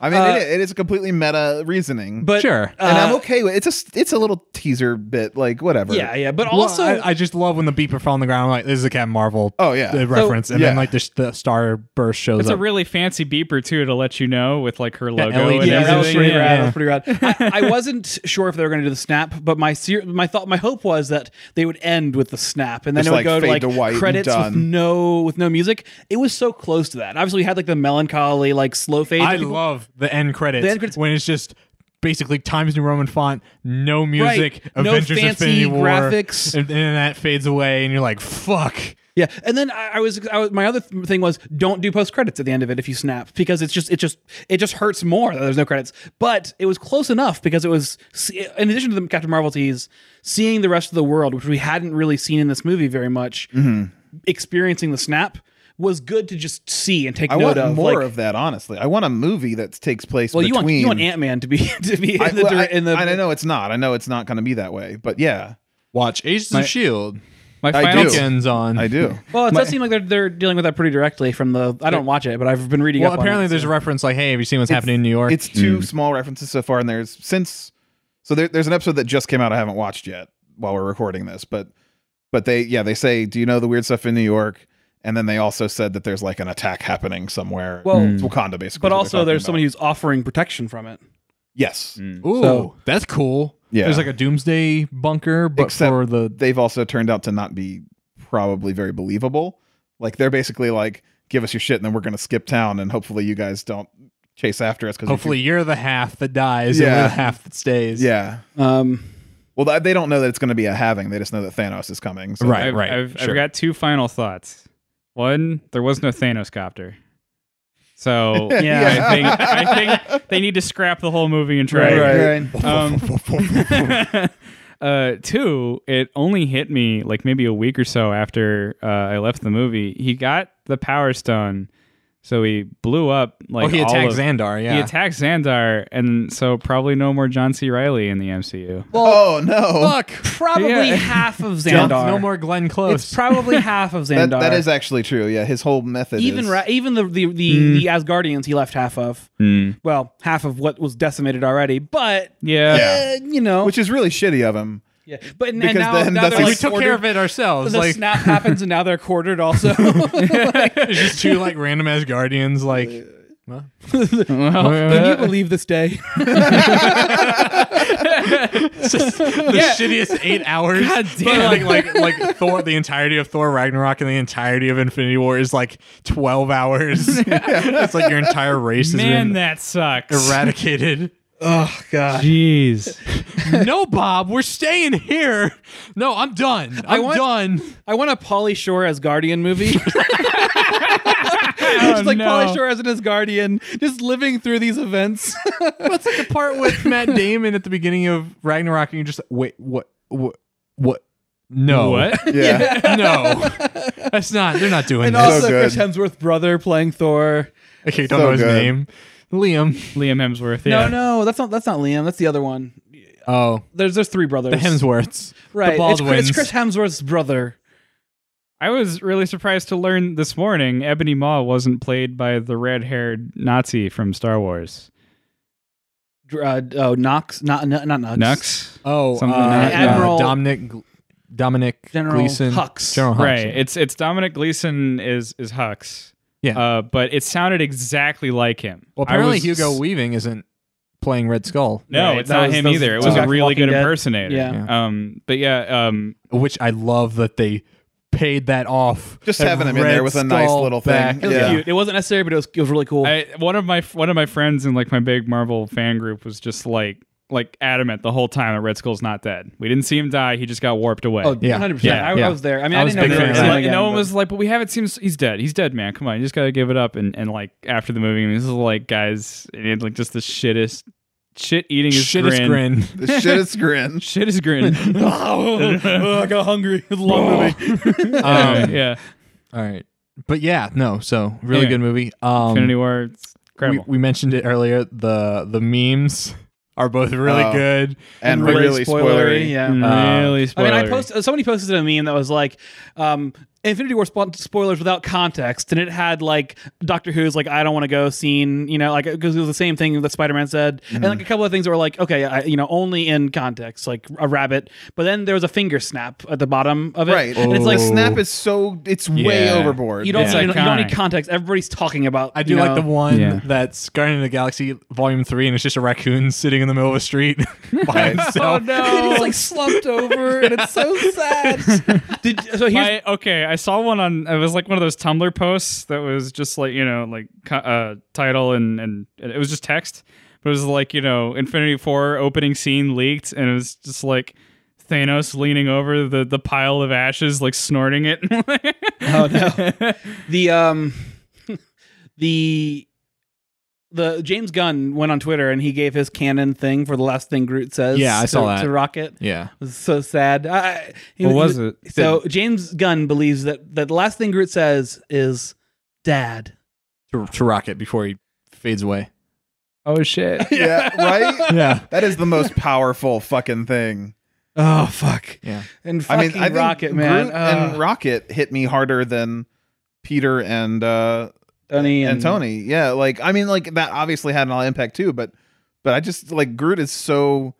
Speaker 2: I mean, it, it is a completely meta reasoning.
Speaker 3: Uh, but
Speaker 4: Sure.
Speaker 2: and I'm
Speaker 3: uh,
Speaker 2: okay with it's a it's a little teaser bit, like whatever.
Speaker 3: Yeah, yeah. But
Speaker 4: Well,
Speaker 3: also,
Speaker 4: I, I just love when the beeper fell on the ground. I'm like, this is a Captain Marvel.
Speaker 2: Oh, yeah.
Speaker 4: uh,
Speaker 2: So-
Speaker 4: reference, and then
Speaker 2: yeah.
Speaker 4: like the, the star burst shows
Speaker 5: It's
Speaker 4: up.
Speaker 5: a really fancy beeper too to let you know with like her logo
Speaker 4: LED
Speaker 5: and
Speaker 3: yeah, that was
Speaker 5: everything.
Speaker 3: pretty
Speaker 4: Yeah,
Speaker 3: rad.
Speaker 4: yeah.
Speaker 3: That was pretty rad. I, I wasn't sure if they were going to do the snap, but my ser- my thought, my hope was that they would end with the snap, and then
Speaker 2: Just,
Speaker 3: it would
Speaker 2: like,
Speaker 3: go to
Speaker 2: fade
Speaker 3: like
Speaker 2: to white and
Speaker 3: credits with
Speaker 2: done.
Speaker 3: no with no music. It was so close to that. Obviously, we had like the melancholy, like slow fade.
Speaker 4: I
Speaker 3: that people-
Speaker 4: love the end credits,
Speaker 3: The end credits-
Speaker 4: when it's just basically Times New Roman font, no music,
Speaker 3: Right. No
Speaker 4: Avengers
Speaker 3: fancy
Speaker 4: Infinity War,
Speaker 3: graphics.
Speaker 4: and then that fades away, and you're like, "Fuck!"
Speaker 3: Yeah, and then I, I was I, was- my other th- thing was don't do post credits at the end of it if you snap because it's just it just it just hurts more that there's no credits. But it was close enough because it was see- in addition to the Captain Marvel tease, seeing the rest of the world which we hadn't really seen in this movie very much,
Speaker 2: Mm-hmm.
Speaker 3: experiencing the snap was good to just see and take
Speaker 2: I
Speaker 3: note
Speaker 2: want
Speaker 3: of.
Speaker 2: more
Speaker 3: like,
Speaker 2: of that. Honestly, I want a movie that takes place.
Speaker 3: well, you want
Speaker 2: between,
Speaker 3: you want Ant Man to be to be in
Speaker 2: I,
Speaker 3: the
Speaker 2: well, I,
Speaker 3: dir- in the
Speaker 2: I know it's not. I know it's not going to be that way. But yeah,
Speaker 4: Watch Agents of
Speaker 2: E
Speaker 4: Shield.
Speaker 5: My
Speaker 2: I
Speaker 5: final
Speaker 2: do.
Speaker 4: Weekends on.
Speaker 2: I do.
Speaker 3: Well, it does seem like they're they're dealing with that pretty directly from the. I don't watch it, but I've been reading
Speaker 4: Well,
Speaker 3: up.
Speaker 4: apparently
Speaker 3: on it,
Speaker 4: there's a reference like, "Hey, have you seen what's happening in New York?"
Speaker 2: It's two small references so far, and there's since so there, there's an episode that just came out I haven't watched yet while we're recording this, but but they yeah they say do you know the weird stuff in New York, and then they also said that there's like an attack happening somewhere.
Speaker 3: Well,
Speaker 2: it's Wakanda basically.
Speaker 3: but
Speaker 2: is what they're
Speaker 3: also
Speaker 2: talking
Speaker 3: there's
Speaker 2: about.
Speaker 3: somebody who's offering protection from it.
Speaker 2: yes
Speaker 4: Mm. Ooh,
Speaker 3: so-
Speaker 4: that's cool.
Speaker 2: Yeah.
Speaker 4: Hmm. there's like a doomsday bunker, but
Speaker 2: Except-
Speaker 4: for the
Speaker 2: they've also turned out to not be probably very believable. Like they're basically like give us your shit and then we're gonna skip town and hopefully you guys don't chase after us because
Speaker 4: hopefully you're the half that dies, and
Speaker 2: Yeah.
Speaker 4: we're the half that stays.
Speaker 2: yeah
Speaker 3: Um,
Speaker 2: Well, th- they don't know that it's going to be a halving. They just know that Thanos is coming. So
Speaker 4: Right.
Speaker 5: I've, I've, I've
Speaker 4: sure.
Speaker 5: got two final thoughts. One, there was no Thanos copter. So
Speaker 3: Yeah.
Speaker 5: I think I think they need to scrap the whole movie and try.
Speaker 2: Right.
Speaker 5: Um, uh, two, it only hit me like maybe a week or so after uh, I left the movie. He got the Power Stone, so he blew up like
Speaker 4: oh, he
Speaker 5: all
Speaker 4: attacked
Speaker 5: of-
Speaker 4: Xandar. Yeah.
Speaker 5: He attacked Xandar, and so probably no more John C. Riley in the MCU.
Speaker 2: Oh no.
Speaker 4: Fuck.
Speaker 3: Probably
Speaker 5: Yeah.
Speaker 3: half of
Speaker 4: Don't-
Speaker 3: Xandar.
Speaker 4: No more Glenn Close.
Speaker 3: It's probably half of Xandar.
Speaker 2: That, that is actually true. Yeah, his whole method.
Speaker 3: even
Speaker 2: is,
Speaker 3: ra- even the the the, the Asgardians he left half of. Well, half of what was decimated already, but
Speaker 5: Yeah.
Speaker 2: Yeah.
Speaker 3: uh, you know,
Speaker 2: which is really shitty of him.
Speaker 3: yeah. but and,
Speaker 2: because
Speaker 3: now,
Speaker 2: then
Speaker 3: now
Speaker 2: that's
Speaker 3: they're
Speaker 2: like-
Speaker 3: like
Speaker 4: we took care of it ourselves.
Speaker 3: The
Speaker 4: like
Speaker 3: snap happens, and now they're quartered. Also,
Speaker 4: it's just two like random ass guardians. Like
Speaker 3: can you believe this day?
Speaker 4: it's just the shittiest eight hours.
Speaker 5: God
Speaker 4: But,
Speaker 5: damn.
Speaker 4: like like like Thor, the entirety of Thor Ragnarok and the entirety of Infinity War is like twelve hours. it's like your entire race
Speaker 5: Man,
Speaker 4: has been
Speaker 5: that sucks.
Speaker 4: eradicated.
Speaker 3: oh God!
Speaker 5: Jeez.
Speaker 4: no, Bob, we're staying here. No, I'm done. I'm
Speaker 3: want-
Speaker 4: done.
Speaker 3: I want a Polly Shore as Guardian movie. just like
Speaker 5: Oh, no.
Speaker 3: Polly Shore as an Asgardian, just living through these events.
Speaker 4: What's like the part with Matt Damon at the beginning of Ragnarok, and you're just like, wait, what, what, what? No,
Speaker 5: What?
Speaker 2: Yeah.
Speaker 4: no, that's not. They're not doing
Speaker 3: and
Speaker 4: this.
Speaker 3: also
Speaker 2: good.
Speaker 3: Chris Hemsworth brother playing Thor.
Speaker 4: okay, don't
Speaker 2: so
Speaker 4: know his
Speaker 2: good.
Speaker 4: name. Liam.
Speaker 5: Liam Hemsworth.
Speaker 3: No,
Speaker 5: Yeah.
Speaker 3: no, that's not that's not Liam. That's the other one.
Speaker 4: Oh,
Speaker 3: There's there's three brothers.
Speaker 4: the Hemsworths.
Speaker 3: right?
Speaker 4: The
Speaker 3: it's, Chris-
Speaker 4: Baldwins.
Speaker 3: it's Chris Hemsworth's brother.
Speaker 5: I was really surprised to learn this morning Ebony Maw wasn't played by the red haired Nazi from Star Wars.
Speaker 3: Uh, oh, Knox, not not not Knox.
Speaker 5: Nux?
Speaker 4: oh,
Speaker 5: Something
Speaker 4: uh,
Speaker 5: like that.
Speaker 4: Admiral
Speaker 3: Admiral-
Speaker 4: Dominic. Gl- Dominic
Speaker 3: General
Speaker 4: Gleason.
Speaker 3: Hux.
Speaker 4: General Hux.
Speaker 5: Right. It's it's Dominic Gleason is is Hux.
Speaker 4: Yeah.
Speaker 5: Uh, but it sounded exactly like him.
Speaker 4: Well,
Speaker 5: I
Speaker 4: apparently
Speaker 5: was-
Speaker 4: Hugo Weaving isn't playing Red Skull,
Speaker 5: No,
Speaker 3: Right,
Speaker 5: it's
Speaker 3: that
Speaker 5: not
Speaker 3: was-
Speaker 5: him
Speaker 3: that was-
Speaker 5: either. It
Speaker 3: that
Speaker 5: was
Speaker 3: was
Speaker 5: a
Speaker 3: like
Speaker 5: really
Speaker 3: Walking
Speaker 5: good
Speaker 3: Dead.
Speaker 5: impersonator.
Speaker 3: Yeah.
Speaker 5: Um but yeah, um
Speaker 4: which I love that they paid that off.
Speaker 2: Just
Speaker 4: That
Speaker 2: having him in
Speaker 4: Red
Speaker 2: there with a nice
Speaker 4: Skull
Speaker 2: little thing.
Speaker 4: back.
Speaker 3: It was
Speaker 2: Yeah.
Speaker 3: cute. It wasn't necessary, but it was it was really cool.
Speaker 5: I one of my one of my friends in like my big Marvel fan group was just like like adamant the whole time that Red Skull's not dead. We didn't see him die, he just got warped away.
Speaker 3: oh,
Speaker 4: yeah,
Speaker 3: 100%.
Speaker 4: yeah,
Speaker 3: I,
Speaker 4: yeah.
Speaker 3: I was there. I mean,
Speaker 4: I
Speaker 3: I,
Speaker 4: was
Speaker 3: didn't know
Speaker 4: a big
Speaker 3: they were
Speaker 4: fan of
Speaker 3: doing
Speaker 5: And,
Speaker 4: that.
Speaker 3: it
Speaker 5: like,
Speaker 3: again,
Speaker 5: no one
Speaker 3: but-
Speaker 5: was like, but we haven't seen. He's dead. He's dead, man. Come on, you just gotta give it up. And and like after the movie, this is like, guys, it had, like just the shittest, shit eating is
Speaker 4: Shit is
Speaker 5: grin.
Speaker 4: grin.
Speaker 2: The shittest grin.
Speaker 5: Shit is grin.
Speaker 3: oh, I got hungry. It's a long movie.
Speaker 4: Um,
Speaker 5: yeah,
Speaker 4: All right. But yeah, no. So really
Speaker 5: Anyway.
Speaker 4: good movie. Um,
Speaker 5: Infinity War. It's
Speaker 4: we,
Speaker 5: incredible.
Speaker 4: we mentioned it earlier. The the memes are both really
Speaker 2: Oh.
Speaker 4: good.
Speaker 2: And
Speaker 3: Really
Speaker 2: really,
Speaker 3: spoilery,
Speaker 2: spoilery.
Speaker 3: yeah.
Speaker 4: Mm.
Speaker 5: really
Speaker 3: I
Speaker 5: spoiler.
Speaker 3: mean, I post uh, somebody posted a meme that was like, um, Infinity War spo- spoilers without context, and it had like Doctor Who's like I don't want to go scene, you know, like because it was the same thing that Spider Man said,
Speaker 4: Mm-hmm.
Speaker 3: and like a couple of things that were like, okay, I, you know, only in context, like a rabbit, but then there was a finger snap at the bottom of it,
Speaker 2: Right.
Speaker 3: And it's like
Speaker 4: Oh.
Speaker 2: Snap is so it's way
Speaker 5: Yeah.
Speaker 2: overboard.
Speaker 3: you don't,
Speaker 5: Yeah.
Speaker 3: you don't you don't
Speaker 5: Iconic.
Speaker 3: need context. Everybody's talking about.
Speaker 4: I do
Speaker 3: you
Speaker 4: like
Speaker 3: know-
Speaker 4: the one
Speaker 5: Yeah.
Speaker 4: that's Guardian of the Galaxy Volume Three, and it's just a raccoon sitting in the middle of a street by
Speaker 5: oh
Speaker 4: himself.
Speaker 5: no.
Speaker 3: He's like slumped over, and it's so sad. Did, so here's
Speaker 5: My, okay, I saw one on. It was like one of those Tumblr posts that was just like you know, like co- uh, title and and it was just text, but it was like you know, Infinity Four opening scene leaked, and it was just like Thanos leaning over the the pile of ashes, like snorting it.
Speaker 3: oh no the um the the James Gunn went on Twitter and he gave his canon thing for the last thing Groot says.
Speaker 4: Yeah, I
Speaker 3: to,
Speaker 4: saw that.
Speaker 3: to Rocket. It
Speaker 4: Yeah.
Speaker 3: was so sad. I, I- he-
Speaker 5: What
Speaker 3: he-
Speaker 5: was it?
Speaker 3: So James Gunn believes that that the last thing Groot says is "Dad."
Speaker 4: To, to rocket before he fades away.
Speaker 5: oh shit!
Speaker 2: yeah, right?
Speaker 4: Yeah.
Speaker 2: That is the most powerful fucking thing.
Speaker 3: Oh fuck!
Speaker 4: Yeah.
Speaker 3: And
Speaker 2: I
Speaker 3: fucking
Speaker 2: mean, I think
Speaker 3: Rocket man,
Speaker 2: Groot
Speaker 3: Ugh.
Speaker 2: and Rocket hit me harder than Peter and uh
Speaker 3: Tony and,
Speaker 2: and Tony. Yeah, like I mean, like that obviously had an impact too, but but I just like Groot is so.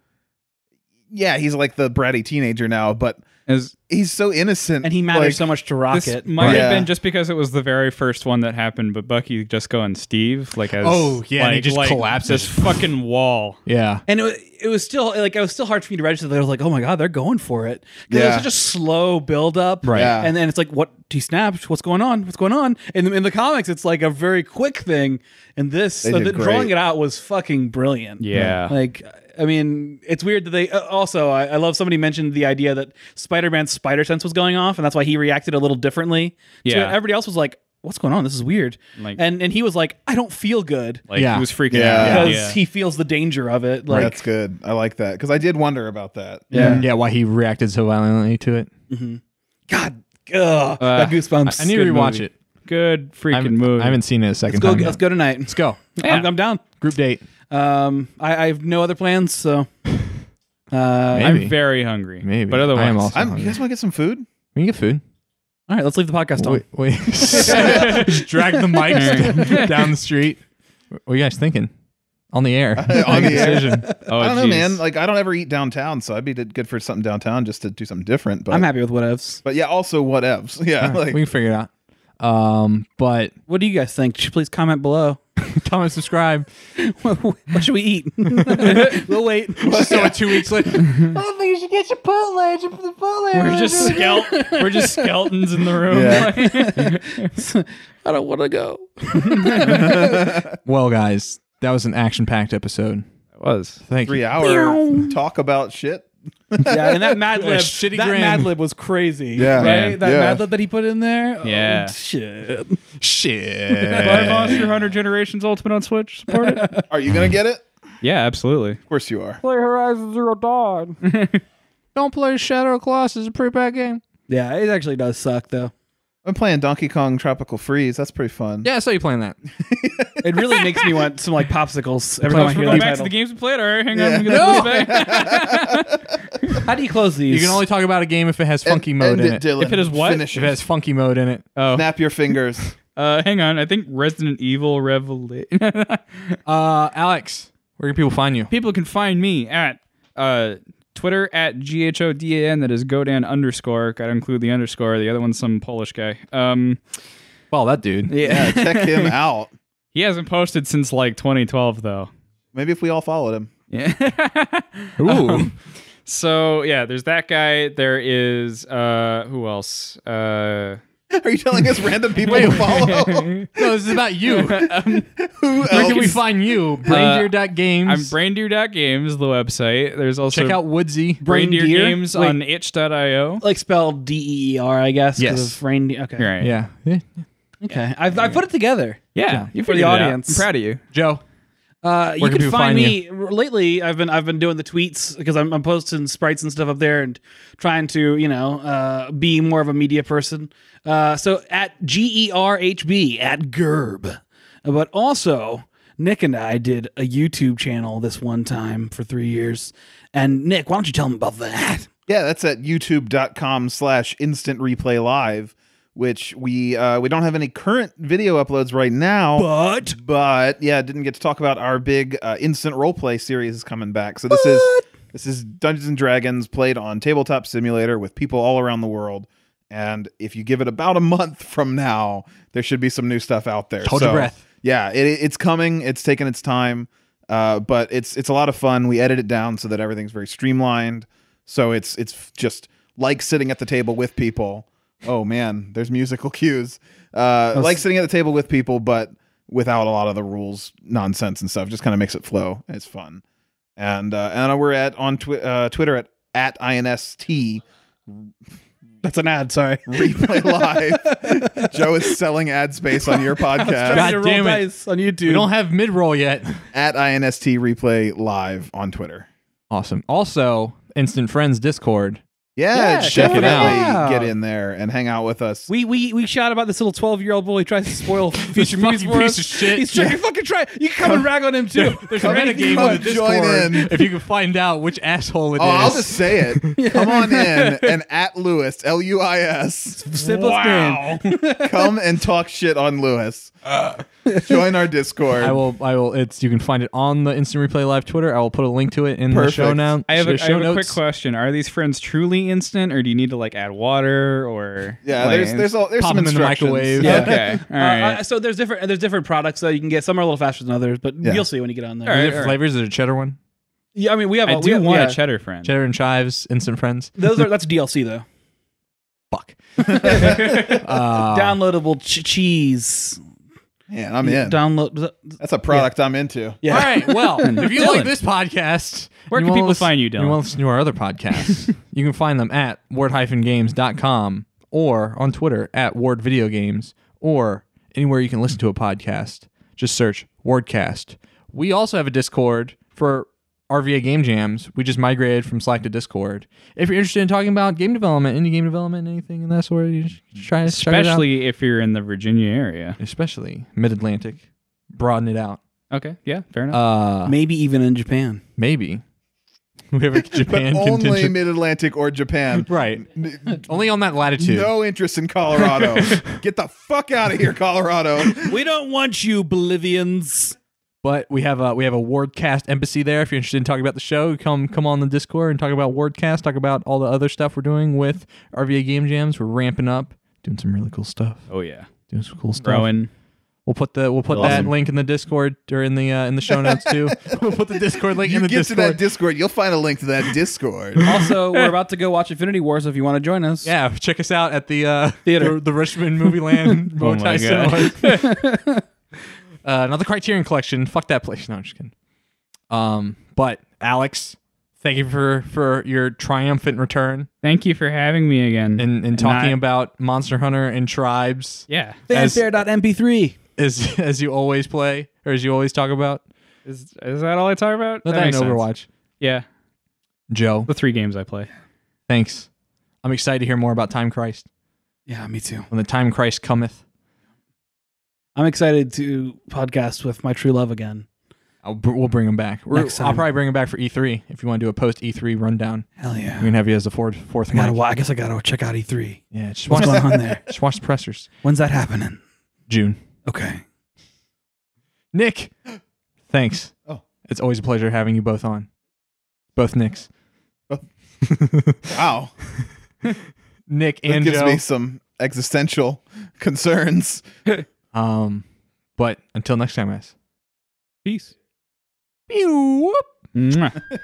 Speaker 2: Yeah, he's like the bratty teenager now, but
Speaker 5: As-
Speaker 2: he's so innocent,
Speaker 3: and he matters
Speaker 2: like-
Speaker 3: so much to
Speaker 5: this
Speaker 3: Rocket.
Speaker 5: might
Speaker 2: Yeah.
Speaker 5: have been just because it was the very first one that happened, but Bucky just going Steve like as
Speaker 4: Oh, yeah, and
Speaker 5: like,
Speaker 4: he just
Speaker 5: like
Speaker 4: collapses.
Speaker 5: this fucking wall.
Speaker 4: Yeah.
Speaker 3: and it was, it was still like it was still hard for me to register that I was like, oh my god, they're going for it. Because it
Speaker 2: Yeah.
Speaker 3: was such a slow build up,
Speaker 4: Right.
Speaker 2: Yeah.
Speaker 3: And then it's like, what he snapped? What's going on? What's going on? And in the comics, it's like a very quick thing. And this,
Speaker 2: They
Speaker 3: so
Speaker 2: did
Speaker 3: the, drawing
Speaker 2: great.
Speaker 3: it out was fucking brilliant.
Speaker 5: Yeah.
Speaker 3: like I mean, it's weird that they uh, also. I, I love somebody mentioned the idea that Spider Man's spider sense was going off, and that's why he reacted a little differently. to
Speaker 5: Yeah.
Speaker 3: it. everybody else was like, "What's going on? This is weird,"
Speaker 5: Like-
Speaker 3: and and he was like, "I don't feel good."
Speaker 5: Like
Speaker 4: Yeah.
Speaker 5: he was freaking
Speaker 2: Yeah.
Speaker 5: out.
Speaker 3: because
Speaker 5: Yeah.
Speaker 3: he feels the danger of it. Like,
Speaker 2: That's good. I like that because I did wonder about that.
Speaker 3: Yeah.
Speaker 4: yeah, why he reacted so violently to it.
Speaker 3: God, ugh, got goosebumps.
Speaker 4: I need to
Speaker 5: good
Speaker 4: rewatch
Speaker 5: movie.
Speaker 4: it.
Speaker 5: Good
Speaker 4: I
Speaker 5: freaking
Speaker 4: haven't,
Speaker 5: movie.
Speaker 4: I haven't seen it a
Speaker 3: Let's
Speaker 4: second
Speaker 3: go.
Speaker 4: time. yet.
Speaker 3: Let's go tonight.
Speaker 4: Let's go.
Speaker 3: I'm, I'm down.
Speaker 4: Group date.
Speaker 3: Um, I, I have no other plans, so. Uh,
Speaker 4: Maybe.
Speaker 5: I'm very hungry.
Speaker 4: Maybe.
Speaker 5: But
Speaker 4: I
Speaker 5: otherwise,
Speaker 4: am also-
Speaker 2: I'm, you guys want to get some food?
Speaker 4: We can get food.
Speaker 3: all right, let's leave the podcast on.
Speaker 4: Wait, wait. Just drag the mics down the street. What are you guys thinking? On the air.
Speaker 2: On the air.
Speaker 5: oh,
Speaker 2: I don't know,
Speaker 5: geez.
Speaker 2: man. Like I don't ever eat downtown, so I'd be d- good for something downtown just to do something different. But
Speaker 3: I'm happy with whatevs.
Speaker 2: But yeah, also whatevs. Yeah, like
Speaker 4: we can figure it out. Um, but
Speaker 3: What do you guys think? Should you please comment below.
Speaker 4: comment, subscribe.
Speaker 3: what should we eat? we'll wait.
Speaker 4: So two weeks later,
Speaker 5: We're just skeleton. We're just skeletons in the room.
Speaker 2: Yeah.
Speaker 3: I don't want to go.
Speaker 4: well, guys, that was an action-packed episode.
Speaker 5: it was.
Speaker 4: Thank
Speaker 2: three
Speaker 4: you.
Speaker 2: hour talk about shit.
Speaker 3: Yeah, and that Mad Lib,
Speaker 4: shitty
Speaker 3: that
Speaker 4: grin.
Speaker 3: Mad Lib was crazy.
Speaker 2: Yeah.
Speaker 3: right.
Speaker 5: Yeah.
Speaker 3: That
Speaker 2: Yeah.
Speaker 3: Mad Lib that he put in there. Oh,
Speaker 5: Yeah.
Speaker 3: shit.
Speaker 5: Buy
Speaker 4: Shit.
Speaker 5: Monster Hunter Generations Ultimate on Switch. Support it.
Speaker 2: Are you gonna get it?
Speaker 5: yeah, absolutely.
Speaker 2: Of course you are.
Speaker 6: Play Horizon Zero Dawn.
Speaker 4: Don't play Shadow of Colossus. It's a pretty bad game.
Speaker 3: Yeah, it actually does suck though.
Speaker 2: I'm playing Donkey Kong Tropical Freeze. That's pretty fun.
Speaker 4: Yeah, I saw you playing that.
Speaker 3: It really makes me want some like popsicles every time I
Speaker 5: We're
Speaker 3: hear
Speaker 5: going
Speaker 3: that
Speaker 5: back to
Speaker 3: title.
Speaker 5: the games we played. All right, hang
Speaker 2: Yeah.
Speaker 5: on. we got this back.
Speaker 3: How do you close these?
Speaker 4: You can only talk about a game if it has
Speaker 2: And-
Speaker 4: funky mode
Speaker 2: end
Speaker 4: in
Speaker 2: it,
Speaker 4: it.
Speaker 2: Dylan.
Speaker 5: If it is what?
Speaker 2: Finish
Speaker 4: If it
Speaker 2: it.
Speaker 4: has funky mode in it.
Speaker 5: Oh,
Speaker 2: Snap your fingers.
Speaker 5: uh, hang on. I think Resident Evil Revelation.
Speaker 4: Uh, Alex, where can people find you?
Speaker 5: People can find me at uh, Twitter at G H O D A N. That is Godan underscore. Gotta include the underscore. The other one's some Polish guy. Um,
Speaker 4: Well, that dude.
Speaker 2: yeah, check him out.
Speaker 5: he hasn't posted since like 2012, though.
Speaker 2: Maybe if we all followed him.
Speaker 4: Ooh.
Speaker 5: So yeah, there's that guy. There is uh who else? Uh
Speaker 2: Are you telling us random people to follow?
Speaker 4: no, this is about you.
Speaker 2: Who
Speaker 4: Where can we
Speaker 2: else?
Speaker 4: find you? Braindeer.games.
Speaker 5: um, I'm braindeer.games, the website. There's also
Speaker 4: Check out Woodsy.
Speaker 5: Reindeer
Speaker 3: Reindeer?
Speaker 5: Games
Speaker 3: Wait.
Speaker 5: on itch.io.
Speaker 3: like spelled D E E R, I guess. 'cause
Speaker 4: Yes.
Speaker 3: Of reindeer. Okay.
Speaker 5: Right.
Speaker 4: Yeah. yeah.
Speaker 3: Okay. I've, I put it together.
Speaker 5: Yeah. You
Speaker 3: For the
Speaker 5: figured it out.
Speaker 3: audience.
Speaker 5: I'm proud of you.
Speaker 4: Joe.
Speaker 3: Uh, you
Speaker 4: Where
Speaker 3: can
Speaker 4: can people
Speaker 3: find
Speaker 4: find
Speaker 3: me lately. I've been I've been doing the tweets because I'm, I'm posting sprites and stuff up there and trying to you know uh, be more of a media person. Uh, so at G E R H B at Gerb, but also Nick and I did a YouTube channel this one time for three years. And Nick, why don't you tell them about that?
Speaker 2: Yeah, that's at youtube.com slash instant replay live, which we uh, we don't have any current video uploads right now.
Speaker 3: But
Speaker 2: but yeah, didn't get to talk about our big uh, instant roleplay series is coming back. So this is this is Dungeons and Dragons played on tabletop simulator with people all around the world. And if you give it about a month from now, there should be some new stuff out there.
Speaker 4: Hold your breath.
Speaker 2: Yeah, it, it's coming. It's taking its time, uh, but it's it's a lot of fun. We edit it down so that everything's very streamlined. So it's it's just like sitting at the table with people. Oh man, there's musical cues. Uh, like sitting at the table with people, but without a lot of the rules nonsense and stuff. Just kind of makes it flow. It's fun. And uh, and we're at on twi- uh, Twitter at at inst
Speaker 3: that's an ad. Sorry.
Speaker 2: replay live. Joe is selling ad space on your podcast
Speaker 4: God
Speaker 3: Roll
Speaker 4: damn it.
Speaker 3: dice on YouTube.
Speaker 4: We don't have mid roll yet.
Speaker 2: at inst replay live on Twitter.
Speaker 4: Awesome. Also, Instant Friends Discord.
Speaker 2: Yeah,
Speaker 3: check
Speaker 2: definitely
Speaker 3: it out.
Speaker 2: get in there and hang out with us.
Speaker 3: We we we shout about this little twelve year old boy who tries to spoil future movies
Speaker 4: fucking
Speaker 3: for us.
Speaker 4: piece of shit.
Speaker 3: He's trying to fucking try. You can come, and rag on him too.
Speaker 4: There's
Speaker 2: Come-
Speaker 4: a renegade
Speaker 2: come
Speaker 4: on the Discord.
Speaker 2: join in.
Speaker 4: If you can find out which asshole it is.
Speaker 2: Oh, I'll just say it. Come on in and at Lewis, L U I S.
Speaker 3: Simplest wow.
Speaker 2: Come and talk shit on Lewis. Join our Discord.
Speaker 4: Uh. I will. I will. It's you can find it on the Instant Replay Live Twitter. I will put a link to it in
Speaker 2: Perfect.
Speaker 4: the show now.
Speaker 5: I have, a,
Speaker 4: show
Speaker 5: I have a quick
Speaker 4: notes.
Speaker 5: question. Are these friends truly instant or do you need to like add water or
Speaker 2: Yeah,
Speaker 5: like-
Speaker 2: there's there's all there's
Speaker 4: Pop
Speaker 2: some
Speaker 4: them in the
Speaker 2: instructions.
Speaker 4: microwave.
Speaker 2: Yeah.
Speaker 5: Okay. All right.
Speaker 3: Uh, so there's different there's different products that you can get. Some are a little faster than others, but
Speaker 2: Yeah.
Speaker 3: you'll see when you get on there.
Speaker 5: All
Speaker 4: Is
Speaker 5: right.
Speaker 4: it flavors? Is it a cheddar one?
Speaker 3: Yeah, I mean we have.
Speaker 5: I
Speaker 3: a- we
Speaker 5: do
Speaker 3: have-
Speaker 5: want
Speaker 3: yeah.
Speaker 5: a cheddar friend.
Speaker 4: Cheddar and chives, instant friends.
Speaker 3: Those are that's DLC though.
Speaker 4: Fuck. uh, Oh.
Speaker 3: Downloadable ch- cheese.
Speaker 2: Man, I'm in.
Speaker 3: Download.
Speaker 2: That's a product I'm into.
Speaker 3: Yeah.
Speaker 4: All right. Well, if you
Speaker 5: Dylan.
Speaker 4: like this podcast,
Speaker 5: Where
Speaker 4: and
Speaker 5: can
Speaker 4: you wanna
Speaker 5: people
Speaker 4: listen-
Speaker 5: find you, Dylan?
Speaker 4: You want to listen to our other podcasts? you can find them at word-games.com or on Twitter at Ward Video Games or anywhere you can listen to a podcast. Just search Wardcast. We also have a Discord for RVA Game Jams. We just migrated from Slack to Discord. If you're interested in talking about game development, any game development, anything in that sort, you should try to check it out.
Speaker 5: Especially if you're in the Virginia area.
Speaker 4: especially mid-Atlantic, broaden it out.
Speaker 5: Okay. Yeah. Fair enough.
Speaker 4: Uh,
Speaker 3: Maybe even in Japan.
Speaker 4: Maybe. We have a
Speaker 2: But
Speaker 4: Japan
Speaker 2: only
Speaker 4: contingent.
Speaker 2: Mid Atlantic or Japan.
Speaker 4: right. only on that latitude.
Speaker 2: No interest in Colorado. Get the fuck out of here, Colorado.
Speaker 3: We don't want you, Bolivians.
Speaker 4: But we have a we have a Wardcast embassy there. If you're interested in talking about the show, come come on the Discord and talk about Wardcast. Talk about all the other stuff we're doing with RVA Game Jams. We're ramping up, doing some really cool stuff.
Speaker 5: oh yeah.
Speaker 4: Doing some cool stuff.
Speaker 5: Growing.
Speaker 4: We'll put the we'll put
Speaker 5: Awesome.
Speaker 4: that link in the Discord or in the uh, in the show notes too. we'll put the Discord link
Speaker 2: You
Speaker 4: in the
Speaker 2: get
Speaker 4: Discord.
Speaker 2: to that Discord, you'll find a link to that Discord.
Speaker 3: Also, we're about to go watch Infinity War, so if you want to join us,
Speaker 4: yeah, check us out at the uh,
Speaker 3: Theater.
Speaker 4: the, the Richmond Movie Land
Speaker 5: Oh my
Speaker 4: Motai Cinemas. uh, not the Criterion Collection. Fuck that place. No, I'm just kidding. Um, but Alex, thank you for for your triumphant return
Speaker 5: Thank you for having me again.
Speaker 4: and and talking
Speaker 5: I-
Speaker 4: about Monster Hunter and Tribes
Speaker 5: Yeah.
Speaker 4: As-
Speaker 3: fanfare.mp3.
Speaker 4: as as you always play or as you always talk about.
Speaker 5: Is, is that all I talk about?
Speaker 4: Not
Speaker 5: That
Speaker 4: that in
Speaker 5: makes sense.
Speaker 4: Overwatch.
Speaker 5: Yeah.
Speaker 4: Joe,
Speaker 5: The three games I play.
Speaker 4: thanks. I'm excited to hear more about Time Christ
Speaker 3: Yeah, me too.
Speaker 4: when the Time Christ cometh.
Speaker 3: I'm excited to podcast with my true love again.
Speaker 4: I'll, br- we'll bring him back. We're,
Speaker 3: Next
Speaker 4: I'll
Speaker 3: time.
Speaker 4: probably bring him back for E3 if you want to do a post E3 rundown.
Speaker 3: Hell yeah.
Speaker 4: We can have you as the fourth fourth
Speaker 3: I, gotta,
Speaker 4: mic.
Speaker 3: wa- I guess I gotta check out E3.
Speaker 4: Yeah, just watch
Speaker 3: What's going on there?
Speaker 4: just watch the pressers.
Speaker 3: When's that happening?
Speaker 4: June.
Speaker 3: Okay.
Speaker 4: Nick, thanks.
Speaker 2: Oh.
Speaker 4: it's always a pleasure having you both on. Both Nicks,
Speaker 2: Oh. Wow.
Speaker 4: Nick
Speaker 2: That
Speaker 4: and
Speaker 2: gives
Speaker 4: Joe.
Speaker 2: me some existential concerns.
Speaker 4: Um, but until next time, guys.
Speaker 5: Peace.
Speaker 4: Pew.
Speaker 5: Mwah.